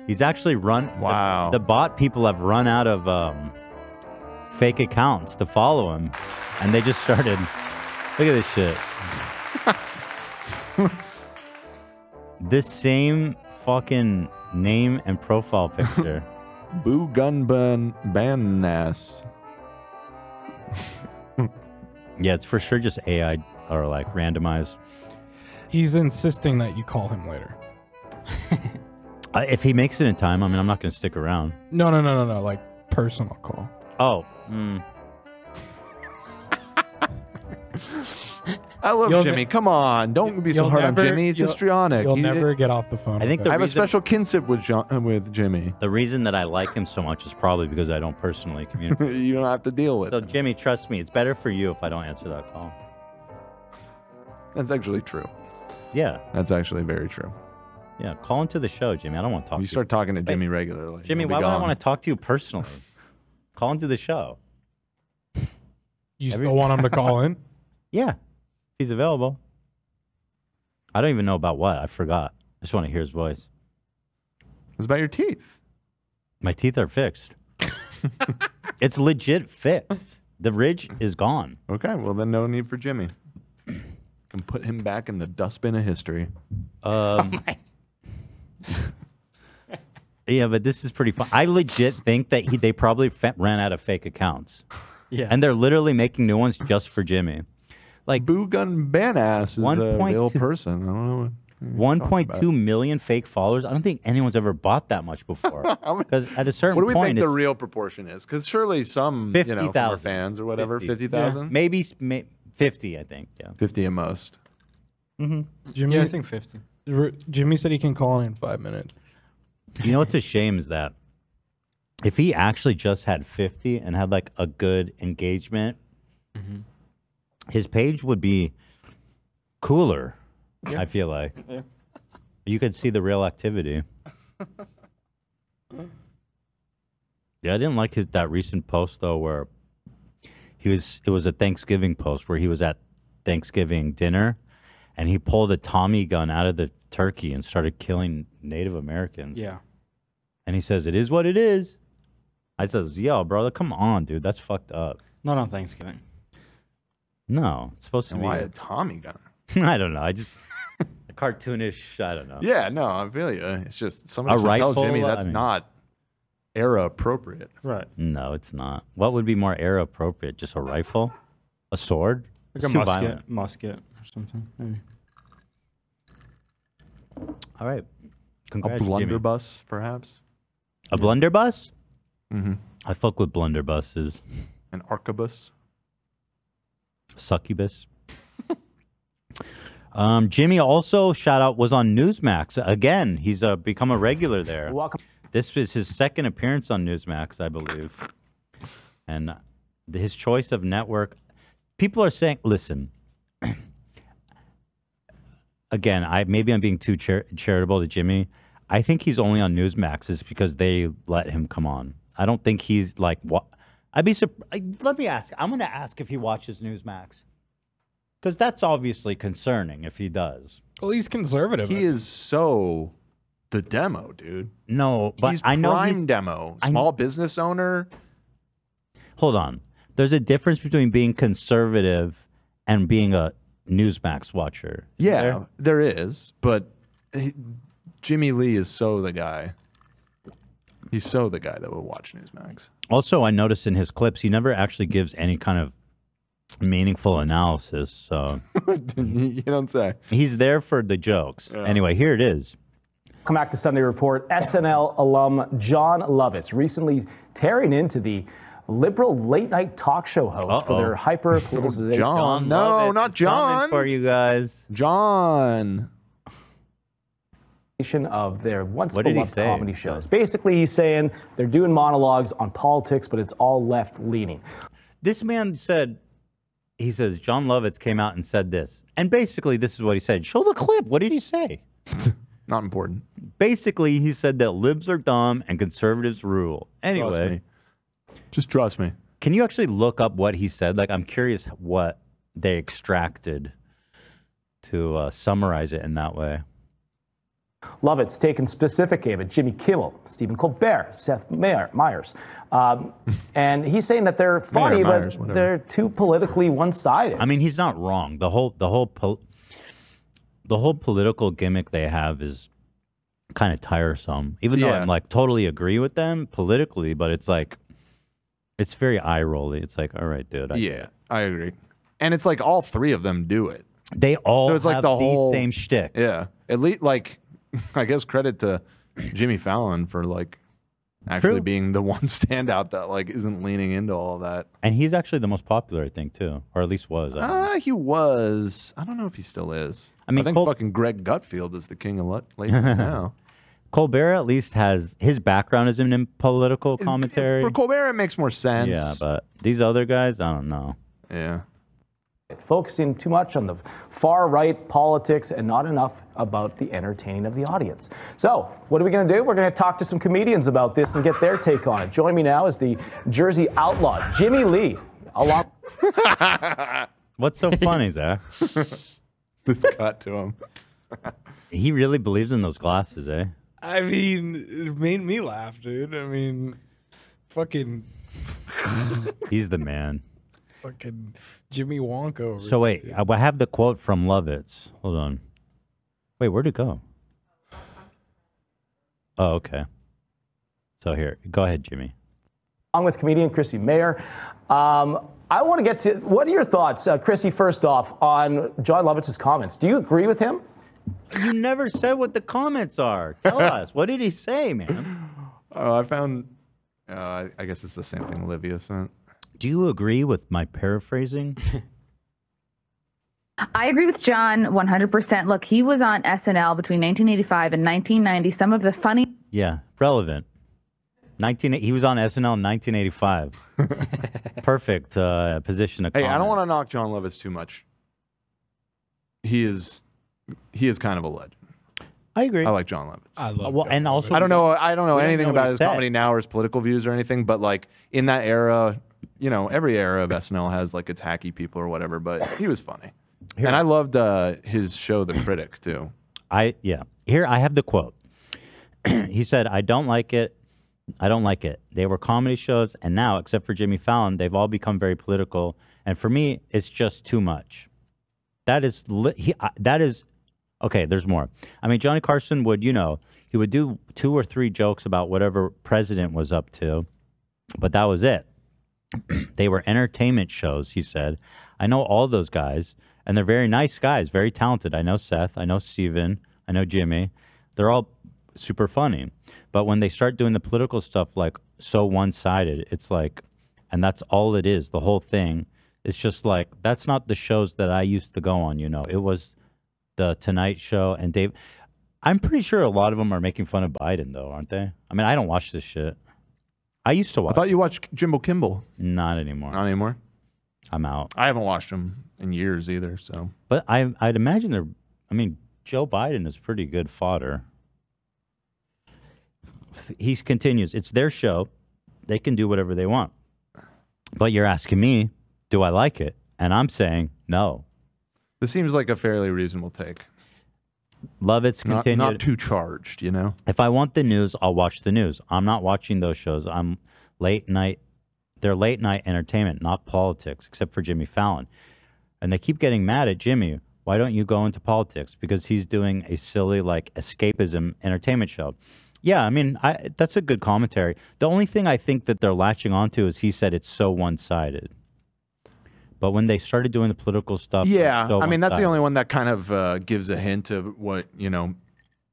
[SPEAKER 3] He's actually run. Wow. The, the bot people have run out of um, fake accounts to follow him, and they just started. Look at this shit. this same fucking name and profile picture.
[SPEAKER 4] Boo Gun Ban Bannas.
[SPEAKER 3] yeah, it's for sure just AI or like randomized.
[SPEAKER 5] He's insisting that you call him later.
[SPEAKER 3] Uh, if he makes it in time, I mean, I'm not going to stick around.
[SPEAKER 5] No, no, no, no, no. Like personal call.
[SPEAKER 3] Oh,
[SPEAKER 4] hmm.
[SPEAKER 3] mm.
[SPEAKER 4] I love
[SPEAKER 5] You'll
[SPEAKER 4] Jimmy.
[SPEAKER 5] ne-
[SPEAKER 4] Come on, don't be so
[SPEAKER 5] you'll
[SPEAKER 4] hard
[SPEAKER 5] never-
[SPEAKER 4] on Jimmy. He's
[SPEAKER 5] you'll-
[SPEAKER 4] histrionic.
[SPEAKER 5] you'll
[SPEAKER 4] He-
[SPEAKER 5] never get off the phone
[SPEAKER 3] I think with the him.
[SPEAKER 4] I have a
[SPEAKER 3] reason-
[SPEAKER 4] special kinship with John, uh, with Jimmy.
[SPEAKER 3] The reason that I like him so much is probably because I don't personally communicate.
[SPEAKER 4] you don't have to deal with.
[SPEAKER 3] so, Jimmy, trust me, it's better for you if I don't answer that call.
[SPEAKER 4] That's actually true.
[SPEAKER 3] Yeah,
[SPEAKER 4] That's actually very true.
[SPEAKER 3] yeah. Call into the show, Jimmy. I don't want to talk.
[SPEAKER 4] You
[SPEAKER 3] to
[SPEAKER 4] start talking to Jimmy regularly.
[SPEAKER 3] Jimmy,
[SPEAKER 4] he'll be
[SPEAKER 3] why would I
[SPEAKER 4] gone.
[SPEAKER 3] want to talk to you personally? call into the show.
[SPEAKER 5] You
[SPEAKER 3] Every-
[SPEAKER 5] still want him to call in?
[SPEAKER 3] Yeah, if he's available. I don't even know about what. I forgot. I just want to hear his voice.
[SPEAKER 4] It's about your teeth.
[SPEAKER 3] My teeth are fixed. it's legit fixed. The ridge is gone.
[SPEAKER 4] Okay, well then, no need for Jimmy. Can put him back in the dustbin of history. Oh
[SPEAKER 3] Um, yeah, but this is pretty fun. I legit think that he, they probably fa- ran out of fake accounts.
[SPEAKER 4] Yeah.
[SPEAKER 3] And they're literally making new ones just for Jimmy. Like
[SPEAKER 4] Boo Gun Banass is a
[SPEAKER 3] 1.2
[SPEAKER 4] real person. I don't know. What you're talking about.
[SPEAKER 3] 1.2 million fake followers. I don't think anyone's ever bought that much before. Because at a certain
[SPEAKER 4] What do we
[SPEAKER 3] point,
[SPEAKER 4] think
[SPEAKER 3] it's
[SPEAKER 4] the real proportion is? Because surely some, you know, from our
[SPEAKER 3] 50,000.
[SPEAKER 4] fans or whatever,
[SPEAKER 3] 50. Yeah.
[SPEAKER 4] 50,000?
[SPEAKER 3] Maybe s- ma- 50, I think. Yeah.
[SPEAKER 4] 50 at most. Mm-hmm.
[SPEAKER 5] Jimmy,
[SPEAKER 3] Yeah, I think 50.
[SPEAKER 5] R- Jimmy said he can call in in five minutes.
[SPEAKER 3] You know what's a shame is that if he actually just had 50 and had like a good engagement,
[SPEAKER 1] Mm-hmm.
[SPEAKER 3] his page would be cooler. I feel like
[SPEAKER 9] Yeah.
[SPEAKER 3] you could see the real activity. yeah, I didn't like his, that recent post though, where he was. It was a Thanksgiving post where he was at Thanksgiving dinner, and he pulled a Tommy gun out of the turkey and started killing Native Americans.
[SPEAKER 9] Yeah.
[SPEAKER 3] And he says, "It is what it is." I says, "Yo, brother, come on, dude, that's fucked up."
[SPEAKER 9] Not on Thanksgiving.
[SPEAKER 3] No, it's supposed to
[SPEAKER 4] And
[SPEAKER 3] be.
[SPEAKER 4] why a Tommy gun?
[SPEAKER 3] I don't know. I just a cartoonish. I don't know.
[SPEAKER 4] Yeah, no, I feel you. It's just somebody
[SPEAKER 3] A
[SPEAKER 4] should
[SPEAKER 3] rifle,
[SPEAKER 4] tell Jimmy
[SPEAKER 3] I
[SPEAKER 4] that's
[SPEAKER 3] mean-
[SPEAKER 4] not era appropriate.
[SPEAKER 9] Right.
[SPEAKER 3] No, it's not. What would be more era appropriate? Just a rifle, a sword,
[SPEAKER 9] Like
[SPEAKER 3] It's
[SPEAKER 9] a
[SPEAKER 3] too
[SPEAKER 9] musket,
[SPEAKER 3] violent.
[SPEAKER 9] musket or something. Maybe.
[SPEAKER 3] All right.
[SPEAKER 4] A
[SPEAKER 3] Congrats, Jimmy.
[SPEAKER 4] blunderbuss, perhaps?
[SPEAKER 3] A blunderbuss. Mm-hmm. I fuck with blunderbusses.
[SPEAKER 4] An arquebus?
[SPEAKER 3] Succubus. um, Jimmy also shout out was on Newsmax again. He's uh, become a regular there. Welcome. This is his second appearance on Newsmax, I believe, and his choice of network. people are saying, listen, again, I maybe I'm being too char- charitable to Jimmy. I think he's only on Newsmax is because they let him come on. I don't think he's like what. I'd be surprised. Let me ask. I'm going to ask if he watches Newsmax because that's obviously concerning if he does.
[SPEAKER 5] Well, he's conservative.
[SPEAKER 4] He is so the demo, dude.
[SPEAKER 3] No, but
[SPEAKER 4] he's
[SPEAKER 3] I know
[SPEAKER 4] prime
[SPEAKER 3] he's-
[SPEAKER 4] demo,
[SPEAKER 3] I-
[SPEAKER 4] small business owner.
[SPEAKER 3] Hold on. There's a difference between being conservative and being a Newsmax watcher.
[SPEAKER 4] Yeah, there is, but he- Jimmy Lee is so the guy. He's so the guy that will watch Newsmax.
[SPEAKER 3] Also, I noticed in his clips he never actually gives any kind of meaningful analysis. So
[SPEAKER 4] you don't say.
[SPEAKER 3] He's there for the jokes. Anyway, here it is.
[SPEAKER 19] Come back to Sunday Report. SNL alum John Lovitz recently tearing into the liberal late night talk show host for
[SPEAKER 4] Uh-oh.
[SPEAKER 19] their hyper politicization.
[SPEAKER 4] John, no, not John.
[SPEAKER 3] you guys,
[SPEAKER 4] John.
[SPEAKER 19] Of their once
[SPEAKER 4] What did he
[SPEAKER 19] beloved
[SPEAKER 4] say?
[SPEAKER 19] comedy shows. Basically, he's saying they're doing monologues on politics, but it's all left leaning.
[SPEAKER 3] This man said, he says, John Lovitz came out and said this. And basically, this is what he said. Show the clip. What did he say?
[SPEAKER 4] Not important.
[SPEAKER 3] Basically, he said that libs are dumb and conservatives rule. Anyway,
[SPEAKER 4] just trust me.
[SPEAKER 3] Can you actually look up what he said? Like, I'm curious what they extracted to uh, summarize it in that way.
[SPEAKER 19] Lovitz taken specific aim at Jimmy Kimmel, Stephen Colbert, Seth Mayer, Myers. Um, and he's saying that they're funny,
[SPEAKER 3] Myers,
[SPEAKER 19] but
[SPEAKER 3] whatever.
[SPEAKER 19] they're too politically one sided.
[SPEAKER 3] I mean, he's not wrong. The whole the whole pol- the whole political gimmick they have is kind of tiresome. Even though
[SPEAKER 4] Yeah.
[SPEAKER 3] I'm like totally agree with them politically, but it's like it's very eye rolly. It's like, all right, dude. I,
[SPEAKER 4] Yeah, I agree. And it's like all three of them do it.
[SPEAKER 3] They all
[SPEAKER 4] so it's like
[SPEAKER 3] have
[SPEAKER 4] the
[SPEAKER 3] the
[SPEAKER 4] whole
[SPEAKER 3] same shtick.
[SPEAKER 4] Yeah, at least like I guess credit to Jimmy Fallon for like actually being the one standout that like isn't leaning into all that.
[SPEAKER 3] And he's actually the most popular, I think, too, or at least was. I don't know.
[SPEAKER 4] Ah, he was. I don't know if he still is. I
[SPEAKER 3] mean,
[SPEAKER 4] think fucking Greg Gutfield is the king of le- late night now.
[SPEAKER 3] Colbert at least has his background is in, in political commentary.
[SPEAKER 4] For Colbert, it makes more sense.
[SPEAKER 3] yeah, but these other guys, I don't know.
[SPEAKER 4] Yeah.
[SPEAKER 19] focusing too much on the far right politics and not enough about the entertaining of the audience. So, what are we going to do? We're going to talk to some comedians about this and get their take on it. Join me now is the Jersey Outlaw, Jimmy Lee. Along-
[SPEAKER 3] What's so funny, Zach?
[SPEAKER 4] this cut to him.
[SPEAKER 3] he really believes in those glasses, eh?
[SPEAKER 5] I mean, it made me laugh, dude. I mean, fucking,
[SPEAKER 3] He's the man.
[SPEAKER 5] fucking Jimmy Wonka. Over
[SPEAKER 3] So wait, I I have the quote from Lovitz. Hold on. Wait, where'd it go? Oh, okay. So here, go ahead, Jimmy.
[SPEAKER 19] along with comedian Chrissy Mayer. Um, I want to get to what are your thoughts, uh, Chrissy, first off, on John Lovitz's comments? Do you agree with him?
[SPEAKER 3] You never said what the comments are. Tell us. What did he say, man?
[SPEAKER 4] Oh, I found. Uh, I- I guess it's the same thing Olivia sent.
[SPEAKER 3] Do you agree with my paraphrasing?
[SPEAKER 22] I agree with John 100%. Look, he was on SNL between 1985 and 1990. Some of the funny.
[SPEAKER 3] yeah, relevant. 19 he was on SNL in 1985. Perfect uh, position of
[SPEAKER 4] Hey, I
[SPEAKER 3] comment.
[SPEAKER 4] don't want to knock John Lovitz too much. He is, he is kind of a legend.
[SPEAKER 3] I agree.
[SPEAKER 4] I like John Lovitz.
[SPEAKER 5] I love.
[SPEAKER 3] Uh, well, and also
[SPEAKER 4] I don't know. I don't know
[SPEAKER 3] we don't
[SPEAKER 4] anything
[SPEAKER 3] know what
[SPEAKER 4] about
[SPEAKER 3] he
[SPEAKER 4] his
[SPEAKER 3] said.
[SPEAKER 4] comedy now or his political views or anything, but like in that era, you know, every era of SNL has like its hacky people or whatever. But he was funny, and I loved uh, his show, The Critic, too.
[SPEAKER 3] I yeah. Here I have the quote. he said, "I don't like it. I don't like it. They were comedy shows, and now, except for Jimmy Fallon, they've all become very political. And for me, it's just too much. That is li- he. I, that is okay. There's more. I mean, Johnny Carson would, you know, he would do two or three jokes about whatever president was up to, but that was it. they were entertainment shows, he said. I know all those guys, and they're very nice guys, very talented. I know Seth, I know Steven, I know Jimmy. They're all super funny. But when they start doing the political stuff like so one sided, it's like, and that's all it is, the whole thing. It's just like, that's not the shows that I used to go on, you know. It was the Tonight Show and Dave. I'm pretty sure a lot of them are making fun of Biden, though, aren't they? I mean, I don't watch this shit. I used to watch. I thought
[SPEAKER 4] you watched Jimbo Kimball.
[SPEAKER 3] Not anymore.
[SPEAKER 4] Not anymore.
[SPEAKER 3] I'm out.
[SPEAKER 4] I haven't watched them in years either. So
[SPEAKER 3] But I, I'd imagine they're. I mean, Joe Biden is pretty good fodder. He continues. It's their show. They can do whatever they want. But you're asking me, do I like it? And I'm saying no.
[SPEAKER 4] This seems like a fairly reasonable take.
[SPEAKER 3] Love it's
[SPEAKER 4] Not- not
[SPEAKER 3] continued.
[SPEAKER 4] too charged, you know.
[SPEAKER 3] If I want the news, I'll watch the news. I'm not watching those shows. I'm late night. They're late night entertainment, not politics, except for Jimmy Fallon. And they keep getting mad at Jimmy. Why don't you go into politics? Because he's doing a silly like escapism entertainment show. Yeah, I mean, I, that's a good commentary. The only thing I think that they're latching onto is he said it's so one-sided. But when they started doing the political stuff, it's
[SPEAKER 4] Yeah,
[SPEAKER 3] so
[SPEAKER 4] I mean that's the
[SPEAKER 3] one-sided.
[SPEAKER 4] only one that kind of uh, gives a hint of what you know.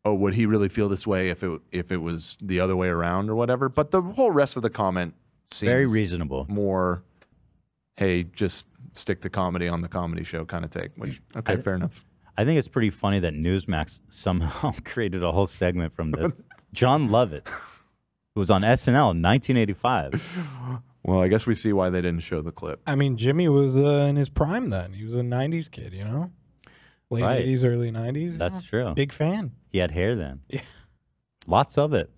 [SPEAKER 4] Oh, would he really feel this way if it if it was the other way around or whatever? But the whole rest of the comment seems
[SPEAKER 3] Very reasonable.
[SPEAKER 4] More, hey, just stick the comedy on the comedy show kind of take. Which okay,
[SPEAKER 3] I-
[SPEAKER 4] fair enough.
[SPEAKER 3] I think it's pretty funny that Newsmax somehow created a whole segment from this. John Lovett, who was on SNL in 1985.
[SPEAKER 4] Well, I guess we see why they didn't show the clip.
[SPEAKER 5] I mean, Jimmy was uh, in his prime then. He was a '90s kid, you know, late
[SPEAKER 3] Right.
[SPEAKER 5] '80s, early '90s.
[SPEAKER 3] That's true.
[SPEAKER 5] Big fan.
[SPEAKER 3] He had hair then.
[SPEAKER 5] Yeah.
[SPEAKER 3] Lots of it.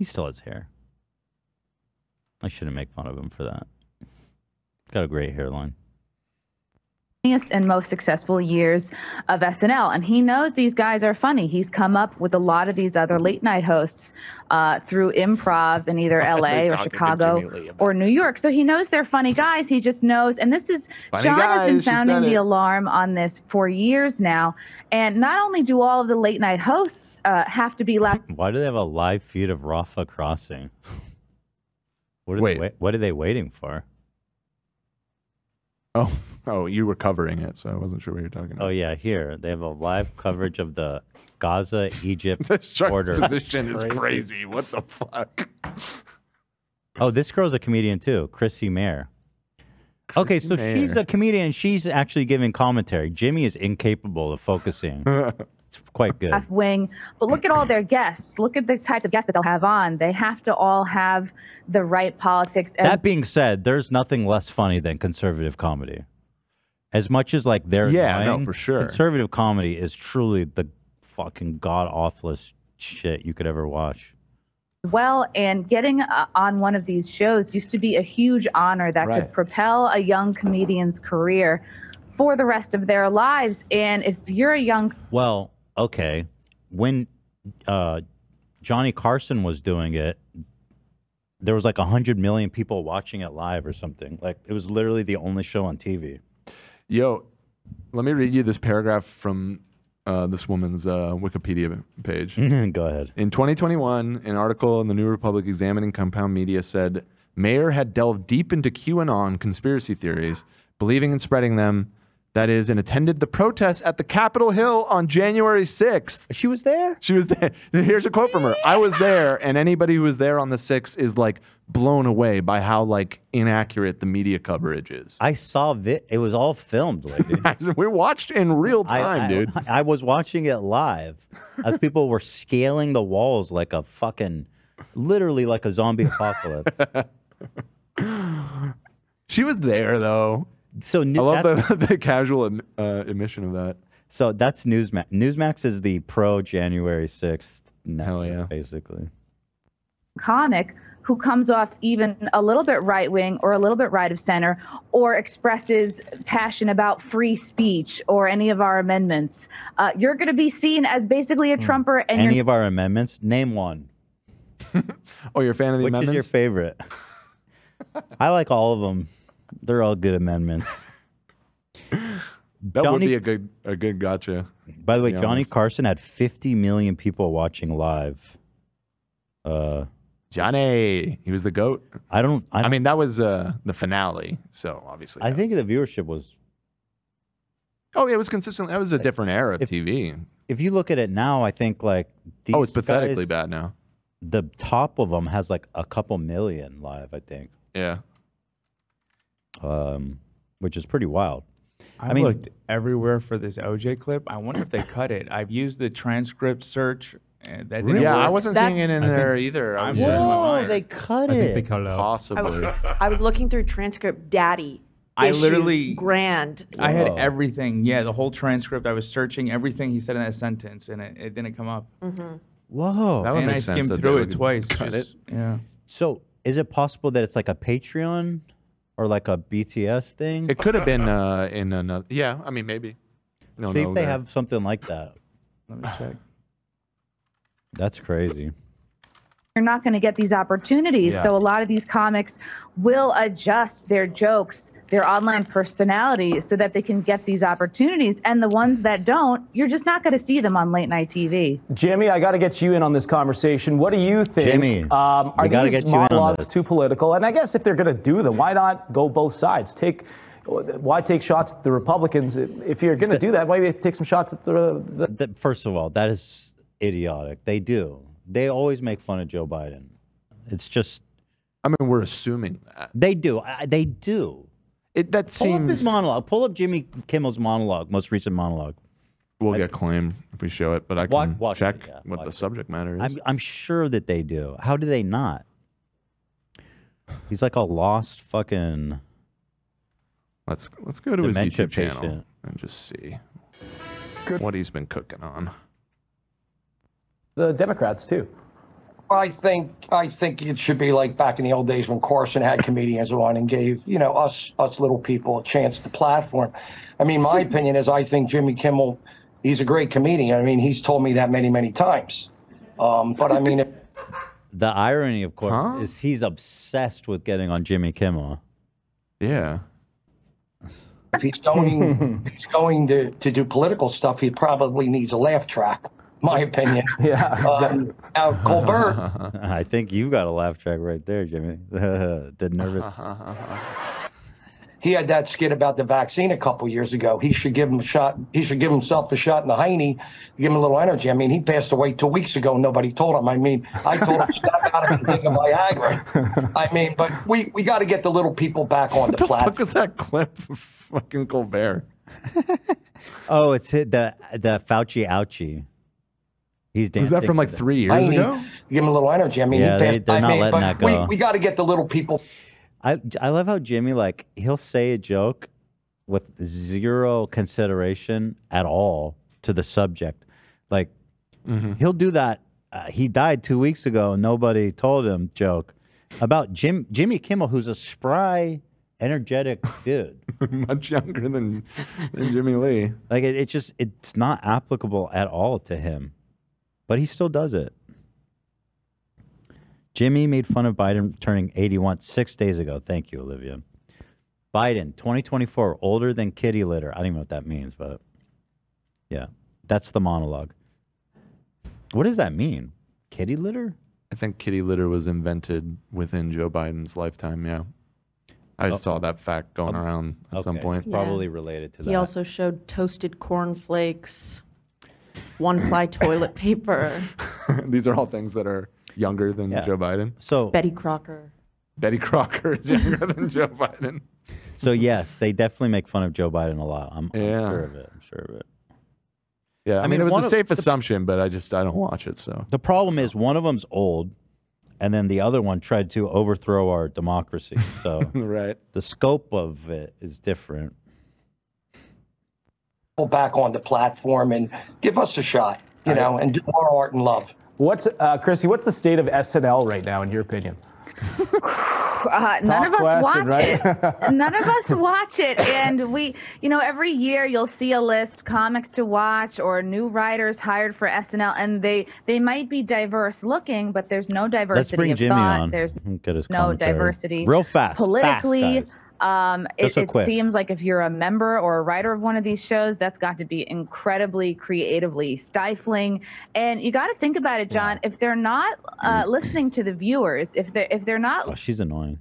[SPEAKER 3] He still has hair. I shouldn't make fun of him for that. Got a great hairline.
[SPEAKER 22] funniest and most successful years of SNL. And he knows these guys are funny. He's come up with a lot of these other late night hosts uh, through improv in either LA or
[SPEAKER 16] talking to Jimmy Lee
[SPEAKER 22] Chicago
[SPEAKER 16] about
[SPEAKER 22] or New York. So he knows they're funny guys. He just knows. And this is,
[SPEAKER 16] Funny
[SPEAKER 22] John has been
[SPEAKER 16] guys, she
[SPEAKER 22] sounding
[SPEAKER 16] said
[SPEAKER 22] the
[SPEAKER 16] it.
[SPEAKER 22] alarm on this for years now. And not only do all of the late night hosts uh, have to be left
[SPEAKER 3] Why do they have a live feed of Rafa crossing? What are, They, wait- what are they waiting for?
[SPEAKER 4] Oh, oh, you were covering it, so I wasn't sure what you were talking about.
[SPEAKER 3] Oh yeah, here they have a live coverage of the Gaza Egypt border.
[SPEAKER 4] Position is crazy. What the fuck?
[SPEAKER 3] Oh, this girl's a comedian too, Chrissy Mayer. okay, so she's
[SPEAKER 4] Mayer.
[SPEAKER 3] a comedian. She's actually giving commentary. Jimmy is incapable of focusing. it's quite good.
[SPEAKER 22] left wing. But look at all their guests. Look at the types of guests that they'll have on. They have to all have the right politics. And
[SPEAKER 3] That being said, there's nothing less funny than conservative comedy. As much as like they're
[SPEAKER 4] Yeah, no,
[SPEAKER 3] annoying,
[SPEAKER 4] for sure.
[SPEAKER 3] Conservative comedy is truly the fucking god awfulest shit you could ever watch.
[SPEAKER 22] well and getting uh, on one of these shows used to be a huge honor that
[SPEAKER 3] Right.
[SPEAKER 22] could propel a young comedian's career for the rest of their lives and if you're a young
[SPEAKER 3] Well, okay. When uh, Johnny Carson was doing it, there was like 100 million people watching it live or something. Like, it was literally the only show on TV.
[SPEAKER 4] Yo, let me read you this paragraph from uh, this woman's uh, Wikipedia page.
[SPEAKER 3] Go ahead.
[SPEAKER 4] In 2021, an article in the New Republic examining Compound Media said Mayer had delved deep into QAnon conspiracy theories, believing and spreading them. That is, and attended the protests at the Capitol Hill on January 6th.
[SPEAKER 3] She was there?
[SPEAKER 4] She was there. Here's a quote from her I was there, and anybody who was there on the 6th is like blown away by how like inaccurate the media coverage is.
[SPEAKER 3] I saw vi- it was all filmed, lady.
[SPEAKER 4] we watched in real
[SPEAKER 3] time, dude. I was watching it live as people were scaling the walls like a fucking, literally like a zombie apocalypse.
[SPEAKER 4] She was there though.
[SPEAKER 3] So
[SPEAKER 4] I
[SPEAKER 3] new,
[SPEAKER 4] love
[SPEAKER 3] that's-
[SPEAKER 4] the, the casual adm- uh, admission of that.
[SPEAKER 3] So that's Newsmax. Newsmax is the pro January 6th. Hell yeah. Basically.
[SPEAKER 22] comic who comes off even a little bit right wing or a little bit right of center or expresses passion about free speech or any of our amendments, uh, you're going to be seen as basically a Trumper and
[SPEAKER 3] Hmm. Mm. Any
[SPEAKER 22] you're
[SPEAKER 3] of our amendments? Name one.
[SPEAKER 4] oh, you're a fan of the
[SPEAKER 3] Which
[SPEAKER 4] amendments?
[SPEAKER 3] is your favorite? I like all of them. They're all good amendments.
[SPEAKER 4] That would
[SPEAKER 3] Johnny-
[SPEAKER 4] be a good a good gotcha.
[SPEAKER 3] By the way,
[SPEAKER 4] to be
[SPEAKER 3] Johnny
[SPEAKER 4] honest.
[SPEAKER 3] Carson had 50 million people watching live. Uh,
[SPEAKER 4] Johnny, he was the goat.
[SPEAKER 3] I don't. I,
[SPEAKER 4] mean, that was uh, the finale, so obviously.
[SPEAKER 3] I think the viewership was.
[SPEAKER 4] Oh, yeah, it was consistently. That was a different era of TV.
[SPEAKER 3] If you look at it now, I think like these
[SPEAKER 4] Oh, it's pathetically
[SPEAKER 3] guys-
[SPEAKER 4] bad now.
[SPEAKER 3] The top of them has like a couple million live, I think,
[SPEAKER 4] Yeah.
[SPEAKER 3] um, which is pretty wild.
[SPEAKER 11] I,
[SPEAKER 3] I mean-
[SPEAKER 11] looked everywhere for this OJ clip. I wonder if they cut it. I've used the transcript search.
[SPEAKER 20] uh,
[SPEAKER 11] And that didn't
[SPEAKER 4] Yeah, I
[SPEAKER 11] work.
[SPEAKER 4] wasn't seeing it in there either. I
[SPEAKER 11] I'm
[SPEAKER 4] was
[SPEAKER 11] losing my
[SPEAKER 4] Whoa,
[SPEAKER 11] mind.
[SPEAKER 4] they
[SPEAKER 3] cut
[SPEAKER 11] I think they it. cut it out.
[SPEAKER 4] Possibly.
[SPEAKER 6] I was looking through transcript daddy issues.
[SPEAKER 20] I literally
[SPEAKER 6] grand.
[SPEAKER 20] I had
[SPEAKER 6] Whoa.
[SPEAKER 20] everything. Yeah, the whole transcript. I was searching everything he said in that sentence, and it, it didn't come up.
[SPEAKER 6] Mhm.
[SPEAKER 3] Whoa.
[SPEAKER 20] That would And make I sense skimmed that they through it would twice,
[SPEAKER 3] Cut
[SPEAKER 20] cut just- it. yeah.
[SPEAKER 3] So is it possible that it's like a Patreon or like a BTS thing?
[SPEAKER 4] It could have been uh, in another. Yeah, I mean maybe. No,
[SPEAKER 3] See
[SPEAKER 4] no,
[SPEAKER 3] if they
[SPEAKER 4] they're-
[SPEAKER 3] have something like that.
[SPEAKER 20] Let me check.
[SPEAKER 3] That's crazy.
[SPEAKER 22] you're not going to get these opportunities.
[SPEAKER 3] Yeah.
[SPEAKER 22] So a lot of these comics will adjust their jokes, their online personality, so that they can get these opportunities. And the ones that don't, you're just not going to see them on late night TV.
[SPEAKER 19] Jimmy, I got to get you in on this conversation. What do you think?
[SPEAKER 3] Jimmy,
[SPEAKER 19] um, are
[SPEAKER 3] we gotta
[SPEAKER 19] these
[SPEAKER 3] get you in on
[SPEAKER 19] monologues
[SPEAKER 3] this.
[SPEAKER 19] too political? And I guess if they're going to do them, why not go both sides? Take why take shots at the Republicans if you're going to do that? Why take some shots at the, the
[SPEAKER 3] That, first of all, that is idiotic. They do. They always make fun of Joe Biden. It's just.
[SPEAKER 4] I mean, we're assuming that
[SPEAKER 3] they do. I, they do.
[SPEAKER 4] It that
[SPEAKER 3] Pull up his
[SPEAKER 4] seems-
[SPEAKER 3] monologue. Pull up Jimmy Kimmel's monologue, most recent monologue.
[SPEAKER 4] We'll get claim if we show it, but I
[SPEAKER 3] Watch-
[SPEAKER 4] can
[SPEAKER 3] watch
[SPEAKER 4] check
[SPEAKER 3] it, yeah,
[SPEAKER 4] what
[SPEAKER 3] watch
[SPEAKER 4] the
[SPEAKER 3] it.
[SPEAKER 4] subject matter is.
[SPEAKER 3] I'm, I'm sure that they do. How do they not? He's like a lost fucking.
[SPEAKER 4] Let's let's go to his
[SPEAKER 3] Dementia
[SPEAKER 4] YouTube channel
[SPEAKER 3] patient.
[SPEAKER 4] and just see what he's been cooking on.
[SPEAKER 19] the Democrats too?
[SPEAKER 10] I think I think it should be like back in the old days when Carson had comedians on and gave you know us us little people a chance to platform. I mean, my opinion is I think Jimmy Kimmel, he's a great comedian. I mean, he's told me that many many times. Um, but I mean, if,
[SPEAKER 3] The irony, of course, is he's obsessed with getting on Jimmy Kimmel.
[SPEAKER 4] Yeah.
[SPEAKER 10] if he's going if he's going to to do political stuff, he probably needs a laugh track. My opinion.
[SPEAKER 19] Yeah.
[SPEAKER 10] Um, now Colbert,
[SPEAKER 3] I think you got a laugh track right there, Jimmy. the nervous.
[SPEAKER 10] he had that skit about the vaccine a couple years ago. He should give him a shot. He should give himself a shot in the hiney, give him a little energy. I mean, he passed away two weeks ago. and Nobody told him. I mean, I told him stop out of it and take a Viagra. I mean, but we we got to get the little people back on the,
[SPEAKER 4] the
[SPEAKER 10] platform.
[SPEAKER 4] fuck was that clip of fucking Colbert?
[SPEAKER 3] Oh, it's hit the the Fauci ouchie. He's dancing.
[SPEAKER 4] Was that from like
[SPEAKER 3] to the-
[SPEAKER 4] three years
[SPEAKER 10] hiney,
[SPEAKER 4] ago?
[SPEAKER 10] Give him a little energy. I mean,
[SPEAKER 3] Yeah,
[SPEAKER 10] he passed,
[SPEAKER 3] they- they're
[SPEAKER 10] I
[SPEAKER 3] not
[SPEAKER 10] mean,
[SPEAKER 3] letting
[SPEAKER 10] but
[SPEAKER 3] that go.
[SPEAKER 10] We, we got to get the little people.
[SPEAKER 3] I I love how Jimmy like he'll say a joke with zero consideration at all to the subject. Like
[SPEAKER 4] Mm-hmm.
[SPEAKER 3] he'll do that. Uh, he died two weeks ago. and Nobody told him joke about Jim Jimmy Kimmel, who's a spry, energetic dude,
[SPEAKER 4] much younger than than Jimmy Lee.
[SPEAKER 3] Like it, it just it's not applicable at all to him, but he still does it. Jimmy made fun of Biden turning 81 six days ago. Thank you, Olivia. Biden, 2024, older than kitty litter. I don't even know what that means, but yeah, that's the monologue. What does that mean? Kitty litter?
[SPEAKER 4] I think kitty litter was invented within Joe Biden's lifetime. Yeah, I
[SPEAKER 3] Oh.
[SPEAKER 4] saw that fact going
[SPEAKER 3] Oh,
[SPEAKER 4] around at some
[SPEAKER 3] okay.
[SPEAKER 4] point.
[SPEAKER 6] Yeah. Probably
[SPEAKER 3] related
[SPEAKER 6] He also showed toasted cornflakes, one ply toilet paper,
[SPEAKER 4] These are all things that are younger than Joe Biden.
[SPEAKER 3] So
[SPEAKER 6] Betty Crocker.
[SPEAKER 4] Betty Crocker is younger than Joe Biden.
[SPEAKER 3] So yes, they definitely make fun of Joe Biden a lot. I'm, I'm sure of it. I'm sure of it.
[SPEAKER 4] Yeah, I,
[SPEAKER 3] I
[SPEAKER 4] mean,
[SPEAKER 3] mean,
[SPEAKER 4] it
[SPEAKER 3] one
[SPEAKER 4] was a
[SPEAKER 3] of-
[SPEAKER 4] safe assumption, but I just I don't watch it. So
[SPEAKER 3] The problem is one of them's old, and then the other one tried to overthrow our democracy. So
[SPEAKER 4] right,
[SPEAKER 3] the scope of it is different.
[SPEAKER 10] people back on the platform and give us a shot, you know, and do our art and love.
[SPEAKER 19] What's uh, Chrissy? What's the state of SNL right now, in your opinion?
[SPEAKER 22] Uh, none
[SPEAKER 19] Tough
[SPEAKER 22] of us
[SPEAKER 19] question,
[SPEAKER 22] watch
[SPEAKER 19] right?
[SPEAKER 22] it. none of us watch it. And we, you know, every year you'll see a list comics to watch or new writers hired for SNL, and they they might be diverse looking, but there's no diversity
[SPEAKER 3] Let's bring
[SPEAKER 22] of
[SPEAKER 3] Jimmy
[SPEAKER 22] thought.
[SPEAKER 3] on.
[SPEAKER 22] There's
[SPEAKER 3] Get his
[SPEAKER 22] no
[SPEAKER 3] commentary.
[SPEAKER 22] diversity.
[SPEAKER 3] Real fast.
[SPEAKER 22] politically.
[SPEAKER 3] Fast, guys.
[SPEAKER 22] um, it,
[SPEAKER 3] Just so
[SPEAKER 22] it
[SPEAKER 3] quick.
[SPEAKER 22] seems like if you're a member or a writer of one of these shows, that's got to be incredibly creatively stifling. And you got to think about it, John. If they're not
[SPEAKER 3] Mm.
[SPEAKER 22] uh, listening to the viewers, if they're if they're not
[SPEAKER 3] Oh, she's annoying.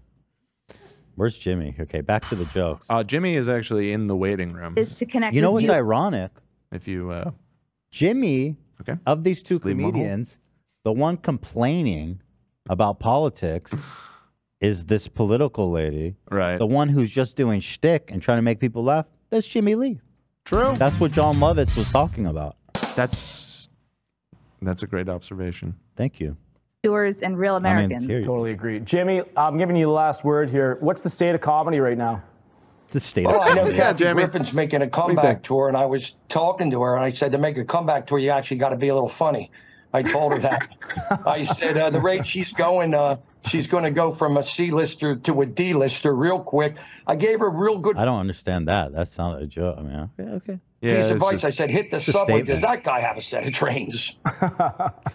[SPEAKER 3] Where's Jimmy? Okay, back to the jokes.
[SPEAKER 4] uh, Jimmy is actually in the waiting room.
[SPEAKER 22] is to connect.
[SPEAKER 3] You know
[SPEAKER 22] with
[SPEAKER 3] what's ironic?
[SPEAKER 4] If you, uh,
[SPEAKER 3] Jimmy, of these two
[SPEAKER 4] leave him on hold.
[SPEAKER 3] comedians, the one complaining about politics is this political lady.
[SPEAKER 4] Right.
[SPEAKER 3] The one who's just doing shtick and trying to make people laugh. That's Jimmy Lee.
[SPEAKER 4] True.
[SPEAKER 3] That's what John Lovitz was talking about.
[SPEAKER 4] That's that's a great observation.
[SPEAKER 3] Thank you.
[SPEAKER 22] viewers and real Americans.
[SPEAKER 19] Totally agree. Jimmy, I'm giving you the last word here. What's the state of comedy right now?
[SPEAKER 3] the state.
[SPEAKER 10] Oh,
[SPEAKER 3] of
[SPEAKER 10] I know
[SPEAKER 3] Florida.
[SPEAKER 10] Kathy Griffin's making a comeback tour, and I was talking to her, and I said, to make a comeback tour, you actually got to be a little funny. I told her that. I said, uh, the rate she's going, uh, she's going to go from a C-lister to a D-lister real quick. I gave her real good
[SPEAKER 3] I don't understand that. That's not a joke. I mean, okay, okay.
[SPEAKER 10] piece of advice. I said, hit the
[SPEAKER 3] it's a
[SPEAKER 10] subway. Does
[SPEAKER 3] statement.
[SPEAKER 10] that guy have a set of trains?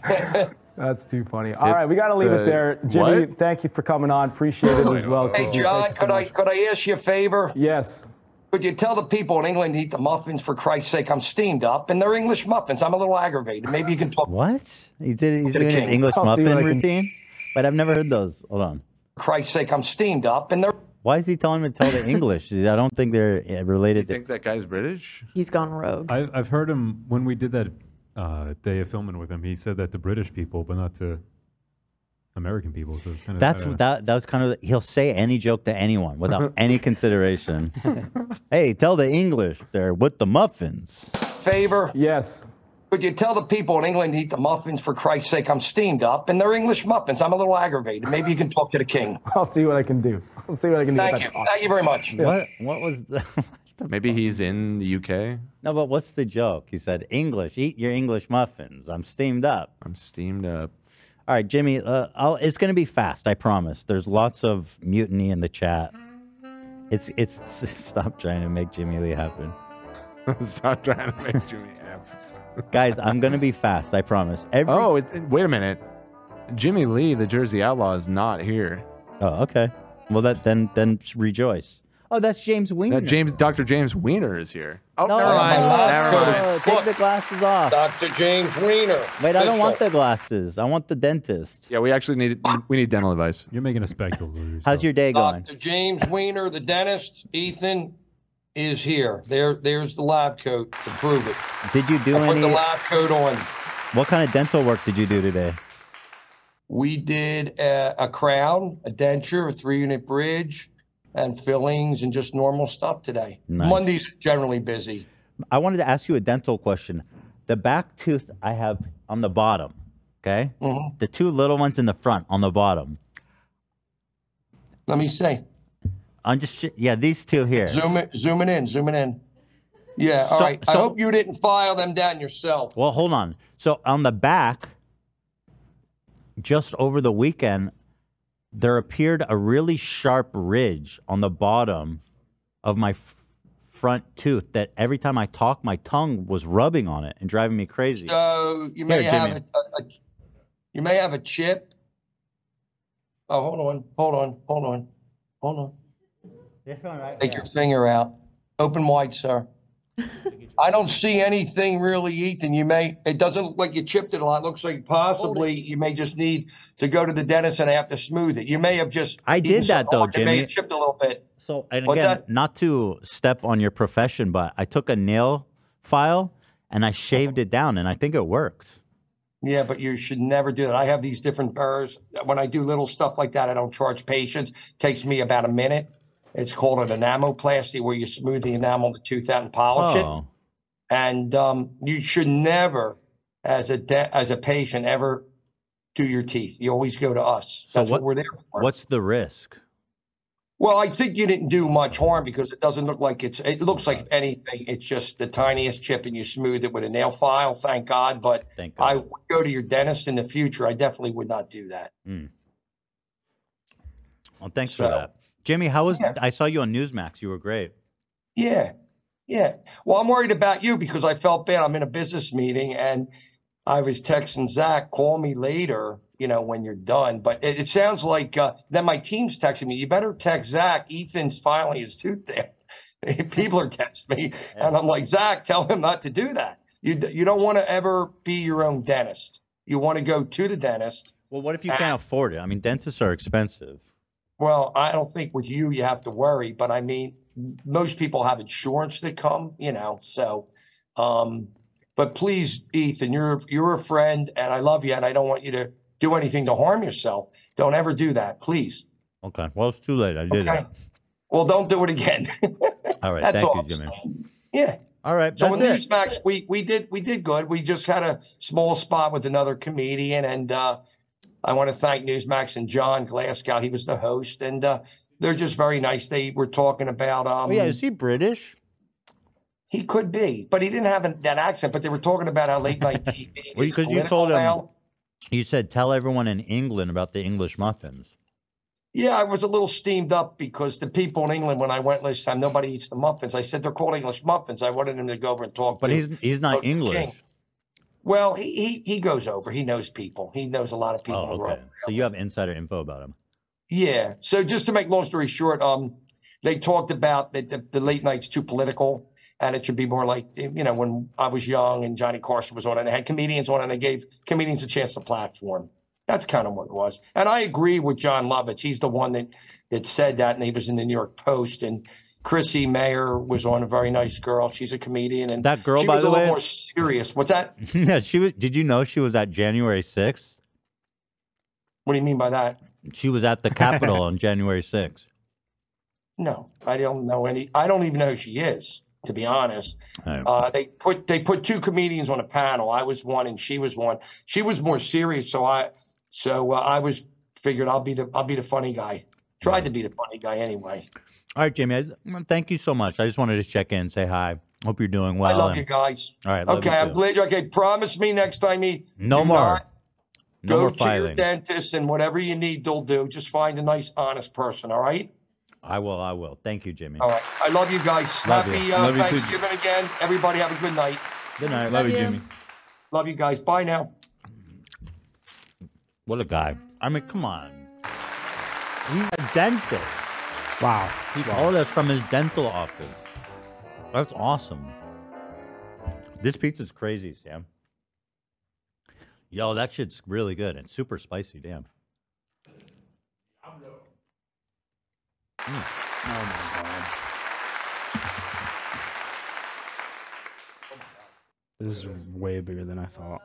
[SPEAKER 19] That's too funny. All right, we got to leave it
[SPEAKER 10] uh,
[SPEAKER 19] there. Jimmy,
[SPEAKER 10] what?
[SPEAKER 19] thank you for coming on. Appreciate it as well.
[SPEAKER 10] Hey,
[SPEAKER 19] Casey, thank
[SPEAKER 10] John,
[SPEAKER 19] you so
[SPEAKER 10] could I could I ask you a favor?
[SPEAKER 19] Yes.
[SPEAKER 10] Could you tell the people in England to eat the muffins for Christ's sake? I'm steamed up, and they're English muffins. I'm a little aggravated. Maybe you can talk.
[SPEAKER 3] What? He did. He's
[SPEAKER 10] Okay,
[SPEAKER 3] doing his
[SPEAKER 10] okay.
[SPEAKER 3] English
[SPEAKER 10] I'll see
[SPEAKER 3] muffin
[SPEAKER 10] what I can-
[SPEAKER 3] routine, but I've never heard those. Hold on.
[SPEAKER 10] For Christ's sake, I'm steamed up, and they're
[SPEAKER 3] Why is he telling me to tell the English? I don't think they're uh, related. to-
[SPEAKER 4] that guy's British?
[SPEAKER 6] He's gone rogue.
[SPEAKER 15] I, I've heard him when we did that uh, day of filming with him. He said that to British people, but not to American people. So it's kind of
[SPEAKER 3] That's
[SPEAKER 15] uh,
[SPEAKER 3] that. That was kind of. He'll say any joke to anyone without any consideration. hey, tell the English they're with the muffins.
[SPEAKER 10] favor.
[SPEAKER 19] Yes.
[SPEAKER 10] Could you tell the people in England to eat the muffins for Christ's sake? I'm steamed up, and they're English muffins. I'm a little aggravated. Maybe you can talk to the king.
[SPEAKER 19] much. I'll see what I can do. I'll see what I can do.
[SPEAKER 10] Thank you. Thank you very much.
[SPEAKER 3] What? What was the?
[SPEAKER 4] Maybe he's in the UK.
[SPEAKER 3] No, but what's the joke? He said English. Eat your English muffins. I'm steamed up.
[SPEAKER 4] I'm steamed up.
[SPEAKER 3] All right, Jimmy. Uh, I'll, it's going to be fast. I promise. There's lots of mutiny in the chat. It's it's. Stop trying to make Jimmy Lee happen.
[SPEAKER 4] Stop trying to make Jimmy happen.
[SPEAKER 3] Guys, I'm going to be fast. I promise. Every,
[SPEAKER 4] Oh, it, it- wait a minute. Jimmy Lee, the Jersey Outlaw, is not here.
[SPEAKER 3] Oh, okay. Well, that then then rejoice. Oh, that's James Wiener.
[SPEAKER 4] James, Dr. James Wiener is here.
[SPEAKER 3] Oh,
[SPEAKER 4] never mind, never mind.
[SPEAKER 3] Take the glasses off.
[SPEAKER 10] Dr. James Wiener.
[SPEAKER 3] Wait, I don't want the glasses. I want the dentist.
[SPEAKER 4] Yeah, we actually need we need dental advice.
[SPEAKER 15] You're making a spectacle.
[SPEAKER 3] How's your day going?
[SPEAKER 10] Dr. James Weiner, the dentist, Ethan is here. There, there's the lab coat to prove it.
[SPEAKER 3] Did you do
[SPEAKER 10] I put the
[SPEAKER 3] any?
[SPEAKER 10] lab coat on.
[SPEAKER 3] What kind of dental work did you do today?
[SPEAKER 10] We did a, a crown, a denture, a three-unit bridge, and fillings, and just normal stuff today.
[SPEAKER 3] Nice.
[SPEAKER 10] Mondays are generally busy.
[SPEAKER 3] I wanted to ask you a dental question. The back tooth I have on the bottom, okay?
[SPEAKER 10] Mm-hmm.
[SPEAKER 3] The two little ones in the front on the bottom.
[SPEAKER 10] Let me see.
[SPEAKER 3] I'm just sh- yeah, these two here.
[SPEAKER 10] Zoom it, zooming in, zooming in. Yeah, all
[SPEAKER 3] So-
[SPEAKER 10] right. I
[SPEAKER 3] so-
[SPEAKER 10] hope you didn't file them down yourself.
[SPEAKER 3] Well, hold on. So on the back, just over the weekend, there appeared a really sharp ridge on the bottom of my f- front tooth that every time I talked, my tongue was rubbing on it and driving me crazy.
[SPEAKER 10] So you may
[SPEAKER 3] Here,
[SPEAKER 10] have a,
[SPEAKER 3] Jimmy.
[SPEAKER 10] a, a- you may have a chip. Oh, hold on, hold on, hold on, hold on. Take your finger out. Open wide, sir. I don't see anything really, Ethan. You may, it doesn't look like you chipped it a lot. It looks like possibly you may just need to go to the dentist and have to smooth it. You may have just.
[SPEAKER 3] I
[SPEAKER 10] eaten
[SPEAKER 3] did that,
[SPEAKER 10] some
[SPEAKER 3] though,
[SPEAKER 10] orange. You may have
[SPEAKER 3] Jimmy.
[SPEAKER 10] chipped a little bit.
[SPEAKER 3] So, and
[SPEAKER 10] What's
[SPEAKER 3] again,
[SPEAKER 10] that?
[SPEAKER 3] not to step on your profession, but I took a nail file and I shaved it down, and I think it worked.
[SPEAKER 10] Yeah, but you should never do that. I have these different burrs. When I do little stuff like that, I don't charge patients. Takes me about a minute. It's called an enamoplasty where you smooth the enamel, of the tooth out, and polish
[SPEAKER 3] Oh.
[SPEAKER 10] it. And um, you should never, as a de- as a patient, ever do your teeth. You always go to us. That's what, we're there for.
[SPEAKER 3] What's the risk?
[SPEAKER 10] Well, I think you didn't do much harm because it doesn't look like it's. It looks like anything. It's just the tiniest chip, and you smooth it with a nail file. Thank God. But
[SPEAKER 3] Thank
[SPEAKER 10] I would go to your dentist in the future. I definitely would not do that.
[SPEAKER 3] Mm. Well, thanks for that, Jimmy. How was? I saw you on Newsmax. You were great.
[SPEAKER 10] Yeah. Yeah. Well, I'm worried about you because I felt bad. I'm in a business meeting and I was texting Zach, call me later, you know, when you're done. But it, it sounds like uh, then my team's texting me, you better text Zach. Ethan's filing his tooth there. People are texting me. And I'm like, Zach, tell him not to do that. You, d- you don't want to ever be your own dentist. You want to go to the dentist.
[SPEAKER 3] Well, what if you
[SPEAKER 10] Uh-huh.
[SPEAKER 3] can't afford it? I mean, dentists are expensive.
[SPEAKER 10] Well, I don't think with you you have to worry, but I mean, most people have insurance that come, you know. So, um, but please, Ethan, you're you're a friend, and I love you, and I don't want you to do anything to harm yourself. Don't ever do that, please.
[SPEAKER 3] Okay. Well, it's too late. I did
[SPEAKER 10] Okay. Well, don't do it again.
[SPEAKER 3] it. All right.
[SPEAKER 10] That's
[SPEAKER 3] thank
[SPEAKER 10] all I'm
[SPEAKER 3] you, Jimmy.
[SPEAKER 10] yeah.
[SPEAKER 3] All right.
[SPEAKER 10] So
[SPEAKER 3] that's
[SPEAKER 10] with
[SPEAKER 3] it.
[SPEAKER 10] Newsmax, we we did we did good. We just had a small spot with another comedian, and uh, I want to thank Newsmax and John Glasgow. He was the host, and uh, They're just very nice. They were talking about. Um,
[SPEAKER 3] Oh, yeah, is he British?
[SPEAKER 10] He could be, but he didn't have an, that accent. But they were talking about how late night TV. is
[SPEAKER 3] Because you
[SPEAKER 10] political
[SPEAKER 3] told him,
[SPEAKER 10] now.
[SPEAKER 3] you said, tell everyone in England about the English muffins.
[SPEAKER 10] Yeah, I was a little steamed up because the people in England, when I went last time, nobody eats the muffins. I said they're called English muffins. I wanted him to go over and talk.
[SPEAKER 3] But
[SPEAKER 10] to
[SPEAKER 3] he's he's not
[SPEAKER 10] Dr.
[SPEAKER 3] English.
[SPEAKER 10] King. Well, he, he he goes over. He knows people. He knows a lot of people.
[SPEAKER 3] Oh,
[SPEAKER 10] in Rome.
[SPEAKER 3] okay. So you have insider info about him.
[SPEAKER 10] Yeah. So just to make long story short, um, they talked about that the, the late night's too political, and it should be more like eh, you know when I was young and Johnny Carson was on, and they had comedians on, and they gave comedians a chance to platform. That's kind of what it was, and I agree with John Lovitz. He's the one that that said that, and he was in the New York Post. And Chrissy Mayer was on a very nice girl. She's a comedian, and
[SPEAKER 3] That girl,
[SPEAKER 10] she
[SPEAKER 3] by
[SPEAKER 10] was
[SPEAKER 3] the
[SPEAKER 10] a little
[SPEAKER 3] way-
[SPEAKER 10] more serious. What's that?
[SPEAKER 3] yeah, she was. Did you know she was at January sixth?
[SPEAKER 10] What do you mean by that?
[SPEAKER 3] She was at the Capitol on January sixth.
[SPEAKER 10] No, I don't know any. I don't even know who she is, to be honest.
[SPEAKER 3] All right.
[SPEAKER 10] Uh, they put they put two comedians on a panel. I was one, and she was one. She was more serious, so I so uh, I was figured I'll be the I'll be the funny guy. Tried to be the funny guy anyway.
[SPEAKER 3] All right, Jamie. I, thank you so much. I just wanted to check in, say hi. Hope you're doing well.
[SPEAKER 10] I love
[SPEAKER 3] and-
[SPEAKER 10] you guys.
[SPEAKER 3] All right. love you
[SPEAKER 10] Okay, I'm
[SPEAKER 3] too.
[SPEAKER 10] glad. you Okay, promise me next time you
[SPEAKER 3] No
[SPEAKER 10] do
[SPEAKER 3] more.
[SPEAKER 10] not
[SPEAKER 3] No more
[SPEAKER 10] go to your
[SPEAKER 3] filing.
[SPEAKER 10] dentist and whatever you need, they'll do. Just find a nice, honest person. All right.
[SPEAKER 3] I will. I will. Thank you, Jimmy.
[SPEAKER 10] All right. I love you guys.
[SPEAKER 3] Love
[SPEAKER 10] Happy
[SPEAKER 3] you.
[SPEAKER 10] Uh,
[SPEAKER 3] Love you too.
[SPEAKER 10] Thanksgiving again. Everybody have a good night.
[SPEAKER 3] Good night. Love Love you, you. Jimmy.
[SPEAKER 10] Love you guys. Bye now.
[SPEAKER 3] What a guy. I mean, come on. He's a dentist. Wow. He called us from his dental office. That's awesome. This pizza's crazy, Sam. Yo, that shit's really good and super spicy, damn. Mm. Oh
[SPEAKER 9] This is way bigger than I thought.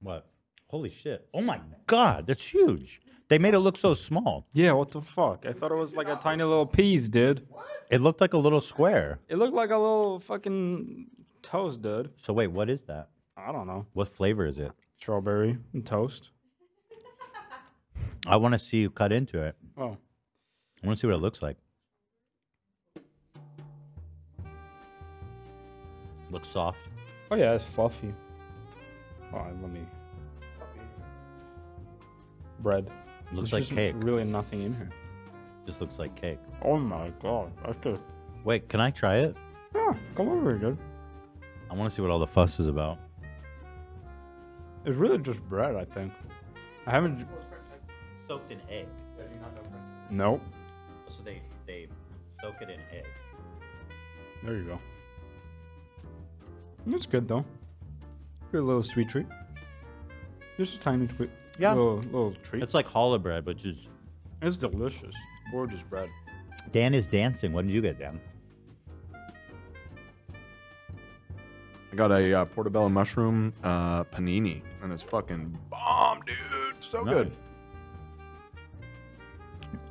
[SPEAKER 3] What? Holy shit. Oh my god, that's huge. They made it look so small.
[SPEAKER 9] Yeah, what the fuck? I thought it was like a tiny little piece, dude.
[SPEAKER 3] It looked like a little square.
[SPEAKER 9] It looked like a little fucking toast, dude.
[SPEAKER 3] So wait, what is that?
[SPEAKER 9] I don't know.
[SPEAKER 3] What flavor is it?
[SPEAKER 9] Strawberry and toast.
[SPEAKER 3] I want to see you cut into it.
[SPEAKER 9] Oh.
[SPEAKER 3] I want to see what it looks like. Looks soft.
[SPEAKER 9] Oh yeah, it's fluffy. All right, let me. Bread.
[SPEAKER 3] Looks
[SPEAKER 9] There's
[SPEAKER 3] like
[SPEAKER 9] just
[SPEAKER 3] cake.
[SPEAKER 9] Really nothing in here.
[SPEAKER 3] Just looks like cake.
[SPEAKER 9] Oh my god, that's good.
[SPEAKER 3] Wait, can I try it?
[SPEAKER 9] Yeah, come over dude.
[SPEAKER 3] I want to see what all the fuss is about.
[SPEAKER 9] It's really just bread, I think. I haven't.
[SPEAKER 3] Soaked in egg.
[SPEAKER 9] Nope.
[SPEAKER 3] So they they soak it in egg.
[SPEAKER 9] There you go. That's good though. Good little sweet treat. Just a tiny treat.
[SPEAKER 3] Yeah.
[SPEAKER 9] Little, little treat.
[SPEAKER 3] It's like challah bread, but just
[SPEAKER 9] It's delicious. Gorgeous bread.
[SPEAKER 3] Dan is dancing. What did you get, Dan?
[SPEAKER 4] I got a uh, portobello mushroom uh, panini, and it's fucking bomb, dude. So
[SPEAKER 3] Nice.
[SPEAKER 4] good.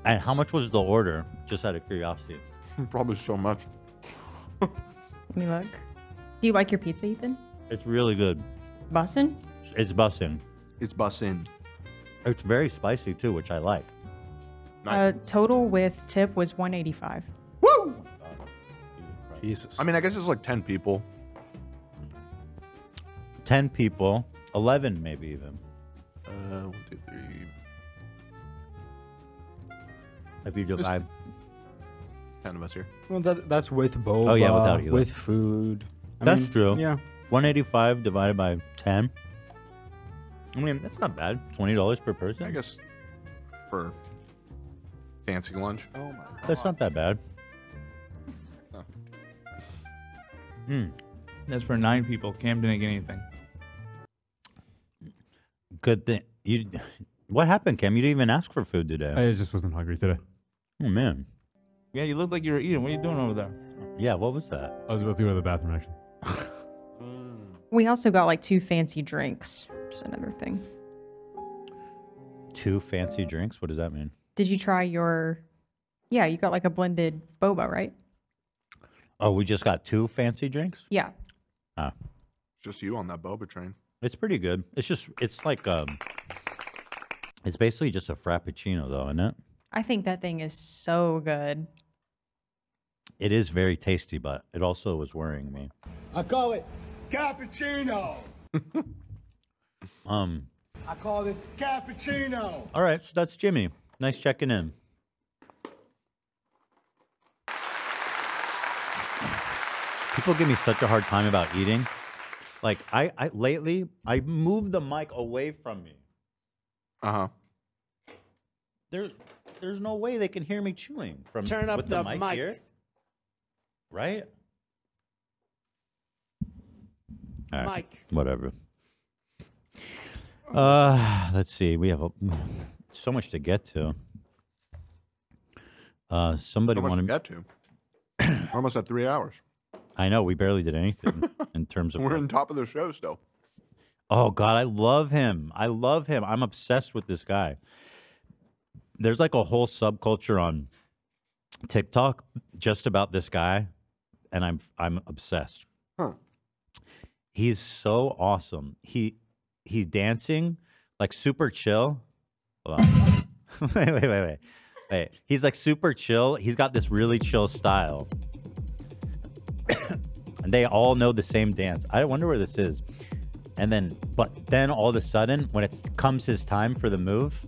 [SPEAKER 3] And how much was the order? Just out of curiosity.
[SPEAKER 4] Probably so much.
[SPEAKER 12] Let me look. Do you like your pizza, Ethan?
[SPEAKER 3] It's really good.
[SPEAKER 12] Boston?
[SPEAKER 3] It's bussing.
[SPEAKER 4] It's bussing.
[SPEAKER 3] It's very spicy too, which I like.
[SPEAKER 12] Uh, total with tip was 185.
[SPEAKER 9] Jesus.
[SPEAKER 4] I mean, I guess it's like 10 people.
[SPEAKER 3] Ten people, eleven maybe even.
[SPEAKER 4] Uh, one, two, three.
[SPEAKER 3] If you divide.
[SPEAKER 4] 10 of us here.
[SPEAKER 9] Well, that, that's with boba.
[SPEAKER 3] Oh yeah, without you.
[SPEAKER 9] With food. I
[SPEAKER 3] that's
[SPEAKER 9] mean,
[SPEAKER 3] true.
[SPEAKER 9] Yeah.
[SPEAKER 3] 185 divided by 10. I mean, that's not bad. $20 per person.
[SPEAKER 4] I guess for fancy lunch. Oh my
[SPEAKER 3] That's not that bad.
[SPEAKER 4] No. Hmm.
[SPEAKER 3] Mm,
[SPEAKER 20] That's for nine people. Cam didn't get anything.
[SPEAKER 3] good thing. You What happened, Cam? You didn't even ask for food today.
[SPEAKER 15] I just wasn't hungry today.
[SPEAKER 3] oh man.
[SPEAKER 20] Yeah, you look like you were eating. What are you doing over there?
[SPEAKER 3] Yeah, what was that?
[SPEAKER 15] I was about to go to the bathroom actually.
[SPEAKER 12] We also got like two fancy drinks, which is another thing.
[SPEAKER 3] Two fancy drinks? What does that mean?
[SPEAKER 12] Did you try your. Yeah, you got like a blended boba, right?
[SPEAKER 3] Oh, we just got two fancy drinks?
[SPEAKER 12] Yeah.
[SPEAKER 3] Ah,
[SPEAKER 4] Just you on that boba train.
[SPEAKER 3] it's pretty good. It's just it's like um it's basically just a frappuccino though, isn't it?
[SPEAKER 12] I think that thing is so good.
[SPEAKER 3] It is very tasty, but it also was worrying me.
[SPEAKER 2] I call it cappuccino.
[SPEAKER 3] Um.
[SPEAKER 2] I call this cappuccino.
[SPEAKER 3] All right, so that's Jimmy. Nice checking in. People give me such a hard time about eating. Like I, I lately, I moved the mic away from me.
[SPEAKER 4] Uh huh.
[SPEAKER 3] There, there's no way they can hear me chewing from
[SPEAKER 1] Turn up
[SPEAKER 3] with the,
[SPEAKER 1] the
[SPEAKER 3] mic,
[SPEAKER 1] mic.
[SPEAKER 3] here. Right? All right.
[SPEAKER 1] Mic.
[SPEAKER 3] Whatever. Uh, let's see. We have a, so much to get to. Uh, somebody
[SPEAKER 4] How much
[SPEAKER 3] wanted.
[SPEAKER 4] we got to? We're almost at three hours.
[SPEAKER 3] I know we barely did anything in terms of.
[SPEAKER 4] We're in top of the show still.
[SPEAKER 3] Oh God, I love him. I love him. I'm obsessed with this guy. There's like a whole subculture on TikTok just about this guy, and I'm I'm obsessed.
[SPEAKER 4] Huh.
[SPEAKER 3] He's so awesome. He he dancing like super chill. Hold on. wait, wait, wait, wait. Wait. He's like super chill. He's got this really chill style. and they all know the same dance. I wonder where this is. And then, but then all of a sudden, when it comes his time for the move,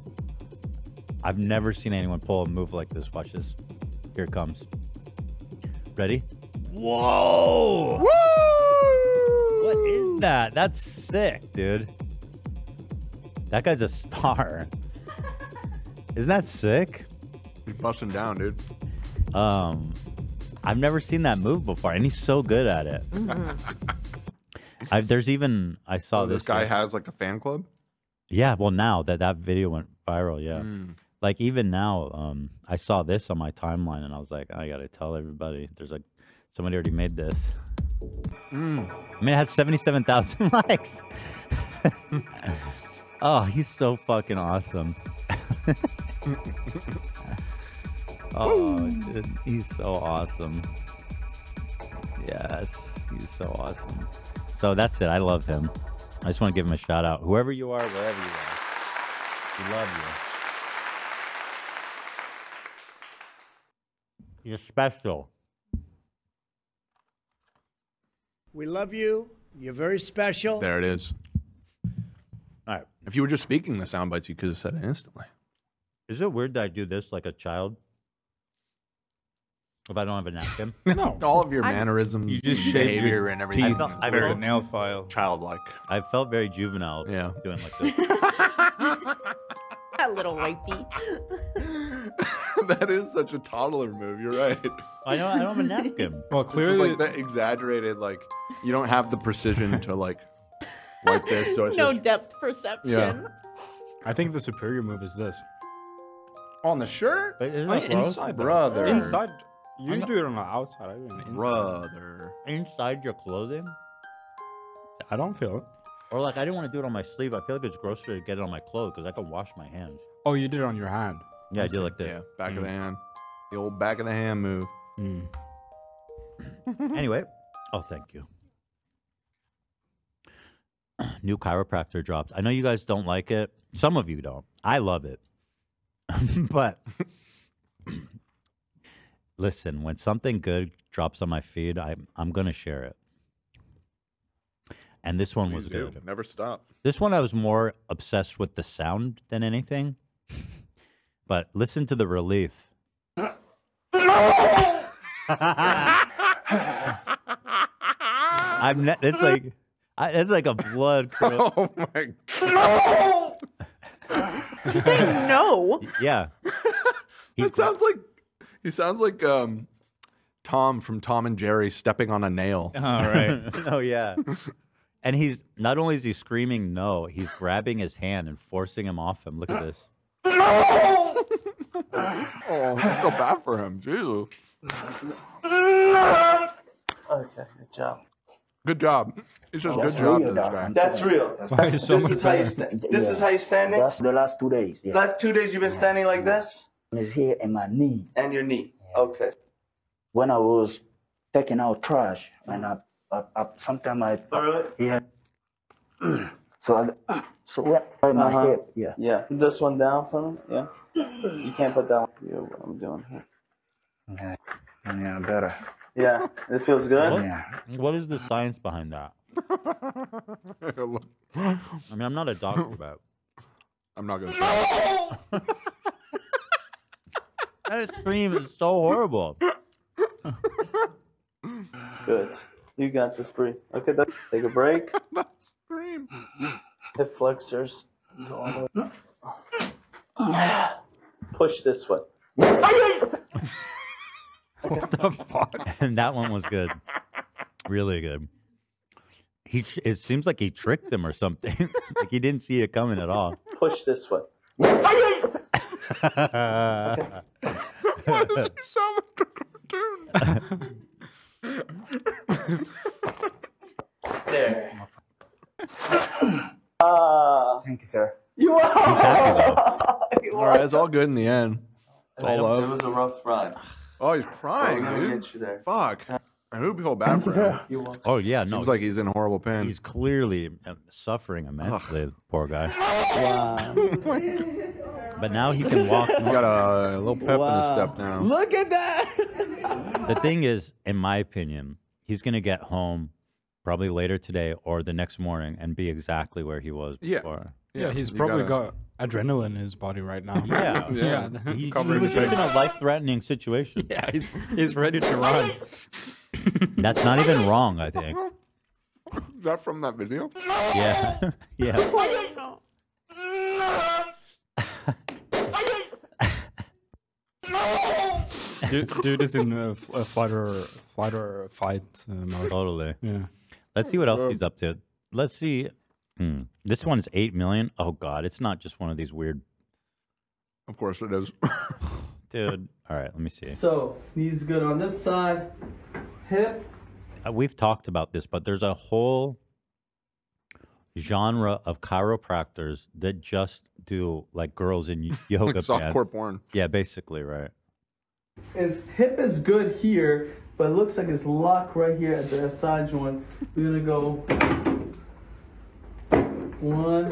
[SPEAKER 3] I've never seen anyone pull a move like this. Watch this. Here it comes. Ready? Whoa! Woo! What is that? That's sick, dude. That guy's a star. Isn't that sick?
[SPEAKER 4] He's busting down, dude.
[SPEAKER 3] Um, I've never seen that move before, and he's so good at it. Mm-hmm. I, there's even I saw
[SPEAKER 4] Mm-hmm. Oh, this guy
[SPEAKER 3] one.
[SPEAKER 4] has like a fan club.
[SPEAKER 3] Yeah, well, now that that video went viral, yeah.
[SPEAKER 4] Mm.
[SPEAKER 3] Like even now, um, I saw this on my timeline, and I was like, I gotta tell everybody. There's like somebody already made this.
[SPEAKER 4] Mm.
[SPEAKER 3] I mean, it has seventy-seven thousand likes. oh, he's so fucking awesome. oh, dude, he's so awesome. Yes, he's so awesome. So that's it. I love him. I just want to give him a shout out. Whoever you are, wherever you are, we love you. You're special.
[SPEAKER 2] We love you. You're very special.
[SPEAKER 4] There it is.
[SPEAKER 3] All right.
[SPEAKER 4] If you were just speaking the sound bites, you could have said it instantly.
[SPEAKER 3] Is it weird that I do this like a child? If I don't have a napkin?
[SPEAKER 4] No. All of your
[SPEAKER 3] I'm-
[SPEAKER 4] mannerisms,
[SPEAKER 3] You just
[SPEAKER 4] and
[SPEAKER 3] shave your
[SPEAKER 4] behavior, and everything.
[SPEAKER 3] teeth. I felt-
[SPEAKER 4] is
[SPEAKER 3] I
[SPEAKER 4] very
[SPEAKER 3] felt-
[SPEAKER 4] nail
[SPEAKER 20] file.
[SPEAKER 4] Childlike.
[SPEAKER 3] I felt very juvenile
[SPEAKER 4] yeah.
[SPEAKER 3] doing like this.
[SPEAKER 6] That little wifey.
[SPEAKER 4] that is such a toddler move. You're right.
[SPEAKER 3] I don't, Oh, I don't have a napkin.
[SPEAKER 9] Well,
[SPEAKER 4] It's just like that exaggerated, like you don't have the precision to like like this. So it's
[SPEAKER 6] no
[SPEAKER 4] just
[SPEAKER 6] depth perception.
[SPEAKER 9] I think the superior move is this.
[SPEAKER 4] on the shirt.
[SPEAKER 3] Isn't
[SPEAKER 9] I
[SPEAKER 3] that
[SPEAKER 9] mean,
[SPEAKER 3] gross?
[SPEAKER 9] inside, though.
[SPEAKER 4] Brother.
[SPEAKER 9] Inside. You
[SPEAKER 3] I'm not-
[SPEAKER 9] do it on the outside. I do it on the inside.
[SPEAKER 4] Brother.
[SPEAKER 3] Inside your clothing?
[SPEAKER 9] I don't feel it.
[SPEAKER 3] Or like I didn't want to do it on my sleeve. I feel like it's grosser to get it on my clothes because I can wash my hands.
[SPEAKER 9] Oh, you did it on your hand.
[SPEAKER 3] Yeah, I did
[SPEAKER 9] see.
[SPEAKER 3] like this. Mm.
[SPEAKER 4] Yeah, back of the hand. The old back of the hand move.
[SPEAKER 3] anyway, oh, thank you. New chiropractor dropped. I know you guys don't like it. Some of you don't. I love it. but listen, when something good drops on my feed, I'm, I'm going to share it. And this one was
[SPEAKER 4] Please do.
[SPEAKER 3] good.
[SPEAKER 4] Never stop.
[SPEAKER 3] This one I was more obsessed with the sound than anything. but listen to the relief. I'm not, it's like I, it's like a blood curdle.
[SPEAKER 4] Oh my
[SPEAKER 6] No. Did you say no?
[SPEAKER 3] Yeah.
[SPEAKER 4] That sounds like he sounds like um Tom from Tom and Jerry stepping on a nail.
[SPEAKER 3] All oh yeah. And he's not only is he screaming no, he's grabbing his hand and forcing him off him. Look at this.
[SPEAKER 4] Oh, go bad for him. Jesus.
[SPEAKER 7] Okay, good job.
[SPEAKER 4] Good job. It's just
[SPEAKER 7] That's
[SPEAKER 4] good job
[SPEAKER 7] real,
[SPEAKER 4] to this
[SPEAKER 7] dog.
[SPEAKER 4] guy.
[SPEAKER 7] That's real.
[SPEAKER 4] Why is so
[SPEAKER 7] this
[SPEAKER 4] much
[SPEAKER 7] is how you
[SPEAKER 4] better?
[SPEAKER 7] stand. This is how you standing. That's the last two days. Yeah. Last two days you've been standing like this. It's here in my knee. And your knee. Okay. When I was taking out trash, and I, I, I sometimes I Throw it? Yeah. So, I, so what? Right, my
[SPEAKER 8] Uh-huh.
[SPEAKER 7] hip. Yeah.
[SPEAKER 8] Yeah. This one down for me. Yeah. You can't put that one. Yeah, what I'm doing here.
[SPEAKER 7] Okay. Yeah, better.
[SPEAKER 8] Yeah. It feels good.
[SPEAKER 3] What- what is the science behind that? I mean, I'm not a doctor, but
[SPEAKER 4] I'm not gonna.
[SPEAKER 3] that scream is so horrible.
[SPEAKER 8] Good. You got this, Bree. Okay, that, take a break.
[SPEAKER 4] Scream.
[SPEAKER 8] Hip flexors. Go all the way. Push this way.
[SPEAKER 3] What the fuck? And that one was good, really good. He, tr- it seems like he tricked them or something. like he didn't see it coming at all.
[SPEAKER 8] Push this way.
[SPEAKER 3] Why does he
[SPEAKER 8] sound
[SPEAKER 3] like a
[SPEAKER 8] cartoon? there. Uh, Thank you, sir. You are.
[SPEAKER 4] He's happy though. all right, it's all good in the end. It's all
[SPEAKER 8] It was
[SPEAKER 4] love.
[SPEAKER 8] a rough ride.
[SPEAKER 4] Oh, he's
[SPEAKER 8] We're
[SPEAKER 4] crying,
[SPEAKER 8] gonna
[SPEAKER 4] dude.
[SPEAKER 8] Get you there.
[SPEAKER 4] Fuck. I hope you feel bad for him.
[SPEAKER 8] You will.
[SPEAKER 3] Oh yeah, no.
[SPEAKER 4] Seems like he's in horrible pain.
[SPEAKER 3] He's clearly um, suffering immensely, poor guy. but now he can walk.
[SPEAKER 4] He's got a little pep in his step
[SPEAKER 3] now.
[SPEAKER 8] Look at that.
[SPEAKER 3] The thing is, in my opinion, he's going to get home probably later today or the next morning and be exactly where he was
[SPEAKER 5] Yeah.
[SPEAKER 3] before.
[SPEAKER 5] Yeah, he's probably got adrenaline in his body right now.
[SPEAKER 3] Yeah, He, he was just in a life-threatening situation. Yeah, he's
[SPEAKER 9] he's ready to run.
[SPEAKER 3] That's not even wrong, I think.
[SPEAKER 4] Is that from that video?
[SPEAKER 3] Yeah, yeah.
[SPEAKER 9] dude, dude is in a, f- a flight or flight or fight uh, mode.
[SPEAKER 3] Totally.
[SPEAKER 9] Yeah.
[SPEAKER 3] Let's see what else he's up to. Let's see. Hmm. This one's eight million. Oh God, it's not just one of these weird.
[SPEAKER 4] Of course it is.
[SPEAKER 3] Dude, all right, let me see.
[SPEAKER 8] So knees good on this side. Hip.
[SPEAKER 3] Uh, We've talked about this, but there's a whole genre of chiropractors that just do like girls in y- yoga pants.
[SPEAKER 4] softcore porn.
[SPEAKER 3] Yeah, basically, right.
[SPEAKER 8] His hip is good here, but it looks like it's locked right here at the SI joint. We're gonna go one.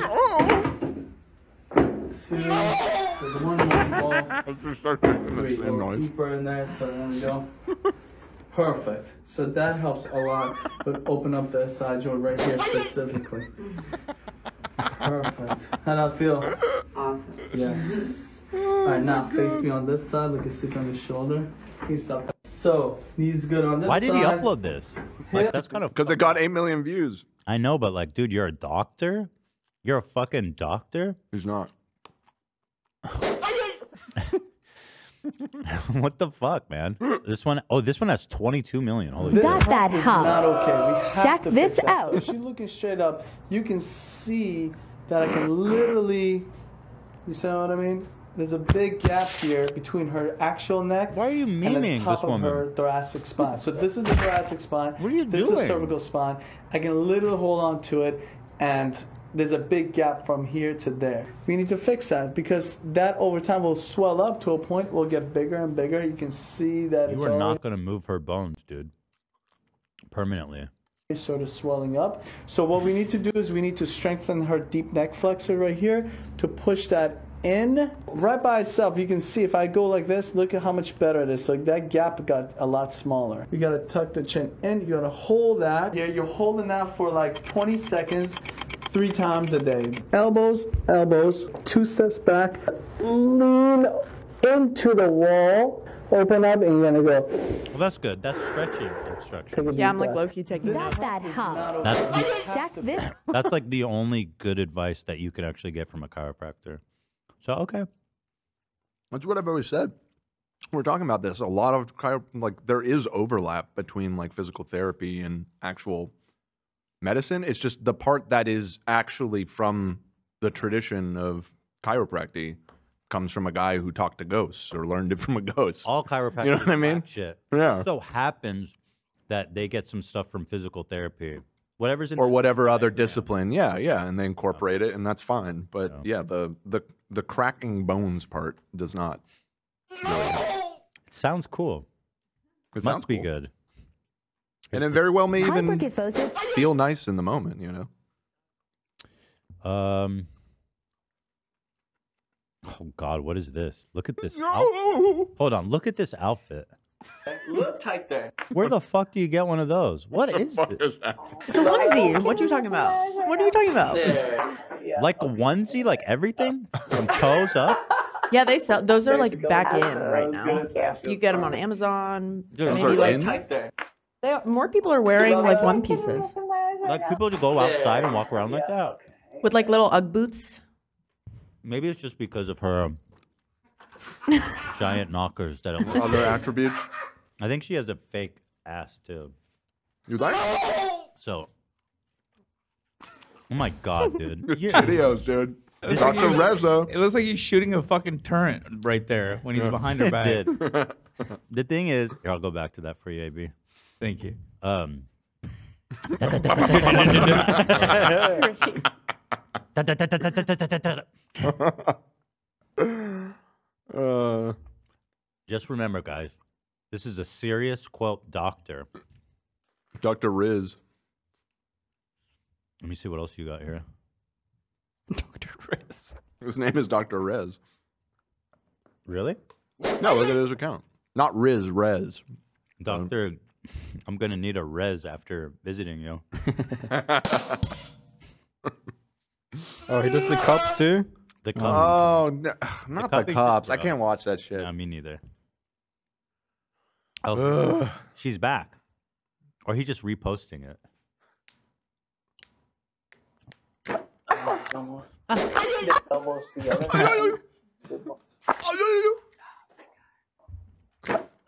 [SPEAKER 8] Two. There's one more ball. Three.
[SPEAKER 4] same noise.
[SPEAKER 8] Deeper in there, so there we go. Perfect. So that helps a lot, but open up the SI joint right here specifically. Perfect. How would I feel? Awesome. Yes. All right, now face me on this side. Look at sleep on the shoulder. Can you stop that? So knees good on this
[SPEAKER 3] Why
[SPEAKER 8] side.
[SPEAKER 3] did he upload this? Like, that's kind of
[SPEAKER 4] because it got eight million views.
[SPEAKER 3] I know, but like, dude, you're a doctor. You're a fucking doctor.
[SPEAKER 4] He's not.
[SPEAKER 3] what the fuck, man? This one, oh, this one has 22 million. Holy
[SPEAKER 8] This
[SPEAKER 3] shit.
[SPEAKER 8] hump is Not okay. We have
[SPEAKER 16] Check
[SPEAKER 8] to
[SPEAKER 16] this
[SPEAKER 8] fix that.
[SPEAKER 16] out.
[SPEAKER 8] If she's looking straight up, you can see that I can literally. You see what I mean? There's a big gap here between her actual neck. Why
[SPEAKER 3] are you
[SPEAKER 8] and the
[SPEAKER 3] memeing
[SPEAKER 8] top
[SPEAKER 3] this
[SPEAKER 8] of
[SPEAKER 3] woman?
[SPEAKER 8] Her thoracic spine. So this is the thoracic spine. What are you This
[SPEAKER 3] doing?
[SPEAKER 8] is cervical spine. I can literally hold on to it, and there's a big gap from here to there. We need to fix that because that over time will swell up to a point. Will get bigger and bigger. You can see that it's
[SPEAKER 3] You are
[SPEAKER 8] already
[SPEAKER 3] not going to move her bones, dude. Permanently.
[SPEAKER 8] is sort of swelling up. So what we need to do is we need to strengthen her deep neck flexor right here to push that in right by itself. You can see if I go like this, look at how much better it is. Like that gap got a lot smaller. You gotta tuck the chin in. You gotta hold that. Yeah, you're holding that for like 20 seconds, three times a day. Elbows, elbows, two steps back, lean into the wall, open up, and you're gonna go.
[SPEAKER 3] Well, that's good. That's stretching and
[SPEAKER 8] Take a
[SPEAKER 3] stretching.
[SPEAKER 8] deep breath.
[SPEAKER 6] Loki taking
[SPEAKER 8] Got
[SPEAKER 6] that hump.
[SPEAKER 3] That's the,
[SPEAKER 6] Check this.
[SPEAKER 3] that's like the only good advice that you can actually get from a chiropractor. So okay,
[SPEAKER 4] That's what I've always said. We're talking about this. A lot of chiro- like there is overlap between like physical therapy and actual medicine. It's just the part that is actually from the tradition of chiropractic comes from a guy who talked to ghosts or learned it from a ghost.
[SPEAKER 3] all chiropractors.
[SPEAKER 4] You know what I mean?
[SPEAKER 3] whack Shit.
[SPEAKER 4] Yeah.
[SPEAKER 3] So happens that they get some stuff from physical therapy, whatever's in.
[SPEAKER 4] or whatever other discipline. Yeah, yeah, and they incorporate it, and that's fine. But yeah, the the the cracking bones part does not.
[SPEAKER 3] It sounds cool.
[SPEAKER 4] It
[SPEAKER 3] Must
[SPEAKER 4] sounds
[SPEAKER 3] be good.
[SPEAKER 4] And it very well may
[SPEAKER 17] Hi,
[SPEAKER 4] even
[SPEAKER 17] Brookett Foses.
[SPEAKER 4] feel nice in the moment, you know.
[SPEAKER 3] Um. Oh God, what is this? Look at this.
[SPEAKER 23] No.
[SPEAKER 3] Hold on. Look at this outfit.
[SPEAKER 7] Look tight there.
[SPEAKER 3] Where the fuck do you get one of those? What is this?
[SPEAKER 6] It's a onesie. What are you talking about? What are you talking about?
[SPEAKER 3] Like a onesie? Like everything from toes up?
[SPEAKER 6] Yeah, they sell. Those are like
[SPEAKER 3] Basically,
[SPEAKER 6] back in
[SPEAKER 3] that's what I
[SPEAKER 6] right
[SPEAKER 3] was
[SPEAKER 6] now.
[SPEAKER 3] gonna ask
[SPEAKER 6] You get them on Amazon.
[SPEAKER 3] Dude, I'm
[SPEAKER 6] maybe,
[SPEAKER 3] sorry,
[SPEAKER 6] like,
[SPEAKER 3] in? Type
[SPEAKER 7] there.
[SPEAKER 6] They are, more people are wearing like one pieces
[SPEAKER 3] Like people just go outside and walk around like that.
[SPEAKER 6] with like little UGG boots.
[SPEAKER 3] Maybe it's just because of her um, giant knockers that
[SPEAKER 4] Other attributes.
[SPEAKER 3] I think she has a fake ass too.
[SPEAKER 4] You like?
[SPEAKER 3] So. Oh my god, dude.
[SPEAKER 4] Good
[SPEAKER 3] You're-
[SPEAKER 4] videos, dude.
[SPEAKER 3] This-
[SPEAKER 4] Dr. Rezzo.
[SPEAKER 20] It looks like he's shooting a fucking turret right there when he's
[SPEAKER 3] Yeah.
[SPEAKER 20] behind her
[SPEAKER 3] It
[SPEAKER 20] back.
[SPEAKER 3] did. the thing is, here, I'll go back to that for you, AB.
[SPEAKER 20] Thank you.
[SPEAKER 3] Um.
[SPEAKER 4] Uh,
[SPEAKER 3] Just remember, guys, this is a serious quote doctor.
[SPEAKER 4] Dr. Riz.
[SPEAKER 3] Let me see what else you got here.
[SPEAKER 4] Riz. His name is Dr. Rez.
[SPEAKER 3] Really?
[SPEAKER 4] No, look at his account. Not Riz, Rez.
[SPEAKER 3] Doctor, I'm gonna need a res after visiting you.
[SPEAKER 9] Oh, he does the cups too?
[SPEAKER 3] The
[SPEAKER 9] Um,
[SPEAKER 4] Oh, no, not the,
[SPEAKER 3] cupping-
[SPEAKER 4] cops. I
[SPEAKER 3] no.
[SPEAKER 4] can't watch that shit.
[SPEAKER 3] No, me neither. Oh, she's back. Or he just reposting it.
[SPEAKER 7] Elbows together.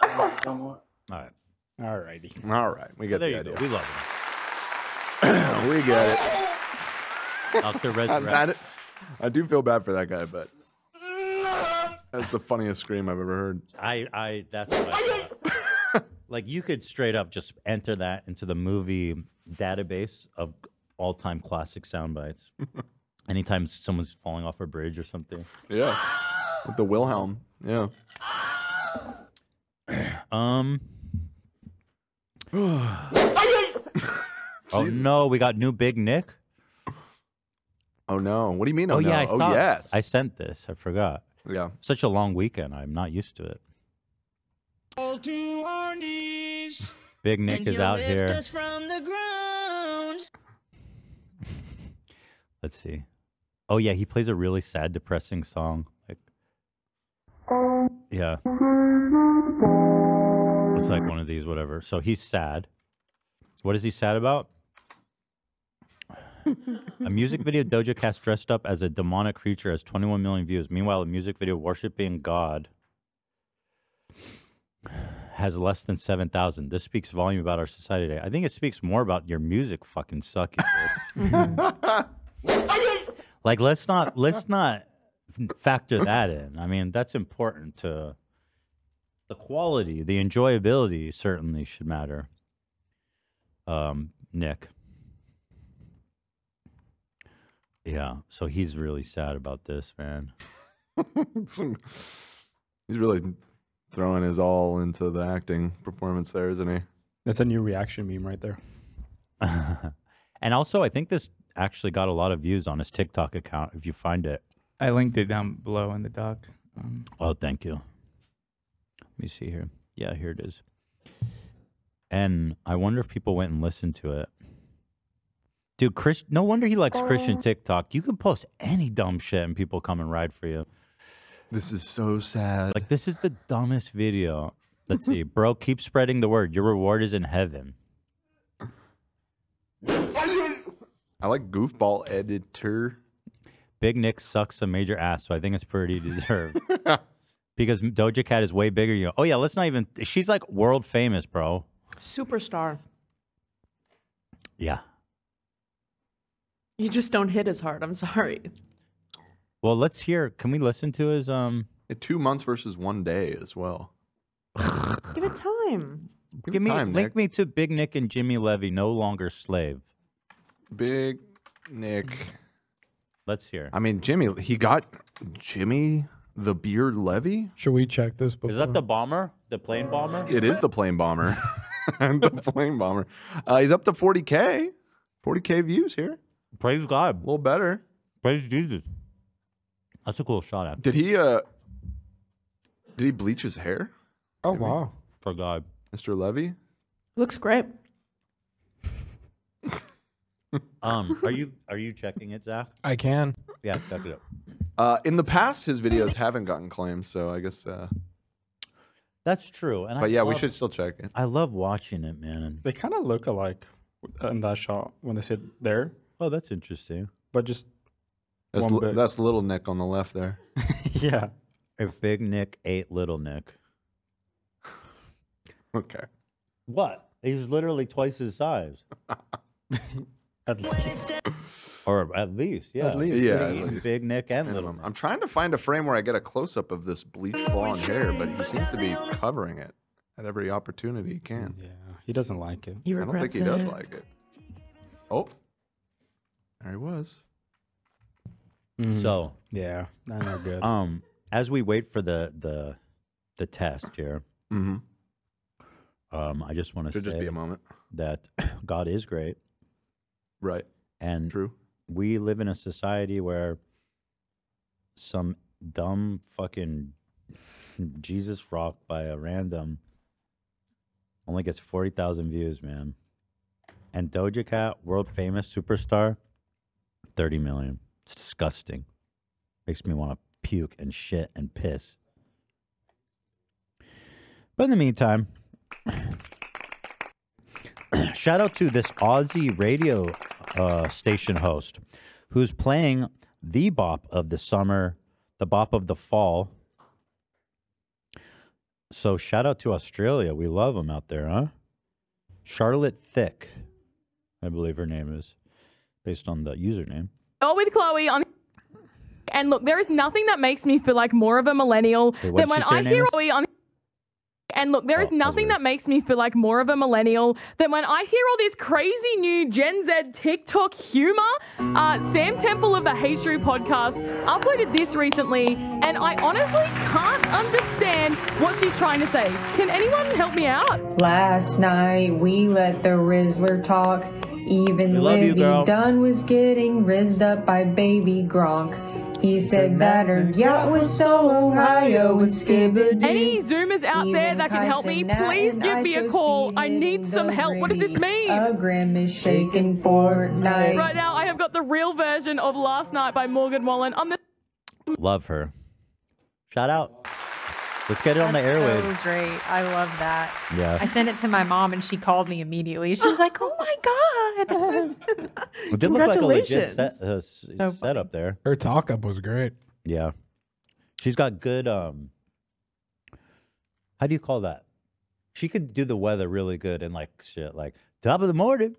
[SPEAKER 3] All right.
[SPEAKER 9] All righty.
[SPEAKER 4] All right. We get
[SPEAKER 3] There
[SPEAKER 4] the
[SPEAKER 3] you go.
[SPEAKER 4] idea.
[SPEAKER 3] We love
[SPEAKER 4] it. we get it.
[SPEAKER 3] Dr. Red
[SPEAKER 4] I'm
[SPEAKER 3] Rat.
[SPEAKER 4] bad at- I do feel bad for that guy, but that's the funniest scream I've ever heard.
[SPEAKER 3] I, I, that's what I thought. Like, you could straight up just enter that into the movie database of all time classic sound bites. Anytime someone's falling off a bridge or something.
[SPEAKER 4] Yeah. With the Wilhelm. Yeah.
[SPEAKER 3] Um. Oh no, we got new Big Nick.
[SPEAKER 4] Oh no! What do you mean?
[SPEAKER 3] Oh,
[SPEAKER 4] Oh,
[SPEAKER 3] yeah, I
[SPEAKER 4] no. Oh,
[SPEAKER 3] saw it.
[SPEAKER 4] yes.
[SPEAKER 3] I sent this. I forgot.
[SPEAKER 4] Yeah.
[SPEAKER 3] Such a long weekend. I'm not used to it.
[SPEAKER 14] Fall to our knees.
[SPEAKER 3] Big Nick
[SPEAKER 14] and
[SPEAKER 3] is
[SPEAKER 14] you
[SPEAKER 3] out
[SPEAKER 14] lift
[SPEAKER 3] here.
[SPEAKER 14] us from the ground.
[SPEAKER 3] Let's see. Oh yeah, he plays a really sad, depressing song. Like, yeah, it's like one of these, whatever. So he's sad. What is he sad about? a music video Doja Cat dressed up as a demonic creature has 21 million views. Meanwhile, a music video worshiping God has less than 7,000. This speaks volume about our society today. I think it speaks more about your music fucking sucking. dude. like let's not let's not factor that in. I mean, that's important to the quality, the enjoyability certainly should matter. Um, Nick. Yeah, so he's really sad about this, man.
[SPEAKER 4] He's really throwing his all into the acting performance there, isn't he?
[SPEAKER 9] That's a new reaction meme right there.
[SPEAKER 3] And also, I think this actually got a lot of views on his TikTok account if you find it.
[SPEAKER 20] I linked it down below in the doc. Um,
[SPEAKER 3] Oh, thank you. Let me see here. Yeah, here it is. And I wonder if people went and listened to it. Dude, Chris, no wonder he likes Christian TikTok. You can post any dumb shit and people come and ride for you.
[SPEAKER 4] This is so sad.
[SPEAKER 3] Like, this is the dumbest video. Let's see. Bro, keep spreading the word. Your reward is in heaven.
[SPEAKER 4] I like goofball editor.
[SPEAKER 3] Big Nick sucks a major ass, so I think it's pretty deserved. because Doja Cat is way bigger. You. Oh, yeah, let's not even. She's like world famous, bro.
[SPEAKER 6] Superstar.
[SPEAKER 3] Yeah.
[SPEAKER 6] You just don't hit as hard. I'm sorry.
[SPEAKER 3] Well, let's hear. Can we listen to his um?
[SPEAKER 4] Two months versus one day as well.
[SPEAKER 6] Give it time.
[SPEAKER 3] Give me
[SPEAKER 4] time,
[SPEAKER 3] link me to Big Nick and Jimmy Levy, no longer slave.
[SPEAKER 4] Big Nick.
[SPEAKER 3] Let's hear.
[SPEAKER 4] I mean, Jimmy. He got Jimmy the Beard Levy.
[SPEAKER 5] Should we check this before?
[SPEAKER 3] Is that the bomber? The plane bomber?
[SPEAKER 4] It is the plane bomber. the plane bomber. Uh, he's up to 40k. 40k views here.
[SPEAKER 3] Praise God. A
[SPEAKER 4] little better.
[SPEAKER 3] Praise Jesus. That's a cool shot. After.
[SPEAKER 4] Did he uh did he bleach his hair?
[SPEAKER 5] Oh wow.
[SPEAKER 3] For God.
[SPEAKER 4] Mr. Levy?
[SPEAKER 6] Looks great.
[SPEAKER 3] Um, are you are you checking it, Zach?
[SPEAKER 5] I can.
[SPEAKER 3] Yeah, check it out.
[SPEAKER 4] Uh in the past his videos haven't gotten claims, so I guess uh
[SPEAKER 3] That's true. And I
[SPEAKER 4] But yeah, we
[SPEAKER 3] love-
[SPEAKER 4] should still check it.
[SPEAKER 3] I love watching it, man.
[SPEAKER 9] They kind of look alike in that shot when they sit there.
[SPEAKER 3] Oh, that's interesting.
[SPEAKER 9] But just
[SPEAKER 4] That's
[SPEAKER 9] one
[SPEAKER 4] li-
[SPEAKER 9] bit.
[SPEAKER 4] that's little Nick on the left there.
[SPEAKER 9] yeah.
[SPEAKER 3] If Big Nick ate Little Nick.
[SPEAKER 4] okay.
[SPEAKER 3] What? He's literally twice his size.
[SPEAKER 9] at least.
[SPEAKER 3] Or uh, at least, yeah.
[SPEAKER 4] Yeah.
[SPEAKER 3] Could've eaten Big Nick and Little
[SPEAKER 4] Nick. I'm trying to find a frame where I get a close up of this bleached blonde hair, but he seems to be covering it at every opportunity he can.
[SPEAKER 9] Yeah. He doesn't like it.
[SPEAKER 4] I don't think he does like it. Oh. There he was.
[SPEAKER 3] So
[SPEAKER 9] yeah, not no good.
[SPEAKER 3] Um, as we wait for the the the test here,
[SPEAKER 4] mm-hmm.
[SPEAKER 3] um, I just want to
[SPEAKER 4] Should just be
[SPEAKER 3] say
[SPEAKER 4] a moment.
[SPEAKER 3] that God is great,
[SPEAKER 4] right?
[SPEAKER 3] And
[SPEAKER 4] true.
[SPEAKER 3] We live in a society where some dumb fucking Jesus rock by a random only gets forty thousand views, man. And Doja Cat, world famous superstar, thirty million. It's disgusting. Makes me want to puke and shit and piss. But in the meantime, shout out to this Aussie radio uh, station host who's playing the bop of the summer, the bop of the fall. So shout out to Australia. We love them out there, huh? Charlotte Thick, I believe her name is, based on the username.
[SPEAKER 17] Go with Chloe on. And look, there is nothing that makes me feel like more of a millennial
[SPEAKER 3] Wait, what
[SPEAKER 17] than
[SPEAKER 3] did she
[SPEAKER 17] when
[SPEAKER 3] say Oh, her
[SPEAKER 17] I
[SPEAKER 3] name
[SPEAKER 17] hear
[SPEAKER 3] is?
[SPEAKER 17] Chloe on. And look, there is nothing that makes me feel like more of a millennial than when I hear all this crazy new Gen Z TikTok humor. Uh, Sam Temple of the Hey Shrew podcast uploaded this recently, and I honestly can't understand what she's trying to say. Can anyone help me out?
[SPEAKER 18] Last night we let the Rizzler talk. Even
[SPEAKER 17] We love you,
[SPEAKER 18] Libby
[SPEAKER 17] girl.
[SPEAKER 18] Dunn was getting rizzed up by baby Gronk. He said that her yacht was so Ohio and skibbity.
[SPEAKER 17] Any Zoomers out there that can help me,
[SPEAKER 18] Carson
[SPEAKER 17] please
[SPEAKER 18] Knight
[SPEAKER 17] give
[SPEAKER 18] and
[SPEAKER 17] me a call. I need some help. What does this mean?
[SPEAKER 18] A grandma's shaking Fortnite.
[SPEAKER 17] Right now, I have got the real version of Last Night by Morgan Wallen on the.
[SPEAKER 3] Love her. Shout out. Let's get it on the
[SPEAKER 12] That
[SPEAKER 3] airwaves.
[SPEAKER 12] was great. I love that.
[SPEAKER 3] Yeah.
[SPEAKER 12] I sent it to my mom and she called me immediately. She was like, "Oh my god!"
[SPEAKER 3] It did look like a legit
[SPEAKER 12] Congratulations.
[SPEAKER 3] set, uh, s-
[SPEAKER 12] So
[SPEAKER 3] setup there.
[SPEAKER 5] Her talk up was great.
[SPEAKER 3] Yeah. She's got good um how do you call that? She could do the weather really good and like shit like top of the morning.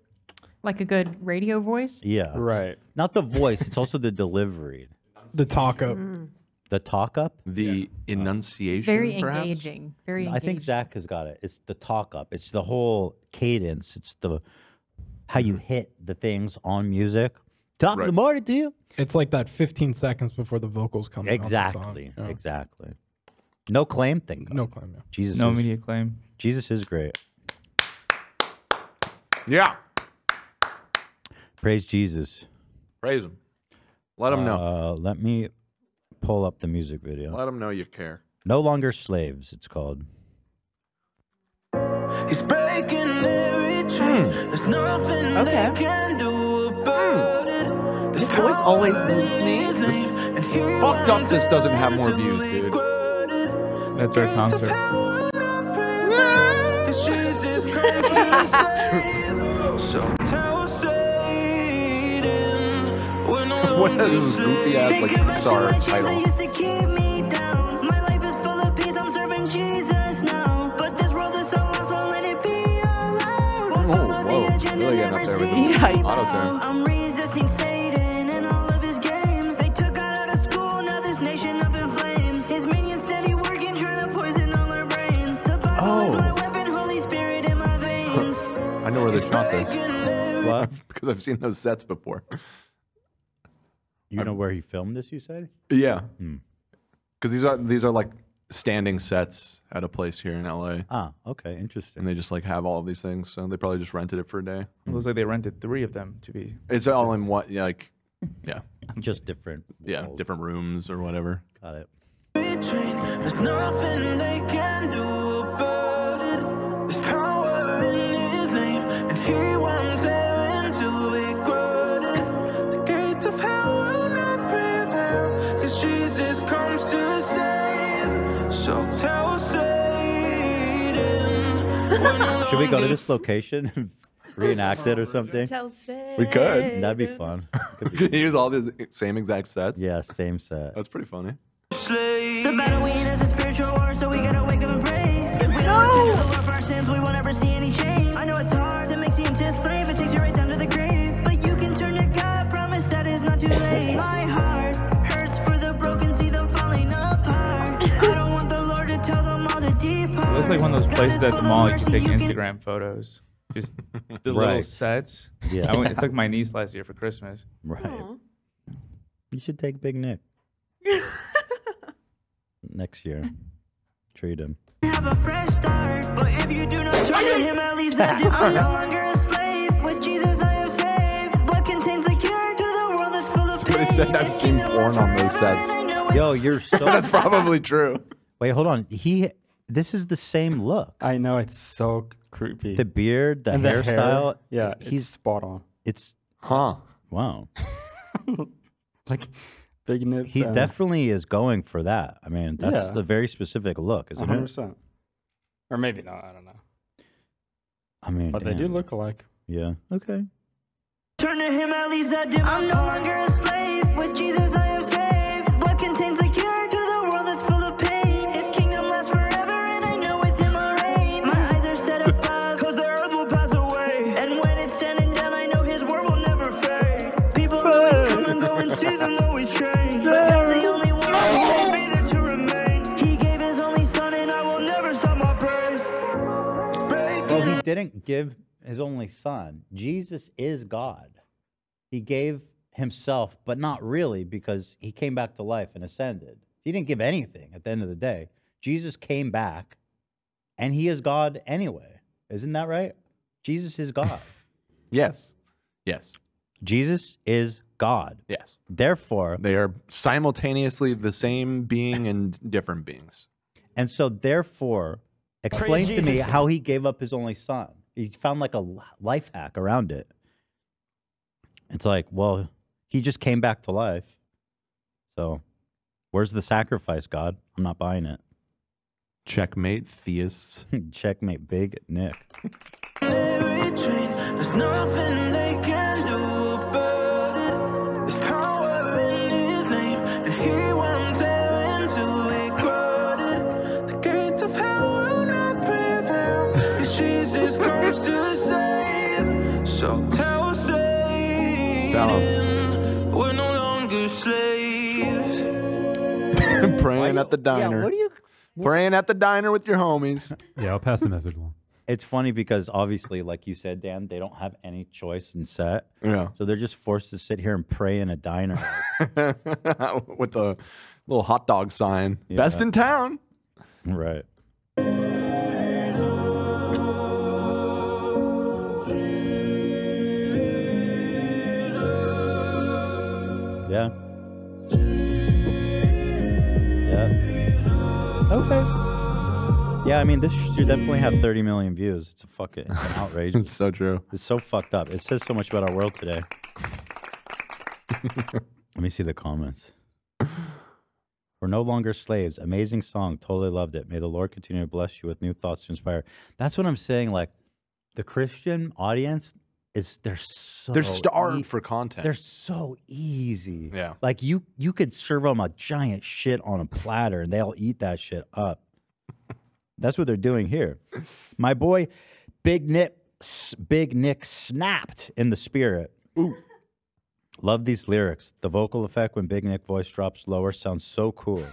[SPEAKER 12] like a good radio voice.
[SPEAKER 3] Yeah. Right. Not the voice, it's also the delivery.
[SPEAKER 5] The talk up.
[SPEAKER 12] Mm-hmm.
[SPEAKER 3] The talk up?
[SPEAKER 4] The enunciation.
[SPEAKER 12] Mm. Very engaging. Very.
[SPEAKER 3] I think Zach has got it. It's the talk up. It's the whole cadence. It's the how
[SPEAKER 5] Mm-hmm.
[SPEAKER 3] you hit the things on music. Top of the morning to you.
[SPEAKER 5] It's like that 15 seconds before the vocals come.
[SPEAKER 3] Exactly. Exactly. No claim thing.
[SPEAKER 5] No claim. Yeah.
[SPEAKER 3] Jesus
[SPEAKER 5] No
[SPEAKER 3] is,
[SPEAKER 5] media
[SPEAKER 3] claim. Jesus is great.
[SPEAKER 4] Yeah.
[SPEAKER 3] Praise Jesus.
[SPEAKER 4] Praise him. Let him know.
[SPEAKER 3] Uh, let me pull up the music video.
[SPEAKER 4] Let him know you care.
[SPEAKER 3] No longer slaves. It's called.
[SPEAKER 14] It's breaking their
[SPEAKER 4] Hmm.
[SPEAKER 14] retreat. There's nothing okay. they can do about it. His voice always moves me.
[SPEAKER 4] Fucked up this doesn't have more views, dude.
[SPEAKER 20] That's their concert.
[SPEAKER 14] Jesus comes to save. So tell Satan when I
[SPEAKER 4] What are those goofy ass like Pixar
[SPEAKER 14] They
[SPEAKER 4] title?
[SPEAKER 14] used to keep me down. My life is full of peace. I'm serving Jesus now. But this world is so lost. Won't let it be alone.
[SPEAKER 4] Oh, whoa. Really getting up there with the
[SPEAKER 14] Yikes.
[SPEAKER 4] auto
[SPEAKER 14] I'm resisting Satan and all of his games. They took out of school. Now this nation up in flames. His minions steady working, trying to poison all our brains. The
[SPEAKER 4] Oh.
[SPEAKER 14] Bible is my weapon. Holy Spirit in my veins.
[SPEAKER 4] I know where they shot this.
[SPEAKER 3] What?
[SPEAKER 4] because I've seen those sets before.
[SPEAKER 3] You know where he filmed this? You said.
[SPEAKER 4] Yeah.
[SPEAKER 3] Hmm.
[SPEAKER 4] Because these are these are like standing sets at a place here in LA.
[SPEAKER 3] Ah, okay, interesting.
[SPEAKER 4] And they just like have all of these things, so they probably just rented it for a day.
[SPEAKER 20] Looks like they rented three of them to be.
[SPEAKER 4] It's all in one, yeah, like, yeah.
[SPEAKER 3] Just different.
[SPEAKER 4] Yeah, different rooms or whatever.
[SPEAKER 3] Got it.
[SPEAKER 14] There's nothing they can do about it. There's power in his name, and he won't tear into it. Got it. The gates of hell will not prevail, cause Jesus comes to save. So tell Satan. when
[SPEAKER 3] Should we go to this location and reenact it or something?
[SPEAKER 6] Tell
[SPEAKER 4] We could.
[SPEAKER 3] That'd be fun.
[SPEAKER 4] Use all the same exact sets.
[SPEAKER 3] Yeah, same set.
[SPEAKER 4] That's pretty funny.
[SPEAKER 14] The battle we in is a spiritual war, so we gotta wake up and pray. If we don't forgive the Lord for our sins, we won't ever see any change. I know it's hard to make seem to slave, it takes you right down to the grave. But you can turn to God, promise that it's not too late. My heart hurts for the broken, see them falling apart. I don't want the Lord to tell them all to
[SPEAKER 20] It
[SPEAKER 14] depart.
[SPEAKER 20] looks like one of those places at the mall you can take
[SPEAKER 14] you can-
[SPEAKER 20] Instagram photos. Just the little
[SPEAKER 3] Right.
[SPEAKER 20] sets.
[SPEAKER 3] Yeah.
[SPEAKER 20] I went, I took my niece last year for Christmas.
[SPEAKER 3] Right. You should take Big Nick next year. Treat him.
[SPEAKER 14] Have a fresh start, but if you do not turn to Him, at least I do. I'm no longer a slave. With Jesus, I am saved. Blood contains the cure to the world that's full of
[SPEAKER 4] But he said I've seen porn on those sets.
[SPEAKER 3] Yo, you're so.
[SPEAKER 4] That's probably true.
[SPEAKER 3] Wait, hold on. He. This is the same look.
[SPEAKER 9] I know it's so creepy.
[SPEAKER 3] The beard, the
[SPEAKER 9] And the hair,
[SPEAKER 3] hairstyle.
[SPEAKER 9] yeah,
[SPEAKER 3] he's
[SPEAKER 9] spot on.
[SPEAKER 3] It's
[SPEAKER 4] huh.
[SPEAKER 3] Wow.
[SPEAKER 9] like big nip.
[SPEAKER 3] He
[SPEAKER 9] uh,
[SPEAKER 3] definitely is going for that. I mean, that's
[SPEAKER 9] Yeah.
[SPEAKER 3] a very specific look, isn't it?
[SPEAKER 9] 100%. Or maybe not. I don't know.
[SPEAKER 3] I mean,
[SPEAKER 9] But they do
[SPEAKER 3] damn.
[SPEAKER 9] look alike.
[SPEAKER 3] Yeah. Okay.
[SPEAKER 14] Turn to him, at least I do. I'm no longer a slave. With Jesus, I am saved. Blood contains the cure to the world that's full of pain. His kingdom lasts forever, and I know with him I reign. My eyes are set aside, cause the earth will pass away. And when it's said and done, I know his word will never fade. People always come and go, and seasons always change. But that's the only one I'm fated to remain. He gave his only son, and I will never stop my praise.
[SPEAKER 3] Well, he didn't give his only son. Jesus is God. He gave himself, but not really, because he came back to life and ascended. He didn't give anything at the end of the day. Jesus came back, and he is God anyway. Isn't that right? Jesus is God.
[SPEAKER 4] yes. Yes.
[SPEAKER 3] Jesus is God.
[SPEAKER 4] Yes.
[SPEAKER 3] Therefore,
[SPEAKER 4] they are simultaneously the same being and different beings.
[SPEAKER 3] And so, therefore, explain to me
[SPEAKER 4] Jesus.
[SPEAKER 3] how he gave up his only son. He found like a li- life hack around it. It's like, well, he just came back to life. So, where's the sacrifice, God? I'm not buying it.
[SPEAKER 4] Checkmate theists.
[SPEAKER 3] Checkmate, big Nick.
[SPEAKER 14] There's nothing they can do about it. There's power in his name, and he won't tear into it. Got it. The gates of hell will not prevail. 'cause Jesus comes to save. So tell Satan, we're no longer slaves.
[SPEAKER 4] Praying at the diner.
[SPEAKER 14] what do you-
[SPEAKER 4] Praying at the diner with your homies.
[SPEAKER 3] Yeah, I'll pass the message along. It's funny because obviously, like you said, Dan, they don't have any choice in set.
[SPEAKER 4] Yeah.
[SPEAKER 3] So they're just forced to sit here and pray in a diner.
[SPEAKER 4] with the little hot dog sign.
[SPEAKER 3] Yeah.
[SPEAKER 4] Best in town.
[SPEAKER 3] Right. Yeah. Yeah. Okay. Yeah, I mean, this should definitely have 30 million views. It's a fucking it's an outrage. it's
[SPEAKER 4] so true.
[SPEAKER 3] It's so fucked up. It says so much about our world today. Let me see the comments. We're no longer slaves. Amazing song. Totally loved it. May the Lord continue to bless you with new thoughts to inspire. That's what I'm saying. Like the Christian audience is they're so
[SPEAKER 4] They're starved for content.
[SPEAKER 3] They're so easy.
[SPEAKER 4] Yeah.
[SPEAKER 3] Like you you could serve them a giant shit on a platter and they'll eat that shit up. That's what they're doing here. My boy Big Nick S- Big Nick snapped in the spirit. Love these lyrics. The vocal effect when Big Nick voice drops lower sounds so cool.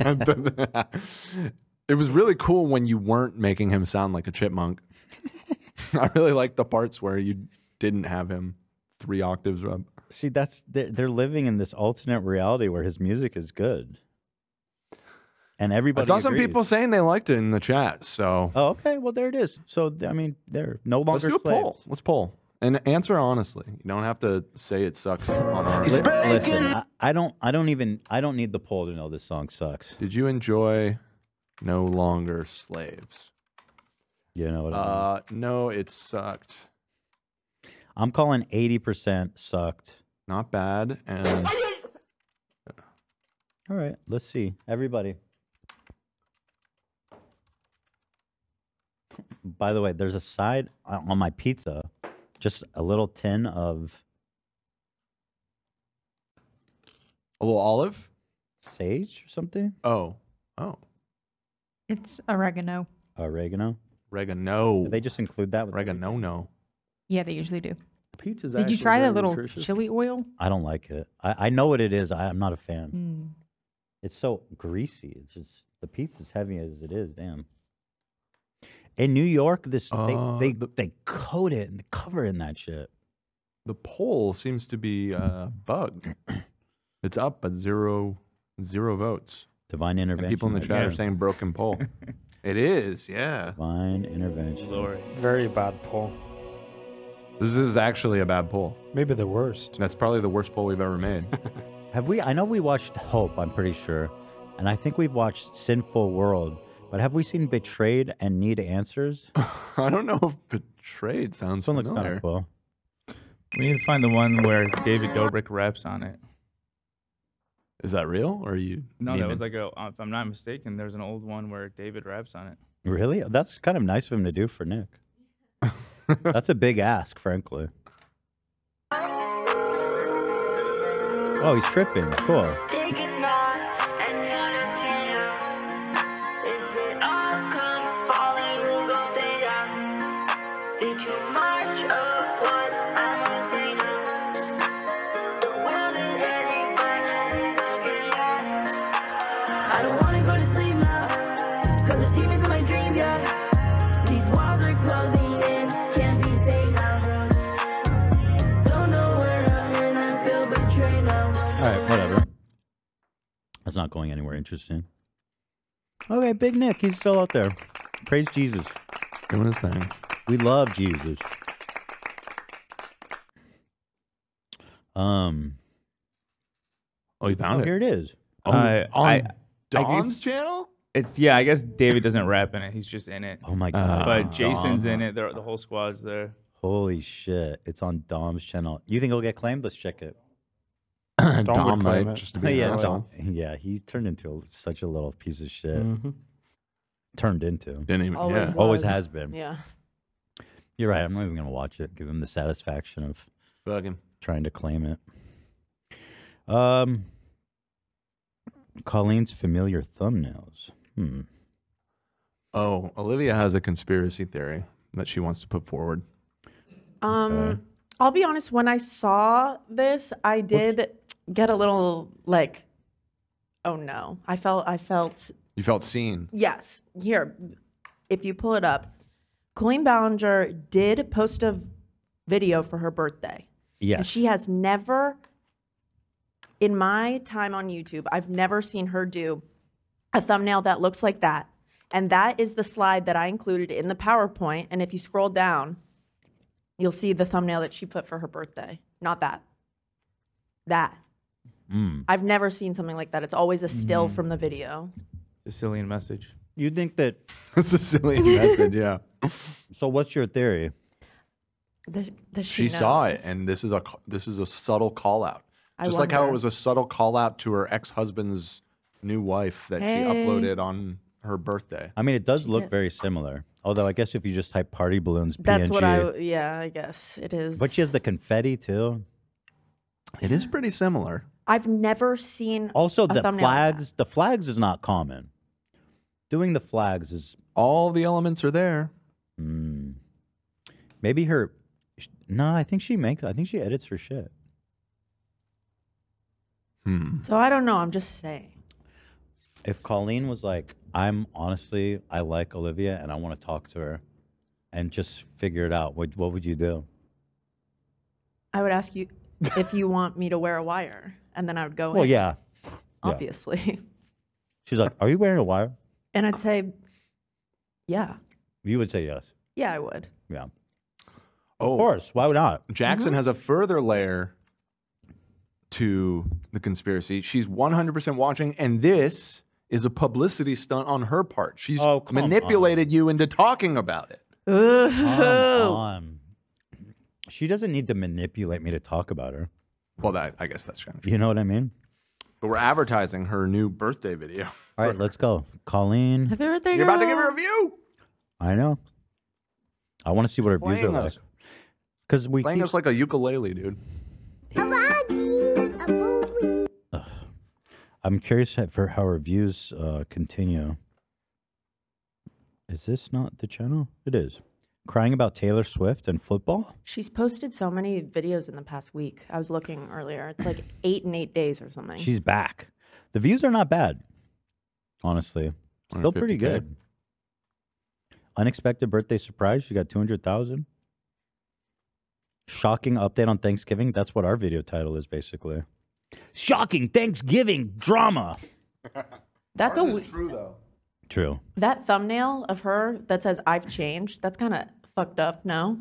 [SPEAKER 4] it was really cool when you weren't making him sound like a chipmunk. I really like the parts where you didn't have him three octaves up.
[SPEAKER 3] See, that's they're, they're living in this alternate reality where his music is good, and everybody.
[SPEAKER 4] I saw some
[SPEAKER 3] agrees.
[SPEAKER 4] people saying they liked it in the chat. So
[SPEAKER 3] Oh, okay. Well, there it is. So th- I mean, they're no
[SPEAKER 4] Let's
[SPEAKER 3] longer
[SPEAKER 4] do a
[SPEAKER 3] slaves.
[SPEAKER 4] poll. Let's poll. And answer honestly. You don't have to say it sucks on our.
[SPEAKER 3] Li- listen, I, I don't. I don't even. I don't need the poll to know this song sucks.
[SPEAKER 4] Did you enjoy No Longer Slaves?
[SPEAKER 3] You know what? I mean?
[SPEAKER 4] Uh, no, it sucked.
[SPEAKER 3] I'm calling eighty percent sucked.
[SPEAKER 4] Not bad. And
[SPEAKER 3] all right, let's see. Everybody. By the way, there's a side on on my pizza, just a little tin of
[SPEAKER 4] a little olive,
[SPEAKER 3] sage or something.
[SPEAKER 4] Oh, oh,
[SPEAKER 12] It's oregano.
[SPEAKER 3] Uh, oregano.
[SPEAKER 4] Oregano.
[SPEAKER 3] they just include that with
[SPEAKER 4] oregano. No,
[SPEAKER 12] Yeah, they usually do.
[SPEAKER 3] pizza's.
[SPEAKER 12] Did you try that little chili oil?
[SPEAKER 3] I don't like it. I, I know what it is. I, I'm not a fan.
[SPEAKER 12] Mm.
[SPEAKER 3] It's so greasy. It's just the pizza's heavy as it is. Damn. In New York, this
[SPEAKER 4] Uh,
[SPEAKER 3] they they, they coat it and cover it in that shit.
[SPEAKER 4] the poll seems to be uh, bugged. It's up, but zero, zero votes.
[SPEAKER 3] Divine
[SPEAKER 4] And people in the
[SPEAKER 3] intervention
[SPEAKER 4] chat are
[SPEAKER 3] again.
[SPEAKER 4] saying broken poll. it is, yeah.
[SPEAKER 3] Divine intervention.
[SPEAKER 9] Very bad poll.
[SPEAKER 4] This is actually a bad poll.
[SPEAKER 9] Maybe the worst.
[SPEAKER 4] That's probably the worst poll we've ever made.
[SPEAKER 3] Have we? I know we watched Hope. I'm pretty sure, and I think we've watched Sinful World. But have we seen Betrayed and Need Answers?
[SPEAKER 4] I don't know if Betrayed sounds
[SPEAKER 3] one looks kind
[SPEAKER 4] familiar.
[SPEAKER 3] of cool.
[SPEAKER 20] We need to find the one where David Dobrik raps on it.
[SPEAKER 4] Is that real or are you?
[SPEAKER 20] No, that
[SPEAKER 4] memeing?
[SPEAKER 20] was like a. uh, If I'm not mistaken, there's an old one where David raps on it.
[SPEAKER 3] Really? That's kind of nice of him to do for Nick. That's a big ask, frankly. Oh, he's tripping. Cool.
[SPEAKER 14] Did too much of what I was saying. The world is ending, but I didn't react. I don't wanna go to sleep now, 'cause the demons in my dream, yeah. These walls are closing in, can't be saved now. Don't know where I'm and I feel betrayed now.
[SPEAKER 3] All right, whatever. That's not going anywhere interesting. Okay, Big Nick, he's still out there. Praise Jesus.
[SPEAKER 4] Doing his thing.
[SPEAKER 3] We love Jesus. Um.
[SPEAKER 4] Oh, you found
[SPEAKER 3] oh,
[SPEAKER 20] it.
[SPEAKER 3] Here it is.
[SPEAKER 20] Uh, I- I guess-
[SPEAKER 4] channel?
[SPEAKER 20] It's yeah. I guess David doesn't rap in it. He's just in it.
[SPEAKER 3] Oh my God, Uh-huh.
[SPEAKER 20] But Jason's
[SPEAKER 3] Dom.
[SPEAKER 20] in it. They're, the whole squad's there.
[SPEAKER 3] Holy shit! It's on Dom's channel. You think it'll get claimed? Let's check it.
[SPEAKER 4] Dom Dom would claim might, it. just to be an
[SPEAKER 3] yeah,
[SPEAKER 4] asshole.
[SPEAKER 3] yeah, he turned into such a little piece of shit.
[SPEAKER 9] Mhm.
[SPEAKER 3] Turned into. Didn't
[SPEAKER 4] even. Mm-hmm. Always yeah. was.
[SPEAKER 3] Always has been.
[SPEAKER 6] Yeah.
[SPEAKER 3] You're right. I'm not even gonna watch it. Give him the satisfaction of
[SPEAKER 4] Fuck him.
[SPEAKER 3] trying to claim it. Um, Colleen's familiar thumbnails. Hmm.
[SPEAKER 4] Oh, Olivia has a conspiracy theory that she wants to put forward.
[SPEAKER 6] Um, I'll be honest. When I saw this, I did get a little like, oh no. I felt. I felt.
[SPEAKER 4] You felt seen.
[SPEAKER 6] Yes. Here, if you pull it up, Colleen Ballinger did post a video for her birthday.
[SPEAKER 3] Yes.
[SPEAKER 6] And she has never, in my time on YouTube, I've never seen her do a thumbnail that looks like that. And that is the slide that I included in the PowerPoint. And if you scroll down, you'll see the thumbnail that she put for her birthday. Not that. That.
[SPEAKER 3] Mm.
[SPEAKER 6] I've never seen something like that. It's always a still
[SPEAKER 3] Hmm.
[SPEAKER 6] from the video.
[SPEAKER 20] Sicilian message.
[SPEAKER 3] You think that?
[SPEAKER 4] That's a silly message. Yeah.
[SPEAKER 3] So what's your theory?
[SPEAKER 6] The, the
[SPEAKER 4] She saw it, and this is a c- this is a subtle call out.
[SPEAKER 6] I
[SPEAKER 4] Just like how it
[SPEAKER 6] wonder.
[SPEAKER 4] was a subtle call out to her ex husband's new wife that
[SPEAKER 6] Hey.
[SPEAKER 4] she uploaded on her birthday.
[SPEAKER 3] I mean, it does look
[SPEAKER 6] Yeah.
[SPEAKER 3] very similar. Although I guess if you just type party balloons,
[SPEAKER 6] That's
[SPEAKER 3] PNG,
[SPEAKER 6] what I, w- yeah, I guess it is.
[SPEAKER 3] But she has the confetti too.
[SPEAKER 4] It is pretty similar.
[SPEAKER 6] I've never seen
[SPEAKER 3] Also,
[SPEAKER 6] a
[SPEAKER 3] the
[SPEAKER 6] thumbnail like that.
[SPEAKER 3] flags. The flags is not common. Doing the flags is
[SPEAKER 4] all the elements are there.
[SPEAKER 3] Mm. Maybe her. sh- No, I think she makes. I think she edits her shit.
[SPEAKER 6] So I don't know. I'm just saying.
[SPEAKER 3] If Colleen was like, "I'm honestly, I like Olivia, and I want to talk to her," and just figure it out, what what would you do?
[SPEAKER 6] I would ask you if you want me to wear a wire, and then Oh, I would go.
[SPEAKER 3] Well,
[SPEAKER 6] in,
[SPEAKER 3] yeah.
[SPEAKER 6] obviously.
[SPEAKER 3] She's like, "Are you wearing a wire?"
[SPEAKER 6] And I'd say, yeah,
[SPEAKER 3] You would say yes.
[SPEAKER 6] yeah, I would.
[SPEAKER 3] Yeah. Of course. Why would not?
[SPEAKER 4] Oh. Jackson
[SPEAKER 6] Mm-hmm.
[SPEAKER 4] has a further layer to the conspiracy. She's 100% watching, and this is a publicity stunt on her part. She's
[SPEAKER 3] Oh, come
[SPEAKER 4] manipulated you into talking about it.
[SPEAKER 3] Come on. She doesn't need to manipulate me to talk about her.
[SPEAKER 4] Well, that, I guess that's kind
[SPEAKER 3] You know what I mean?
[SPEAKER 4] But we're advertising her new birthday video.
[SPEAKER 3] All right, let's go. Colleen,
[SPEAKER 6] Happy birthday,
[SPEAKER 4] You're about to give
[SPEAKER 6] girl.
[SPEAKER 4] her a review.
[SPEAKER 3] I know. I want to see what her views are
[SPEAKER 4] Playing
[SPEAKER 3] like.
[SPEAKER 4] us.
[SPEAKER 3] Because we
[SPEAKER 4] Playing
[SPEAKER 3] keep-
[SPEAKER 4] us like a ukulele, dude.
[SPEAKER 3] I'm curious how- for how her views uh, continue. Is this not the channel? It is. Crying about Taylor Swift and football?
[SPEAKER 6] She's posted so many videos in the past week. I was looking earlier. It's like eight and eight days or something.
[SPEAKER 3] She's back. The views are not bad, honestly. Still pretty
[SPEAKER 4] 150K.
[SPEAKER 3] good. Unexpected birthday surprise. She got 200,000. Shocking update on Thanksgiving. That's what our video title is, basically. Shocking Thanksgiving drama.
[SPEAKER 6] That's a we-
[SPEAKER 4] true though.
[SPEAKER 3] True.
[SPEAKER 6] that thumbnail of her that says "I've changed." That's kind of fucked up. No,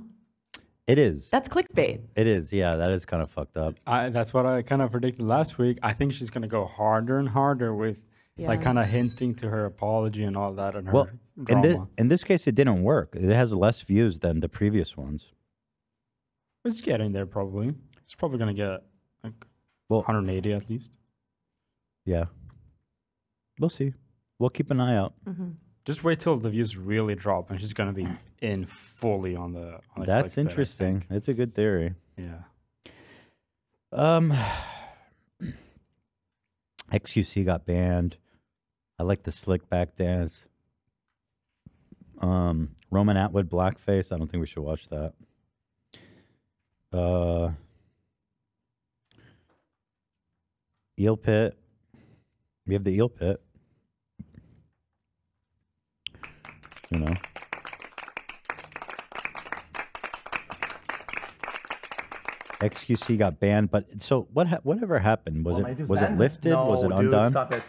[SPEAKER 3] It is.
[SPEAKER 6] that's clickbait.
[SPEAKER 3] It is. Yeah, that is kind of fucked up.
[SPEAKER 9] I, that's what I kind of predicted last week. I think she's gonna go harder and harder with,
[SPEAKER 6] Yeah.
[SPEAKER 9] like, kind of hinting to her apology and all that, and her
[SPEAKER 3] Well, in
[SPEAKER 9] drama.
[SPEAKER 3] this, in this case, it didn't work. It has less views than the previous ones.
[SPEAKER 9] It's getting there probably. It's probably gonna get like
[SPEAKER 3] well,
[SPEAKER 9] 180 at least.
[SPEAKER 3] Yeah. We'll see. We'll keep an eye out.
[SPEAKER 9] Just wait till the views really drop, and she's gonna be in fully on the. On the
[SPEAKER 3] That's
[SPEAKER 9] clickbait, I
[SPEAKER 3] interesting. That's a good theory.
[SPEAKER 9] Yeah.
[SPEAKER 3] Um, XQC got banned. I like the slick back dance. Um, Roman Atwood blackface. I don't think we should watch that. Uh, eel pit. We have the eel pit. You know. XQC got banned, but so what? Ha- whatever happened was
[SPEAKER 7] Well, I
[SPEAKER 3] it
[SPEAKER 7] just
[SPEAKER 3] was it
[SPEAKER 7] banned it.
[SPEAKER 3] lifted? was it
[SPEAKER 7] No, dude,
[SPEAKER 3] undone?
[SPEAKER 7] stop it.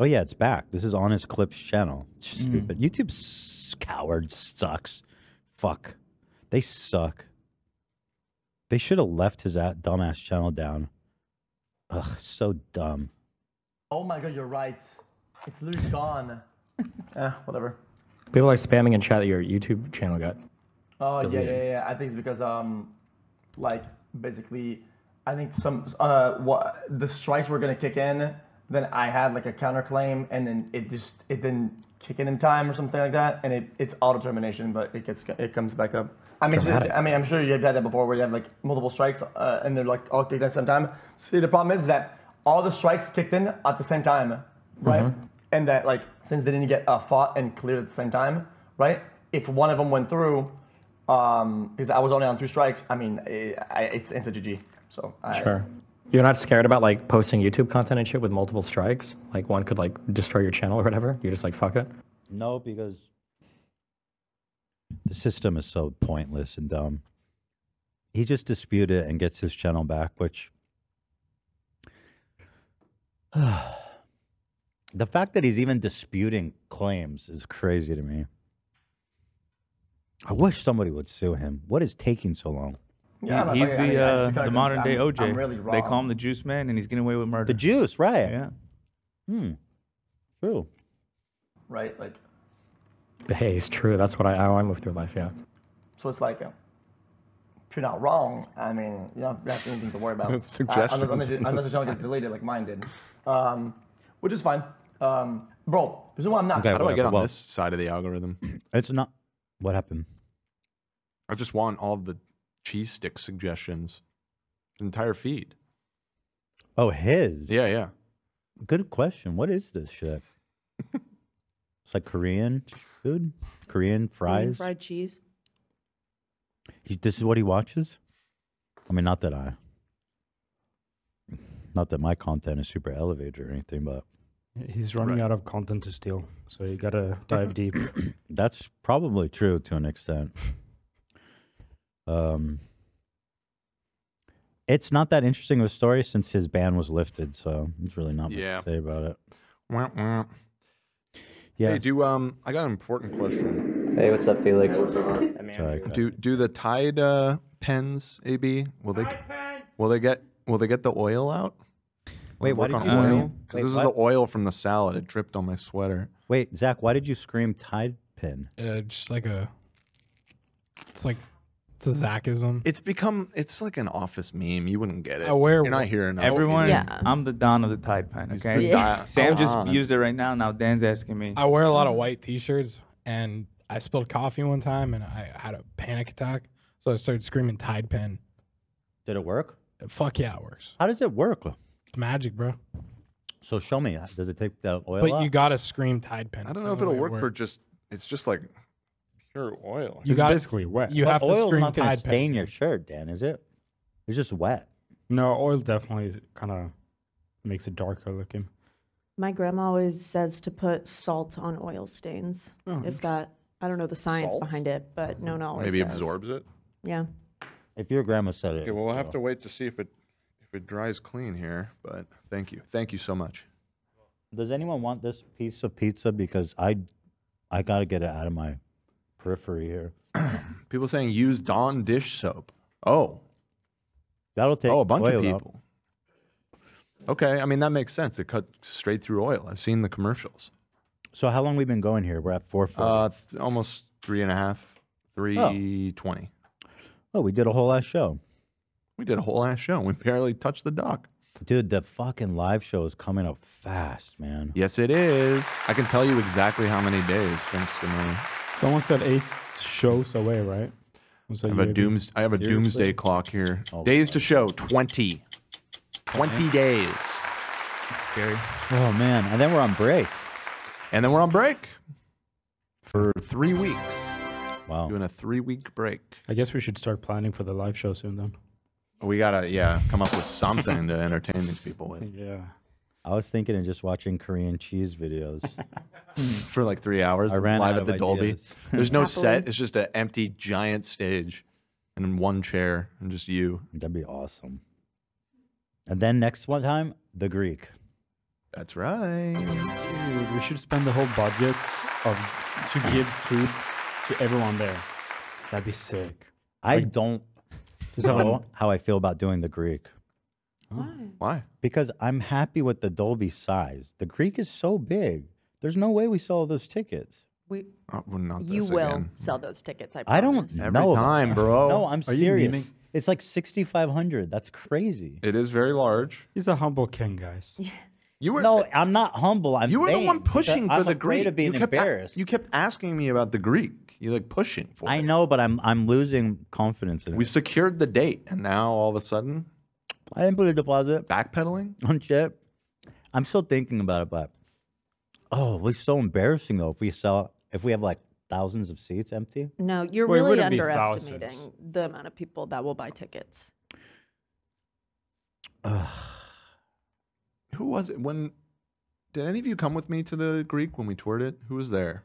[SPEAKER 3] Oh yeah, it's back. This is on his clips channel.
[SPEAKER 7] Mm.
[SPEAKER 3] Stupid. YouTube s- coward sucks. Fuck. They suck. They should have left his at- dumbass channel down. Ugh, so dumb.
[SPEAKER 7] Oh my god, you're right. It's literally gone. eh, whatever.
[SPEAKER 19] People are spamming in chat that your YouTube channel got.
[SPEAKER 7] Oh yeah,
[SPEAKER 19] Deleted.
[SPEAKER 7] yeah, yeah. I think it's because um, like basically, I think some uh, what the strikes were gonna kick in. Then I had like a counterclaim, and then it just it didn't kick in in time or something like that, and it, it's auto termination, but it gets it comes back up. I mean,
[SPEAKER 19] Dramatic.
[SPEAKER 7] I mean, I'm sure you've had that before, where you have like multiple strikes, uh, and they're like all kicked in at the same time. See, the problem is that all the strikes kicked in at the same time, right? and that like since they didn't get uh, fought and cleared at the same time, right? If one of them went through, because I was only on two strikes, I mean, I, I, it's it's a GG. So I,
[SPEAKER 19] Sure. You're not scared about like posting YouTube content and shit with multiple strikes? Like one could like destroy your channel or whatever? You're just like, fuck it?
[SPEAKER 3] No, because the system is so pointless and dumb. He just disputed it and gets his channel back, which the fact that he's even disputing claims is crazy to me. I wish somebody would sue him. What is taking so long?
[SPEAKER 7] Yeah,
[SPEAKER 19] He- he's
[SPEAKER 7] like, I mean,
[SPEAKER 19] the
[SPEAKER 7] I
[SPEAKER 19] uh,
[SPEAKER 7] just kinda
[SPEAKER 19] the modern day
[SPEAKER 7] confused.
[SPEAKER 19] OJ.
[SPEAKER 7] I'm- I'm really
[SPEAKER 19] they call
[SPEAKER 7] wrong.
[SPEAKER 19] him the Juice Man, and he's getting away with murder. The
[SPEAKER 3] Juice, right?
[SPEAKER 19] Yeah.
[SPEAKER 3] Hmm. True.
[SPEAKER 7] right? Like
[SPEAKER 19] But hey, it's true. That's what I how I move through life. Yeah.
[SPEAKER 7] so, it's like uh, if you're not wrong, I mean, you don't have anything to worry about.
[SPEAKER 4] That's
[SPEAKER 7] Uh, unless-
[SPEAKER 4] suggestions
[SPEAKER 7] unless,
[SPEAKER 4] on
[SPEAKER 7] it- unless
[SPEAKER 4] the
[SPEAKER 7] the channel gets deleted, like mine did, um, which is fine. Um, bro, this is why I'm not.
[SPEAKER 4] How do I get on this side of the algorithm?
[SPEAKER 3] It's not. What happened?
[SPEAKER 4] I just want all the cheese stick suggestions. The entire feed.
[SPEAKER 3] Oh, his.
[SPEAKER 4] Yeah, yeah.
[SPEAKER 3] Good question. What is this shit? it's like Korean food, Korean
[SPEAKER 6] Korean
[SPEAKER 3] fries.
[SPEAKER 6] fried cheese.
[SPEAKER 3] He, this is what he watches. I mean, not that I, not that my content is super elevated or anything, but
[SPEAKER 9] He's running out of content to steal, so you gotta dive deep.
[SPEAKER 3] that's probably true to an extent. Um, it's not that interesting of a story since his ban was lifted, so there's really not much
[SPEAKER 4] Yeah.
[SPEAKER 3] to say about it.
[SPEAKER 4] Wah, wah.
[SPEAKER 3] Yeah.
[SPEAKER 4] Hey, do um, I got an important question.
[SPEAKER 13] Hey, what's up, Felix?
[SPEAKER 4] Do do the Tide uh, pens, AB? Will they will they get will they get the oil out?
[SPEAKER 3] Wait,
[SPEAKER 4] Work
[SPEAKER 3] why did
[SPEAKER 4] on
[SPEAKER 3] you say-
[SPEAKER 4] oil? 'Cause
[SPEAKER 3] Wait,
[SPEAKER 4] this is
[SPEAKER 3] what?
[SPEAKER 4] the oil from the salad. It dripped on my sweater.
[SPEAKER 3] Wait, Zach, why did you scream Tide Pin?
[SPEAKER 5] Uh, just like a, it's like, it's a Zachism.
[SPEAKER 4] It's become it's like an office meme. You wouldn't get it.
[SPEAKER 5] I wear
[SPEAKER 4] You're not here enough.
[SPEAKER 20] Everyone, I'm the don of the Tide Pen.
[SPEAKER 4] He's
[SPEAKER 20] Okay,
[SPEAKER 4] the Yeah. di-
[SPEAKER 20] Sam just
[SPEAKER 4] Don.
[SPEAKER 20] used it right now. Now Dan's asking me.
[SPEAKER 5] I wear a lot of white T-shirts, and I spilled coffee one time, and I had a panic attack, so I started screaming Tide Pen.
[SPEAKER 3] Did it work?
[SPEAKER 5] Fuck yeah, it works.
[SPEAKER 3] How does it work?
[SPEAKER 5] It's magic, bro.
[SPEAKER 3] So show me. Does it take the oil?
[SPEAKER 5] But
[SPEAKER 3] out?
[SPEAKER 5] you gotta scream Tide Pen.
[SPEAKER 4] I don't
[SPEAKER 5] It's
[SPEAKER 4] know
[SPEAKER 5] the
[SPEAKER 4] if it'll
[SPEAKER 5] only way it
[SPEAKER 4] work for
[SPEAKER 5] works.
[SPEAKER 4] just it's just like pure oil.
[SPEAKER 5] You It's gotta- basically wet. you
[SPEAKER 3] But
[SPEAKER 5] have to
[SPEAKER 3] oil's
[SPEAKER 5] scream
[SPEAKER 3] not gonna
[SPEAKER 5] Tide Pen.
[SPEAKER 3] stain your shirt, Dan. Is it? It's just wet.
[SPEAKER 9] No, oil definitely kind of makes it darker looking.
[SPEAKER 6] My grandma always says to put salt on oil
[SPEAKER 3] Oh,
[SPEAKER 6] stains. if that, I don't know the science
[SPEAKER 4] Salt?
[SPEAKER 6] behind it, but no one always
[SPEAKER 4] Maybe
[SPEAKER 6] says.
[SPEAKER 4] absorbs it.
[SPEAKER 6] Yeah.
[SPEAKER 3] If your grandma said it.
[SPEAKER 4] Okay, well we'll have to wait to see if it if it dries clean here. But thank you, thank you so much.
[SPEAKER 3] Does anyone want this piece of pizza? Because I, I gotta get it out of my periphery here.
[SPEAKER 4] People saying use Dawn dish soap. Oh,
[SPEAKER 3] that'll take
[SPEAKER 4] oh a bunch of
[SPEAKER 3] oil out.
[SPEAKER 4] people. Okay, I mean that makes sense. It cut straight through oil. I've seen the commercials.
[SPEAKER 3] So how long we been going here? We're at four forty.
[SPEAKER 4] Uh, th- almost three and a half, three twenty.
[SPEAKER 3] oh, we did a whole ass show.
[SPEAKER 4] We did a whole ass show. We barely touched the dock.
[SPEAKER 3] Dude, the fucking live show is coming up fast, man.
[SPEAKER 4] Yes, it is. I can tell you exactly how many days. Thanks to me.
[SPEAKER 9] Someone said eight shows away, right? Was
[SPEAKER 4] I
[SPEAKER 9] that
[SPEAKER 4] have
[SPEAKER 9] you,
[SPEAKER 4] a
[SPEAKER 9] Abby?
[SPEAKER 4] dooms. I have a doomsday clock here.
[SPEAKER 3] Oh,
[SPEAKER 4] days to show twenty. Twenty days.
[SPEAKER 20] Scary.
[SPEAKER 3] Oh man, and then we're on break.
[SPEAKER 4] And then we're on break for three weeks.
[SPEAKER 3] Wow.
[SPEAKER 4] Doing a three week break.
[SPEAKER 9] I guess we should start planning for the live show soon then.
[SPEAKER 4] We gotta yeah come up with something to entertain these people with
[SPEAKER 9] Yeah.
[SPEAKER 3] I was thinking of just watching Korean cheese videos.
[SPEAKER 4] for like three hours.
[SPEAKER 3] I ran
[SPEAKER 4] live
[SPEAKER 3] out
[SPEAKER 4] at
[SPEAKER 3] of
[SPEAKER 4] the Dolby.
[SPEAKER 3] ideas.
[SPEAKER 4] There's no
[SPEAKER 3] Happily.
[SPEAKER 4] set. It's just an empty giant stage, and one chair, and just you.
[SPEAKER 3] That'd be awesome. And then next one time, the Greek.
[SPEAKER 4] That's right.
[SPEAKER 9] Dude, we should spend the whole budget of to give food to everyone there. That'd be sick.
[SPEAKER 3] I don't
[SPEAKER 9] Just have a-
[SPEAKER 3] know how I feel about doing the Greek.
[SPEAKER 6] Why?
[SPEAKER 4] Why?
[SPEAKER 3] Because I'm happy with the Dolby size. The Greek is so big. There's no way we sell those tickets.
[SPEAKER 6] We,
[SPEAKER 4] Uh, well, not
[SPEAKER 6] you
[SPEAKER 4] this
[SPEAKER 6] will
[SPEAKER 4] again.
[SPEAKER 6] sell those tickets. I,
[SPEAKER 3] I don't
[SPEAKER 6] promise.
[SPEAKER 3] know.
[SPEAKER 4] Every time, bro.
[SPEAKER 3] No, I'm
[SPEAKER 4] Are you
[SPEAKER 3] serious.
[SPEAKER 4] memeing?
[SPEAKER 3] It's like 6,500. That's crazy.
[SPEAKER 4] It is very large.
[SPEAKER 9] He's a humble king, guys.
[SPEAKER 4] You were
[SPEAKER 3] no, I'm not humble. I'm
[SPEAKER 4] you were the one
[SPEAKER 3] vain because
[SPEAKER 4] pushing
[SPEAKER 3] I'm
[SPEAKER 4] for the
[SPEAKER 3] afraid
[SPEAKER 4] Greek.
[SPEAKER 3] Of being
[SPEAKER 4] you kept a-
[SPEAKER 3] embarrassed.
[SPEAKER 4] you kept asking me about the Greek. You like pushing for.
[SPEAKER 3] I know, but I'm I'm losing confidence in
[SPEAKER 4] We
[SPEAKER 3] it.
[SPEAKER 4] secured the date, and now all of a sudden,
[SPEAKER 3] I didn't put a deposit.
[SPEAKER 4] Backpedaling
[SPEAKER 3] on shit. I'm still thinking about it, but oh, it was so embarrassing though. If we sell, if we have like thousands of seats empty.
[SPEAKER 6] No, you're
[SPEAKER 3] Well, it
[SPEAKER 6] really
[SPEAKER 3] wouldn't be
[SPEAKER 6] underestimating
[SPEAKER 3] thousands.
[SPEAKER 6] the amount of people that will buy tickets.
[SPEAKER 4] who was it? When did any of you come with me to the Greek when we toured it? Who was there?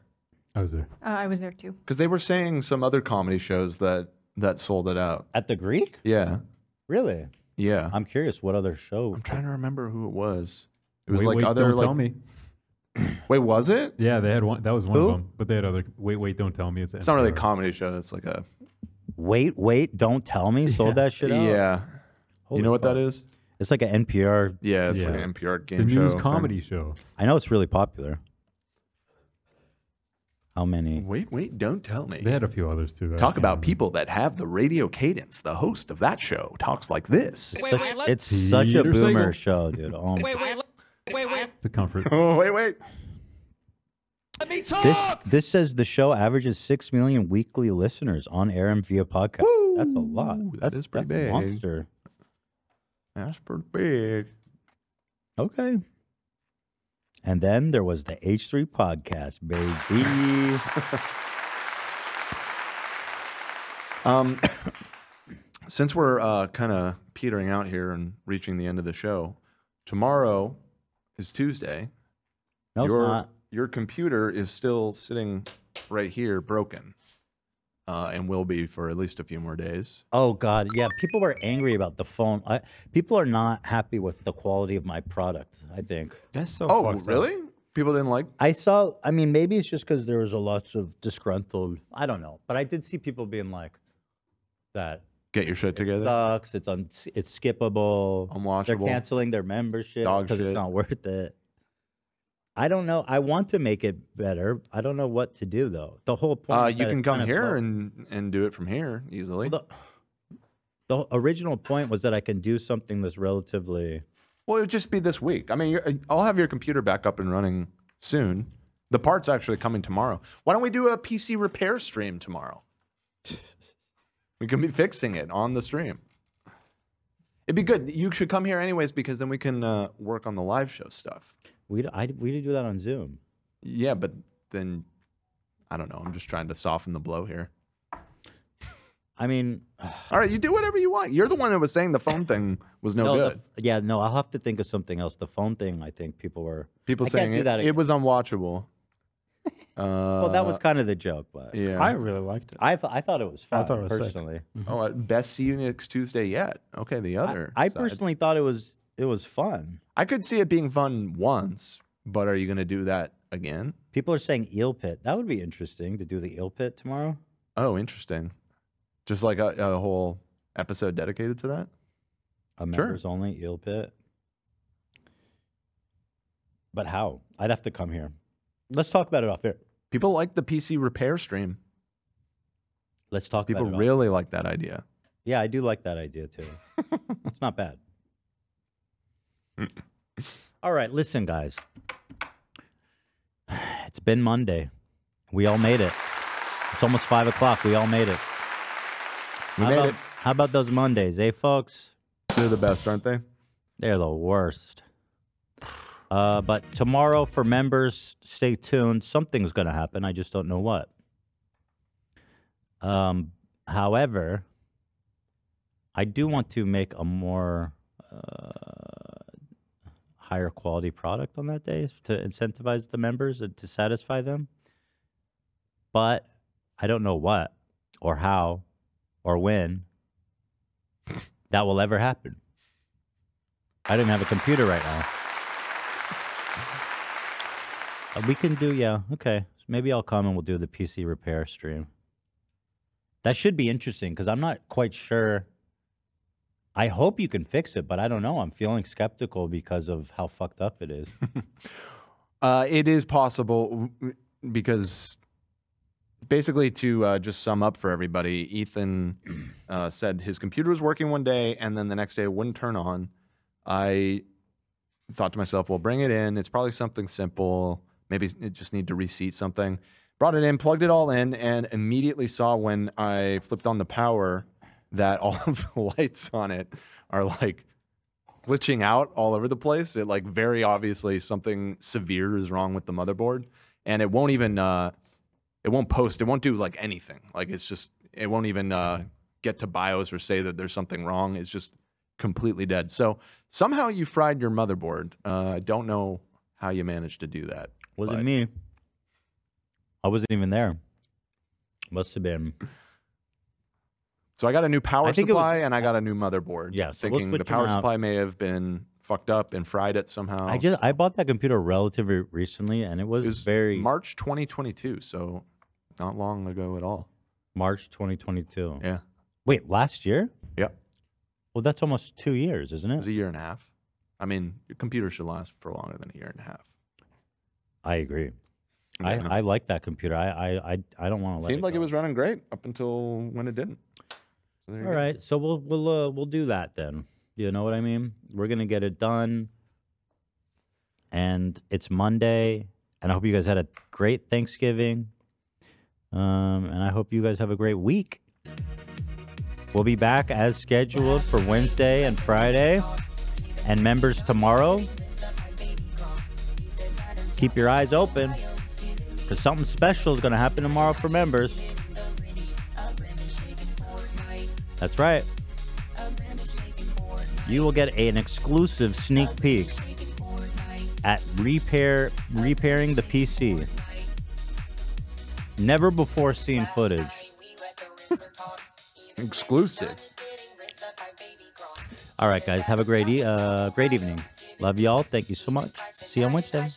[SPEAKER 15] I was there.
[SPEAKER 12] Uh, I was there too.
[SPEAKER 4] Because they were saying some other comedy shows that that sold it out
[SPEAKER 3] at the Greek.
[SPEAKER 4] Yeah,
[SPEAKER 3] Really?
[SPEAKER 4] yeah.
[SPEAKER 3] I'm curious what other show. I'm
[SPEAKER 4] trying to remember who it was. It was
[SPEAKER 15] Wait,
[SPEAKER 4] like
[SPEAKER 15] wait,
[SPEAKER 4] other
[SPEAKER 15] don't
[SPEAKER 4] like.
[SPEAKER 15] tell me.
[SPEAKER 4] Wait, was it?
[SPEAKER 15] Yeah, they had one. That was one
[SPEAKER 4] Who?
[SPEAKER 15] of them. But they had other. Wait, wait, don't tell me. It's,
[SPEAKER 4] It's not really a comedy show. It's like a.
[SPEAKER 3] Wait, wait! Don't tell me. Sold that shit out.
[SPEAKER 4] Yeah.
[SPEAKER 3] Holy
[SPEAKER 4] you know what
[SPEAKER 3] fuck.
[SPEAKER 4] that is?
[SPEAKER 3] It's like an NPR.
[SPEAKER 4] Yeah, it's like an NPR game
[SPEAKER 15] the
[SPEAKER 4] show.
[SPEAKER 15] news
[SPEAKER 4] thing.
[SPEAKER 15] comedy show.
[SPEAKER 3] I know it's really popular. How many?
[SPEAKER 4] Wait, wait! Don't tell me.
[SPEAKER 15] They had a few others too. that I
[SPEAKER 4] Talk
[SPEAKER 15] can't
[SPEAKER 4] about
[SPEAKER 15] remember.
[SPEAKER 4] people that have the radio cadence. The host of that show talks like this.
[SPEAKER 3] Such- it's such a
[SPEAKER 4] Peter
[SPEAKER 3] boomer
[SPEAKER 4] Sagal.
[SPEAKER 3] show, dude. Oh, my God.
[SPEAKER 15] It's a comfort.
[SPEAKER 4] Oh, wait, wait.
[SPEAKER 14] Let me
[SPEAKER 3] This this says the show averages six million weekly listeners on air and via podcast. that's a lot. that's,
[SPEAKER 4] is pretty
[SPEAKER 3] that's
[SPEAKER 4] big.
[SPEAKER 3] A monster.
[SPEAKER 4] That's pretty big.
[SPEAKER 3] Okay. And then there was the H3 podcast, baby.
[SPEAKER 4] Um, since we're uh, kind of petering out here and reaching the end of the show, tomorrow is Tuesday.
[SPEAKER 3] No, it's
[SPEAKER 4] your,
[SPEAKER 3] not.
[SPEAKER 4] Your computer is still sitting right here, broken, uh, and will be for at least a few more days.
[SPEAKER 3] oh God, yeah. People were angry about the phone. I, people are not happy with the quality of my product. I think
[SPEAKER 9] that's so.
[SPEAKER 4] oh, really? people didn't like.
[SPEAKER 3] I saw. I mean, maybe it's just because there was a lots of disgruntled. I don't know, but I did see people being like, "That
[SPEAKER 4] Get your shit together.
[SPEAKER 3] sucks. It's un. It's skippable. Unwatchable. They're canceling their membership
[SPEAKER 4] Dog
[SPEAKER 3] because
[SPEAKER 4] shit.
[SPEAKER 3] it's not worth it." I don't know. I want to make it better. I don't know what to do though. The whole point.
[SPEAKER 4] Uh,
[SPEAKER 3] is
[SPEAKER 4] you
[SPEAKER 3] that
[SPEAKER 4] can
[SPEAKER 3] it's
[SPEAKER 4] come
[SPEAKER 3] kind of
[SPEAKER 4] here
[SPEAKER 3] low.
[SPEAKER 4] and and do it from here easily.
[SPEAKER 3] the original point was that I can do something that's relatively.
[SPEAKER 4] Well, it would just be this week. I mean, you're, uh, I'll have your computer back up and running soon. The part's actually coming tomorrow. Why don't we do a PC repair stream tomorrow? we can be fixing it on the stream. It'd be good. You should come here anyways because then we can uh, work on the live show stuff.
[SPEAKER 3] We d- I, we did do that on Zoom.
[SPEAKER 4] Yeah, but then I don't know. I'm just trying to soften the blow here.
[SPEAKER 3] I mean,
[SPEAKER 4] all right, you do whatever you want. You're the one that was saying the phone thing was no,
[SPEAKER 3] the
[SPEAKER 4] good.
[SPEAKER 3] f- yeah, no. I'll have to think of something else. The phone thing. I think people were
[SPEAKER 4] People
[SPEAKER 3] I
[SPEAKER 4] saying
[SPEAKER 3] can't do
[SPEAKER 4] it,
[SPEAKER 3] that.
[SPEAKER 4] it was unwatchable.
[SPEAKER 3] well, that was
[SPEAKER 4] Uh,
[SPEAKER 3] kind of the joke, but
[SPEAKER 4] yeah. I
[SPEAKER 9] really liked it.
[SPEAKER 3] I, th- I thought it was fun.
[SPEAKER 4] I thought it was sick.
[SPEAKER 3] personally.
[SPEAKER 4] Oh, uh, best see you next Tuesday yet. Okay, the other.
[SPEAKER 3] I
[SPEAKER 4] side.
[SPEAKER 3] personally thought it was it was fun.
[SPEAKER 4] I could see it being fun once, but are you going to do that again?
[SPEAKER 3] People are saying eel pit. That would be interesting to do the eel pit tomorrow.
[SPEAKER 4] Oh, interesting. Just like a, a whole episode dedicated to that.
[SPEAKER 3] A
[SPEAKER 4] Sure.
[SPEAKER 3] members only eel pit. But how? I'd have to come here. Let's talk about it off air.
[SPEAKER 4] People like the PC repair stream.
[SPEAKER 3] Let's talk.
[SPEAKER 4] People
[SPEAKER 3] about it off-
[SPEAKER 4] really like that idea.
[SPEAKER 3] Yeah, I do like that idea too. it's not bad. All right, listen, guys. It's been Monday. We all made it. It's almost five o'clock. We all made it.
[SPEAKER 4] We
[SPEAKER 3] how
[SPEAKER 4] made
[SPEAKER 3] about,
[SPEAKER 4] it.
[SPEAKER 3] How about those Mondays, eh, folks?
[SPEAKER 4] They're the best, aren't they?
[SPEAKER 3] They're the worst. Uh, but tomorrow for members, stay tuned. Something's going to happen. I just don't know what. Um, however, I do want to make a more uh, higher quality product on that day to incentivize the members and to satisfy them. But I don't know what or how or when that will ever happen. I don't have a computer right now. Uh, We can do, yeah, okay. So maybe I'll come and we'll do the PC repair stream. That should be interesting because I'm not quite sure. I hope you can fix it, but I don't know. I'm feeling skeptical because of how fucked up it is.
[SPEAKER 4] Uh, it is possible w- w- because basically, to uh, just sum up for everybody, Ethan uh, said his computer was working one day and then the next day it wouldn't turn on. I thought to myself, well, bring it in. It's probably something simple. Maybe s- it just need to reseat something. Brought it in, plugged it all in, and immediately saw when I flipped on the power that all of the lights on it are like glitching out all over the place. It like very obviously something severe is wrong with the motherboard, and it won't even uh, it won't post. It won't do like anything. Like it's just it won't even uh, get to BIOS or say that there's something wrong. It's just completely dead. So somehow you fried your motherboard. Uh, I don't know how you managed to do that.
[SPEAKER 3] Wasn't me. I wasn't even there. Must have been.
[SPEAKER 4] So I got a new power
[SPEAKER 3] I think it was-
[SPEAKER 4] supply and I got a new motherboard. Yeah,
[SPEAKER 3] so we'll
[SPEAKER 4] thinking the
[SPEAKER 3] switch 'em
[SPEAKER 4] power
[SPEAKER 3] out.
[SPEAKER 4] supply may have been fucked up and fried it somehow.
[SPEAKER 3] I just I bought that computer relatively recently, and it was, very
[SPEAKER 4] March 2022, so not long ago at all.
[SPEAKER 3] March 2022.
[SPEAKER 4] Yeah.
[SPEAKER 3] Wait, last year?
[SPEAKER 4] Yep.
[SPEAKER 3] Well, that's almost two years, isn't it?
[SPEAKER 4] It's a year and a half. I mean, your computer should last for longer than a year and a half.
[SPEAKER 3] I agree. I, I like that computer. I I I, I don't want to let
[SPEAKER 4] Seemed
[SPEAKER 3] it
[SPEAKER 4] like it was running great up until when it didn't. So there you
[SPEAKER 3] All
[SPEAKER 4] go.
[SPEAKER 3] right, so we'll we'll uh, we'll do that then. You know what I mean? We're gonna get it done, and it's Monday, and I hope you guys had a great Thanksgiving, um, and I hope you guys have a great week. We'll be back as scheduled for Wednesday and Friday, and members tomorrow. Keep your eyes open, because something special is gonna happen tomorrow for members. That's right. You will get an exclusive sneak peek at repair repairing the PC. Never before seen footage.
[SPEAKER 4] Exclusive.
[SPEAKER 3] All right, guys. Have a great e- uh, great evening. Love y'all. Thank you so much. See you on Wednesday.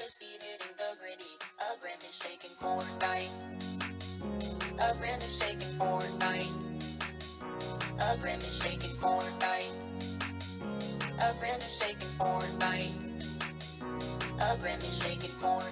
[SPEAKER 22] up and they shake it for